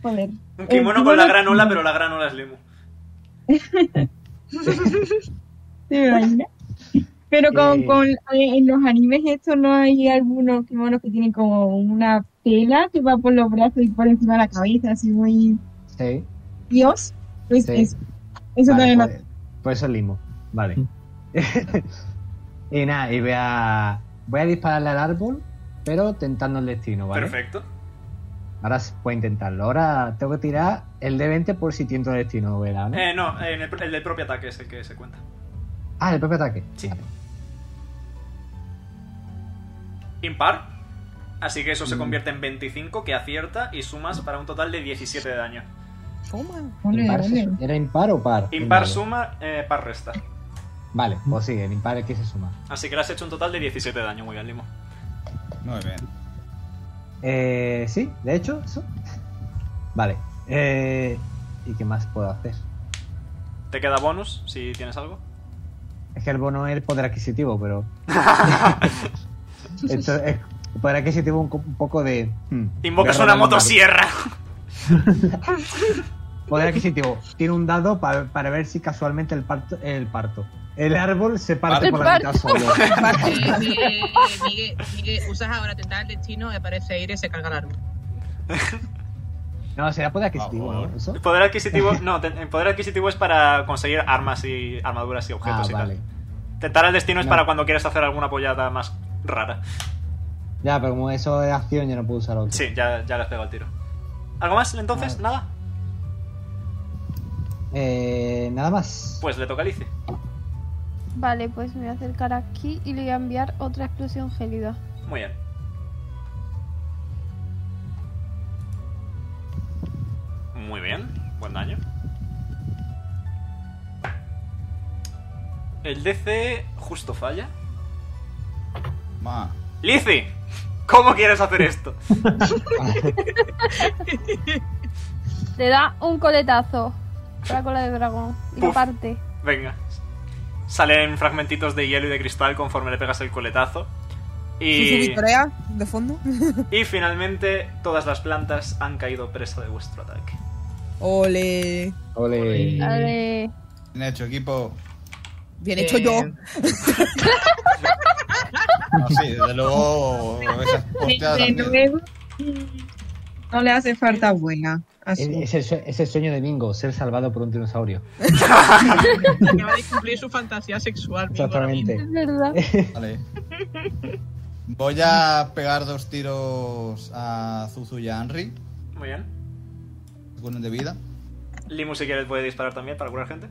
[SPEAKER 13] Joder.
[SPEAKER 5] Un
[SPEAKER 13] El
[SPEAKER 5] kimono con la
[SPEAKER 13] kimono-
[SPEAKER 5] gran ola, pero la gran ola es Limo.
[SPEAKER 13] ¿te imaginas? Pero con,
[SPEAKER 9] Eh.
[SPEAKER 13] con eh, en los animes estos no hay algunos kimonos que tienen como una tela que va por los brazos y por encima de la cabeza, así muy
[SPEAKER 9] Sí.
[SPEAKER 13] Dios. Pues
[SPEAKER 9] Sí.
[SPEAKER 13] eso, eso
[SPEAKER 9] Vale,
[SPEAKER 13] también
[SPEAKER 9] pues, pues eso es limo. Vale.
[SPEAKER 6] Mm.
[SPEAKER 9] y nada, y voy a. Voy a dispararle al árbol, pero tentando el destino, ¿vale?
[SPEAKER 5] Perfecto.
[SPEAKER 9] Ahora se puede intentarlo. Ahora tengo que tirar el D20 por si tiento destino, ¿verdad? no?
[SPEAKER 5] Eh, no, en el, el del propio ataque es el que se cuenta.
[SPEAKER 9] Ah, el propio ataque.
[SPEAKER 5] Sí.
[SPEAKER 9] Vale.
[SPEAKER 5] Impar. Así que eso
[SPEAKER 9] Mm.
[SPEAKER 5] se convierte en 25, que acierta y sumas para un total de 17 de daño.
[SPEAKER 11] Toma.
[SPEAKER 13] Ole,
[SPEAKER 9] Impar,
[SPEAKER 13] ole.
[SPEAKER 9] ¿Era impar o par?
[SPEAKER 5] Impar
[SPEAKER 9] Vale.
[SPEAKER 5] suma, eh, par resta.
[SPEAKER 9] Vale, pues sí, el impar es que se suma.
[SPEAKER 5] Así que le has hecho un total de 17 de daño, muy bien, Limo.
[SPEAKER 2] Muy bien.
[SPEAKER 9] Eh, sí, de hecho, eso. Vale. Eh, ¿Y qué más puedo hacer?
[SPEAKER 5] ¿Te queda bonus si tienes algo?
[SPEAKER 9] Es que el bono es el poder adquisitivo, pero. Esto es el poder adquisitivo un, co- un poco de. hmm,
[SPEAKER 5] Invocas
[SPEAKER 9] voy a
[SPEAKER 5] una
[SPEAKER 9] robar un dado.
[SPEAKER 5] motosierra.
[SPEAKER 9] Poder adquisitivo. Tiene un dado pa- para ver si casualmente el parto. El parto. El árbol se parte
[SPEAKER 2] El
[SPEAKER 9] por la mitad solo.
[SPEAKER 3] Eh, eh, eh, Miguel, Miguel, usas ahora tentar el destino, aparece aire, se carga el árbol.
[SPEAKER 9] No, será poder adquisitivo,
[SPEAKER 2] Por favor.
[SPEAKER 9] ¿no? ¿Eso?
[SPEAKER 5] El poder adquisitivo, no, te- el poder adquisitivo es para conseguir armas y armaduras y
[SPEAKER 9] Ah,
[SPEAKER 5] objetos y
[SPEAKER 9] vale.
[SPEAKER 5] tal. Tentar al destino es
[SPEAKER 9] No.
[SPEAKER 5] para cuando quieres hacer alguna pollada más rara.
[SPEAKER 9] Ya, pero como eso es acción, yo no puedo usar otro.
[SPEAKER 5] Sí, ya, ya le has pegado el tiro. ¿Algo más entonces? ¿Nada?
[SPEAKER 9] Eh, nada más.
[SPEAKER 5] Pues le toca a Lizzie.
[SPEAKER 4] Vale, pues me voy a acercar aquí y le voy a enviar otra explosión gélida.
[SPEAKER 5] Muy bien. Muy bien, buen daño. El DC justo falla.
[SPEAKER 2] Ma.
[SPEAKER 5] Lizzie, ¿cómo quieres hacer esto?
[SPEAKER 4] Le da un coletazo. La cola de dragón. Y lo
[SPEAKER 5] Puf.
[SPEAKER 4] parte.
[SPEAKER 5] Venga. Salen fragmentitos de hielo y de cristal conforme le pegas el coletazo.
[SPEAKER 11] Su
[SPEAKER 5] Y,
[SPEAKER 11] vitorea de fondo.
[SPEAKER 5] y finalmente todas las plantas han caído presa de vuestro ataque.
[SPEAKER 11] Ole.
[SPEAKER 9] Ole.
[SPEAKER 4] Dale.
[SPEAKER 2] Bien hecho, equipo.
[SPEAKER 11] Bien
[SPEAKER 3] Eh,
[SPEAKER 11] hecho yo.
[SPEAKER 2] No, sí, desde luego. esas posteadas
[SPEAKER 13] Desde
[SPEAKER 2] también.
[SPEAKER 13] luego, no le hace falta buena. a
[SPEAKER 9] Es,
[SPEAKER 13] su-
[SPEAKER 9] es el, sue- es el sueño de Bingo, ser salvado por un dinosaurio.
[SPEAKER 10] va a cumplir su fantasía sexual. Bingo, ahora mismo.
[SPEAKER 9] Exactamente.
[SPEAKER 4] Es verdad.
[SPEAKER 2] Vale. Voy a pegar dos tiros a Zuzu y a Henry.
[SPEAKER 5] Muy bien.
[SPEAKER 2] Según de vida.
[SPEAKER 5] Limu, si quieres, puede disparar también para curar gente.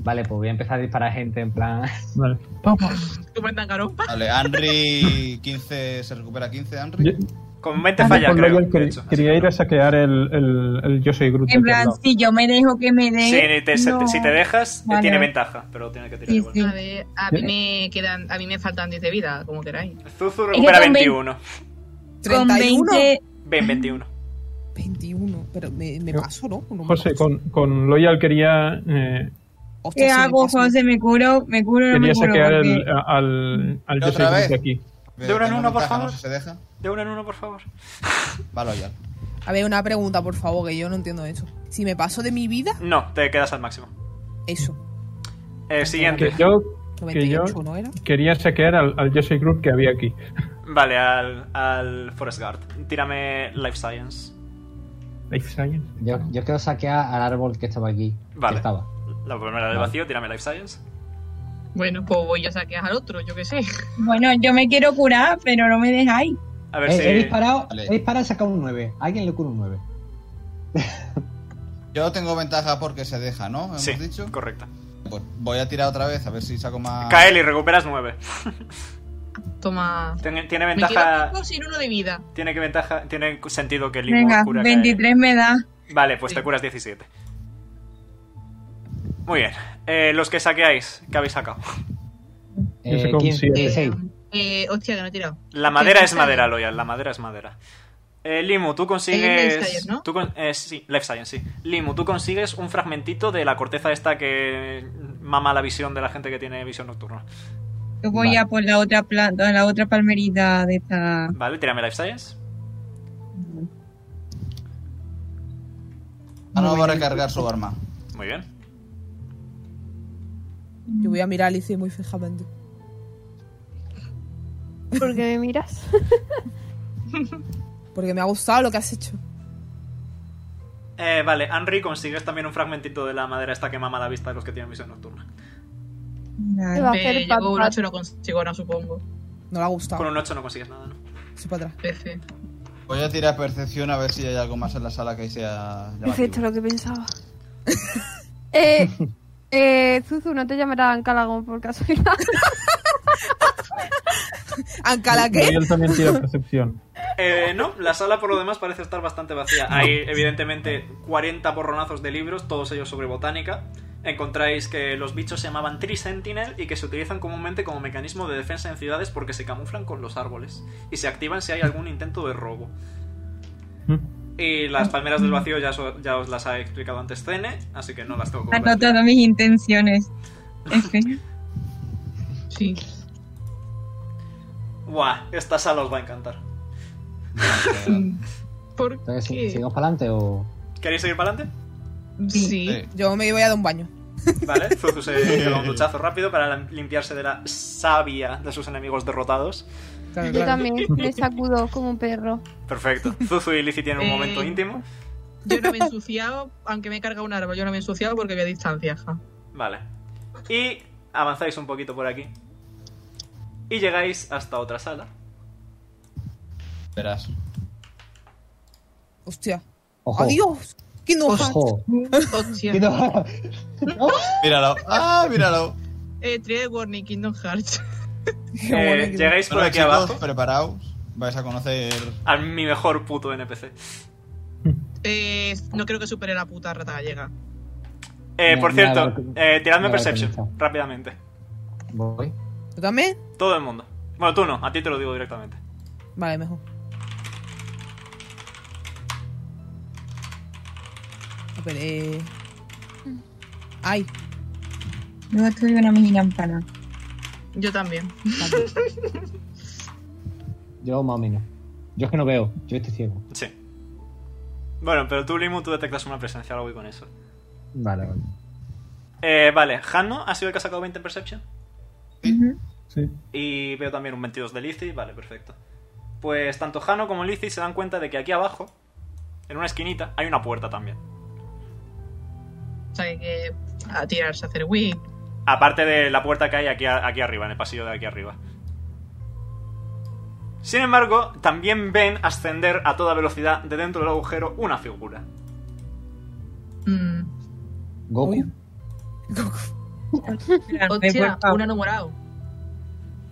[SPEAKER 9] Vale, pues voy a empezar a disparar gente en plan.
[SPEAKER 6] Vale. Vamos.
[SPEAKER 10] Como en Danganronpa.
[SPEAKER 2] Vale, Henry 15. ¿Se recupera 15 Henry?
[SPEAKER 6] Yo-
[SPEAKER 5] Con 20
[SPEAKER 6] yo
[SPEAKER 5] falla,
[SPEAKER 6] Ah, con
[SPEAKER 5] creo.
[SPEAKER 6] Loyal
[SPEAKER 5] de
[SPEAKER 6] quería,
[SPEAKER 5] hecho.
[SPEAKER 6] quería ir a saquear el, el, el Yo soy Groot.
[SPEAKER 13] En
[SPEAKER 6] del
[SPEAKER 13] plan,
[SPEAKER 6] Cloud.
[SPEAKER 13] si yo me dejo que me dé.
[SPEAKER 5] Sí, te- se-
[SPEAKER 13] no.
[SPEAKER 5] si te dejas, eh,
[SPEAKER 13] Vale.
[SPEAKER 5] tiene ventaja, pero tiene que tirar
[SPEAKER 13] Sí,
[SPEAKER 5] igual.
[SPEAKER 13] sí.
[SPEAKER 3] A ver, a mí me quedan, a mí me faltan 10 de vida, como queráis.
[SPEAKER 5] Zuzu recupera
[SPEAKER 13] con
[SPEAKER 5] 21.
[SPEAKER 13] Con
[SPEAKER 11] 31.
[SPEAKER 13] 20.
[SPEAKER 5] Ven, 21.
[SPEAKER 11] 21. Pero me, me paso, ¿no? No me
[SPEAKER 6] José,
[SPEAKER 11] paso.
[SPEAKER 6] con, con Loyal quería, eh,
[SPEAKER 11] Hostia,
[SPEAKER 13] ¿Qué
[SPEAKER 11] sí me
[SPEAKER 13] hago,
[SPEAKER 11] paso.
[SPEAKER 13] José? ¿Me curo? ¿Me curo o no me
[SPEAKER 6] quería
[SPEAKER 13] curo?
[SPEAKER 6] saquear
[SPEAKER 13] Porque-
[SPEAKER 6] el, a- al, al Yo soy
[SPEAKER 2] ¿Otra
[SPEAKER 6] Groot de
[SPEAKER 2] vez?
[SPEAKER 6] aquí.
[SPEAKER 2] Pero
[SPEAKER 5] De una en
[SPEAKER 2] tengo
[SPEAKER 5] una, por
[SPEAKER 2] ventaja,
[SPEAKER 5] favor.
[SPEAKER 2] No sé si se deja.
[SPEAKER 5] De uno en uno, por favor.
[SPEAKER 2] Vale, ya.
[SPEAKER 11] A ver, una pregunta, por favor, que yo no entiendo eso. Si me paso de mi vida,
[SPEAKER 5] No, te quedas al máximo.
[SPEAKER 11] eso.
[SPEAKER 5] Eh,
[SPEAKER 6] Que
[SPEAKER 5] siguiente.
[SPEAKER 6] yo
[SPEAKER 11] 98,
[SPEAKER 6] yo-
[SPEAKER 11] ¿no era?
[SPEAKER 6] quería saquear al, al Yo soy Groot que había aquí.
[SPEAKER 5] Vale, al, al Forest Guard. Tírame Life Science.
[SPEAKER 6] Life Science.
[SPEAKER 9] Yo, yo quiero saquear al árbol que estaba aquí. que
[SPEAKER 5] Vale.
[SPEAKER 9] estaba.
[SPEAKER 5] La primera del
[SPEAKER 9] Vale.
[SPEAKER 5] vacío, tírame Life Science.
[SPEAKER 10] Bueno, pues voy a saquear al otro, yo qué sé.
[SPEAKER 13] Bueno, yo me quiero curar, pero no me dejáis.
[SPEAKER 5] A ver
[SPEAKER 9] Eh, He
[SPEAKER 5] si.
[SPEAKER 9] disparado,
[SPEAKER 2] Vale.
[SPEAKER 9] he disparado y sacado un 9. Alguien le cura un 9.
[SPEAKER 2] Yo tengo ventaja porque se deja, ¿no? Hemos
[SPEAKER 5] Sí,
[SPEAKER 2] dicho. Ah.
[SPEAKER 5] correcto.
[SPEAKER 2] Pues voy a tirar otra vez, a ver si saco más.
[SPEAKER 5] Kaeli, recuperas 9.
[SPEAKER 3] Toma.
[SPEAKER 5] Tiene, tiene
[SPEAKER 3] Me quedo
[SPEAKER 5] ventaja.
[SPEAKER 3] poco sin uno de vida.
[SPEAKER 5] Tiene que ventaja. Tiene sentido que Limo
[SPEAKER 13] Venga,
[SPEAKER 5] cura a Kaeli.
[SPEAKER 13] 23 me da.
[SPEAKER 5] Vale, pues te curas 17. Muy bien. Eh, los que saqueáis, ¿qué habéis sacado?
[SPEAKER 9] Eh,
[SPEAKER 6] Yo saco un
[SPEAKER 9] 15,
[SPEAKER 6] siete.
[SPEAKER 9] 16.
[SPEAKER 3] Eh, hostia, que no he tirado.
[SPEAKER 5] La madera
[SPEAKER 3] Sí,
[SPEAKER 5] es
[SPEAKER 3] sí.
[SPEAKER 5] madera, Loyal. La madera es madera. Eh, Limu, tú
[SPEAKER 3] Eh,
[SPEAKER 5] consigues.
[SPEAKER 3] Life Science, ¿no?
[SPEAKER 5] tú con- eh, sí, Life Science, sí. Limu, tú consigues un fragmentito de la corteza esta que mama la visión de la gente que tiene visión nocturna.
[SPEAKER 13] Yo voy
[SPEAKER 9] Vale.
[SPEAKER 13] a por la otra planta, la otra palmerita de esta.
[SPEAKER 5] Vale, tírame Life Science.
[SPEAKER 2] Ah, no, va a recargar su arma.
[SPEAKER 5] Muy bien.
[SPEAKER 11] Yo voy a mirar a Alicia muy fijamente.
[SPEAKER 4] ¿Por qué me miras?
[SPEAKER 11] Porque me ha gustado lo que has hecho.
[SPEAKER 5] Eh, vale, Henry, consigues también un fragmentito de la madera esta que mama la vista de los que tienen visión nocturna.
[SPEAKER 4] Te
[SPEAKER 13] Vale.
[SPEAKER 4] va a
[SPEAKER 3] Me
[SPEAKER 4] hacer
[SPEAKER 3] llevo un
[SPEAKER 4] papas.
[SPEAKER 3] 8 no consigo ahora, supongo.
[SPEAKER 11] No le ha
[SPEAKER 5] Con
[SPEAKER 11] gustado.
[SPEAKER 5] un 8 no consigues nada, ¿no?
[SPEAKER 11] Soy para atrás.
[SPEAKER 3] Perfecto.
[SPEAKER 2] Voy a tirar percepción a ver si hay algo más en la sala que sea. llamativo.
[SPEAKER 4] Perfecto, lo que pensaba. eh, eh, Zuzu, no te llamarán Calagón por casualidad.
[SPEAKER 11] ¿Ancala qué?
[SPEAKER 6] Loyal también tira percepción.
[SPEAKER 5] Eh, no, la sala por lo demás parece estar bastante vacía. Hay evidentemente 40 borronazos de libros, todos ellos sobre botánica. Encontráis que los bichos se llamaban Tri-Sentinel y que se utilizan comúnmente como mecanismo de defensa en ciudades porque se camuflan con los árboles y se activan si hay algún intento de robo.
[SPEAKER 6] ¿Mm?
[SPEAKER 5] Y las palmeras del vacío ya, so- ya os las ha explicado antes Cene, así que no las
[SPEAKER 7] Ah,
[SPEAKER 5] tengo que volver a
[SPEAKER 13] Anoto todas mis intenciones. F.
[SPEAKER 3] Sí.
[SPEAKER 5] explicar. Buah, esta sala os va a encantar.
[SPEAKER 10] ¿Por qué?
[SPEAKER 9] Entonces, ¿sig- ¿seguimos para adelante o.?
[SPEAKER 5] ¿Queréis seguir para adelante?
[SPEAKER 3] Sí.
[SPEAKER 2] Sí.
[SPEAKER 11] Yo me voy a dar un baño.
[SPEAKER 5] Vale, Zuzu se pega un duchazo rápido para limpiarse de la savia de sus enemigos derrotados.
[SPEAKER 11] Claro,
[SPEAKER 4] Yo
[SPEAKER 11] claro.
[SPEAKER 4] también me sacudo como un perro.
[SPEAKER 5] Perfecto. Zuzu y Lizzie tienen un
[SPEAKER 3] Eh.
[SPEAKER 5] momento íntimo.
[SPEAKER 3] Yo no me he ensuciado, aunque me he cargado un árbol, yo no me he ensuciado porque había distancia. ja.
[SPEAKER 5] Vale. Y avanzáis un poquito por aquí. Y llegáis hasta otra sala.
[SPEAKER 2] Verás.
[SPEAKER 11] Hostia.
[SPEAKER 9] Ojo.
[SPEAKER 11] ¡Adiós! ¡Qué no
[SPEAKER 9] Ojo.
[SPEAKER 3] Hostia.
[SPEAKER 9] Que no-
[SPEAKER 2] Míralo. ¡Ah, míralo!
[SPEAKER 3] Eh, Trigger Warning, Kingdom Hearts.
[SPEAKER 5] Eh, llegáis por
[SPEAKER 2] Hola,
[SPEAKER 5] aquí
[SPEAKER 2] chicos,
[SPEAKER 5] abajo
[SPEAKER 2] preparaos. Vais a conocer.
[SPEAKER 5] a mi mejor puto NPC.
[SPEAKER 3] Eh, no creo que supere la puta rata gallega.
[SPEAKER 5] Eh,
[SPEAKER 9] Me-
[SPEAKER 5] por
[SPEAKER 9] me
[SPEAKER 5] cierto,
[SPEAKER 9] habrá-
[SPEAKER 5] eh,
[SPEAKER 9] me
[SPEAKER 5] tiradme
[SPEAKER 9] habrá
[SPEAKER 5] Perception
[SPEAKER 9] conectado.
[SPEAKER 5] rápidamente.
[SPEAKER 9] Voy.
[SPEAKER 11] ¿Tú también?
[SPEAKER 5] Todo el mundo. Bueno, tú no, a ti te lo digo directamente.
[SPEAKER 11] Vale, mejor. Superé. eh. Ay,
[SPEAKER 7] Luego estuve una mini campana.
[SPEAKER 3] Yo también.
[SPEAKER 9] Yo más o menos. Yo es que no veo, yo estoy ciego.
[SPEAKER 5] Sí. Bueno, pero tú, Limu, tú detectas una presencia, ahora voy con eso.
[SPEAKER 9] Vale, vale.
[SPEAKER 5] Eh, vale, Hanno ha sido el que ha sacado 20 en Perception.
[SPEAKER 6] Sí.
[SPEAKER 5] Y veo también un 22 de Lizzie. Vale, perfecto. Pues tanto Hanno como Lizzie se dan cuenta de que aquí abajo, en una esquinita, hay una puerta también.
[SPEAKER 3] O sea, hay que a tirarse a hacer wing.
[SPEAKER 5] Aparte de la puerta que hay aquí, a- aquí arriba, en el pasillo de aquí arriba. Sin embargo, también ven ascender a toda velocidad de dentro del agujero una figura.
[SPEAKER 3] Mm.
[SPEAKER 9] Goku.
[SPEAKER 3] Hostia, un enamorado.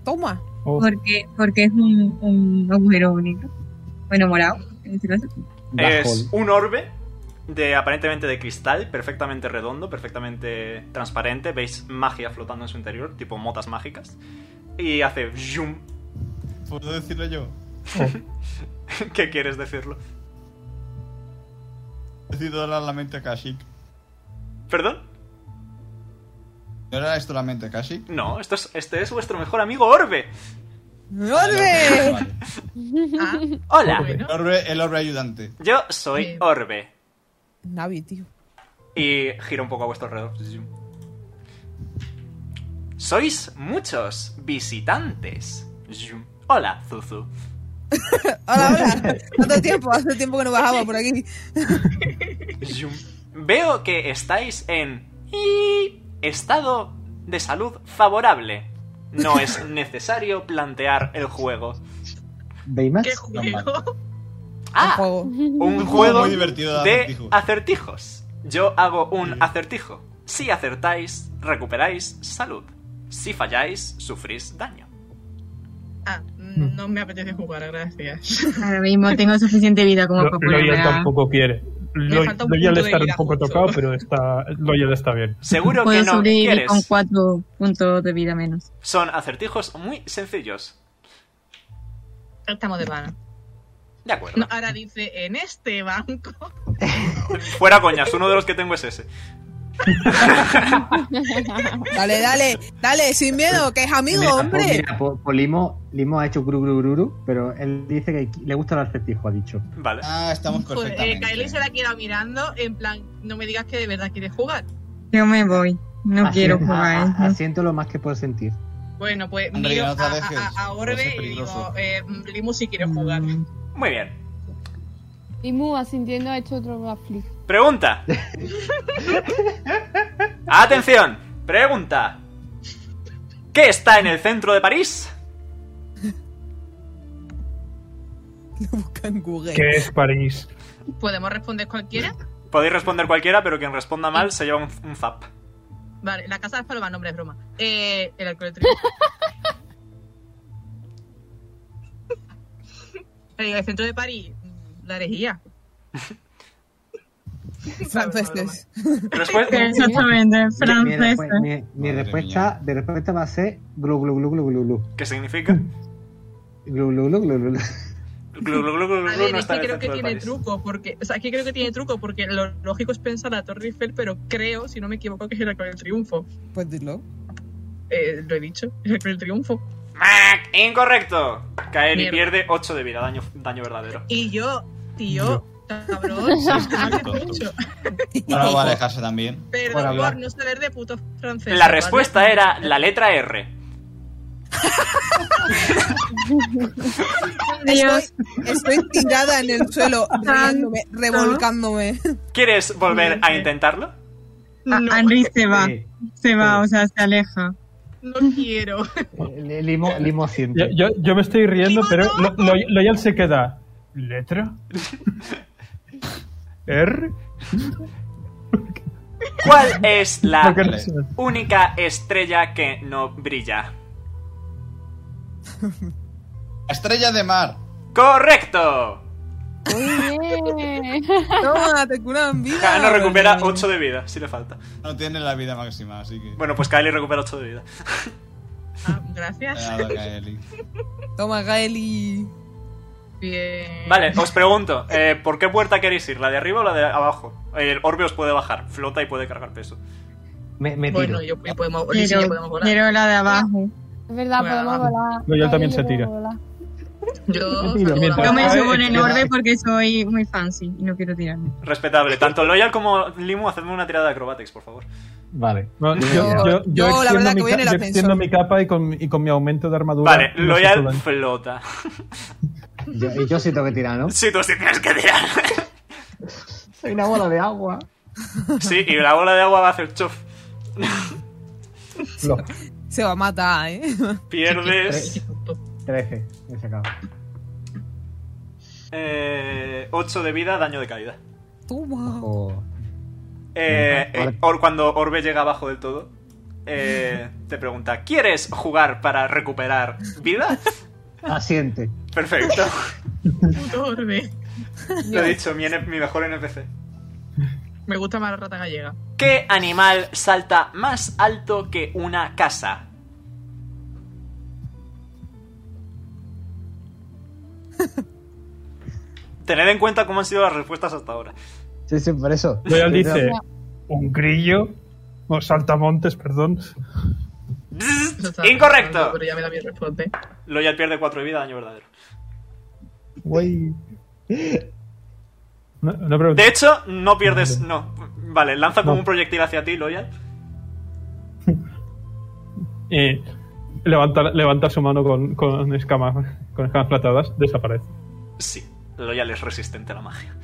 [SPEAKER 11] toma.
[SPEAKER 6] Oh.
[SPEAKER 7] Porque, porque es un, un agujero negro. Bueno, morado, en este caso.
[SPEAKER 5] Es un orbe de aparentemente de cristal, perfectamente redondo, perfectamente transparente. Veis magia flotando en su interior, tipo motas mágicas. Y hace zoom.
[SPEAKER 2] ¿Puedo decirlo yo?
[SPEAKER 5] ¿Qué quieres decirlo?
[SPEAKER 2] Decido dorar la mente a Kashyyyk.
[SPEAKER 5] ¿Perdón?
[SPEAKER 2] ¿No era esto la mente a Kashyyyk?
[SPEAKER 5] No, esto es, este es vuestro mejor amigo Orbe.
[SPEAKER 11] ¡Orbe!
[SPEAKER 2] Vale.
[SPEAKER 3] Ah,
[SPEAKER 5] Hola,
[SPEAKER 2] El orbe, el orbe ayudante.
[SPEAKER 5] yo soy
[SPEAKER 3] Sí.
[SPEAKER 5] Orbe.
[SPEAKER 11] Navi, tío.
[SPEAKER 5] Y gira un poco a vuestro alrededor. Zoom. Sois muchos visitantes. Zoom. Hola, Zuzu.
[SPEAKER 11] Hola, hola. ¿Cuánto tiempo? Hace tiempo que no bajaba por aquí.
[SPEAKER 5] Zoom. Veo que estáis en estado de salud favorable. No es necesario plantear el juego.
[SPEAKER 9] ¿Veis más?
[SPEAKER 3] ¿Qué juego?
[SPEAKER 11] Un
[SPEAKER 5] Ah,
[SPEAKER 11] juego.
[SPEAKER 5] un
[SPEAKER 2] juego
[SPEAKER 5] juego
[SPEAKER 2] muy divertido de
[SPEAKER 5] de
[SPEAKER 2] acertijos.
[SPEAKER 5] acertijos. Yo hago un acertijo. Si acertáis, recuperáis salud. Si falláis, sufrís daño.
[SPEAKER 3] Ah, mm, no me apetece jugar, gracias.
[SPEAKER 13] Ahora mismo tengo suficiente vida como para ponerme
[SPEAKER 6] Loyal
[SPEAKER 13] a...
[SPEAKER 6] tampoco quiere. Lo-
[SPEAKER 3] falta un punto
[SPEAKER 6] Loyal
[SPEAKER 3] de
[SPEAKER 6] está un
[SPEAKER 3] vida
[SPEAKER 6] poco
[SPEAKER 3] justo.
[SPEAKER 6] tocado, pero está Loyal está bien.
[SPEAKER 5] Seguro que
[SPEAKER 13] Puedo
[SPEAKER 5] no
[SPEAKER 13] sobrevivir
[SPEAKER 5] quieres.
[SPEAKER 13] con cuatro puntos de vida menos.
[SPEAKER 5] Son acertijos muy sencillos.
[SPEAKER 3] Estamos de pana.
[SPEAKER 5] De acuerdo.
[SPEAKER 3] No, ahora dice, en este banco.
[SPEAKER 5] Fuera coñas, uno de los que tengo es ese.
[SPEAKER 11] Dale, dale, dale, sin miedo, que es amigo,
[SPEAKER 9] Mira,
[SPEAKER 11] hombre.
[SPEAKER 9] pues, mira, pues- pues Limo, Limo ha hecho gru, gru, gru, gru, pero él dice que le gusta el acertijo, ha dicho.
[SPEAKER 5] Vale.
[SPEAKER 2] Ah, estamos
[SPEAKER 3] Joder,
[SPEAKER 2] perfectamente.
[SPEAKER 3] eh, Kylie se la queda mirando, en plan, no me digas que de verdad quieres jugar.
[SPEAKER 7] Yo me voy.
[SPEAKER 3] Ah,
[SPEAKER 7] No
[SPEAKER 9] Así-
[SPEAKER 7] quiero
[SPEAKER 9] a-
[SPEAKER 7] jugar.
[SPEAKER 9] a-
[SPEAKER 7] ¿eh?
[SPEAKER 9] Asiento lo más que puedo sentir.
[SPEAKER 3] Bueno, pues
[SPEAKER 2] Hombre,
[SPEAKER 3] miro
[SPEAKER 2] no te
[SPEAKER 3] a,
[SPEAKER 2] alejes,
[SPEAKER 3] a- a- a
[SPEAKER 2] puede ser
[SPEAKER 3] Orbe y
[SPEAKER 2] peligroso. Mm.
[SPEAKER 3] digo, eh, mm, Limu si quieres jugar.
[SPEAKER 5] Muy bien.
[SPEAKER 4] Y Mu asintiendo ha hecho otro backflip.
[SPEAKER 5] Pregunta. Atención. Pregunta. ¿Qué está en el centro de París?
[SPEAKER 11] Lo busca en Google.
[SPEAKER 6] ¿Qué es París?
[SPEAKER 3] ¿Podemos responder cualquiera?
[SPEAKER 5] Podéis responder cualquiera, pero quien responda mal se lleva un, un zap.
[SPEAKER 3] Vale, la casa de las palomas, no, hombre, es broma. Eh, el alcohol de triunfo. Pero digo, el centro de París, mm, la herejía.
[SPEAKER 11] Franceses.
[SPEAKER 5] Respuesta.
[SPEAKER 13] Exactamente,
[SPEAKER 9] Mi- Mi,
[SPEAKER 13] francés.
[SPEAKER 3] Ah.
[SPEAKER 9] respu- mi- mi
[SPEAKER 2] Madre
[SPEAKER 9] respuesta, mi respuesta va a ser glu, glu, glu, glu, glu, glu.
[SPEAKER 5] ¿Qué significa?
[SPEAKER 9] Glu, glu, glu, glu, glu.
[SPEAKER 5] Glu, glu, glu,
[SPEAKER 3] A
[SPEAKER 5] glu, glu,
[SPEAKER 3] ver,
[SPEAKER 5] no
[SPEAKER 3] es
[SPEAKER 5] está
[SPEAKER 3] que
[SPEAKER 5] en
[SPEAKER 3] creo que
[SPEAKER 5] el centro de
[SPEAKER 3] tiene
[SPEAKER 5] París.
[SPEAKER 3] truco, porque, o sea, es que creo que tiene truco, porque lo lógico es pensar la Torre Eiffel, pero creo, si no me equivoco, que es el Arco del Triunfo.
[SPEAKER 11] Pues dilo.
[SPEAKER 3] Eh, lo he dicho, el Arco del Triunfo.
[SPEAKER 5] ¡Mac! Incorrecto. Caer y
[SPEAKER 3] Mierda.
[SPEAKER 5] pierde 8 de vida, daño, daño verdadero.
[SPEAKER 3] Y yo, tío, cabrón, es que no lo he dicho.
[SPEAKER 2] Ahora va a alejarse también.
[SPEAKER 9] Por
[SPEAKER 3] Perdón
[SPEAKER 9] hablar.
[SPEAKER 3] por no saber de puto francés.
[SPEAKER 5] La respuesta era la letra R.
[SPEAKER 13] Adiós.
[SPEAKER 11] Estoy tirada en el suelo, riéndome, revolcándome.
[SPEAKER 5] ¿Quieres volver a intentarlo?
[SPEAKER 7] A-
[SPEAKER 3] No,
[SPEAKER 7] Henry Ah, se va.
[SPEAKER 9] Sí.
[SPEAKER 7] Se va, o sea, se aleja.
[SPEAKER 3] no quiero.
[SPEAKER 9] Eh, Limo, Limo
[SPEAKER 6] Yo,
[SPEAKER 9] siente.
[SPEAKER 6] yo, yo me estoy riendo,
[SPEAKER 3] Digo,
[SPEAKER 6] pero
[SPEAKER 3] no.
[SPEAKER 6] lo- lo- Loyal se queda. ¿Letra? ¿R?
[SPEAKER 5] ¿Cuál es la
[SPEAKER 6] Porque no sé.
[SPEAKER 5] única estrella que no brilla?
[SPEAKER 2] Estrella de mar.
[SPEAKER 5] ¡Correcto!
[SPEAKER 4] Muy bien.
[SPEAKER 11] Toma, te curan vida.
[SPEAKER 5] Kano recupera 8 de vida, si le falta.
[SPEAKER 2] No tiene la vida máxima, así que.
[SPEAKER 5] Bueno, pues Kylie recupera 8 de vida.
[SPEAKER 3] Ah,
[SPEAKER 2] Le
[SPEAKER 3] gracias.
[SPEAKER 2] ha dado a Kaeli.
[SPEAKER 11] Toma, Gaeli.
[SPEAKER 3] Bien.
[SPEAKER 5] Vale, os pregunto, eh, ¿por qué puerta queréis ir? ¿La de arriba o la de abajo? El orbe os puede bajar, flota y puede cargar peso.
[SPEAKER 9] Me, me tiro.
[SPEAKER 3] Bueno, yo, y podemos, y sí, ya podemos
[SPEAKER 7] Pero,
[SPEAKER 3] volar.
[SPEAKER 7] pero la de abajo.
[SPEAKER 4] Es verdad,
[SPEAKER 3] Bueno,
[SPEAKER 4] podemos
[SPEAKER 3] va.
[SPEAKER 4] volar.
[SPEAKER 6] No, y él también se tira.
[SPEAKER 4] podemos volar.
[SPEAKER 3] Yo,
[SPEAKER 6] Mira, mientras-
[SPEAKER 7] Yo me
[SPEAKER 6] Ah,
[SPEAKER 7] subo en
[SPEAKER 6] eh,
[SPEAKER 7] el
[SPEAKER 6] eh,
[SPEAKER 7] orbe porque soy muy fancy y no quiero tirarme.
[SPEAKER 5] Respetable. Tanto Loyal como Limu, hacedme una tirada de acrobatics, por favor.
[SPEAKER 9] Vale.
[SPEAKER 6] Bueno, yo, yo, yo
[SPEAKER 11] yo la
[SPEAKER 6] extiendo
[SPEAKER 11] verdad
[SPEAKER 6] mi
[SPEAKER 11] que voy en
[SPEAKER 6] ca-
[SPEAKER 11] el
[SPEAKER 6] yo
[SPEAKER 11] ascensor.
[SPEAKER 6] extiendo mi capa y con, y con mi aumento de armadura.
[SPEAKER 5] Vale,
[SPEAKER 6] no se
[SPEAKER 5] Loyal
[SPEAKER 6] suben.
[SPEAKER 5] flota.
[SPEAKER 9] Yo, y yo sí tengo que tirar, ¿no?
[SPEAKER 5] Sí, tú sí tienes que tirar.
[SPEAKER 9] Soy una bola de agua.
[SPEAKER 5] Sí, y la bola de agua va a hacer chof.
[SPEAKER 9] Lo,
[SPEAKER 11] Se va a matar, ¿eh?
[SPEAKER 5] Pierdes
[SPEAKER 9] 13. He sacado.
[SPEAKER 5] eh, 8 de vida, daño de caída.
[SPEAKER 11] Toma.
[SPEAKER 9] O-
[SPEAKER 5] Eh,
[SPEAKER 9] Vale.
[SPEAKER 5] eh, Or- cuando Orbe llega abajo del todo, eh, te pregunta, ¿quieres jugar para recuperar vida?
[SPEAKER 9] Asiente.
[SPEAKER 5] Perfecto.
[SPEAKER 3] Puto orbe.
[SPEAKER 5] Lo he dicho, mi, N- mi mejor NPC.
[SPEAKER 3] Me gusta más la rata gallega.
[SPEAKER 5] ¿Qué animal salta más alto que una casa? Tened en cuenta cómo han sido las respuestas hasta ahora.
[SPEAKER 9] Sí, sí, por eso.
[SPEAKER 6] Loyal dice:
[SPEAKER 4] No.
[SPEAKER 6] Un grillo. O saltamontes, perdón.
[SPEAKER 3] Eso está-
[SPEAKER 5] Incorrecto.
[SPEAKER 3] Pero ya me da mi respuesta.
[SPEAKER 5] Loyal pierde 4 de vida, daño verdadero.
[SPEAKER 6] Güey. No, no pregunto.
[SPEAKER 5] De hecho, no pierdes. No. Vale, lanza como un proyectil hacia ti, Loyal.
[SPEAKER 6] Y levanta, levanta su mano con, con escamas con escamas platadas, desaparece.
[SPEAKER 5] Sí, Loyal es resistente a la magia.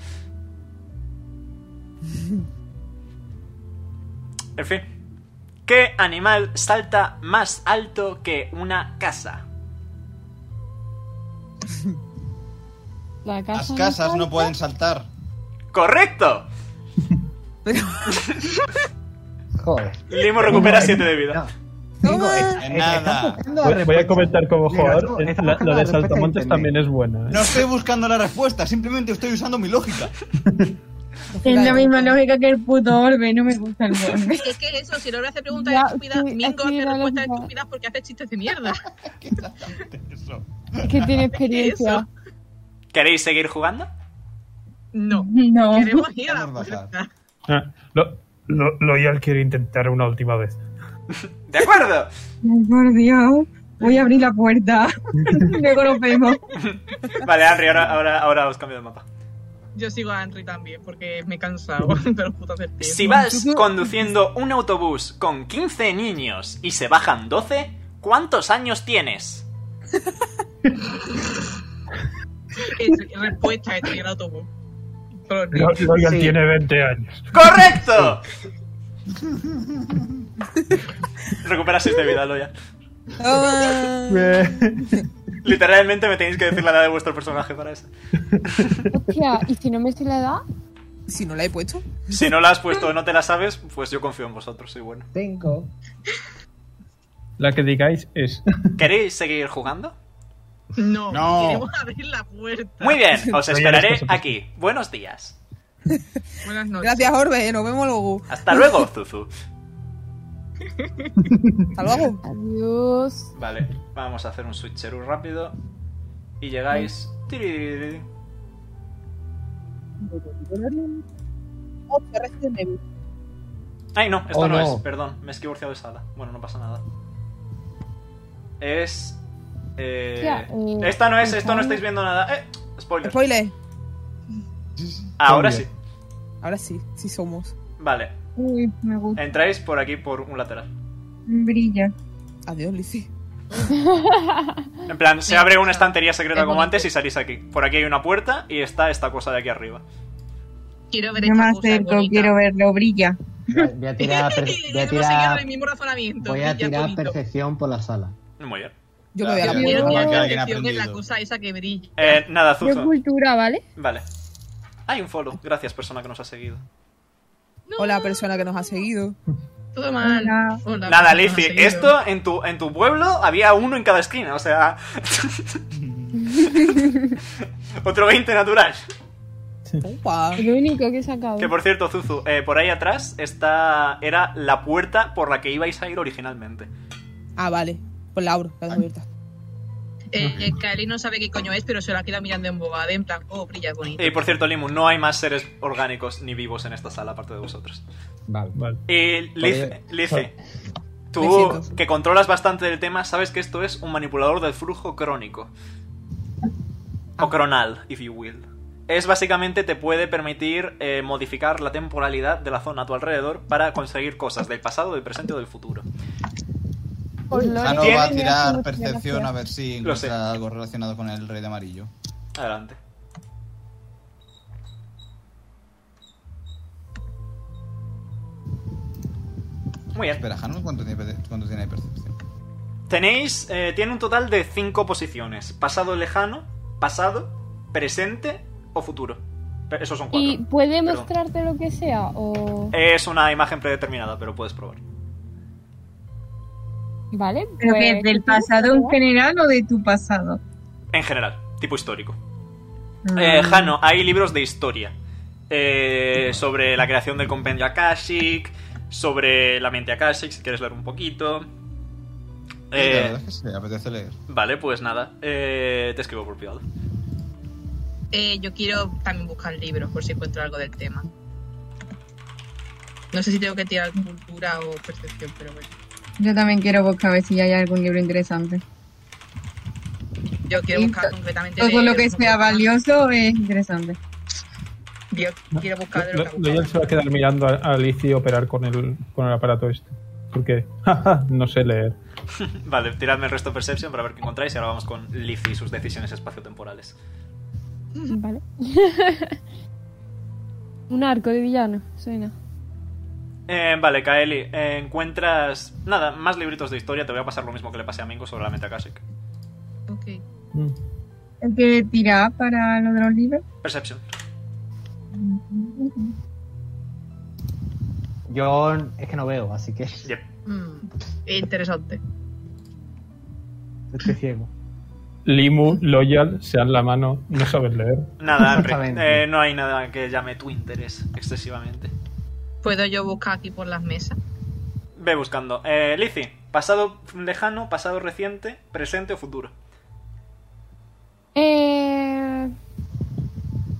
[SPEAKER 5] En fin. ¿Qué animal salta más alto que una casa?
[SPEAKER 4] La casa
[SPEAKER 2] Las
[SPEAKER 4] no
[SPEAKER 2] casas
[SPEAKER 4] sale.
[SPEAKER 2] no pueden saltar.
[SPEAKER 5] ¡Correcto!
[SPEAKER 11] Pero,
[SPEAKER 9] Joder.
[SPEAKER 5] Limo recupera 7 de vida.
[SPEAKER 9] Digo, es-
[SPEAKER 11] toma.
[SPEAKER 9] es-
[SPEAKER 2] En
[SPEAKER 9] estás
[SPEAKER 2] nada.
[SPEAKER 9] buscando la
[SPEAKER 6] Voy, voy a
[SPEAKER 9] respuesta.
[SPEAKER 6] comentar como
[SPEAKER 9] Mira, tú
[SPEAKER 6] jugador. eh,
[SPEAKER 9] estás
[SPEAKER 6] La,
[SPEAKER 9] buscando la
[SPEAKER 6] la de
[SPEAKER 9] respuesta
[SPEAKER 6] saltamontes
[SPEAKER 9] en
[SPEAKER 6] también es buena. ¿eh?
[SPEAKER 2] No estoy buscando la respuesta, simplemente estoy usando mi lógica.
[SPEAKER 7] Es la misma lógica que el puto orbe, no me gusta el orbe.
[SPEAKER 3] Es que eso, si lo hace preguntas
[SPEAKER 4] Ya,
[SPEAKER 3] estúpidas,
[SPEAKER 4] sí,
[SPEAKER 3] Mingo
[SPEAKER 4] aquí
[SPEAKER 3] hace
[SPEAKER 4] la
[SPEAKER 3] respuestas
[SPEAKER 4] lógica.
[SPEAKER 3] estúpidas porque hace chistes de mierda.
[SPEAKER 2] Exactamente eso.
[SPEAKER 4] Es que tiene experiencia.
[SPEAKER 5] ¿Queréis seguir jugando?
[SPEAKER 3] No.
[SPEAKER 7] No.
[SPEAKER 3] Queremos ir a la
[SPEAKER 2] Vamos a bajar.
[SPEAKER 3] puerta.
[SPEAKER 6] Ah, lo, lo- Loyal quiere intentar una última vez.
[SPEAKER 5] ¡De acuerdo!
[SPEAKER 7] Ay, por Dios. Voy a abrir la puerta. Luego nos vemos.
[SPEAKER 5] Vale, Henry, ahora, ahora, ahora os cambio de mapa.
[SPEAKER 3] Yo sigo a Henry también porque me he cansado de los putos serpientes.
[SPEAKER 5] Si vas conduciendo un autobús con 15 niños y se bajan 12, ¿cuántos años tienes?
[SPEAKER 3] Es- Respuesta, estoy en el autobús. Por
[SPEAKER 6] Lo- Loyal
[SPEAKER 9] Sí.
[SPEAKER 6] tiene 20 años.
[SPEAKER 5] ¡Correcto! Recupera 6 de vida, Loya.
[SPEAKER 11] Toma.
[SPEAKER 5] Literalmente me tenéis que decir la edad de vuestro personaje para eso.
[SPEAKER 4] Hostia, ¿y si no me sé la edad?
[SPEAKER 11] Si no la he puesto.
[SPEAKER 5] Si no la has puesto o no te la sabes, pues yo confío en vosotros, soy bueno.
[SPEAKER 9] Tengo.
[SPEAKER 6] La que digáis es.
[SPEAKER 5] ¿Queréis seguir jugando?
[SPEAKER 3] No,
[SPEAKER 2] No.
[SPEAKER 3] queremos abrir la puerta.
[SPEAKER 5] Muy bien, os
[SPEAKER 6] Loyal, por
[SPEAKER 5] esperaré
[SPEAKER 6] supuesto.
[SPEAKER 5] aquí. Buenos días.
[SPEAKER 3] Buenas noches.
[SPEAKER 11] Gracias, Orbe. Nos vemos luego.
[SPEAKER 5] Hasta luego, Zuzu.
[SPEAKER 11] Hasta luego.
[SPEAKER 4] Adiós.
[SPEAKER 5] Vale, vamos a hacer un switcheroo rápido. Y llegáis. Tiririririri.
[SPEAKER 11] Oh, que Resident Evil.
[SPEAKER 5] Ay, no, esto
[SPEAKER 9] Oh,
[SPEAKER 5] no,
[SPEAKER 9] no.
[SPEAKER 5] es, perdón, me he esquivorciado de sala. Bueno, no pasa nada. Es. eh,
[SPEAKER 4] Ya, eh,
[SPEAKER 5] esta no es, esto no
[SPEAKER 4] ¿sabes?
[SPEAKER 5] estáis viendo nada. ¡Eh! Spoiler.
[SPEAKER 11] Spoiler.
[SPEAKER 5] Ahora sí.
[SPEAKER 9] Spoiler.
[SPEAKER 11] Ahora sí, sí somos.
[SPEAKER 5] Vale,
[SPEAKER 7] Uy, me gusta.
[SPEAKER 5] entráis por aquí por un lateral.
[SPEAKER 7] Brilla.
[SPEAKER 11] Adiós, Lizzie.
[SPEAKER 5] En plan, se abre una estantería secreta
[SPEAKER 3] Es
[SPEAKER 5] como
[SPEAKER 3] bonito.
[SPEAKER 5] antes y salís aquí. Por aquí hay una puerta y está esta cosa de aquí arriba.
[SPEAKER 3] Quiero ver
[SPEAKER 7] No
[SPEAKER 3] esta
[SPEAKER 7] me
[SPEAKER 3] cosa es
[SPEAKER 7] acerco,
[SPEAKER 3] bonita. Pues,
[SPEAKER 7] quiero verlo. Brilla.
[SPEAKER 9] Voy a- voy a tirar. per- Voy
[SPEAKER 3] Hemos
[SPEAKER 9] a
[SPEAKER 3] seguido el
[SPEAKER 9] tirar.
[SPEAKER 3] mismo razonamiento.
[SPEAKER 9] Voy a
[SPEAKER 3] brilla
[SPEAKER 9] tirar
[SPEAKER 3] bonito.
[SPEAKER 9] percepción por la sala.
[SPEAKER 5] Muy bien.
[SPEAKER 11] Yo me voy a la
[SPEAKER 2] Gracias.
[SPEAKER 11] puerta.
[SPEAKER 3] Quiero
[SPEAKER 2] Como
[SPEAKER 3] mirar
[SPEAKER 2] que
[SPEAKER 3] la
[SPEAKER 2] alguien ha
[SPEAKER 3] atención en la
[SPEAKER 2] aprendido.
[SPEAKER 3] cosa esa que brilla.
[SPEAKER 5] Eh, nada, Zuzu.
[SPEAKER 4] cultura, ¿vale?
[SPEAKER 5] Vale. Hay un follow. Gracias, persona que nos ha seguido.
[SPEAKER 3] No,
[SPEAKER 11] Hola, persona que nos ha seguido.
[SPEAKER 3] Todo mal.
[SPEAKER 7] Hola.
[SPEAKER 3] Hola,
[SPEAKER 5] Nada,
[SPEAKER 3] persona
[SPEAKER 5] Lizzie,
[SPEAKER 3] seguido.
[SPEAKER 5] esto en tu, en tu pueblo había uno en cada esquina, o sea. Otro 20 natural.
[SPEAKER 11] Opa.
[SPEAKER 4] Lo único que he
[SPEAKER 3] Oh.
[SPEAKER 4] sacado.
[SPEAKER 5] Que por cierto, Zuzu, eh, por ahí atrás está era la puerta por la que ibais a ir originalmente.
[SPEAKER 11] Ah, vale. Pues la abro, la dejo abierta.
[SPEAKER 3] Eh, eh, Kaeli no sabe qué coño es, pero se lo ha quedado mirando embobada, en plan, oh, brilla bonito.
[SPEAKER 5] Y por cierto, Limu, no hay más seres orgánicos ni vivos en esta sala aparte de vosotros.
[SPEAKER 9] Vale, vale.
[SPEAKER 5] Y Lice,
[SPEAKER 9] Vale.
[SPEAKER 5] Lice, Eh, tú
[SPEAKER 11] Besitos.
[SPEAKER 5] que controlas bastante del tema, sabes que esto es un manipulador del flujo crónico. O cronal, if you will. Es básicamente te puede permitir eh, modificar la temporalidad de la zona a tu alrededor para conseguir cosas del pasado, del presente o del futuro.
[SPEAKER 4] Por lo
[SPEAKER 2] Ah, no,
[SPEAKER 5] ¿Quién?
[SPEAKER 2] va a
[SPEAKER 4] Tenía
[SPEAKER 2] tirar percepción a ver si
[SPEAKER 5] Lo sé.
[SPEAKER 2] encuentra algo relacionado con el rey de amarillo.
[SPEAKER 5] Adelante. Muy bien.
[SPEAKER 2] Espera, Hanon, ¿cuánto tiene, perce- cuánto tiene de percepción?
[SPEAKER 5] Tenéis, eh, tiene un total de cinco posiciones. Pasado lejano, pasado, presente o futuro. Pe- Esos son cuatro.
[SPEAKER 14] ¿Y puede
[SPEAKER 5] Perdón.
[SPEAKER 14] mostrarte lo que sea? O...
[SPEAKER 5] Es una imagen predeterminada, pero puedes probar.
[SPEAKER 14] ¿Vale?
[SPEAKER 13] ¿Pero
[SPEAKER 14] pues,
[SPEAKER 13] que del
[SPEAKER 14] ¿tú quieres
[SPEAKER 13] pasado en
[SPEAKER 14] probar?
[SPEAKER 13] general o de tu pasado?
[SPEAKER 5] En general, tipo histórico.
[SPEAKER 7] Mm.
[SPEAKER 5] Eh, Jano, hay libros de historia. Eh, sobre la creación del compendio Akashic, sobre la mente Akashic, si quieres leer un poquito.
[SPEAKER 2] Sí, la
[SPEAKER 5] Eh,
[SPEAKER 2] verdad es que sí, apetece leer.
[SPEAKER 5] vale, pues nada. eh, te escribo por privado.
[SPEAKER 3] Eh, yo quiero también buscar libros por si encuentro algo del tema. No sé si tengo que tirar cultura o percepción, pero bueno.
[SPEAKER 7] Yo también quiero buscar a ver si hay algún libro interesante.
[SPEAKER 3] Yo quiero
[SPEAKER 7] Y
[SPEAKER 3] buscar
[SPEAKER 7] to-
[SPEAKER 3] concretamente.
[SPEAKER 7] Todo
[SPEAKER 3] de-
[SPEAKER 7] lo que sea valioso es interesante.
[SPEAKER 3] Yo quiero buscar de lo que ha
[SPEAKER 6] Loyal se va a quedar mirando a, a Lizzie operar con el, con el aparato este. Porque, jaja, no sé leer.
[SPEAKER 5] Vale, tiradme el resto de Perception para ver qué encontráis y ahora vamos con Lizzie y sus decisiones espaciotemporales.
[SPEAKER 14] Vale. un arco de villano, suena.
[SPEAKER 5] Eh, vale, Kaeli, eh, encuentras... Nada, más libritos de historia, te voy a pasar lo mismo que le pasé a Mingo sobre la mente Akashic.
[SPEAKER 3] Ok.
[SPEAKER 7] ¿El que tira para lo de los libros?
[SPEAKER 5] Perception.
[SPEAKER 9] Yo es que no veo, así que
[SPEAKER 5] Yep.
[SPEAKER 3] Mm, interesante.
[SPEAKER 9] estoy ciego.
[SPEAKER 6] Limu, Loyal, sean la mano, no sabes leer.
[SPEAKER 5] Nada, Henry,
[SPEAKER 9] Exactamente.
[SPEAKER 5] eh, no hay nada que llame tu interés excesivamente.
[SPEAKER 3] ¿Puedo yo buscar aquí por las mesas?
[SPEAKER 5] Ve buscando. Eh, Lizzie, pasado lejano, pasado reciente, presente o futuro.
[SPEAKER 14] Eh...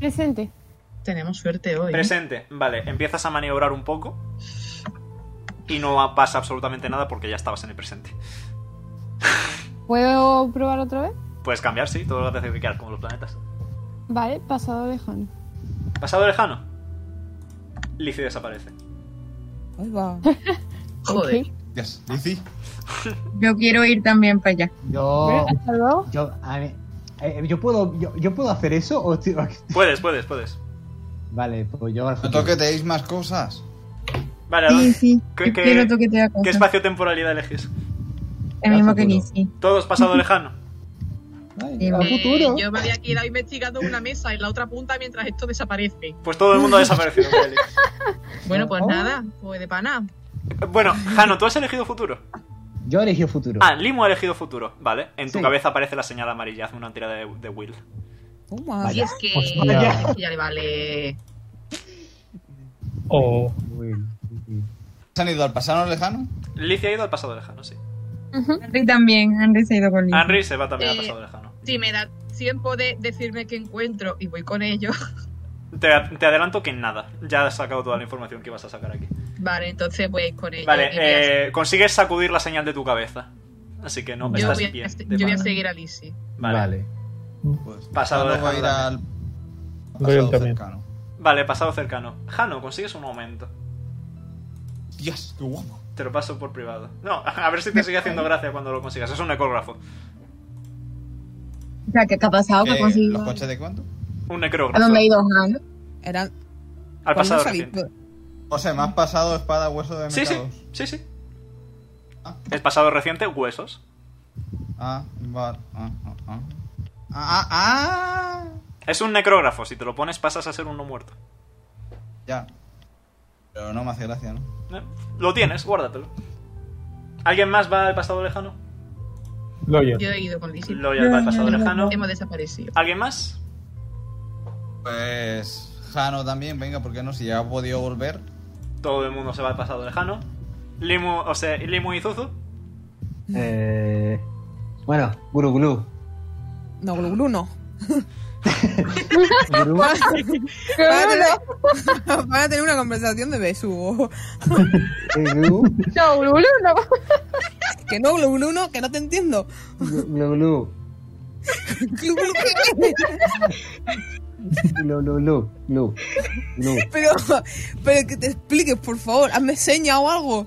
[SPEAKER 14] Presente.
[SPEAKER 3] Tenemos suerte hoy. ¿eh?
[SPEAKER 5] Presente, vale, empiezas a maniobrar un poco y no pasa absolutamente nada porque ya estabas en el presente.
[SPEAKER 14] ¿Puedo probar otra vez?
[SPEAKER 5] Puedes cambiar, sí, todo lo haces que quieras, como los planetas.
[SPEAKER 14] Vale, pasado lejano.
[SPEAKER 5] Pasado lejano. Lizzie desaparece.
[SPEAKER 11] Ahí va.
[SPEAKER 3] Joder. Eh,
[SPEAKER 14] Ok.
[SPEAKER 2] Yes. Lizzie,
[SPEAKER 7] Yo quiero ir también para allá.
[SPEAKER 2] Oh.
[SPEAKER 9] Yo,
[SPEAKER 14] Bueno, hasta luego.
[SPEAKER 9] yo, a mí- eh, yo puedo, yo, yo puedo hacer eso o estoy-
[SPEAKER 5] Puedes, puedes, puedes.
[SPEAKER 9] Vale, pues yo al
[SPEAKER 2] no
[SPEAKER 9] futuro.
[SPEAKER 2] toqueteéis más cosas.
[SPEAKER 5] Vale, ¿a
[SPEAKER 7] Sí,
[SPEAKER 5] dónde-
[SPEAKER 7] sí.
[SPEAKER 5] ¿Qué-
[SPEAKER 7] Yo
[SPEAKER 5] qué-
[SPEAKER 7] quiero toquetear
[SPEAKER 5] ¿Qué
[SPEAKER 7] cosas.
[SPEAKER 5] espacio temporalidad elegís?
[SPEAKER 7] El mismo que
[SPEAKER 9] Al futuro.
[SPEAKER 7] Lizzie.
[SPEAKER 5] Todos pasado lejano.
[SPEAKER 9] Ay,
[SPEAKER 7] a
[SPEAKER 9] al
[SPEAKER 3] Eh,
[SPEAKER 9] futuro.
[SPEAKER 3] yo me había quedado investigando una mesa en la otra punta mientras esto desaparece.
[SPEAKER 5] Pues todo el mundo ha desaparecido. Kelly.
[SPEAKER 3] Bueno, pues
[SPEAKER 9] Oh.
[SPEAKER 3] nada, pues de pana.
[SPEAKER 5] bueno, Jano, tú has elegido futuro.
[SPEAKER 9] Yo elegí el futuro.
[SPEAKER 5] Ah, Limo ha elegido futuro. Vale, en tu
[SPEAKER 9] Sí.
[SPEAKER 5] cabeza aparece la señal amarilla. Hazme una tira de, de Will.
[SPEAKER 11] Toma.
[SPEAKER 3] Y es que,
[SPEAKER 9] hostia.
[SPEAKER 3] es que ya le vale.
[SPEAKER 6] O
[SPEAKER 9] Muy bien, sí, sí.
[SPEAKER 2] ¿Se han ido al pasado lejano?
[SPEAKER 5] Lizzie ha ido al pasado lejano, sí.
[SPEAKER 7] Henry también. Henry se ha ido con Lizzie.
[SPEAKER 5] Henry se va también al
[SPEAKER 3] Eh.
[SPEAKER 5] pasado lejano.
[SPEAKER 3] Si me da tiempo de decirme qué encuentro y voy con ello.
[SPEAKER 5] Te, te adelanto que nada. Ya has sacado toda la información que vas a sacar aquí.
[SPEAKER 3] Eh, Vale, entonces voy a ir con ello.
[SPEAKER 5] Vale,
[SPEAKER 3] y voy a-
[SPEAKER 5] eh, consigues sacudir la señal de tu cabeza. Así que no,
[SPEAKER 3] yo,
[SPEAKER 5] estás
[SPEAKER 3] voy a,
[SPEAKER 5] bien. de
[SPEAKER 3] yo voy a
[SPEAKER 5] pana.
[SPEAKER 3] seguir a Lizzie.
[SPEAKER 5] Vale. vale.
[SPEAKER 2] Pues
[SPEAKER 5] Pasado
[SPEAKER 2] Jano va a ir al
[SPEAKER 5] lejano
[SPEAKER 6] Loyal
[SPEAKER 2] pasado
[SPEAKER 6] también.
[SPEAKER 2] cercano.
[SPEAKER 5] pasado cercano. Jano, consigues un aumento.
[SPEAKER 2] Dios, qué guapo.
[SPEAKER 5] Te lo paso por privado. No, a ver si te sigue haciendo gracia cuando lo consigas. Es un ecógrafo.
[SPEAKER 7] O sea, ¿qué te ha pasado? ¿Qué
[SPEAKER 2] Eh,
[SPEAKER 7] ha conseguido?
[SPEAKER 2] ¿Los coches de cuánto?
[SPEAKER 5] Un
[SPEAKER 7] ¿A
[SPEAKER 5] necrógrafo.
[SPEAKER 7] dónde ha ido Hannah?
[SPEAKER 11] Eran.
[SPEAKER 5] Al pasado
[SPEAKER 11] ¿cuándo
[SPEAKER 5] reciente.
[SPEAKER 11] salí?
[SPEAKER 2] O sea, me has pasado espada, hueso de
[SPEAKER 5] Sí, sí,
[SPEAKER 2] mecados.
[SPEAKER 5] sí, sí.
[SPEAKER 2] Ah.
[SPEAKER 5] Es pasado reciente, huesos.
[SPEAKER 2] Ah, vale. Ah, ah, ah. Ah, ah, ah.
[SPEAKER 5] Es un necrógrafo. Si te lo pones, pasas a ser uno muerto.
[SPEAKER 2] Ya. Pero no me hace gracia, ¿no?
[SPEAKER 5] Eh, Lo tienes, guárdatelo. ¿Alguien más va al pasado lejano?
[SPEAKER 6] Loyal.
[SPEAKER 3] Yo he ido con Lizzie.
[SPEAKER 5] Loyal va al pasado
[SPEAKER 7] Yo-
[SPEAKER 5] lejano.
[SPEAKER 3] Hemos desaparecido.
[SPEAKER 5] ¿Alguien más?
[SPEAKER 2] Pues Jano también, venga, ¿por qué no? Si ya ha podido volver.
[SPEAKER 5] Todo el mundo se va al pasado lejano. Limu, o sea, Limu y Zuzu.
[SPEAKER 9] Eh, bueno, Guru Guru.
[SPEAKER 11] No, glu glu no.
[SPEAKER 9] Gru,
[SPEAKER 11] Van a tener- van a tener una conversación de besugo.
[SPEAKER 9] Glu,
[SPEAKER 14] No, Lulu, no.
[SPEAKER 11] Que no, glu glu no, que no te entiendo.
[SPEAKER 9] Glu, Glu,
[SPEAKER 11] Glu, glu, ¿qué?
[SPEAKER 9] Glu, Glu, Glu, Glu, Glu.
[SPEAKER 11] Pero, pero que te expliques, por favor. Hazme seña o algo.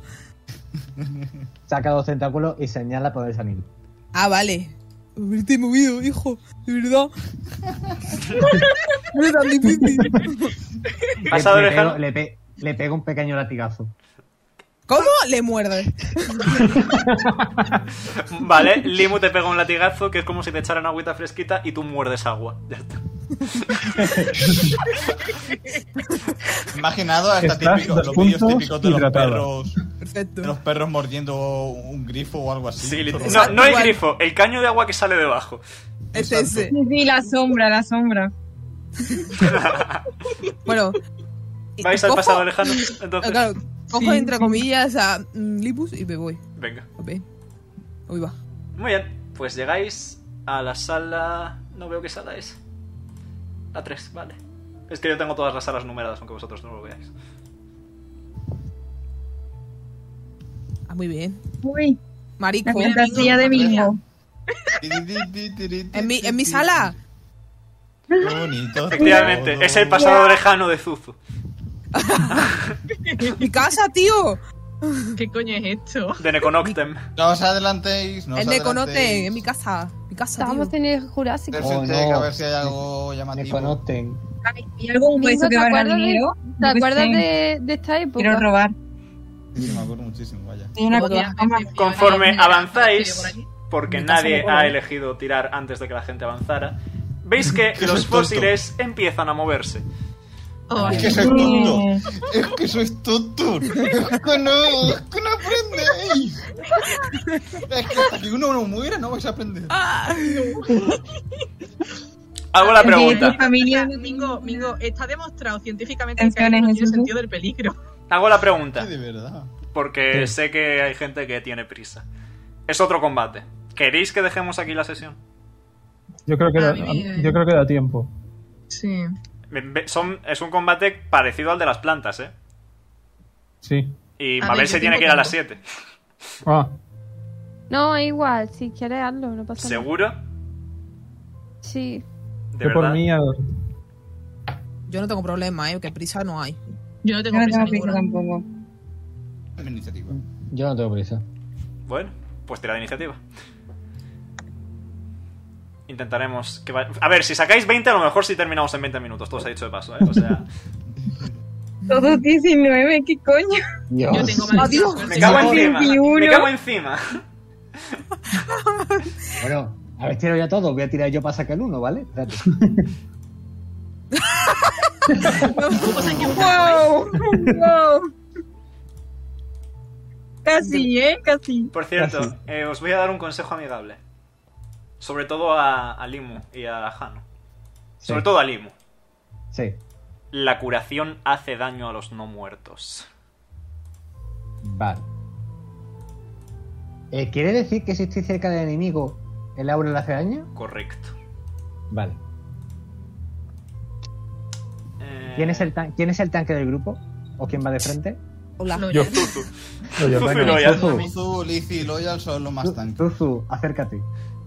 [SPEAKER 9] Saca dos tentáculos y señala por el anillo.
[SPEAKER 11] Ah, vale. Haberte movido, hijo. De verdad. No es tan difícil.
[SPEAKER 5] Vas a
[SPEAKER 9] le,
[SPEAKER 5] dejar-
[SPEAKER 9] pego- le pe- le pego un pequeño latigazo.
[SPEAKER 11] ¿Cómo? Le muerde.
[SPEAKER 5] Vale, Limu te pega un latigazo que es como si te echaran agüita fresquita y tú muerdes agua. Ya está.
[SPEAKER 2] Imaginado hasta
[SPEAKER 6] Estás
[SPEAKER 2] típico,
[SPEAKER 6] dos
[SPEAKER 2] los vídeos
[SPEAKER 6] puntos
[SPEAKER 2] típicos de los
[SPEAKER 6] hidratado.
[SPEAKER 2] perros, de
[SPEAKER 11] Perfecto.
[SPEAKER 2] los perros mordiendo un grifo o algo así.
[SPEAKER 5] Sí,
[SPEAKER 2] Pero-
[SPEAKER 5] lit- no, no el grifo, el caño de agua que sale debajo.
[SPEAKER 11] Es ese.
[SPEAKER 13] Sí, la sombra, la sombra.
[SPEAKER 11] Bueno.
[SPEAKER 5] ¿Vais al
[SPEAKER 11] cojo-
[SPEAKER 5] pasado lejano?
[SPEAKER 11] Ah,
[SPEAKER 5] Entonces,
[SPEAKER 11] Claro, cojo
[SPEAKER 13] Sí,
[SPEAKER 11] entre
[SPEAKER 13] sí.
[SPEAKER 11] comillas a mm, Lipus y me voy.
[SPEAKER 5] venga.
[SPEAKER 11] Ok. Uy, va.
[SPEAKER 5] Muy bien, pues llegáis a la sala... No veo qué sala es. La 3, vale. Es que yo tengo todas las salas numeradas, aunque vosotros no lo veáis.
[SPEAKER 11] Ah, muy bien.
[SPEAKER 13] Uy,
[SPEAKER 11] Marico.
[SPEAKER 13] la fantasía de mi hijo.
[SPEAKER 11] En mi, en mi sala.
[SPEAKER 2] Qué bonito.
[SPEAKER 5] Efectivamente,
[SPEAKER 2] todo.
[SPEAKER 5] es el pasado lejano de Zuzu.
[SPEAKER 11] Mi casa, tío.
[SPEAKER 3] ¿Qué coñoño es esto?
[SPEAKER 5] De Neconoctem.
[SPEAKER 2] No os adelantéis, no os
[SPEAKER 11] el Neconote, en mi
[SPEAKER 2] adelantéis.
[SPEAKER 11] casa. Mi casa, tío.
[SPEAKER 4] Estábamos en el Jurásico.
[SPEAKER 2] Perception
[SPEAKER 9] Oh,
[SPEAKER 2] check,
[SPEAKER 9] no.
[SPEAKER 2] a ver si hay algo
[SPEAKER 9] Me
[SPEAKER 2] llamativo.
[SPEAKER 9] conocen.
[SPEAKER 13] Ay, ¿Hay algún hueso
[SPEAKER 4] Lindo,
[SPEAKER 13] que
[SPEAKER 4] ¿te
[SPEAKER 13] valga
[SPEAKER 4] acuerdas de-
[SPEAKER 13] dinero?
[SPEAKER 4] ¿Te
[SPEAKER 13] Yo qué
[SPEAKER 4] acuerdas
[SPEAKER 13] sé,
[SPEAKER 4] de, de esta época?
[SPEAKER 13] Pues Quiero robar.
[SPEAKER 2] Sí, sí, me acuerdo muchísimo, vaya.
[SPEAKER 13] Soy una
[SPEAKER 11] Como
[SPEAKER 13] cosa
[SPEAKER 3] Obviamente,
[SPEAKER 13] más.
[SPEAKER 3] Fiona
[SPEAKER 5] Conforme
[SPEAKER 3] es una- por
[SPEAKER 5] avanzáis,
[SPEAKER 3] aquí.
[SPEAKER 5] porque
[SPEAKER 11] Mi casa
[SPEAKER 5] nadie
[SPEAKER 11] no
[SPEAKER 5] ha
[SPEAKER 11] corre.
[SPEAKER 5] elegido tirar antes de que la gente avanzara, veis que
[SPEAKER 2] Qué
[SPEAKER 5] los
[SPEAKER 2] tonto.
[SPEAKER 5] fósiles empiezan a moverse.
[SPEAKER 3] Ay,
[SPEAKER 2] Es que sois tonto. Es que sois tonto. Es que no, es que no aprendéis. Es que hasta que uno no muera no vais a aprender.
[SPEAKER 3] Ah.
[SPEAKER 5] Hago la
[SPEAKER 13] Porque
[SPEAKER 5] pregunta.
[SPEAKER 13] Mi familia no tiene-
[SPEAKER 3] Mingo, Mingo, está demostrado científicamente que
[SPEAKER 13] Atención,
[SPEAKER 3] no
[SPEAKER 13] es
[SPEAKER 3] tiene
[SPEAKER 13] Jesús.
[SPEAKER 3] sentido del peligro.
[SPEAKER 5] Hago la pregunta,
[SPEAKER 2] Sí, de verdad.
[SPEAKER 5] porque sé que hay gente que tiene prisa. Es otro combate. ¿Queréis que dejemos aquí la sesión?
[SPEAKER 6] Yo creo que,
[SPEAKER 3] A
[SPEAKER 6] da,
[SPEAKER 3] mí me-
[SPEAKER 6] yo creo que da tiempo.
[SPEAKER 3] Sí.
[SPEAKER 5] Ve- ve- Son, es un combate parecido al de las plantas, ¿eh?
[SPEAKER 6] Ah, Sí.
[SPEAKER 5] Y
[SPEAKER 3] A
[SPEAKER 5] Mabel
[SPEAKER 3] ver,
[SPEAKER 5] se
[SPEAKER 3] yo
[SPEAKER 5] tiene
[SPEAKER 3] tengo
[SPEAKER 5] que ir a las
[SPEAKER 3] tiempo.
[SPEAKER 5] 7.
[SPEAKER 6] Ah,
[SPEAKER 4] No, es igual. Si quieres, hazlo. No pasa nada.
[SPEAKER 5] ¿Seguro?
[SPEAKER 4] Sí.
[SPEAKER 5] ¿De
[SPEAKER 6] que por
[SPEAKER 5] verdad?
[SPEAKER 6] mí. a-
[SPEAKER 11] Yo no tengo problema, eh, que prisa no hay.
[SPEAKER 3] Yo no
[SPEAKER 13] Yo
[SPEAKER 3] tengo
[SPEAKER 13] no
[SPEAKER 3] prisa
[SPEAKER 13] tengo prisa
[SPEAKER 3] ninguna.
[SPEAKER 13] tampoco.
[SPEAKER 2] Es mi iniciativa.
[SPEAKER 9] Yo no tengo prisa.
[SPEAKER 5] Bueno, pues tira de iniciativa. Intentaremos que va- A ver, si sacáis 20, a lo mejor si terminamos en 20 minutos. Todo se ha dicho de paso, ¿eh? O sea...
[SPEAKER 13] Todos 19, ¿qué coño?
[SPEAKER 9] Dios.
[SPEAKER 3] Yo
[SPEAKER 13] Oh,
[SPEAKER 3] tengo más
[SPEAKER 11] Adiós.
[SPEAKER 5] Me cago encima. Me
[SPEAKER 13] 21.
[SPEAKER 5] cago encima.
[SPEAKER 9] Bueno, a ver, tiro ya todo. Voy a tirar yo para sacar el uno, ¿vale? Espérate.
[SPEAKER 13] ¡Wow! ¡Wow! Casi, ¿eh? Casi.
[SPEAKER 5] Por cierto, eh, os voy a dar un consejo amigable. Sobre todo a, a Limu y a Jano. Sobre
[SPEAKER 9] Sí.
[SPEAKER 5] todo a Limu.
[SPEAKER 9] Sí.
[SPEAKER 5] La curación hace daño a los no muertos.
[SPEAKER 9] Vale. Eh, ¿Quiere decir que si estoy cerca del enemigo, el aura le hace daño?
[SPEAKER 5] Correcto.
[SPEAKER 9] Vale.
[SPEAKER 5] Eh,
[SPEAKER 9] ¿Quién es, el tan- ¿Quién es el tanque del grupo? ¿O quién va de frente?
[SPEAKER 11] Hola.
[SPEAKER 3] No,
[SPEAKER 6] Yo.
[SPEAKER 3] ya-
[SPEAKER 5] Zuzu.
[SPEAKER 6] Oye,
[SPEAKER 5] Zuzu
[SPEAKER 6] venga.
[SPEAKER 5] y Loyal.
[SPEAKER 2] Zuzu, Lizzy y Loyal son los más tanques.
[SPEAKER 9] Zuzu, acércate.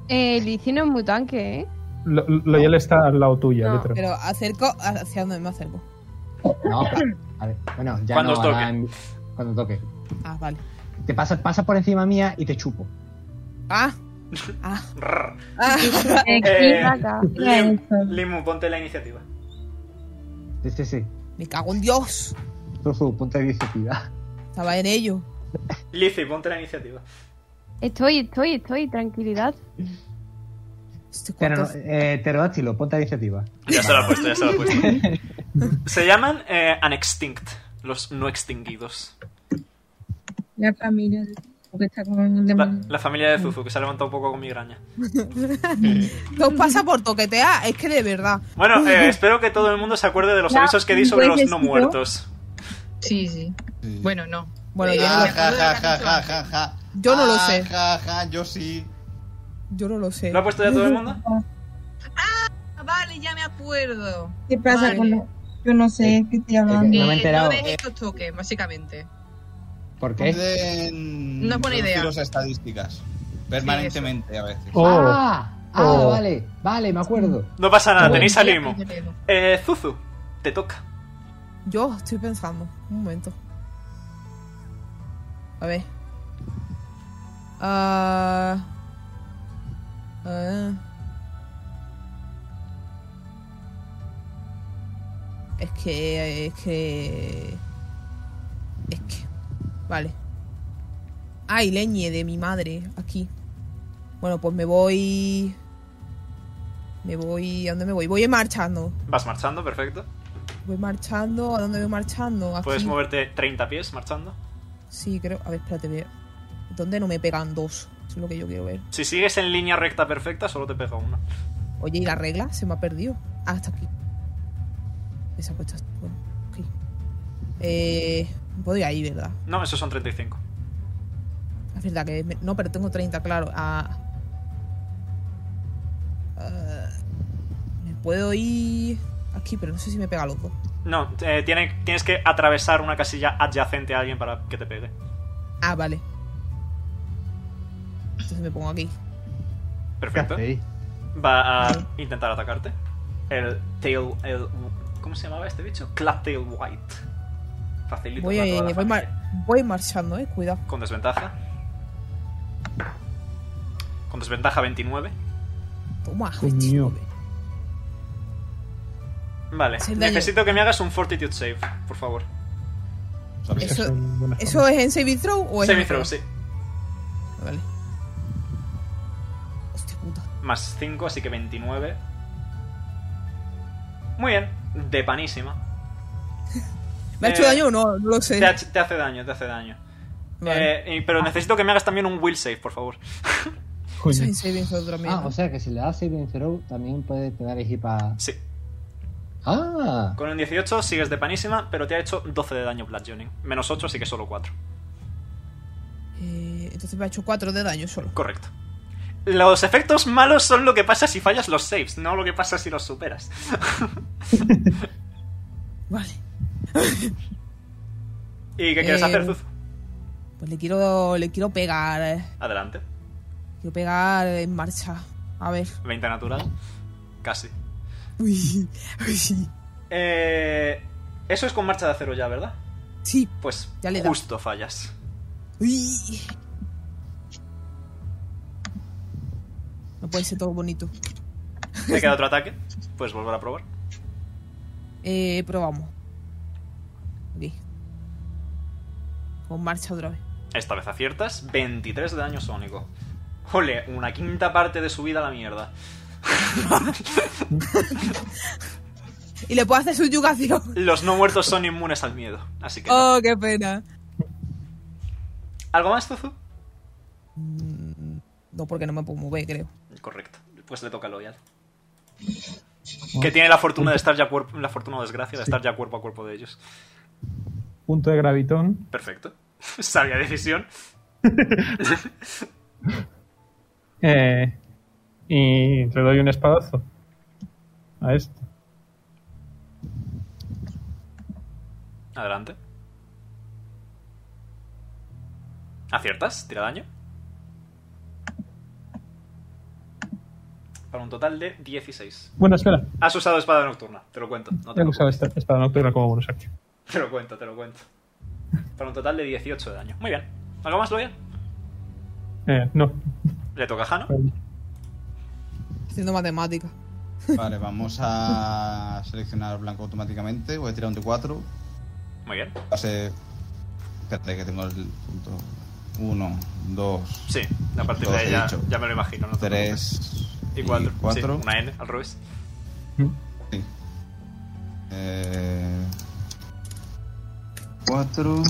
[SPEAKER 4] Eh, Lizzie no es muy tanque, ¿eh?
[SPEAKER 6] Lo- Loyal está al lado tuyo,
[SPEAKER 4] No,
[SPEAKER 6] detrás.
[SPEAKER 11] Pero acerco hacia donde me acerco.
[SPEAKER 9] No, pero- a ver, bueno, ya
[SPEAKER 5] Cuando
[SPEAKER 9] no,
[SPEAKER 5] os
[SPEAKER 9] ahora
[SPEAKER 5] toque.
[SPEAKER 9] en- cuando toque.
[SPEAKER 11] Ah, vale.
[SPEAKER 9] Te pasas, pasas por encima mía y te chupo.
[SPEAKER 11] Ah. Ah.
[SPEAKER 5] Rrr.
[SPEAKER 11] ah.
[SPEAKER 13] Eh,
[SPEAKER 5] Eh,
[SPEAKER 4] Vaca.
[SPEAKER 5] Lim-
[SPEAKER 13] eso.
[SPEAKER 5] Limu, ponte la iniciativa.
[SPEAKER 9] Sí, sí, sí.
[SPEAKER 11] Me cago en Dios.
[SPEAKER 9] Zuzu, punto de iniciativa.
[SPEAKER 11] Estaba en ello.
[SPEAKER 5] Lizzie, ponte la iniciativa.
[SPEAKER 4] Estoy, estoy, estoy. Tranquilidad.
[SPEAKER 11] Este
[SPEAKER 9] Pero,
[SPEAKER 11] cuarto-
[SPEAKER 9] eh, pterodáctilo, punto de iniciativa.
[SPEAKER 5] Ya se la ha puesto, ya se la ha puesto. Se llaman eh, Unextinct, los no extinguidos.
[SPEAKER 13] La familia de- porque está con el
[SPEAKER 5] La,
[SPEAKER 13] demonio.
[SPEAKER 5] la familia de Zuzu, que se ha levantado un poco con migraña.
[SPEAKER 11] Todo pasa por toquetear, es que de verdad.
[SPEAKER 5] Bueno, eh, espero que todo el mundo se acuerde de los
[SPEAKER 13] Ya,
[SPEAKER 5] avisos que di
[SPEAKER 13] un
[SPEAKER 5] sobre
[SPEAKER 13] buen
[SPEAKER 5] los no
[SPEAKER 13] vestido.
[SPEAKER 5] muertos.
[SPEAKER 3] Sí, sí. Bueno, no.
[SPEAKER 11] Bueno,
[SPEAKER 3] Eh,
[SPEAKER 11] yo,
[SPEAKER 2] Ah,
[SPEAKER 3] me
[SPEAKER 2] ja,
[SPEAKER 3] acuerdo de
[SPEAKER 2] ja, ja,
[SPEAKER 3] la
[SPEAKER 2] ja,
[SPEAKER 3] canción.
[SPEAKER 2] ja, ja.
[SPEAKER 11] Yo no lo
[SPEAKER 2] Ah,
[SPEAKER 11] sé.
[SPEAKER 2] Ja, ja, yo sí.
[SPEAKER 11] yo no lo sé.
[SPEAKER 5] ¿Lo ha puesto ya todo el mundo?
[SPEAKER 3] Ah, ya me acuerdo.
[SPEAKER 7] ¿Qué pasa
[SPEAKER 3] Vale.
[SPEAKER 7] con lo- Yo no sé qué estoy
[SPEAKER 3] Eh,
[SPEAKER 7] hablando.
[SPEAKER 9] No me he
[SPEAKER 3] no
[SPEAKER 9] enterado.
[SPEAKER 3] dejes que os toque, básicamente.
[SPEAKER 9] ¿Por qué?
[SPEAKER 2] Pueden
[SPEAKER 3] No es buena idea.
[SPEAKER 2] reducir las estadísticas. Permanentemente a veces.
[SPEAKER 6] Oh.
[SPEAKER 9] Ah, ah,
[SPEAKER 6] Oh.
[SPEAKER 9] vale, vale, me acuerdo.
[SPEAKER 5] No pasa nada,
[SPEAKER 9] Bueno,
[SPEAKER 5] tenéis a Limo.
[SPEAKER 3] Ya te digo.
[SPEAKER 5] Eh, Zuzu, te toca.
[SPEAKER 11] Yo estoy pensando. Un momento. A ver. Ah. Ah. Es que. Es que. Es que. Vale. Ay, leñe de mi madre aquí. Bueno, pues me voy. Me voy. ¿A dónde me voy? Voy marchando.
[SPEAKER 5] Vas marchando, perfecto.
[SPEAKER 11] Voy marchando. ¿A dónde voy marchando? Aquí.
[SPEAKER 5] Puedes moverte 30 pies marchando.
[SPEAKER 11] Sí, creo. A ver, espérate, veo. ¿Dónde no me pegan dos? Eso es lo que yo quiero ver.
[SPEAKER 5] Si sigues en línea recta perfecta, solo te pega uno.
[SPEAKER 11] Oye, ¿y la regla? Se me ha perdido. Hasta aquí. Esa puesta. Bueno, ok. Eh, puedo ir ahí, ¿verdad?
[SPEAKER 5] No, esos son 35.
[SPEAKER 11] Es verdad que. me- No, pero tengo 30, claro. Ah. Ah, me puedo ir aquí, pero no sé si me pega los dos.
[SPEAKER 5] No, eh, tiene- tienes que atravesar una casilla adyacente a alguien para que te pegue.
[SPEAKER 11] Ah, vale. Entonces me pongo aquí.
[SPEAKER 5] Perfecto. Va a intentar atacarte. El tail. El, ¿Cómo se llamaba este bicho? Claptail White. Facilito.
[SPEAKER 11] Voy,
[SPEAKER 5] para
[SPEAKER 11] eh,
[SPEAKER 5] toda la
[SPEAKER 11] voy,
[SPEAKER 5] familia.
[SPEAKER 11] mar- voy marchando, eh. Cuidado.
[SPEAKER 5] Con desventaja. Con desventaja 29.
[SPEAKER 11] Toma,
[SPEAKER 6] Coño.
[SPEAKER 5] Vale.
[SPEAKER 11] Sin daño.
[SPEAKER 5] Necesito que me hagas un Fortitude save, por favor.
[SPEAKER 2] Sabía.
[SPEAKER 11] Eso,
[SPEAKER 6] son buenas
[SPEAKER 11] ¿Eso es en Saving Throw o es en
[SPEAKER 5] Save throw, sí.
[SPEAKER 11] Ah, Vale. Hostia puta.
[SPEAKER 5] Más 5, así que 29. Muy bien. De panísima.
[SPEAKER 11] ¿Me ha
[SPEAKER 5] Eh,
[SPEAKER 11] hecho daño o no? No lo sé.
[SPEAKER 5] Te, ha- te hace daño, te hace daño.
[SPEAKER 11] Vale.
[SPEAKER 5] Eh, y- pero necesito que me hagas también un will save, por favor.
[SPEAKER 11] Eso
[SPEAKER 6] Coño.
[SPEAKER 11] es en Saving Throw también.
[SPEAKER 9] Ah,
[SPEAKER 11] ¿no?
[SPEAKER 9] o sea que si le das Saving Throw también puede pegar el para.
[SPEAKER 5] Sí.
[SPEAKER 9] Ah,
[SPEAKER 5] Con un 18 sigues de panísima, pero te ha hecho 12 de daño bludgeoning. Menos 8, así que solo 4.
[SPEAKER 11] Eh, entonces me ha hecho 4 de daño solo.
[SPEAKER 5] Correcto. Los efectos malos son lo que pasa si fallas los saves, no lo que pasa si los superas.
[SPEAKER 11] Vale.
[SPEAKER 5] ¿Y qué quieres
[SPEAKER 11] Eh,
[SPEAKER 5] hacer, Zuzu?
[SPEAKER 11] Pues le quiero, le quiero pegar. eh.
[SPEAKER 5] Adelante.
[SPEAKER 11] Quiero pegar en marcha. A ver.
[SPEAKER 5] 20 natural. Casi.
[SPEAKER 11] Uy, uy.
[SPEAKER 5] Eh, eso es con marcha de acero ya, ¿verdad?
[SPEAKER 11] Sí.
[SPEAKER 5] Pues
[SPEAKER 11] Ya le da.
[SPEAKER 5] justo fallas.
[SPEAKER 11] Uy. No puede ser todo bonito.
[SPEAKER 5] Te queda otro ataque. Puedes volver a probar.
[SPEAKER 11] Eh, probamos. Ok. Con marcha otra vez.
[SPEAKER 5] Esta vez aciertas. 23 de daño sónico. Ole, una quinta parte de su vida a la mierda.
[SPEAKER 11] Y le puedo hacer subyugación.
[SPEAKER 5] Los no muertos son inmunes al miedo. Así que. no.
[SPEAKER 11] Oh, qué pena.
[SPEAKER 5] ¿Algo más, Zuzu?
[SPEAKER 11] Mm, No, porque no me puedo mover, creo.
[SPEAKER 5] Correcto. Pues le toca a Loyal. Que tiene la fortuna de estar ya cuerpo. La fortuna o desgracia de estar ya cuerpo a cuerpo de ellos.
[SPEAKER 6] Punto de gravitón.
[SPEAKER 5] Perfecto. Sabia decisión.
[SPEAKER 6] Eh, y le doy un espadazo. A este.
[SPEAKER 5] Adelante. ¿Aciertas? Tira daño. Para un total de 16.
[SPEAKER 6] Bueno, espera.
[SPEAKER 5] Has usado espada nocturna, te lo cuento. No te,
[SPEAKER 6] Ya lo
[SPEAKER 5] preocupes.
[SPEAKER 6] usaba esta espada nocturna como bonus action.
[SPEAKER 5] te lo cuento, te lo cuento. Para un total de 18 de daño. Muy bien. ¿Algo más, Loya?
[SPEAKER 6] Eh, no.
[SPEAKER 5] Le toca a Hano.
[SPEAKER 11] Haciendo matemática.
[SPEAKER 2] Vale, vamos a seleccionar blanco automáticamente. Voy a tirar un D4.
[SPEAKER 5] Muy bien.
[SPEAKER 2] Pase. Espérate que tengo el punto. 1, 2,
[SPEAKER 5] Sí, a partir de
[SPEAKER 2] Doce,
[SPEAKER 5] ahí ya,
[SPEAKER 2] dicho.
[SPEAKER 5] ya me lo imagino. No te
[SPEAKER 2] 3
[SPEAKER 5] preocupes. Y 4.
[SPEAKER 2] cuatro.
[SPEAKER 5] una N al revés.
[SPEAKER 2] Sí. Eh, 4.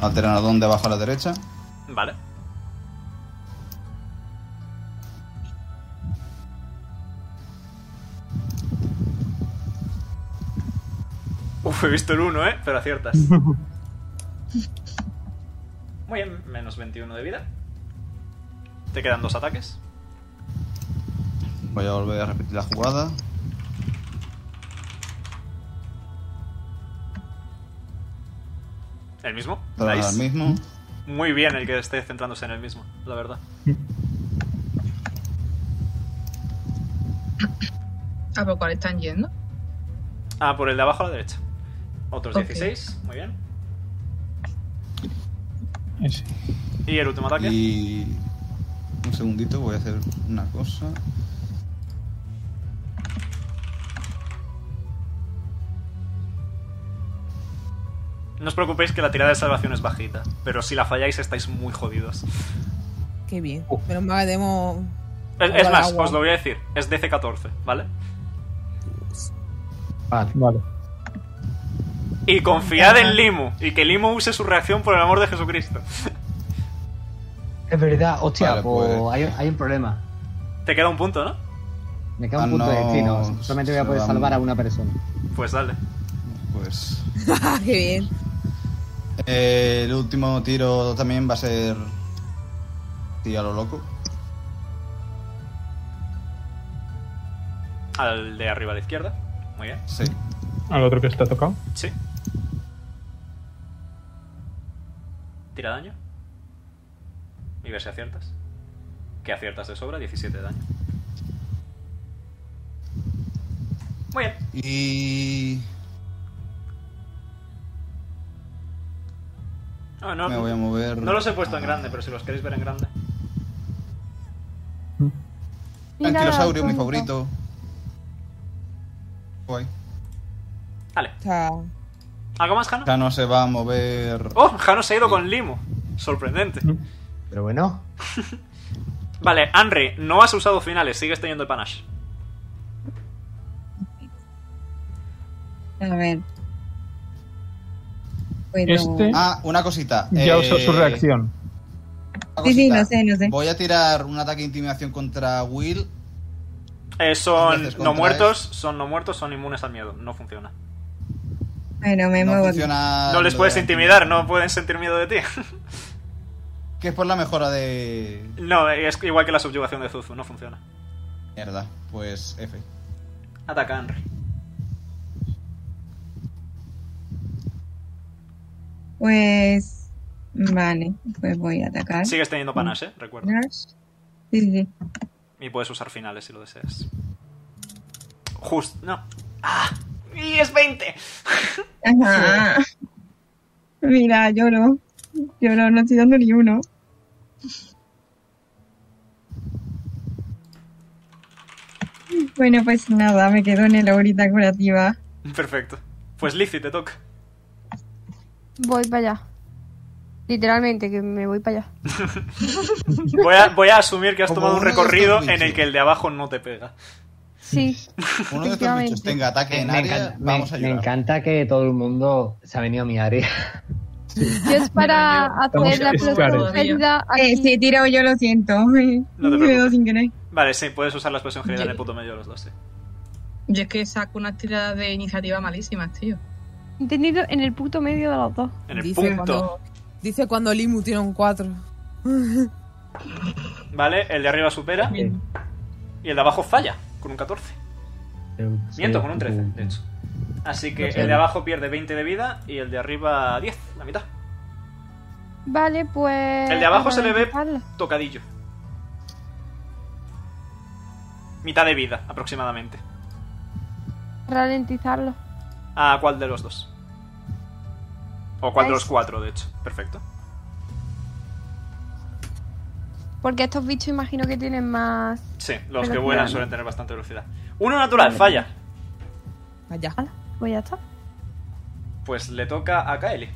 [SPEAKER 2] Alternadón de abajo a la derecha.
[SPEAKER 5] Vale. Uf, he visto el 1, ¿eh? Pero aciertas. Muy bien, menos 21 de vida. Te quedan dos ataques.
[SPEAKER 2] Voy a volver a repetir la jugada.
[SPEAKER 5] ¿El mismo?
[SPEAKER 2] Nice. El mismo.
[SPEAKER 5] Muy bien el que esté centrándose en el mismo, la verdad.
[SPEAKER 3] ¿A por cuál pues, están yendo?
[SPEAKER 5] Ah, por el de abajo a la derecha. Otros
[SPEAKER 3] Ok.
[SPEAKER 5] 16, muy bien.
[SPEAKER 6] Ese.
[SPEAKER 5] Y el último ataque.
[SPEAKER 2] Y. Un segundito, voy a hacer una cosa.
[SPEAKER 5] No os preocupéis que la tirada de salvación es bajita, pero si la falláis estáis muy jodidos.
[SPEAKER 11] Qué bien. Menos mal que tenemos.
[SPEAKER 5] Es, es
[SPEAKER 11] agua al
[SPEAKER 5] más,
[SPEAKER 11] agua.
[SPEAKER 5] os lo voy a decir, es DC14, ¿vale?
[SPEAKER 9] Vale.
[SPEAKER 5] Y confiad en Limu, y que Limu use su reacción por el amor de Jesucristo.
[SPEAKER 9] Es verdad, hostia,
[SPEAKER 2] Vale,
[SPEAKER 9] pues,
[SPEAKER 2] pues.
[SPEAKER 9] hay, hay un problema.
[SPEAKER 5] Te queda un punto, ¿no?
[SPEAKER 9] Me queda un
[SPEAKER 2] Ah,
[SPEAKER 9] punto de
[SPEAKER 2] no,
[SPEAKER 9] destino. Solamente voy a
[SPEAKER 2] se
[SPEAKER 9] poder
[SPEAKER 2] va
[SPEAKER 9] salvar
[SPEAKER 2] muy-
[SPEAKER 9] a una persona.
[SPEAKER 5] Pues dale.
[SPEAKER 2] Pues.
[SPEAKER 11] Ah, Qué bien.
[SPEAKER 2] eh, el último tiro también va a ser. Tiro a lo loco.
[SPEAKER 5] Al de arriba a la izquierda. Muy bien.
[SPEAKER 2] Sí.
[SPEAKER 6] Al otro que está tocado.
[SPEAKER 5] Sí. Tira daño. Y ver si aciertas. Que aciertas de sobra, 17 de daño. Muy bien.
[SPEAKER 2] Y.
[SPEAKER 5] No, no,
[SPEAKER 2] Me voy a mover.
[SPEAKER 5] Ah, no los he puesto en grande, pero si los queréis ver en grande.
[SPEAKER 2] Anquilosaurio, mi
[SPEAKER 14] Mira,
[SPEAKER 2] favorito. Guay.
[SPEAKER 5] Vale.
[SPEAKER 11] Está.
[SPEAKER 5] ¿Algo más, Jano?
[SPEAKER 2] Ya no se va a mover.
[SPEAKER 5] Oh, Jano se ha ido con Limo. Sorprendente.
[SPEAKER 9] Pero bueno,
[SPEAKER 5] Vale, Henry, no has usado finales, sigues teniendo el panache.
[SPEAKER 7] A ver. Bueno.
[SPEAKER 6] Este
[SPEAKER 2] Ah, una cosita.
[SPEAKER 6] ya
[SPEAKER 2] eh,
[SPEAKER 6] usó su reacción.
[SPEAKER 2] una
[SPEAKER 7] Sí, sí,
[SPEAKER 2] cosita.
[SPEAKER 7] no sé, no sé.
[SPEAKER 2] Voy a tirar un ataque de intimidación contra Will.
[SPEAKER 5] Eh, son
[SPEAKER 2] Entonces,
[SPEAKER 5] no
[SPEAKER 2] contra
[SPEAKER 5] muertos, son no muertos, son inmunes al miedo. No funciona.
[SPEAKER 7] Bueno, me
[SPEAKER 2] No
[SPEAKER 7] muevo.
[SPEAKER 2] funciona.
[SPEAKER 5] No les
[SPEAKER 2] lo
[SPEAKER 5] puedes
[SPEAKER 2] de-
[SPEAKER 5] intimidar, no pueden sentir miedo de ti.
[SPEAKER 2] Que es por la mejora de.
[SPEAKER 5] No, es igual que la subyugación de Zuzu, no funciona.
[SPEAKER 2] Mierda. Pues F.
[SPEAKER 5] Ataca, Henry.
[SPEAKER 7] Pues. Vale, pues voy a atacar.
[SPEAKER 5] Sigues teniendo panache, eh, recuerda.
[SPEAKER 7] Sí, sí.
[SPEAKER 5] Y puedes usar finales si lo deseas. Justo, no. ¡Ah! ¡Y es 20!
[SPEAKER 7] Ajá. Mira, lloro. Lloro, no estoy dando ni uno. Bueno, pues nada, me quedo en el ahorita curativa.
[SPEAKER 5] Perfecto. Pues Lizzie, te toca.
[SPEAKER 4] Voy para allá. Literalmente, que me voy para allá.
[SPEAKER 5] Voy a, voy a asumir que has
[SPEAKER 2] Como
[SPEAKER 5] tomado un
[SPEAKER 2] uno de estos
[SPEAKER 5] recorrido en el
[SPEAKER 2] bichos.
[SPEAKER 5] que el de abajo no te pega.
[SPEAKER 4] Sí.
[SPEAKER 2] Uno de estos bichos
[SPEAKER 4] Efectivamente.
[SPEAKER 2] tenga ataque
[SPEAKER 9] me,
[SPEAKER 2] en
[SPEAKER 9] me
[SPEAKER 2] área.
[SPEAKER 9] encanta, me-
[SPEAKER 2] Vamos a
[SPEAKER 9] me
[SPEAKER 2] ayudar.
[SPEAKER 9] encanta que todo el mundo se ha venido a mi área.
[SPEAKER 4] Yo es para
[SPEAKER 6] Vamos,
[SPEAKER 4] hacer la
[SPEAKER 6] es claro.
[SPEAKER 4] explosión gélida
[SPEAKER 7] Eh,
[SPEAKER 4] aquí.
[SPEAKER 7] sí, he tirado yo, lo siento.
[SPEAKER 5] No te
[SPEAKER 7] Me quedo
[SPEAKER 5] preocupes.
[SPEAKER 7] sin querer.
[SPEAKER 5] Vale, sí, puedes usar la expresión general en el
[SPEAKER 3] Sí.
[SPEAKER 5] puto medio de los dos, sí.
[SPEAKER 3] Yo es que saco unas tiradas de iniciativa malísimas, tío.
[SPEAKER 4] Entendido en el puto medio de los dos.
[SPEAKER 5] En el
[SPEAKER 11] Dice
[SPEAKER 5] punto.
[SPEAKER 11] cuando. Dice cuando Limu tiene un 4.
[SPEAKER 5] Vale, el de arriba supera y el de abajo falla con un 14. Miento, con un 13, de hecho. Así que el de abajo pierde 20 de vida y el de arriba 10, la mitad.
[SPEAKER 4] Vale, pues.
[SPEAKER 5] El de abajo se le ve-
[SPEAKER 4] Vale.
[SPEAKER 5] Tocadillo. Mitad de vida, aproximadamente.
[SPEAKER 4] Ralentizarlo.
[SPEAKER 5] ¿A cuál de los dos? O cuál de
[SPEAKER 4] A
[SPEAKER 5] los
[SPEAKER 4] ese.
[SPEAKER 5] cuatro, de hecho. Perfecto.
[SPEAKER 4] Porque estos bichos imagino que tienen más.
[SPEAKER 5] Sí, los que
[SPEAKER 4] Velocidad,
[SPEAKER 5] vuelan
[SPEAKER 4] ¿no?
[SPEAKER 5] suelen tener bastante velocidad. Uno natural, falla.
[SPEAKER 11] Allá.
[SPEAKER 4] Pues ya está.
[SPEAKER 5] Pues le toca a Kaeli.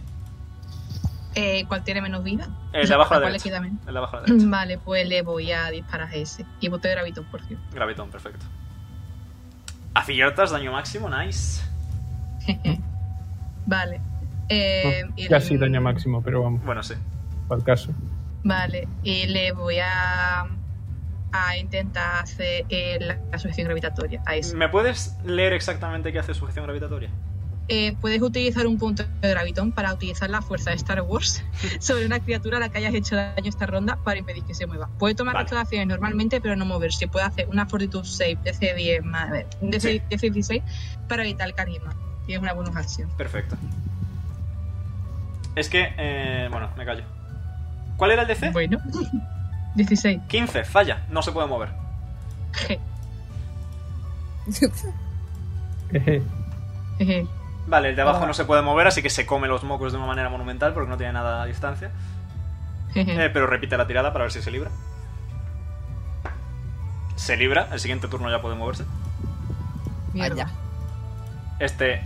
[SPEAKER 3] Eh, ¿Cuál tiene menos vida?
[SPEAKER 5] El de abajo a la
[SPEAKER 3] ¿Cuál le
[SPEAKER 5] derecha.
[SPEAKER 3] queda menos?
[SPEAKER 5] El de abajo a la derecha.
[SPEAKER 3] Vale, pues le voy a disparar a ese. Y bote de gravitón, por cierto.
[SPEAKER 5] Gravetón, perfecto. Aciertas, daño máximo, nice.
[SPEAKER 3] Vale.
[SPEAKER 5] Oh,
[SPEAKER 3] Eh, y
[SPEAKER 6] Casi
[SPEAKER 3] el-
[SPEAKER 6] daño máximo, pero vamos,
[SPEAKER 5] Bueno, sí.
[SPEAKER 6] al caso.
[SPEAKER 3] Vale, y le voy a, a intentar hacer eh, la, la sujeción gravitatoria a ese.
[SPEAKER 5] Mm. ¿Me puedes leer exactamente qué hace sujeción gravitatoria?
[SPEAKER 3] eh, puedes utilizar un punto de gravitón para utilizar la fuerza de Star Wars sobre una criatura a la que hayas hecho daño esta ronda para impedir que se mueva. Puede tomar
[SPEAKER 5] Vale.
[SPEAKER 3] estas acciones normalmente, pero no moverse. Puede hacer una Fortitude Save DC 10 más,
[SPEAKER 5] Sí.
[SPEAKER 3] DC, 16 para evitar el carisma. Y es una bonus acción.
[SPEAKER 5] Perfecto. Es que, eh, bueno, me callo. ¿Cuál era el DC?
[SPEAKER 3] Bueno, 16.
[SPEAKER 5] 15, falla, no se puede mover.
[SPEAKER 6] Jeje.
[SPEAKER 3] Jeje.
[SPEAKER 5] Vale, el de abajo no se puede mover, así que se come los mocos de una manera monumental porque no tiene nada a distancia. Eh, pero repite la tirada para ver si se libra. Se libra, el siguiente turno ya puede moverse.
[SPEAKER 11] Mierda.
[SPEAKER 5] Este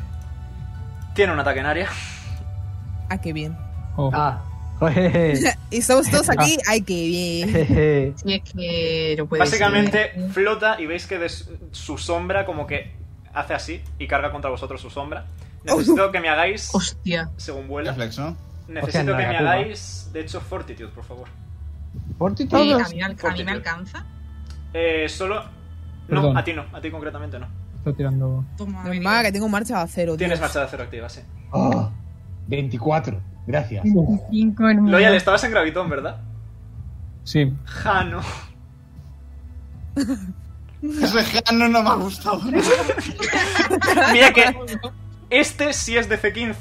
[SPEAKER 5] tiene un ataque en área.
[SPEAKER 11] Ah, qué bien.
[SPEAKER 6] Oh.
[SPEAKER 9] Ah.
[SPEAKER 11] y somos todos aquí. Ay, qué bien.
[SPEAKER 3] Y es que no
[SPEAKER 5] Pues
[SPEAKER 3] puede ¿eh?
[SPEAKER 5] Básicamente flota y veis que de su, su sombra como que hace así y carga contra vosotros su sombra. Necesito que me hagáis,
[SPEAKER 3] Hostia.
[SPEAKER 5] según vuela,
[SPEAKER 2] Reflex, ¿no?
[SPEAKER 5] necesito
[SPEAKER 9] Hostia,
[SPEAKER 5] que me
[SPEAKER 9] Nagakuba.
[SPEAKER 5] hagáis, de hecho, Fortitude, por favor.
[SPEAKER 9] Fortitude.
[SPEAKER 3] Sí, a mí, me al- a mí
[SPEAKER 5] Fortitude.
[SPEAKER 3] me alcanza.
[SPEAKER 5] Eh, solo...
[SPEAKER 6] Perdón.
[SPEAKER 5] No, a ti no, a ti concretamente no.
[SPEAKER 6] Está tirando.
[SPEAKER 3] Toma,
[SPEAKER 11] Normal que tengo marcha a cero. tío.
[SPEAKER 5] Tienes marcha de cero activa, sí.
[SPEAKER 9] Ah, 24. Gracias.
[SPEAKER 13] 25
[SPEAKER 7] Mm.
[SPEAKER 13] en
[SPEAKER 5] Loyal, estabas en Gravitón, ¿verdad?
[SPEAKER 6] Sí.
[SPEAKER 5] Jano.
[SPEAKER 2] Ese Jano no me ha gustado.
[SPEAKER 5] Mira que este sí es DC-15.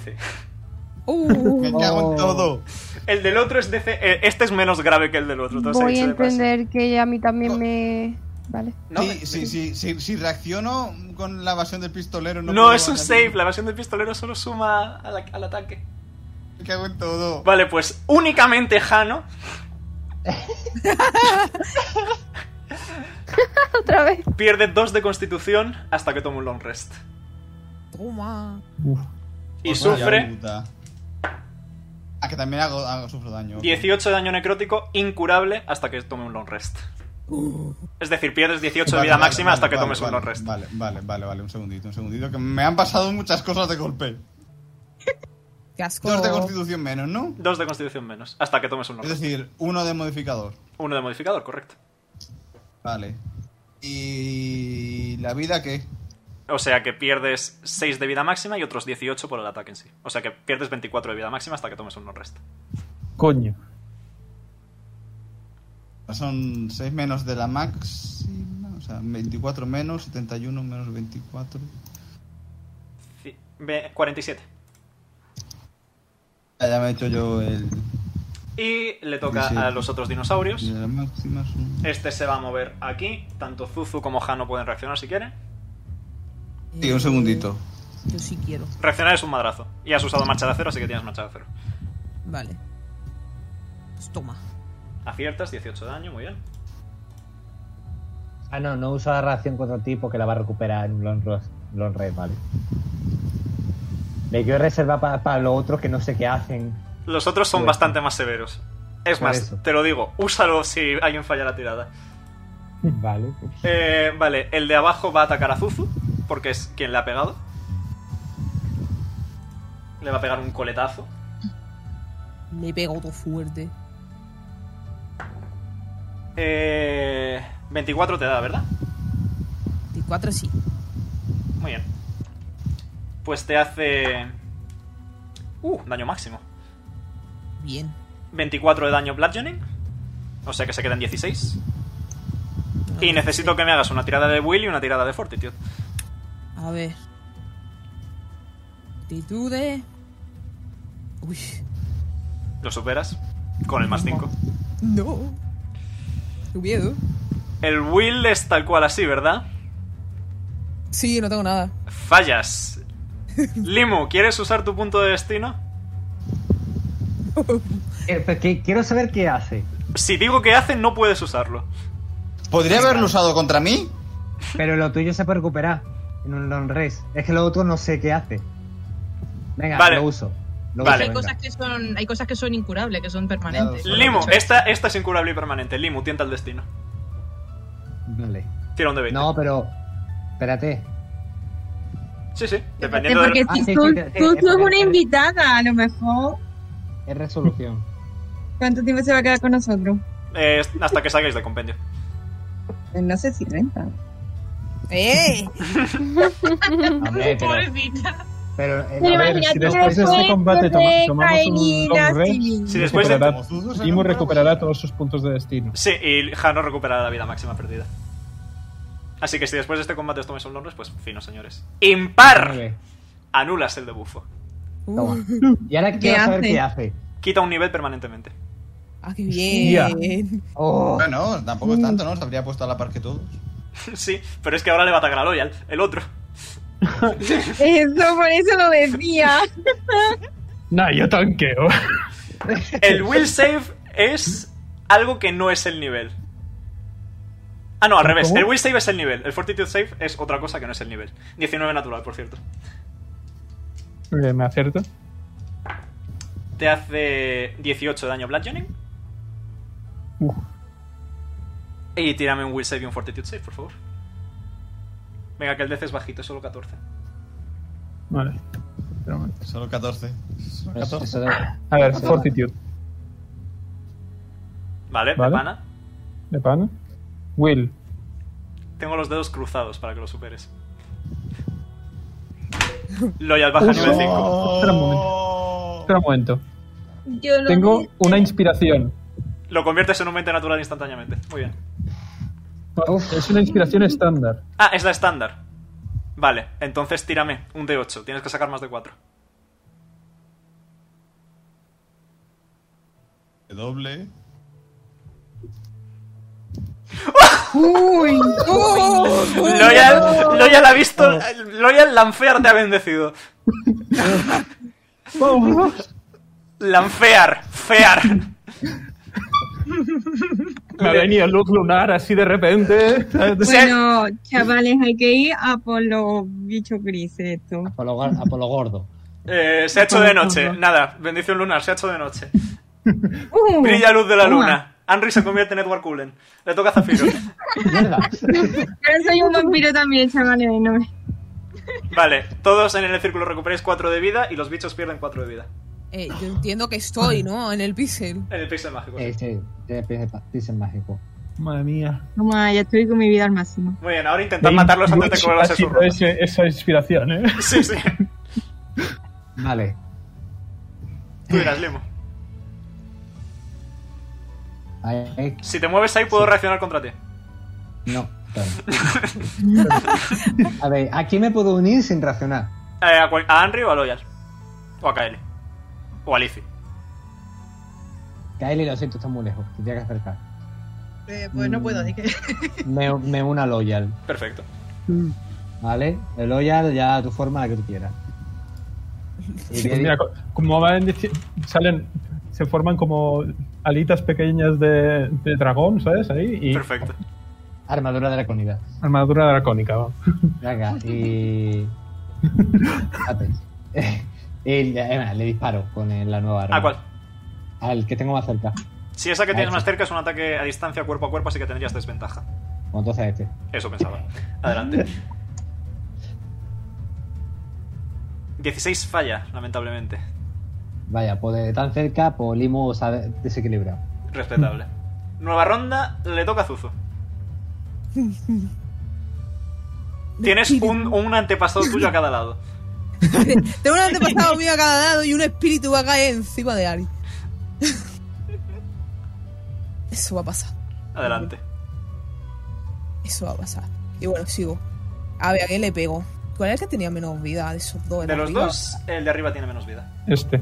[SPEAKER 11] Uh,
[SPEAKER 2] Me cago en todo.
[SPEAKER 5] El del otro es DC... eh, este es menos grave que el del otro. te has
[SPEAKER 4] Voy a
[SPEAKER 5] dicho de paso.
[SPEAKER 4] entender que a mí también me... Vale.
[SPEAKER 5] No,
[SPEAKER 2] Sí, sí, sí, sí, si reacciono con la evasión del pistolero. No,
[SPEAKER 5] No,
[SPEAKER 2] puedo
[SPEAKER 5] es un
[SPEAKER 2] ganar.
[SPEAKER 5] save. La evasión del pistolero solo suma al, al ataque.
[SPEAKER 2] Me cago en todo.
[SPEAKER 5] Vale, pues únicamente Jano
[SPEAKER 4] Otra vez.
[SPEAKER 5] pierde 2 de constitución hasta que toma un long rest.
[SPEAKER 11] toma.
[SPEAKER 6] Uf.
[SPEAKER 5] Y
[SPEAKER 2] Hostia
[SPEAKER 5] sufre
[SPEAKER 2] Pues puta. Ah, que también hago, hago- sufro daño.
[SPEAKER 5] 18 de daño necrótico incurable hasta que tome un long rest. Es decir, pierdes 18 de
[SPEAKER 2] Vale,
[SPEAKER 5] vida
[SPEAKER 2] vale,
[SPEAKER 5] máxima
[SPEAKER 2] vale,
[SPEAKER 5] hasta que
[SPEAKER 2] vale,
[SPEAKER 5] tomes un
[SPEAKER 2] vale,
[SPEAKER 5] long rest.
[SPEAKER 2] Vale, vale, vale, vale, un segundito, un segundito. Que me han pasado muchas cosas de golpe.
[SPEAKER 11] Qué asco.
[SPEAKER 2] Dos de constitución menos, ¿no?
[SPEAKER 5] 2 de constitución menos hasta que tomes un long
[SPEAKER 2] Es
[SPEAKER 5] rest.
[SPEAKER 2] decir, uno de modificador.
[SPEAKER 5] Uno de modificador, correcto.
[SPEAKER 2] Vale. ¿Y la vida qué?
[SPEAKER 5] O sea que pierdes 6 de vida máxima y otros 18 por el ataque en sí. O sea que pierdes 24 de vida máxima hasta que tomes un long rest.
[SPEAKER 6] Coño.
[SPEAKER 2] Son 6 menos de la máxima, o sea, 24 menos, 71 menos 24.
[SPEAKER 5] Ci- ve- 47.
[SPEAKER 2] Ah, Ya me he hecho yo el...
[SPEAKER 5] Y le toca
[SPEAKER 2] 17.
[SPEAKER 5] a los otros dinosaurios.
[SPEAKER 2] De la máxima es un-
[SPEAKER 5] Este se va a mover aquí. Tanto Zuzu como Jano pueden reaccionar si quieren.
[SPEAKER 2] Sí, un segundito.
[SPEAKER 11] Eh, Yo sí quiero.
[SPEAKER 5] Reaccionar es un madrazo. Y has usado marcha de acero, así que tienes marcha de acero.
[SPEAKER 11] Vale. Pues toma.
[SPEAKER 5] Aciertas, 18 de daño, muy bien.
[SPEAKER 9] Ah, no, no usa la reacción contra ti porque la va a recuperar en un long, rest, long rest, vale. Me quiero reservar para los otros que no sé qué hacen.
[SPEAKER 5] Los otros son
[SPEAKER 9] Bueno.
[SPEAKER 5] bastante más severos. Es
[SPEAKER 9] Por
[SPEAKER 5] más,
[SPEAKER 9] eso.
[SPEAKER 5] te lo digo, úsalo si alguien falla la tirada.
[SPEAKER 9] Vale.
[SPEAKER 5] Eh, vale, el de abajo va a atacar a Zuzu, porque es quien le ha pegado. Le va a pegar un coletazo.
[SPEAKER 11] Le pego otro fuerte.
[SPEAKER 5] Eh, 24 te da, ¿verdad?
[SPEAKER 11] 24 sí.
[SPEAKER 5] Muy bien. Pues te hace... Uh, daño máximo.
[SPEAKER 11] Bien.
[SPEAKER 5] 24 de daño bludgeoning. O sea que se quedan 16. Y necesito que me hagas una tirada de Will y una tirada de Fortitude.
[SPEAKER 11] A ver. Actitudes. Uy.
[SPEAKER 5] Lo superas con el más 5.
[SPEAKER 11] No. Qué miedo.
[SPEAKER 5] El Will es tal cual así, ¿verdad?
[SPEAKER 11] Sí, no tengo nada.
[SPEAKER 5] Fallas. Limu, ¿quieres usar tu punto de destino?
[SPEAKER 9] Eh, pues que- quiero saber qué hace.
[SPEAKER 5] Si digo que hace, no puedes usarlo.
[SPEAKER 2] ¿Podría haberlo usado contra mí?
[SPEAKER 9] Pero lo tuyo se puede recuperar en un long rest. Es que lo otro no sé qué hace. Venga,
[SPEAKER 5] Vale.
[SPEAKER 9] lo uso. Lo uso,
[SPEAKER 5] Vale.
[SPEAKER 3] Hay,
[SPEAKER 9] venga.
[SPEAKER 3] cosas que son, hay cosas que son incurables, que son permanentes.
[SPEAKER 2] Claro,
[SPEAKER 5] Limu,
[SPEAKER 3] Muchas-
[SPEAKER 5] esta, esta es incurable y permanente. Limu, tienta el destino.
[SPEAKER 9] Vale.
[SPEAKER 5] Tira un de 20.
[SPEAKER 9] No, pero. Espérate.
[SPEAKER 5] Sí, sí. Dependiendo
[SPEAKER 13] Porque
[SPEAKER 5] de...
[SPEAKER 9] Ah,
[SPEAKER 13] si
[SPEAKER 9] sí,
[SPEAKER 13] tú,
[SPEAKER 9] sí, sí,
[SPEAKER 13] tú-
[SPEAKER 9] sí,
[SPEAKER 13] tú
[SPEAKER 9] sí,
[SPEAKER 13] eres una
[SPEAKER 9] sí.
[SPEAKER 13] invitada, a lo mejor.
[SPEAKER 9] Es resolución.
[SPEAKER 13] ¿Cuánto tiempo se va a quedar con nosotros?
[SPEAKER 5] eh, hasta que salgáis del compendio.
[SPEAKER 13] Pues no sé si renta.
[SPEAKER 11] ¡Eh!
[SPEAKER 9] Hombre, pero
[SPEAKER 3] Pobrecita.
[SPEAKER 15] Pero, eh,
[SPEAKER 7] Pero
[SPEAKER 15] a ver,
[SPEAKER 7] imagínate
[SPEAKER 15] si después de
[SPEAKER 9] Pues,
[SPEAKER 7] después
[SPEAKER 15] este combate toma-
[SPEAKER 7] de
[SPEAKER 15] tomamos
[SPEAKER 7] Kaini
[SPEAKER 15] un long
[SPEAKER 7] Nasty.
[SPEAKER 15] rest,
[SPEAKER 5] Si después de-
[SPEAKER 6] recuperará- Timur recuperará todos sus puntos de destino.
[SPEAKER 5] Sí, y Jano recupera la vida máxima perdida. Así que si después de este combate os tomáis un long rest, pues fino, señores. ¡Impar! Anulas el debufo.
[SPEAKER 9] este- Toma. Y ahora quiero saber qué hace.
[SPEAKER 5] Quita un nivel permanentemente.
[SPEAKER 11] Ah, qué
[SPEAKER 9] Hostia.
[SPEAKER 11] bien.
[SPEAKER 9] Oh.
[SPEAKER 2] Bueno, tampoco es tanto, ¿no? Se habría puesto a la par que todos.
[SPEAKER 5] sí, pero es que ahora le va a atacar a Loyal, el otro.
[SPEAKER 7] Eso, por eso lo decía.
[SPEAKER 6] Nah, yo tanqueo.
[SPEAKER 5] El will save es algo que no es el nivel. Ah, no, al revés.
[SPEAKER 6] ¿Cómo?
[SPEAKER 5] El will save es el nivel. El fortitude save es otra cosa que no es el nivel. 19 natural, por cierto.
[SPEAKER 6] Eh, Me acierto.
[SPEAKER 5] Te hace 18 de daño bludgeoning.
[SPEAKER 6] Uf.
[SPEAKER 5] Y tírame un will save y un fortitude save, por favor. Venga, que el DC es bajito, es solo 14.
[SPEAKER 6] Vale. Espera un momento.
[SPEAKER 2] Solo Pues, 14. Solo 14.
[SPEAKER 6] A ver, Fortitude.
[SPEAKER 5] Vale,
[SPEAKER 6] Vale.
[SPEAKER 5] de pana.
[SPEAKER 6] ¿De pana? Will.
[SPEAKER 5] Tengo los dedos cruzados para que lo superes. Loyal baja nivel 5.
[SPEAKER 6] Espera un momento. Espera un momento.
[SPEAKER 7] Yo lo
[SPEAKER 6] Tengo una inspiración.
[SPEAKER 5] Lo conviertes en un 20 natural instantáneamente. Muy bien.
[SPEAKER 6] Es una inspiración estándar.
[SPEAKER 5] Ah, es la estándar. Vale, entonces tírame un D8. Tienes que sacar más de 4.
[SPEAKER 2] Doble.
[SPEAKER 7] Uy,
[SPEAKER 5] Loyal, Loyal ha visto. Loyal Lanfear te ha bendecido. Lanfear, fear.
[SPEAKER 6] Me ha venido luz lunar así de repente.
[SPEAKER 7] Bueno, chavales, hay que ir a por los bichos grises esto.
[SPEAKER 9] Por lo, gar- a por lo gordo.
[SPEAKER 5] Eh, se ha hecho de noche. Nada, bendición lunar, se ha hecho de noche.
[SPEAKER 7] Uh,
[SPEAKER 5] Brilla luz de la
[SPEAKER 7] toma.
[SPEAKER 5] luna. Henry se convierte en Edward Cullen. Le toca a Zafiro.
[SPEAKER 7] Ahora soy un vampiro también, chavales. No me...
[SPEAKER 5] Vale, todos en el círculo recuperáis 4 de vida y los bichos pierden 4 de vida.
[SPEAKER 11] Eh, yo entiendo que estoy, ¿no? En el pixel.
[SPEAKER 5] En el pixel mágico.
[SPEAKER 9] Eh, sí, tiene pies de- pies mágico.
[SPEAKER 6] Madre mía.
[SPEAKER 7] Toma, ya estoy con mi vida al máximo.
[SPEAKER 5] Muy bien, ahora intentad matarlos antes de que vuelva a
[SPEAKER 6] Ha
[SPEAKER 5] ser su
[SPEAKER 6] sido
[SPEAKER 5] ronda.
[SPEAKER 6] ese- Esa inspiración, ¿eh?
[SPEAKER 5] Sí, sí.
[SPEAKER 9] Vale.
[SPEAKER 5] Tú dirás, Lemo.
[SPEAKER 9] Ahí- ahí-
[SPEAKER 5] Si te mueves ahí, puedo reaccionar contra ti.
[SPEAKER 9] No. espera. A ver, ¿a quién me puedo unir sin racionar?
[SPEAKER 5] Eh, ¿A, cual- a Henry o a Loyal? O a Kaeli. O a Lizzie.
[SPEAKER 9] Kaeli, lo siento, está muy lejos. Te tienes que acercar.
[SPEAKER 3] Eh, pues no puedo, así que.
[SPEAKER 9] Me, me una Loyal,
[SPEAKER 5] Perfecto.
[SPEAKER 9] ¿vale? El Loyal ya a tu forma, la que tú quieras. Y
[SPEAKER 6] Sí,
[SPEAKER 9] voy a-
[SPEAKER 6] mira, co- como van dici- salen, se forman como alitas pequeñas de, de dragón, ¿sabes? Ahí y
[SPEAKER 5] Perfecto.
[SPEAKER 9] armadura dracónica.
[SPEAKER 6] armadura dracónica. va.
[SPEAKER 9] Venga, y. Espérate. y le, eh, le disparo con el- la nueva arma.
[SPEAKER 5] ¿A cuál?
[SPEAKER 9] Al que tengo más cerca.
[SPEAKER 5] Si esa que
[SPEAKER 9] A
[SPEAKER 5] tienes
[SPEAKER 9] ese.
[SPEAKER 5] más cerca es un ataque a distancia cuerpo a cuerpo, así que tendrías desventaja.
[SPEAKER 9] O entonces a este.
[SPEAKER 5] Eso pensaba. Adelante. 16 falla, lamentablemente.
[SPEAKER 9] Vaya, pues de tan cerca, pues Limo se ha de- desequilibrado.
[SPEAKER 5] Respetable. Nueva ronda, le toca a Zuzo. Tienes un, un antepasado tuyo a cada lado.
[SPEAKER 11] Tengo un antepasado mío a cada lado y un espíritu va a caer encima de Ari. Eso va a pasar.
[SPEAKER 5] Adelante.
[SPEAKER 11] Eso va a pasar. Y bueno, sigo. A ver, ¿a qué le pego? ¿Cuál es el que tenía menos vida de esos dos?
[SPEAKER 5] De los
[SPEAKER 11] arriba?
[SPEAKER 5] dos, el de arriba tiene menos vida.
[SPEAKER 6] Este.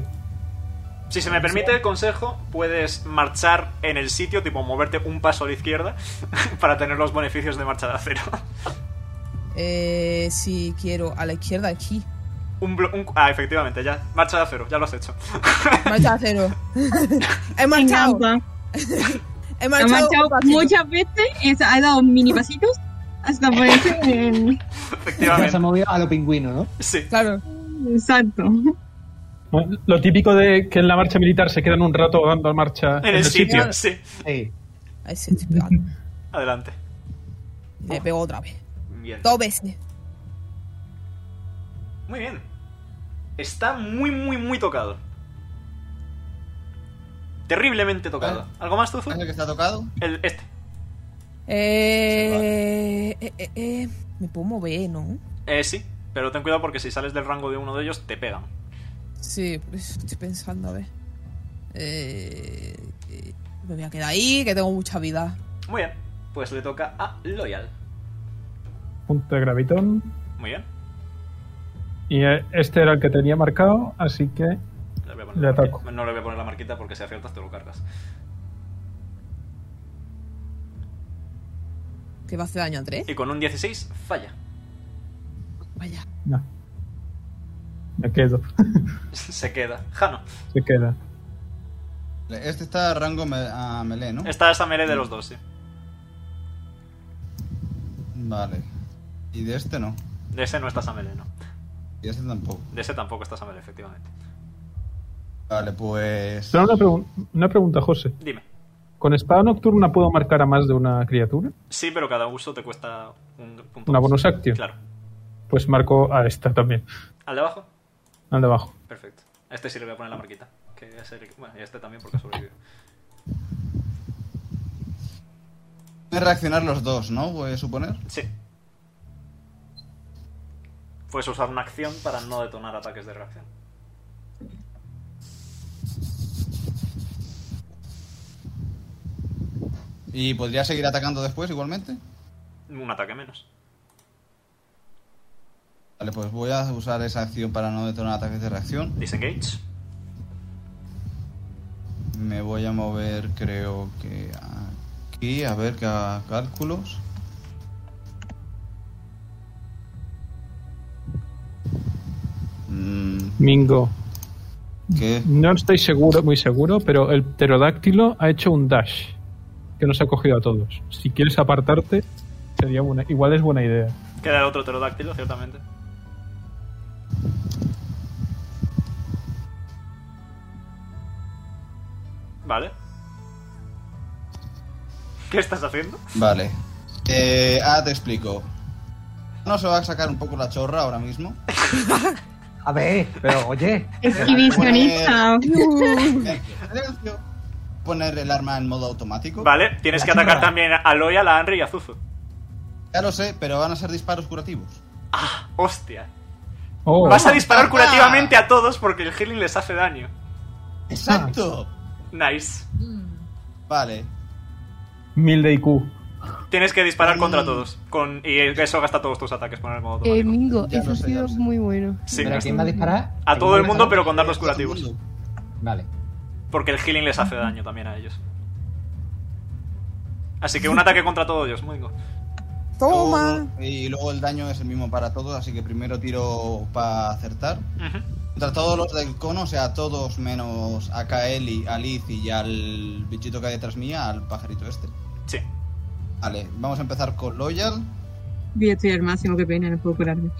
[SPEAKER 5] Si se me permite el consejo, puedes marchar en el sitio, tipo moverte un paso a la izquierda, para tener los beneficios de marcha de acero.
[SPEAKER 11] Eh, si quiero, a la izquierda aquí.
[SPEAKER 5] Un blo- un- ah, efectivamente, ya. Marcha de acero, ya lo has hecho.
[SPEAKER 11] Marcha cero. He
[SPEAKER 7] Me
[SPEAKER 11] marchado.
[SPEAKER 7] encanta.
[SPEAKER 11] He
[SPEAKER 7] Me ha
[SPEAKER 11] marchado.
[SPEAKER 7] manchado muchas veces. es- ha dado mini pasitos. Hasta por eso. eh,
[SPEAKER 9] Ya se ha
[SPEAKER 5] Efectivamente.
[SPEAKER 9] movido a lo pingüino, ¿no?
[SPEAKER 5] Sí.
[SPEAKER 11] Claro.
[SPEAKER 7] Exacto.
[SPEAKER 6] Lo típico de que en la marcha militar se quedan un rato dando marcha
[SPEAKER 5] En el sitio, sí.
[SPEAKER 9] Sí.
[SPEAKER 11] Ahí se estoy pegando.
[SPEAKER 5] Adelante.
[SPEAKER 11] Le pego otra vez.
[SPEAKER 5] Bien.
[SPEAKER 11] Dos veces.
[SPEAKER 5] Muy bien. Está muy, muy, muy tocado. Terriblemente tocado. ¿Algo más, Zuzu?
[SPEAKER 2] ¿Es el que está tocado?
[SPEAKER 5] El, este.
[SPEAKER 11] Eh, eh, eh, eh, Me puedo mover, ¿no?
[SPEAKER 5] Eh, sí. Pero ten cuidado porque si sales del rango de uno de ellos, te pegan.
[SPEAKER 11] Sí, pues estoy pensando, a ver. Eh, eh, me voy a quedar ahí, que tengo mucha vida.
[SPEAKER 5] Muy bien, pues le toca a Loyal.
[SPEAKER 6] Punto de gravitón.
[SPEAKER 5] Muy bien.
[SPEAKER 6] Y eh, este era el que tenía marcado, así que
[SPEAKER 5] Le voy a poner
[SPEAKER 6] le
[SPEAKER 5] la
[SPEAKER 6] ataco.
[SPEAKER 5] marquita. No le voy a poner la marquita porque si aciertas te lo cargas.
[SPEAKER 11] Que va a hacer daño a tres.
[SPEAKER 5] Y con un 16, falla.
[SPEAKER 11] Vaya.
[SPEAKER 6] No. Me quedo,
[SPEAKER 5] Se queda. Jano.
[SPEAKER 6] se queda.
[SPEAKER 2] Este está a rango me- a melee, ¿no?
[SPEAKER 5] Esta es a melee de los dos, sí.
[SPEAKER 2] Vale. Y de este no.
[SPEAKER 5] De ese no estás a melee, no.
[SPEAKER 2] Y de este tampoco.
[SPEAKER 5] De ese tampoco estás a melee, efectivamente.
[SPEAKER 2] Vale, pues.
[SPEAKER 6] Solo una, pregun- una pregunta, José.
[SPEAKER 5] Dime.
[SPEAKER 6] ¿Con espada nocturna puedo marcar a más de una criatura?
[SPEAKER 5] Sí, pero cada uso te cuesta un punto.
[SPEAKER 6] Una
[SPEAKER 5] más.
[SPEAKER 6] bonus action.
[SPEAKER 5] Claro.
[SPEAKER 6] Pues marco a esta también,
[SPEAKER 5] ¿Al de abajo?
[SPEAKER 6] al de abajo.
[SPEAKER 5] Perfecto. A este sí le voy a poner la marquita. Que es el- Bueno, y a este también porque sobrevive.
[SPEAKER 2] Pueden reaccionar los dos, ¿no? Voy a suponer.
[SPEAKER 5] Sí. Puedes Pues usar una acción para no detonar ataques de reacción.
[SPEAKER 2] ¿Y podría seguir atacando después igualmente?
[SPEAKER 5] Un ataque menos.
[SPEAKER 2] Vale, pues voy a usar esa acción para no detonar ataques de reacción.
[SPEAKER 5] Disengage.
[SPEAKER 2] Me voy a mover, creo que aquí, a ver qué haga cálculos. Mm,
[SPEAKER 6] Mingo.
[SPEAKER 2] ¿Qué?
[SPEAKER 6] No estoy seguro, muy seguro, pero el pterodáctilo ha hecho un dash que nos ha cogido a todos. Si quieres apartarte, sería buena, igual es buena idea.
[SPEAKER 5] Queda el otro pterodáctilo, ciertamente. Vale. ¿Qué estás haciendo?
[SPEAKER 2] Vale. Eh, ah, te explico. No se va a sacar un poco la chorra ahora mismo.
[SPEAKER 9] A ver, pero oye,
[SPEAKER 7] Exhibicionista.
[SPEAKER 2] Poner el arma en modo automático.
[SPEAKER 5] Vale, tienes que atacar también a Loyal, a Henry y a Zuzu.
[SPEAKER 2] Ya lo sé, pero van a ser disparos curativos.
[SPEAKER 5] Hostia.
[SPEAKER 6] Oh,
[SPEAKER 5] Vas a disparar curativamente a todos porque el healing les hace daño.
[SPEAKER 2] ¡Exacto!
[SPEAKER 5] Nice.
[SPEAKER 2] Vale.
[SPEAKER 6] mil de IQ.
[SPEAKER 5] Tienes que disparar contra todos. Con, y eso gasta todos tus ataques poner el modo
[SPEAKER 14] Eh,
[SPEAKER 5] automático.
[SPEAKER 14] Mingo,
[SPEAKER 2] Ya
[SPEAKER 14] eso
[SPEAKER 2] lo
[SPEAKER 14] ha
[SPEAKER 2] sé, ya
[SPEAKER 14] sido
[SPEAKER 2] lo sé.
[SPEAKER 14] muy bueno.
[SPEAKER 5] Sí,
[SPEAKER 9] ¿pero a
[SPEAKER 5] gasta-
[SPEAKER 9] quién va a disparar?
[SPEAKER 5] a todo el mundo, pero con dardos
[SPEAKER 2] Todo el
[SPEAKER 5] curativos.
[SPEAKER 2] mundo.
[SPEAKER 9] Vale.
[SPEAKER 5] Porque el healing les hace daño también a ellos. Así que un ataque contra todos ellos, Mingo.
[SPEAKER 11] ¡Toma!
[SPEAKER 2] Luego- Y luego el daño es el mismo para todos, así que primero tiro para acertar.
[SPEAKER 5] Ujú.
[SPEAKER 2] Contra todos los del cono, o sea, todos menos a Kaeli, a Liz y al bichito que hay detrás mía, al pajarito este.
[SPEAKER 5] Sí.
[SPEAKER 2] Vale, vamos a empezar con Loyal.
[SPEAKER 10] Yo estoy al máximo, qué pena, no puedo curarme.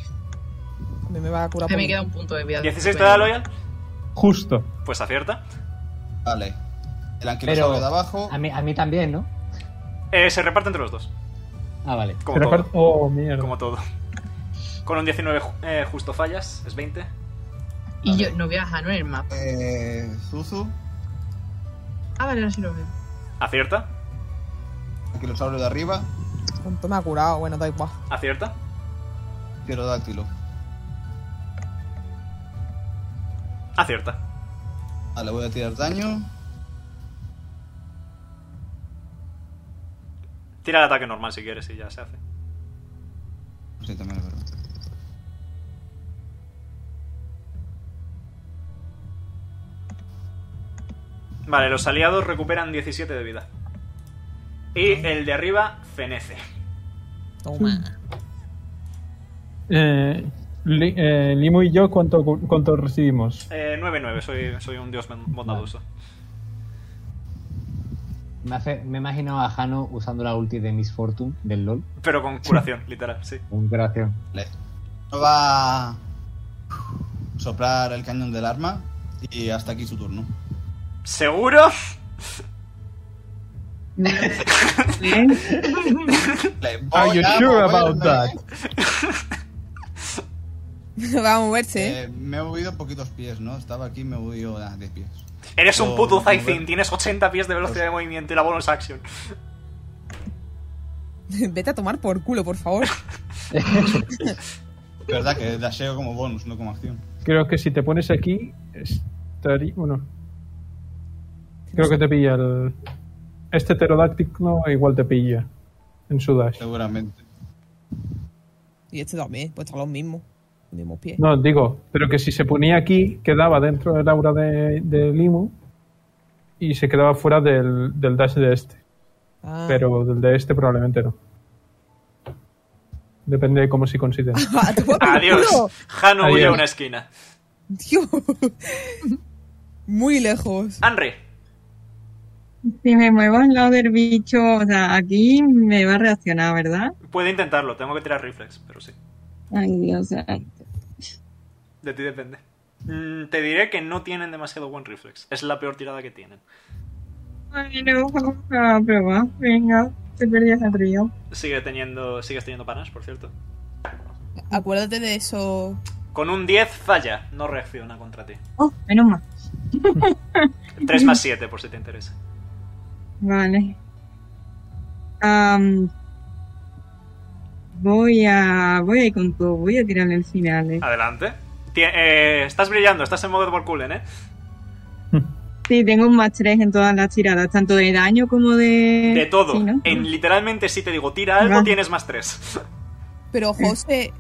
[SPEAKER 11] Me, me va a curar
[SPEAKER 3] Que
[SPEAKER 11] por
[SPEAKER 3] me queda un punto de vida.
[SPEAKER 5] 16 te da Loyal,
[SPEAKER 6] Justo.
[SPEAKER 5] pues acierta.
[SPEAKER 2] Vale. El anquilosaurio
[SPEAKER 9] Pero
[SPEAKER 2] de abajo.
[SPEAKER 9] a mí, a mí también, ¿no?
[SPEAKER 5] Eh, se reparte entre los dos.
[SPEAKER 9] Ah, vale.
[SPEAKER 5] Como
[SPEAKER 6] Pero
[SPEAKER 5] todo.
[SPEAKER 6] aparte- oh, mierda.
[SPEAKER 5] Como todo. Con un 19 ju- eh, justo fallas, es 20.
[SPEAKER 3] Y yo no viaja, no en el mapa.
[SPEAKER 2] Eh, Zuzu.
[SPEAKER 3] Ah, vale, ahora sí lo veo.
[SPEAKER 5] Acierta,
[SPEAKER 2] Anquilosaurio de arriba.
[SPEAKER 11] punto. Me ha curado, bueno, da igual.
[SPEAKER 5] acierta.
[SPEAKER 2] Pterodáctilo.
[SPEAKER 5] Acierta.
[SPEAKER 2] Vale, voy a tirar daño.
[SPEAKER 5] Tira el ataque normal si quieres y ya se hace.
[SPEAKER 2] Sí, también es verdad.
[SPEAKER 5] Vale, los aliados recuperan 17 de vida. Y el de arriba fenece.
[SPEAKER 11] Toma.
[SPEAKER 6] Eh, Li- eh, Limo y yo, ¿cuánto, cu- cuánto recibimos?
[SPEAKER 5] Eh, 9-9, soy, soy un dios ben- bondadoso.
[SPEAKER 9] Me, hace, me imagino a Jano usando la ulti de Miss Fortune del LOL.
[SPEAKER 5] Pero con curación, literal, sí.
[SPEAKER 9] Un gracio.
[SPEAKER 2] Vale. No va a soplar el cañón del arma. Y hasta aquí su turno.
[SPEAKER 5] ¿Seguro?
[SPEAKER 10] ¿Eh?
[SPEAKER 2] Le voy
[SPEAKER 5] Oh,
[SPEAKER 6] Are you
[SPEAKER 2] a
[SPEAKER 5] pues,
[SPEAKER 6] sure
[SPEAKER 2] moverme.
[SPEAKER 6] about that?
[SPEAKER 11] va a moverse, ¿eh?
[SPEAKER 2] Eh, me he movido poquitos pies, ¿no? Estaba aquí y me he movido ah, 10 pies.
[SPEAKER 5] Eres un
[SPEAKER 2] No,
[SPEAKER 5] puto
[SPEAKER 2] Oh, no,
[SPEAKER 5] Zaizin,
[SPEAKER 2] no.
[SPEAKER 5] tienes 80 pies de velocidad de movimiento y la bonus action.
[SPEAKER 11] Vete a tomar por culo, por favor.
[SPEAKER 2] verdad que dasheo como bonus, no como acción.
[SPEAKER 6] Creo que si te pones aquí, estaría. Bueno. Creo que te pilla el. Este pterodáctico igual te pilla en su dash.
[SPEAKER 2] Seguramente.
[SPEAKER 11] Y este también, pues están los mismos. Los mismos pies.
[SPEAKER 6] No, digo, pero que si se ponía aquí, quedaba dentro del aura de, de Limo y se quedaba fuera del, del dash de este.
[SPEAKER 11] Ah.
[SPEAKER 6] Pero del de este probablemente no. Depende de cómo se considera.
[SPEAKER 11] ¡Ah, te puedo-
[SPEAKER 5] Adiós. Hanu huye a
[SPEAKER 6] Adiós.
[SPEAKER 5] una esquina.
[SPEAKER 11] Dios. Muy lejos.
[SPEAKER 5] Henry,
[SPEAKER 7] Si me muevo al lado del bicho, o sea, aquí me va a reaccionar, ¿verdad?
[SPEAKER 5] puede intentarlo. Tengo que tirar reflex, pero sí.
[SPEAKER 7] Ay, Dios.
[SPEAKER 5] De ti depende. Mm, te diré que no tienen demasiado buen reflex. Es la peor tirada que tienen.
[SPEAKER 7] Bueno, vamos a probar. Venga, te perdías el río.
[SPEAKER 5] Sigue teniendo, sigues teniendo panas, por cierto.
[SPEAKER 11] Acuérdate de eso.
[SPEAKER 5] Con un 10 falla. No reacciona contra ti.
[SPEAKER 7] Oh, menos mal.
[SPEAKER 5] 3 más 7, por si te interesa.
[SPEAKER 7] Vale. Am, voy a. Voy a ir con todo. Voy a tirarle el final. eh.
[SPEAKER 5] Adelante. Tie- eh, estás brillando, estás en modo de Borkulen, ¿eh?
[SPEAKER 7] Sí, tengo un más 3 en todas las tiradas, tanto de daño como de.
[SPEAKER 5] De todo.
[SPEAKER 7] Sí, ¿no?
[SPEAKER 5] en, literalmente, si te digo tira algo,
[SPEAKER 7] Vale.
[SPEAKER 5] tienes más 3.
[SPEAKER 11] Pero José.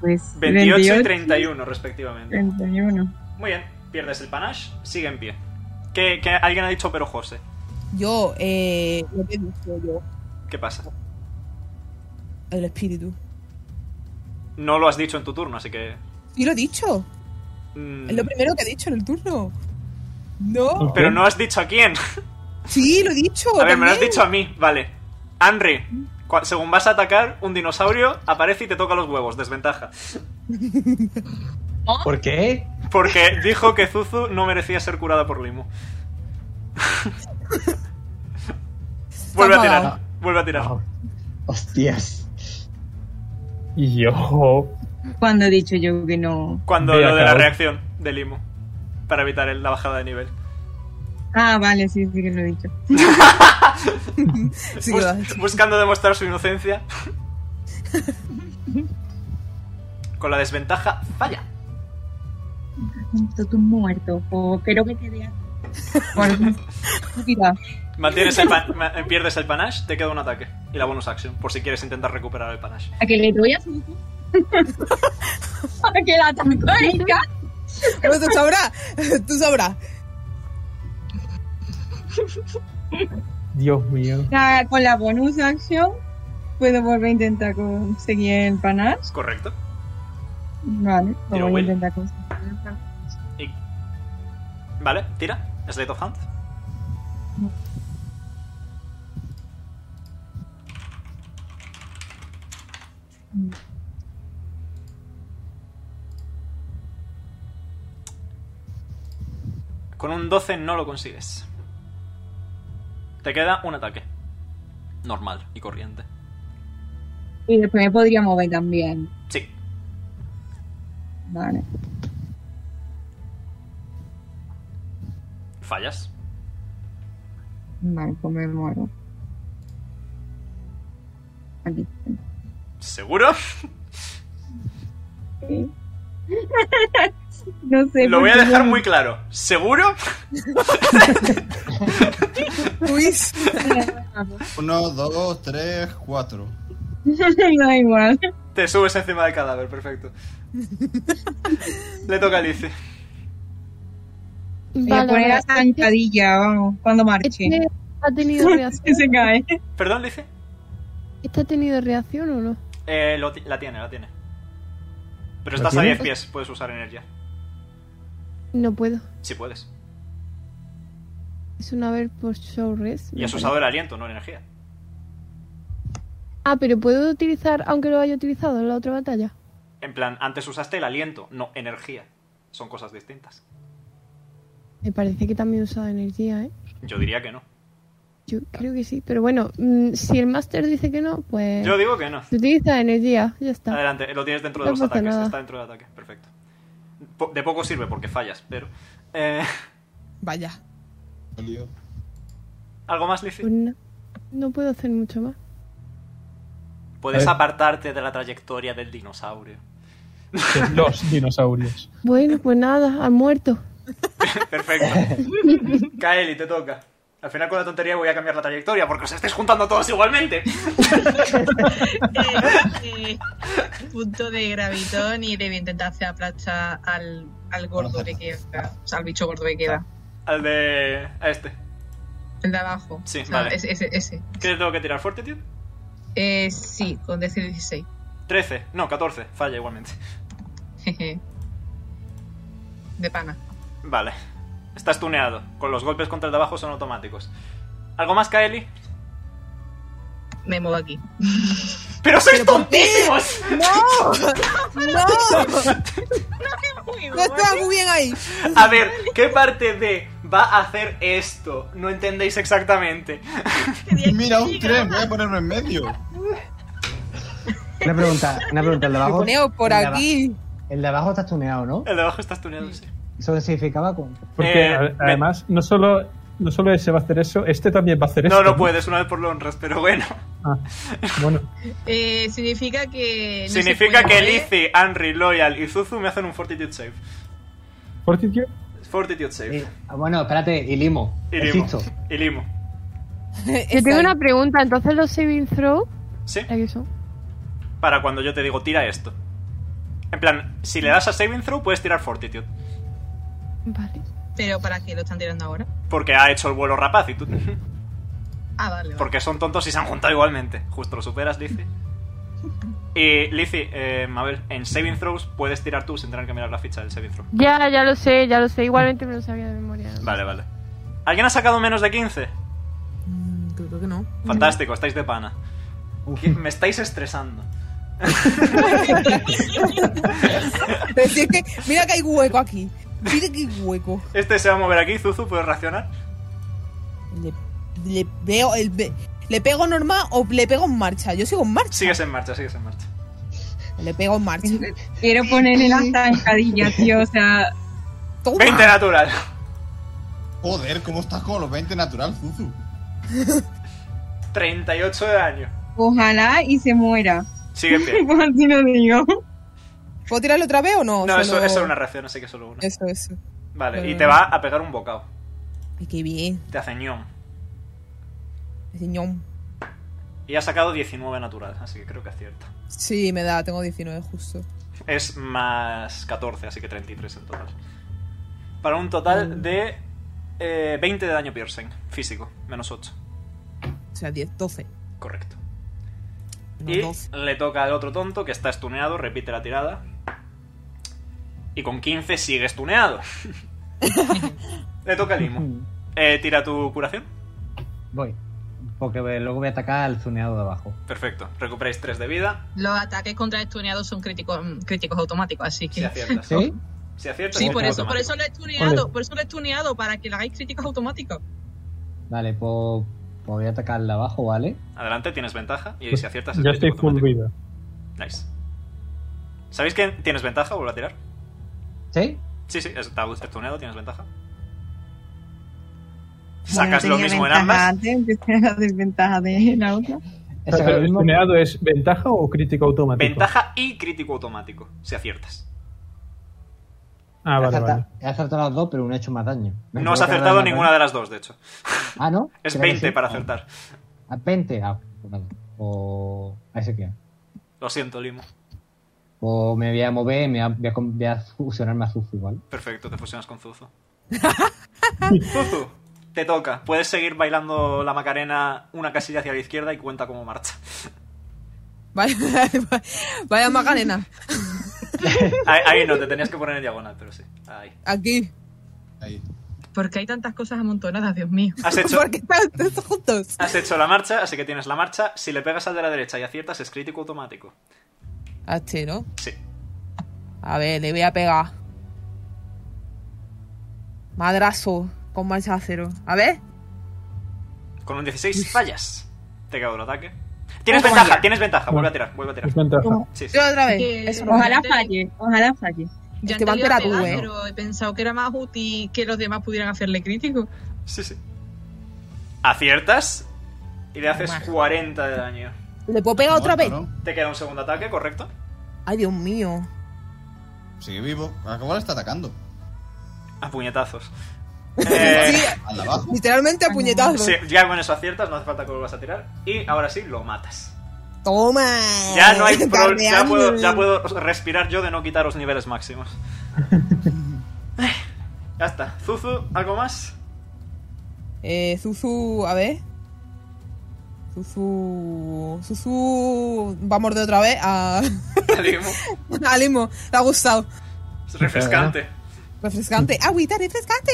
[SPEAKER 7] Pues
[SPEAKER 5] 28, y 31, respectivamente.
[SPEAKER 7] 31.
[SPEAKER 5] Muy bien, pierdes el panache, sigue en pie. Que, que alguien ha dicho, pero José,
[SPEAKER 11] Yo, eh. Lo que he dicho yo.
[SPEAKER 5] ¿qué pasa?
[SPEAKER 11] El espíritu.
[SPEAKER 5] No lo has dicho en tu turno, así que.
[SPEAKER 11] Yo lo he dicho.
[SPEAKER 5] mm,
[SPEAKER 11] Es lo primero que he dicho en el turno. No.
[SPEAKER 5] pero no has dicho a quién.
[SPEAKER 11] Sí, lo he dicho.
[SPEAKER 5] A ver, me lo has
[SPEAKER 11] también.
[SPEAKER 5] dicho a mí, vale. Henry, cua- según vas a atacar, un dinosaurio aparece y te toca los huevos, desventaja.
[SPEAKER 1] ¿Por qué?
[SPEAKER 5] Porque dijo que Zuzu no merecía ser curada por Limo. Vuelve a tirar,
[SPEAKER 11] apagado.
[SPEAKER 5] vuelve a tirar.
[SPEAKER 1] Hostias.
[SPEAKER 6] Y yo.
[SPEAKER 7] Cuando he dicho yo que no.
[SPEAKER 5] Cuando
[SPEAKER 6] Ve
[SPEAKER 5] lo de la
[SPEAKER 6] acabado.
[SPEAKER 5] reacción de Limo. Para evitar el- la bajada de nivel.
[SPEAKER 7] Ah, vale, sí, sí que lo he dicho.
[SPEAKER 11] Sí,
[SPEAKER 5] Bus-
[SPEAKER 11] lo has dicho.
[SPEAKER 5] buscando demostrar su inocencia. Con la desventaja, falla.
[SPEAKER 7] Tú, tú muerto. O creo que te veas. Bueno, tú tira.
[SPEAKER 5] Mantienes el pan- ma- eh, pierdes el panache, te queda un ataque. Y la bonus action, por si quieres intentar recuperar el panache.
[SPEAKER 13] ¿A que le doy a su ¿A que la tanto venga?
[SPEAKER 11] Pero tú sabrás. Tú sabrás.
[SPEAKER 6] Dios mío.
[SPEAKER 7] Ya, con la bonus action puedo volver a intentar conseguir el panache.
[SPEAKER 5] ¿Es correcto?
[SPEAKER 7] Vale, pues
[SPEAKER 5] Pero
[SPEAKER 7] voy a
[SPEAKER 5] bueno.
[SPEAKER 7] intentar conseguir el panache.
[SPEAKER 5] Y- Vale, tira. Slate of Hand. Con un 12 no lo consigues. Te queda un ataque. Normal y corriente.
[SPEAKER 7] Y después me podría mover también.
[SPEAKER 5] Sí.
[SPEAKER 7] Vale.
[SPEAKER 5] Fallas.
[SPEAKER 7] Vale, pues me muero. Aquí.
[SPEAKER 5] ¿Seguro?
[SPEAKER 7] No sé.
[SPEAKER 5] Lo
[SPEAKER 7] por
[SPEAKER 5] voy a
[SPEAKER 7] qué
[SPEAKER 5] dejar
[SPEAKER 7] yo-
[SPEAKER 5] muy claro. ¿Seguro?
[SPEAKER 11] Luis.
[SPEAKER 2] 1, 2, 3, 4.
[SPEAKER 7] da igual.
[SPEAKER 5] Te subes encima del cadáver, perfecto. Le toca a Lizzie.
[SPEAKER 7] Voy a poner la zancadilla, vamos, cuando marche.
[SPEAKER 14] Este ha tenido
[SPEAKER 7] Que
[SPEAKER 14] reacción.
[SPEAKER 7] se cae.
[SPEAKER 5] ¿Perdón, Lizzie?
[SPEAKER 14] ¿Este ha tenido reacción o no?
[SPEAKER 5] Eh, lo ti- la tiene, la tiene. Pero
[SPEAKER 1] ¿La
[SPEAKER 5] estás a
[SPEAKER 1] tiene?
[SPEAKER 5] 10 pies, puedes usar energía.
[SPEAKER 14] No puedo.
[SPEAKER 5] Si puedes.
[SPEAKER 14] Es una ver por show res.
[SPEAKER 5] Y has usado el aliento, no la energía.
[SPEAKER 14] Ah, pero puedo utilizar, aunque lo haya utilizado en la otra batalla.
[SPEAKER 5] En plan, antes usaste el aliento, no energía. Son cosas distintas.
[SPEAKER 14] Me parece que también he usado energía, ¿eh?
[SPEAKER 5] Yo diría que no.
[SPEAKER 14] Yo creo que sí, pero bueno, mm, si el máster dice que no,
[SPEAKER 1] Eh.
[SPEAKER 14] pues
[SPEAKER 5] Yo digo que no.
[SPEAKER 14] se utiliza energía, ya está.
[SPEAKER 5] Adelante, lo tienes dentro
[SPEAKER 14] No
[SPEAKER 5] de los
[SPEAKER 14] pasa
[SPEAKER 5] ataques.
[SPEAKER 14] nada.
[SPEAKER 5] Está dentro del ataque, perfecto. Po- de poco sirve porque fallas, pero. Eh,
[SPEAKER 11] Vaya.
[SPEAKER 5] ¿Algo más,
[SPEAKER 14] Pues
[SPEAKER 5] Lizzie?
[SPEAKER 14] no, no puedo hacer mucho más.
[SPEAKER 5] Puedes apartarte de la trayectoria del dinosaurio.
[SPEAKER 6] De los dinosaurios.
[SPEAKER 14] Bueno, pues nada, han muerto.
[SPEAKER 5] Perfecto. Kaeli, te toca. Al final con la tontería voy a cambiar la trayectoria porque os estáis juntando todos igualmente.
[SPEAKER 3] eh, punto de gravitón y debe intentar hacer aplacha al, al gordo que queda. O sea, al bicho gordo que queda.
[SPEAKER 5] Al de... a este.
[SPEAKER 3] El de abajo.
[SPEAKER 5] Sí,
[SPEAKER 3] O sea,
[SPEAKER 5] vale.
[SPEAKER 3] Ese, ese, ese.
[SPEAKER 5] ¿Qué le tengo que tirar? ¿Fortitude?
[SPEAKER 3] Eh, sí, con DC 16.
[SPEAKER 5] 13. No, 14. Falla igualmente.
[SPEAKER 3] Jeje. De pana.
[SPEAKER 5] Vale. Estás tuneado. Con los golpes contra el de abajo son automáticos. ¿Algo más, Kaeli?
[SPEAKER 3] Me muevo aquí.
[SPEAKER 5] ¡Pero sois tontísimos!
[SPEAKER 11] ¡No! ¡No!
[SPEAKER 3] Muy
[SPEAKER 11] ¡No estaba muy bien ahí!
[SPEAKER 5] A ver, ¿qué parte de va a hacer esto? No entendéis exactamente.
[SPEAKER 2] Mira, un tren, voy a ponerlo en medio.
[SPEAKER 9] Una pregunta, una pregunta, el de
[SPEAKER 11] Me
[SPEAKER 9] abajo.
[SPEAKER 11] poneo por
[SPEAKER 9] el de aba-
[SPEAKER 11] aquí.
[SPEAKER 9] El de abajo está tuneado, ¿no?
[SPEAKER 5] El de abajo estás tuneado, sí.
[SPEAKER 9] Eso significaba con.
[SPEAKER 6] Porque
[SPEAKER 5] Eh,
[SPEAKER 6] a- además, no solo, no solo ese va a hacer eso, este también va a hacer eso.
[SPEAKER 5] No, no puedes, una vez por lo honras, pero bueno.
[SPEAKER 6] Ah, bueno,
[SPEAKER 3] Eh, significa que. no se
[SPEAKER 5] Significa
[SPEAKER 3] puede ¿eh?
[SPEAKER 5] que
[SPEAKER 3] mover.
[SPEAKER 5] Lizzie, Henry, Loyal y Zuzu me hacen un Fortitude save.
[SPEAKER 6] Fortitude.
[SPEAKER 5] Fortitude save.
[SPEAKER 9] Eh, ah, bueno, espérate, y limo.
[SPEAKER 5] Y limo.
[SPEAKER 9] Existo.
[SPEAKER 5] Y limo.
[SPEAKER 14] Yo tengo
[SPEAKER 11] Está
[SPEAKER 14] una pregunta, entonces los saving throw,
[SPEAKER 5] ¿Sí?
[SPEAKER 3] Eh.
[SPEAKER 14] ¿a qué son?
[SPEAKER 5] Para cuando yo te digo, tira esto. En plan, si le das a Saving Throw, puedes tirar Fortitude.
[SPEAKER 14] Vale.
[SPEAKER 3] Pero ¿para qué lo están tirando ahora?
[SPEAKER 5] Porque ha hecho el vuelo rapaz y tú...
[SPEAKER 3] Ah, vale. vale.
[SPEAKER 5] Porque son tontos y se han juntado igualmente. Justo lo superas, Lizzie. Y Lizzie, eh, Mabel, en Saving Throws puedes tirar tú sin tener que mirar la ficha del Saving Throw.
[SPEAKER 14] Ya, ya lo sé, ya lo sé, igualmente me lo sabía de memoria.
[SPEAKER 5] Vale, vale. ¿Alguien ha sacado menos de 15?
[SPEAKER 11] Mm, Creo que no.
[SPEAKER 5] Fantástico, estáis de pana. Que- Me estáis estresando.
[SPEAKER 11] Pero si es que, mira que hay hueco aquí. Mira que hay hueco.
[SPEAKER 5] Este se va a mover aquí, Zuzu, ¿puedes reaccionar?
[SPEAKER 11] Le, le veo el ve- ¿Le pego normal o le pego en marcha? Yo sigo en marcha.
[SPEAKER 5] Sigues en marcha, sigues en marcha.
[SPEAKER 11] Le pego en marcha.
[SPEAKER 13] Quiero ponerle las zancadillas, tío, o sea,
[SPEAKER 11] Toma.
[SPEAKER 5] 20 natural.
[SPEAKER 2] Joder, ¿cómo estás con los 20 natural, Zuzu?
[SPEAKER 5] 38 de daño.
[SPEAKER 13] ojalá y se muera.
[SPEAKER 5] Sigue en pie.
[SPEAKER 13] Así lo digo.
[SPEAKER 11] ¿Puedo tirarlo otra vez o no?
[SPEAKER 5] No, eso,
[SPEAKER 11] Solo-
[SPEAKER 5] eso era una reacción, así que solo una.
[SPEAKER 11] Eso, eso.
[SPEAKER 5] Vale, y te va a pegar un bocado.
[SPEAKER 11] Ay, qué bien.
[SPEAKER 5] Te hace ñom.
[SPEAKER 11] Ese ñom.
[SPEAKER 5] Y ha sacado 19 natural, así que creo que acierta.
[SPEAKER 11] Sí, me da, tengo 19 justo.
[SPEAKER 5] Es más 14, así que 33 en total. Para un
[SPEAKER 6] Mm.
[SPEAKER 5] total de eh, 20 de daño piercing, físico, menos 8.
[SPEAKER 11] O sea, 10, 12.
[SPEAKER 5] Correcto.
[SPEAKER 11] No,
[SPEAKER 5] Y
[SPEAKER 11] 12.
[SPEAKER 5] le toca al otro tonto que está estuneado, repite la tirada. Y con 15 sigue estuneado. le toca al limo.
[SPEAKER 6] Mm.
[SPEAKER 5] Eh, tira tu curación.
[SPEAKER 9] Voy. Porque ve- luego voy a atacar al tuneado de abajo.
[SPEAKER 5] Perfecto. Recuperáis 3 de vida.
[SPEAKER 3] Los ataques contra estuneados son críticos, mm, críticos automáticos, así
[SPEAKER 5] Si
[SPEAKER 3] que.
[SPEAKER 5] aciertas.
[SPEAKER 9] ¿Sí?
[SPEAKER 5] Si aciertas,
[SPEAKER 3] Sí,
[SPEAKER 5] es
[SPEAKER 3] por eso, por
[SPEAKER 5] automático.
[SPEAKER 3] eso lo he tuneado, por eso lo he tuneado, para que le hagáis críticos automáticos.
[SPEAKER 9] Vale, pues, pues voy a atacar al de abajo, ¿vale?
[SPEAKER 5] Adelante, tienes ventaja. Y si aciertas, es
[SPEAKER 6] ya estoy
[SPEAKER 5] crítico
[SPEAKER 6] full
[SPEAKER 5] automático.
[SPEAKER 6] vida.
[SPEAKER 5] Nice. ¿Sabéis que tienes ventaja? Vuelvo a tirar.
[SPEAKER 9] ¿Sí?
[SPEAKER 5] Sí, sí, está estuneado, tienes ventaja. Sacas
[SPEAKER 13] Bueno,
[SPEAKER 5] lo
[SPEAKER 13] tenía
[SPEAKER 5] mismo en
[SPEAKER 13] ventaja
[SPEAKER 5] ambas.
[SPEAKER 13] antes, empecé a dar desventaja de la otra.
[SPEAKER 9] Eso
[SPEAKER 6] Pero
[SPEAKER 9] ahora
[SPEAKER 6] el
[SPEAKER 9] mismo-
[SPEAKER 6] tuneado es ventaja o crítico automático.
[SPEAKER 5] Ventaja y crítico automático, si aciertas.
[SPEAKER 6] Ah,
[SPEAKER 9] he
[SPEAKER 6] vale,
[SPEAKER 9] acertado-
[SPEAKER 6] vale.
[SPEAKER 9] He acertado las dos, pero uno ha hecho más daño. Me
[SPEAKER 5] No has
[SPEAKER 9] equivoco,
[SPEAKER 5] acertado
[SPEAKER 9] más
[SPEAKER 5] ninguna
[SPEAKER 9] daño.
[SPEAKER 5] de las dos, de hecho.
[SPEAKER 9] Ah, ¿no?
[SPEAKER 5] Es
[SPEAKER 9] Creo ¿eh? que
[SPEAKER 5] 20
[SPEAKER 9] sí.
[SPEAKER 5] para acertar.
[SPEAKER 9] Ah, 20. Ah, pues nada. O... Ahí se queda.
[SPEAKER 5] Lo siento, Limo.
[SPEAKER 9] O me voy a mover, me voy a, voy a con- voy a fusionarme a Zuzu, ¿vale?
[SPEAKER 5] Perfecto, te fusionas con Zuzu. Zuzu, te toca. Puedes seguir bailando la Macarena una casilla hacia la izquierda y cuenta como marcha.
[SPEAKER 11] Vaya, vaya Macarena.
[SPEAKER 5] Ahí, ahí no, te tenías que poner en diagonal, pero sí. Ahí.
[SPEAKER 11] Aquí.
[SPEAKER 2] Ahí.
[SPEAKER 3] Porque hay tantas cosas amontonadas, Dios mío.
[SPEAKER 5] Has hecho,
[SPEAKER 11] ¿Por qué están todos juntos?
[SPEAKER 5] has hecho la marcha, así que tienes la marcha. Si le pegas al de la derecha y aciertas, es crítico automático.
[SPEAKER 11] A este, ¿no?
[SPEAKER 5] Sí.
[SPEAKER 11] A ver, le voy a pegar. Madrazo con marcha cero. A ver.
[SPEAKER 5] Con un 16 fallas. Te cago el ataque. Tienes
[SPEAKER 11] Toma
[SPEAKER 5] ventaja,
[SPEAKER 11] ya.
[SPEAKER 5] tienes ventaja. Vuelve a tirar, vuelve a tirar.
[SPEAKER 6] Es ventaja.
[SPEAKER 5] Sí, sí.
[SPEAKER 11] Yo otra vez.
[SPEAKER 3] Que-
[SPEAKER 11] Eso no.
[SPEAKER 3] Ojalá
[SPEAKER 13] Ojalá falle,
[SPEAKER 3] falle,
[SPEAKER 13] ojalá falle.
[SPEAKER 3] Ya
[SPEAKER 11] Este
[SPEAKER 3] te lo iba a
[SPEAKER 11] Pantera tú,
[SPEAKER 3] pegar,
[SPEAKER 11] ¿eh?
[SPEAKER 3] pero he pensado que era más útil que los demás pudieran hacerle crítico.
[SPEAKER 5] Sí, sí. Aciertas y le haces 40 de daño.
[SPEAKER 11] ¿Le puedo pegar otra vez?
[SPEAKER 2] Muerto, ¿no?
[SPEAKER 5] Te queda un segundo ataque, correcto.
[SPEAKER 11] Ay, Dios mío.
[SPEAKER 2] Sigue vivo. Acabó está atacando.
[SPEAKER 5] A puñetazos. Eh,
[SPEAKER 11] Sí,
[SPEAKER 2] Al de abajo.
[SPEAKER 11] literalmente a puñetazos.
[SPEAKER 5] sí, ya con eso aciertas, no hace falta que vuelvas a tirar. Y ahora sí, lo matas.
[SPEAKER 11] Toma.
[SPEAKER 5] Ya no hay problema. Ya
[SPEAKER 11] Carneando.
[SPEAKER 5] puedo, ya puedo respirar yo de no quitaros niveles máximos. Ay, ya está. Zuzu, ¿algo más?
[SPEAKER 11] Eh, Zuzu, a ver. Zuzu. Zuzu va a morder otra vez Ah, a.
[SPEAKER 5] Limo.
[SPEAKER 11] a Limo. Te ha gustado.
[SPEAKER 5] Es refrescante.
[SPEAKER 11] Refrescante. Agüita, refrescante.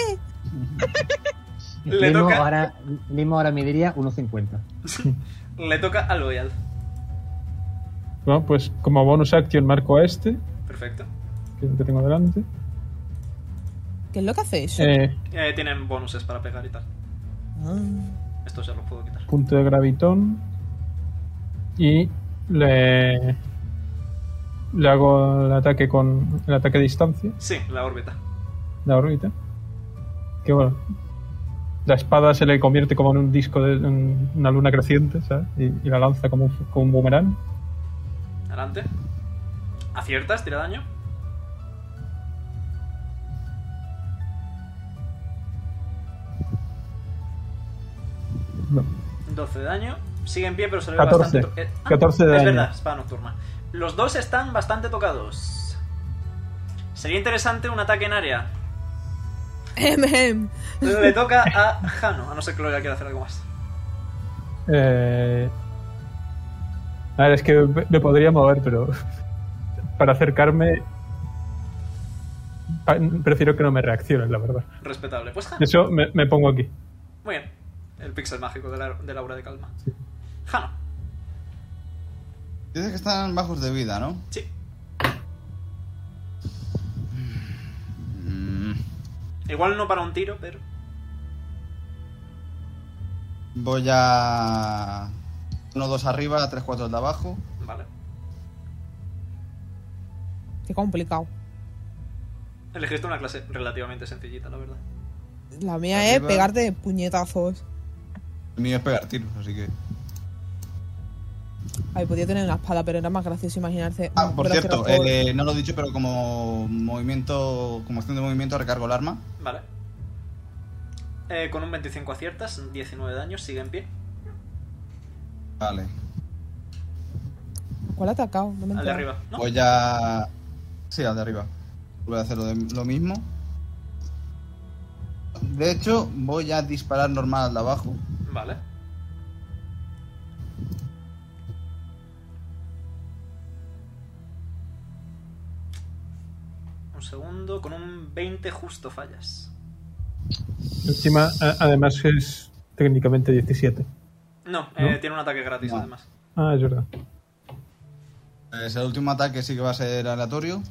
[SPEAKER 5] Le
[SPEAKER 9] Limo,
[SPEAKER 5] toca.
[SPEAKER 9] ahora, Limo ahora me diría 1.50.
[SPEAKER 5] Le toca al Loyal.
[SPEAKER 6] Bueno, pues como bonus action marco a este,
[SPEAKER 5] Perfecto.
[SPEAKER 6] que es el que tengo delante.
[SPEAKER 11] ¿Qué es lo que hace eso?
[SPEAKER 6] Eh,
[SPEAKER 5] Eh, tienen bonuses para pegar y tal.
[SPEAKER 11] Ah.
[SPEAKER 5] Esto ya los puedo quitar.
[SPEAKER 6] punto de gravitón. Y le. Le hago el ataque con. El ataque a distancia,
[SPEAKER 5] Sí, la órbita.
[SPEAKER 6] la órbita. Que bueno. La espada se le convierte como en un disco de en una luna creciente, ¿sabes? Y, y la lanza como un, como un boomerang.
[SPEAKER 5] Adelante. Aciertas, tira daño.
[SPEAKER 6] No.
[SPEAKER 5] 12 de daño. Sigue en pie, pero se le ve
[SPEAKER 6] 14.
[SPEAKER 5] bastante. to- eh,
[SPEAKER 6] 14 de
[SPEAKER 5] es
[SPEAKER 6] daño.
[SPEAKER 5] verdad, espada nocturna. Los dos están bastante tocados. Sería interesante un ataque en área.
[SPEAKER 11] Em, em.
[SPEAKER 5] Le toca a Jano, a no ser que Loyal quiera hacer algo más.
[SPEAKER 6] Eh, a ver, es que me me podría mover, pero para acercarme pa- prefiero que no me reaccionen, la verdad.
[SPEAKER 5] Respetable. Pues Jano.
[SPEAKER 6] Eso me, me pongo aquí.
[SPEAKER 5] Muy bien. El pixel mágico de la, del aura de calma. Jano.
[SPEAKER 2] Dices que están bajos de vida, ¿no?
[SPEAKER 5] Sí.
[SPEAKER 2] Mm.
[SPEAKER 5] Igual no para un tiro, pero.
[SPEAKER 2] Voy a. 1, 2 arriba, 3, 4 de abajo.
[SPEAKER 5] Vale.
[SPEAKER 11] Qué complicado.
[SPEAKER 5] Elegiste una clase relativamente sencillita, la verdad.
[SPEAKER 11] La mía es
[SPEAKER 2] Arriba.
[SPEAKER 11] pegarte de puñetazos.
[SPEAKER 2] El mío es pegar tiros, así que.
[SPEAKER 11] Ay, podía tener una espada, pero era más gracioso imaginarse.
[SPEAKER 2] Ah,
[SPEAKER 11] un
[SPEAKER 2] por
[SPEAKER 11] brazo
[SPEAKER 2] cierto,
[SPEAKER 11] roto.
[SPEAKER 2] eh, no lo he dicho, pero como movimiento, como acción de movimiento, recargo el arma.
[SPEAKER 5] Vale. Eh, con un 25 aciertas, 19 daños, sigue en pie.
[SPEAKER 2] Vale.
[SPEAKER 11] ¿Cuál ha atacado? No me
[SPEAKER 5] Al de
[SPEAKER 11] entero.
[SPEAKER 5] arriba. ¿No?
[SPEAKER 2] Voy a. Sí, al de arriba. Voy a hacer lo, de- lo mismo. De hecho, voy a disparar normal al de abajo.
[SPEAKER 5] Vale. Un segundo, con un 20 justo fallas.
[SPEAKER 6] Encima, a- además, es técnicamente 17.
[SPEAKER 5] No, eh,
[SPEAKER 6] ¿No?
[SPEAKER 5] tiene un ataque gratis
[SPEAKER 2] No.
[SPEAKER 5] además.
[SPEAKER 6] Ah, es verdad.
[SPEAKER 2] Es el último ataque, sí que va a ser aleatorio.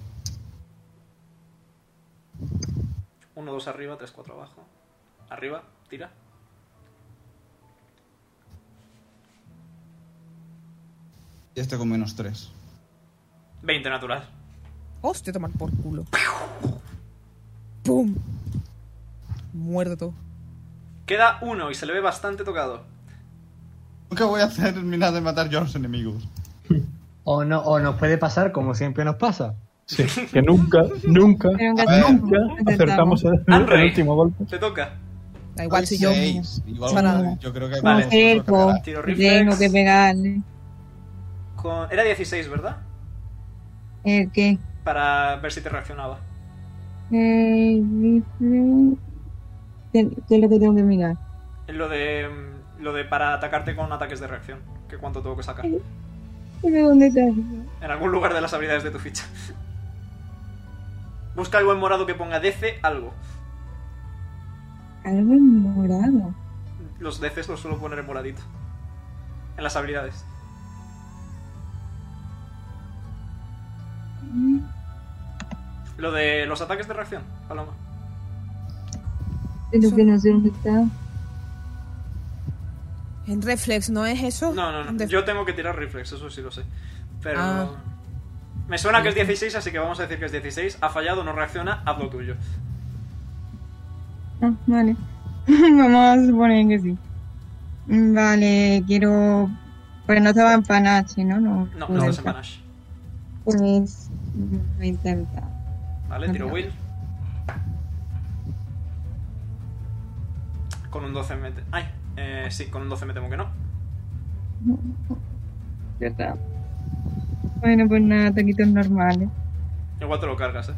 [SPEAKER 5] 1, 2 arriba, 3, 4 abajo. Arriba, tira.
[SPEAKER 2] Y este con menos 3.
[SPEAKER 5] 20 natural.
[SPEAKER 11] Hostia, tomar por culo. ¡Pum! Muerto.
[SPEAKER 5] Queda uno y se le ve bastante tocado.
[SPEAKER 2] Nunca voy a hacer nada de matar yo a los enemigos.
[SPEAKER 9] O, no, o nos puede pasar como siempre nos pasa.
[SPEAKER 6] Sí, que nunca, nunca,
[SPEAKER 13] Pero
[SPEAKER 2] A ver.
[SPEAKER 13] encantamos,
[SPEAKER 6] nunca acertamos el,
[SPEAKER 5] Andrei.
[SPEAKER 6] el último golpe.
[SPEAKER 5] Te toca.
[SPEAKER 11] Da igual si yo.
[SPEAKER 2] Seis. Igual,
[SPEAKER 11] Para-
[SPEAKER 2] yo creo que
[SPEAKER 5] Vale.
[SPEAKER 2] eso es lo que hará.
[SPEAKER 5] Tiro
[SPEAKER 13] Tengo
[SPEAKER 5] reflex.
[SPEAKER 13] que pegarle.
[SPEAKER 5] Con... Era 16, ¿verdad?
[SPEAKER 13] ¿El qué?
[SPEAKER 5] Para ver si te reaccionaba.
[SPEAKER 13] Eh, reflex. ¿Qué qué es lo que tengo que mirar?
[SPEAKER 5] Lo de. mm, Lo de para atacarte con ataques de reacción. Que cuánto tengo que sacar.
[SPEAKER 13] Dime dónde está.
[SPEAKER 5] En algún lugar de las habilidades de tu ficha. Busca algo en morado que ponga DC algo.
[SPEAKER 13] Algo en morado.
[SPEAKER 5] Los DCs los suelo poner en moradito. En las habilidades.
[SPEAKER 13] Mm,
[SPEAKER 5] Lo de los ataques de reacción, Paloma.
[SPEAKER 13] Tengo que no sé dónde está.
[SPEAKER 11] En reflex, ¿no es eso?
[SPEAKER 5] No, no, no.
[SPEAKER 11] De-
[SPEAKER 5] Yo tengo que tirar reflex, eso sí lo sé. Pero.
[SPEAKER 11] Ah.
[SPEAKER 5] Me suena que es 16, así que vamos a decir que es 16. Ha fallado, no reacciona, haz lo tuyo.
[SPEAKER 13] Ah, vale. Vamos a suponer que sí. Mm, Vale, quiero
[SPEAKER 7] Pues no estaba en panache, ¿no?
[SPEAKER 5] No, no, no estás en panache.
[SPEAKER 7] Pues voy a intentar.
[SPEAKER 5] Vale, tiro Will. Con un 12 me... te- Ay, eh, sí, con un 12 me temo que no.
[SPEAKER 3] Ya está.
[SPEAKER 7] Bueno, pues nada, taquitos normales.
[SPEAKER 5] Igual te lo cargas, eh.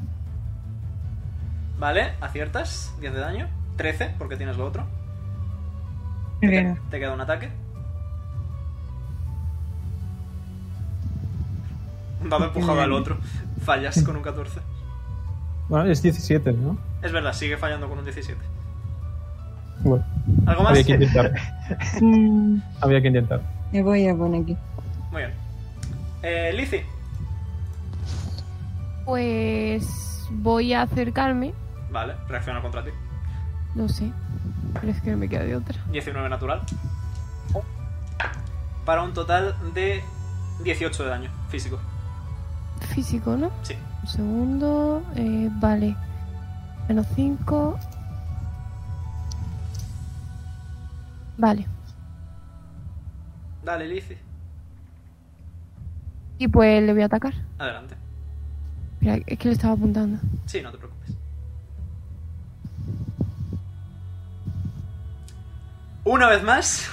[SPEAKER 5] Vale, aciertas. 10 de daño. 13, porque tienes lo otro. Te,
[SPEAKER 7] Bien.
[SPEAKER 5] te queda un ataque. Un dado empujado al otro. Fallas con un 14.
[SPEAKER 6] Bueno, es 17, ¿no?
[SPEAKER 5] Es verdad, sigue fallando con un 17.
[SPEAKER 6] Bueno.
[SPEAKER 5] ¿Algo más?
[SPEAKER 6] Había que intentar.
[SPEAKER 7] Mm,
[SPEAKER 6] Había que intentar.
[SPEAKER 7] me voy a poner aquí.
[SPEAKER 5] Muy bien. Eh, Lizzie.
[SPEAKER 4] Pues voy a acercarme.
[SPEAKER 5] Vale, reacciona contra ti.
[SPEAKER 4] No sé. Pero es que no me queda de otra.
[SPEAKER 5] 19 natural. Para un total de 18 de daño físico.
[SPEAKER 4] Físico, ¿no?
[SPEAKER 5] Sí.
[SPEAKER 4] Un segundo. eh, vale. Menos 5. Vale.
[SPEAKER 5] Dale, Lizzie.
[SPEAKER 4] Y pues le voy a atacar.
[SPEAKER 5] Adelante.
[SPEAKER 4] Mira, es que le estaba apuntando.
[SPEAKER 5] Sí, no te preocupes. Una vez más,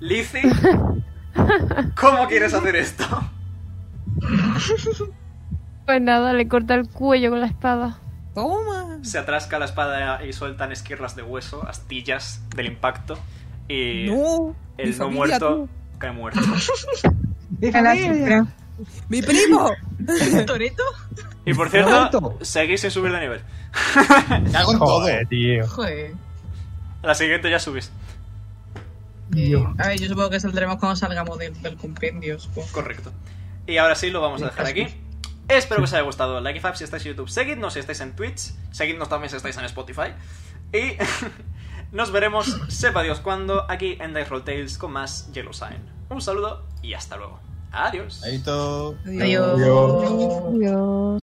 [SPEAKER 5] Lizzie, ¿cómo quieres hacer esto?
[SPEAKER 4] Pues nada, le corta el cuello con la espada.
[SPEAKER 11] ¡Toma!
[SPEAKER 5] Se atrasca la espada y sueltan esquirlas de hueso, astillas del impacto. Y
[SPEAKER 11] ¡No! mi
[SPEAKER 5] el no
[SPEAKER 11] familia,
[SPEAKER 5] muerto cae muerto.
[SPEAKER 7] A la cifra.
[SPEAKER 11] tú. ¡Mi primo!
[SPEAKER 3] ¿Toreto?
[SPEAKER 5] Y por cierto, seguís sin subir de nivel.
[SPEAKER 2] Hago en todo.
[SPEAKER 6] Joder, tío.
[SPEAKER 3] Joder.
[SPEAKER 5] A la siguiente ya subís.
[SPEAKER 3] Eh, a ver, yo supongo que saldremos cuando salgamos del, del compendio. supongo.
[SPEAKER 5] Correcto. Y ahora sí, lo vamos a dejar aquí. Espero que os haya gustado. Like y fab si estáis en YouTube. Seguidnos si estáis en Twitch. Seguidnos también si estáis en Spotify. Y nos veremos, sepa Dios cuándo, aquí en Dice Roll Tales con más Yellow Sign. Un saludo y hasta luego. Adiós.
[SPEAKER 2] Ahí todo.
[SPEAKER 3] Adiós.
[SPEAKER 7] Dios.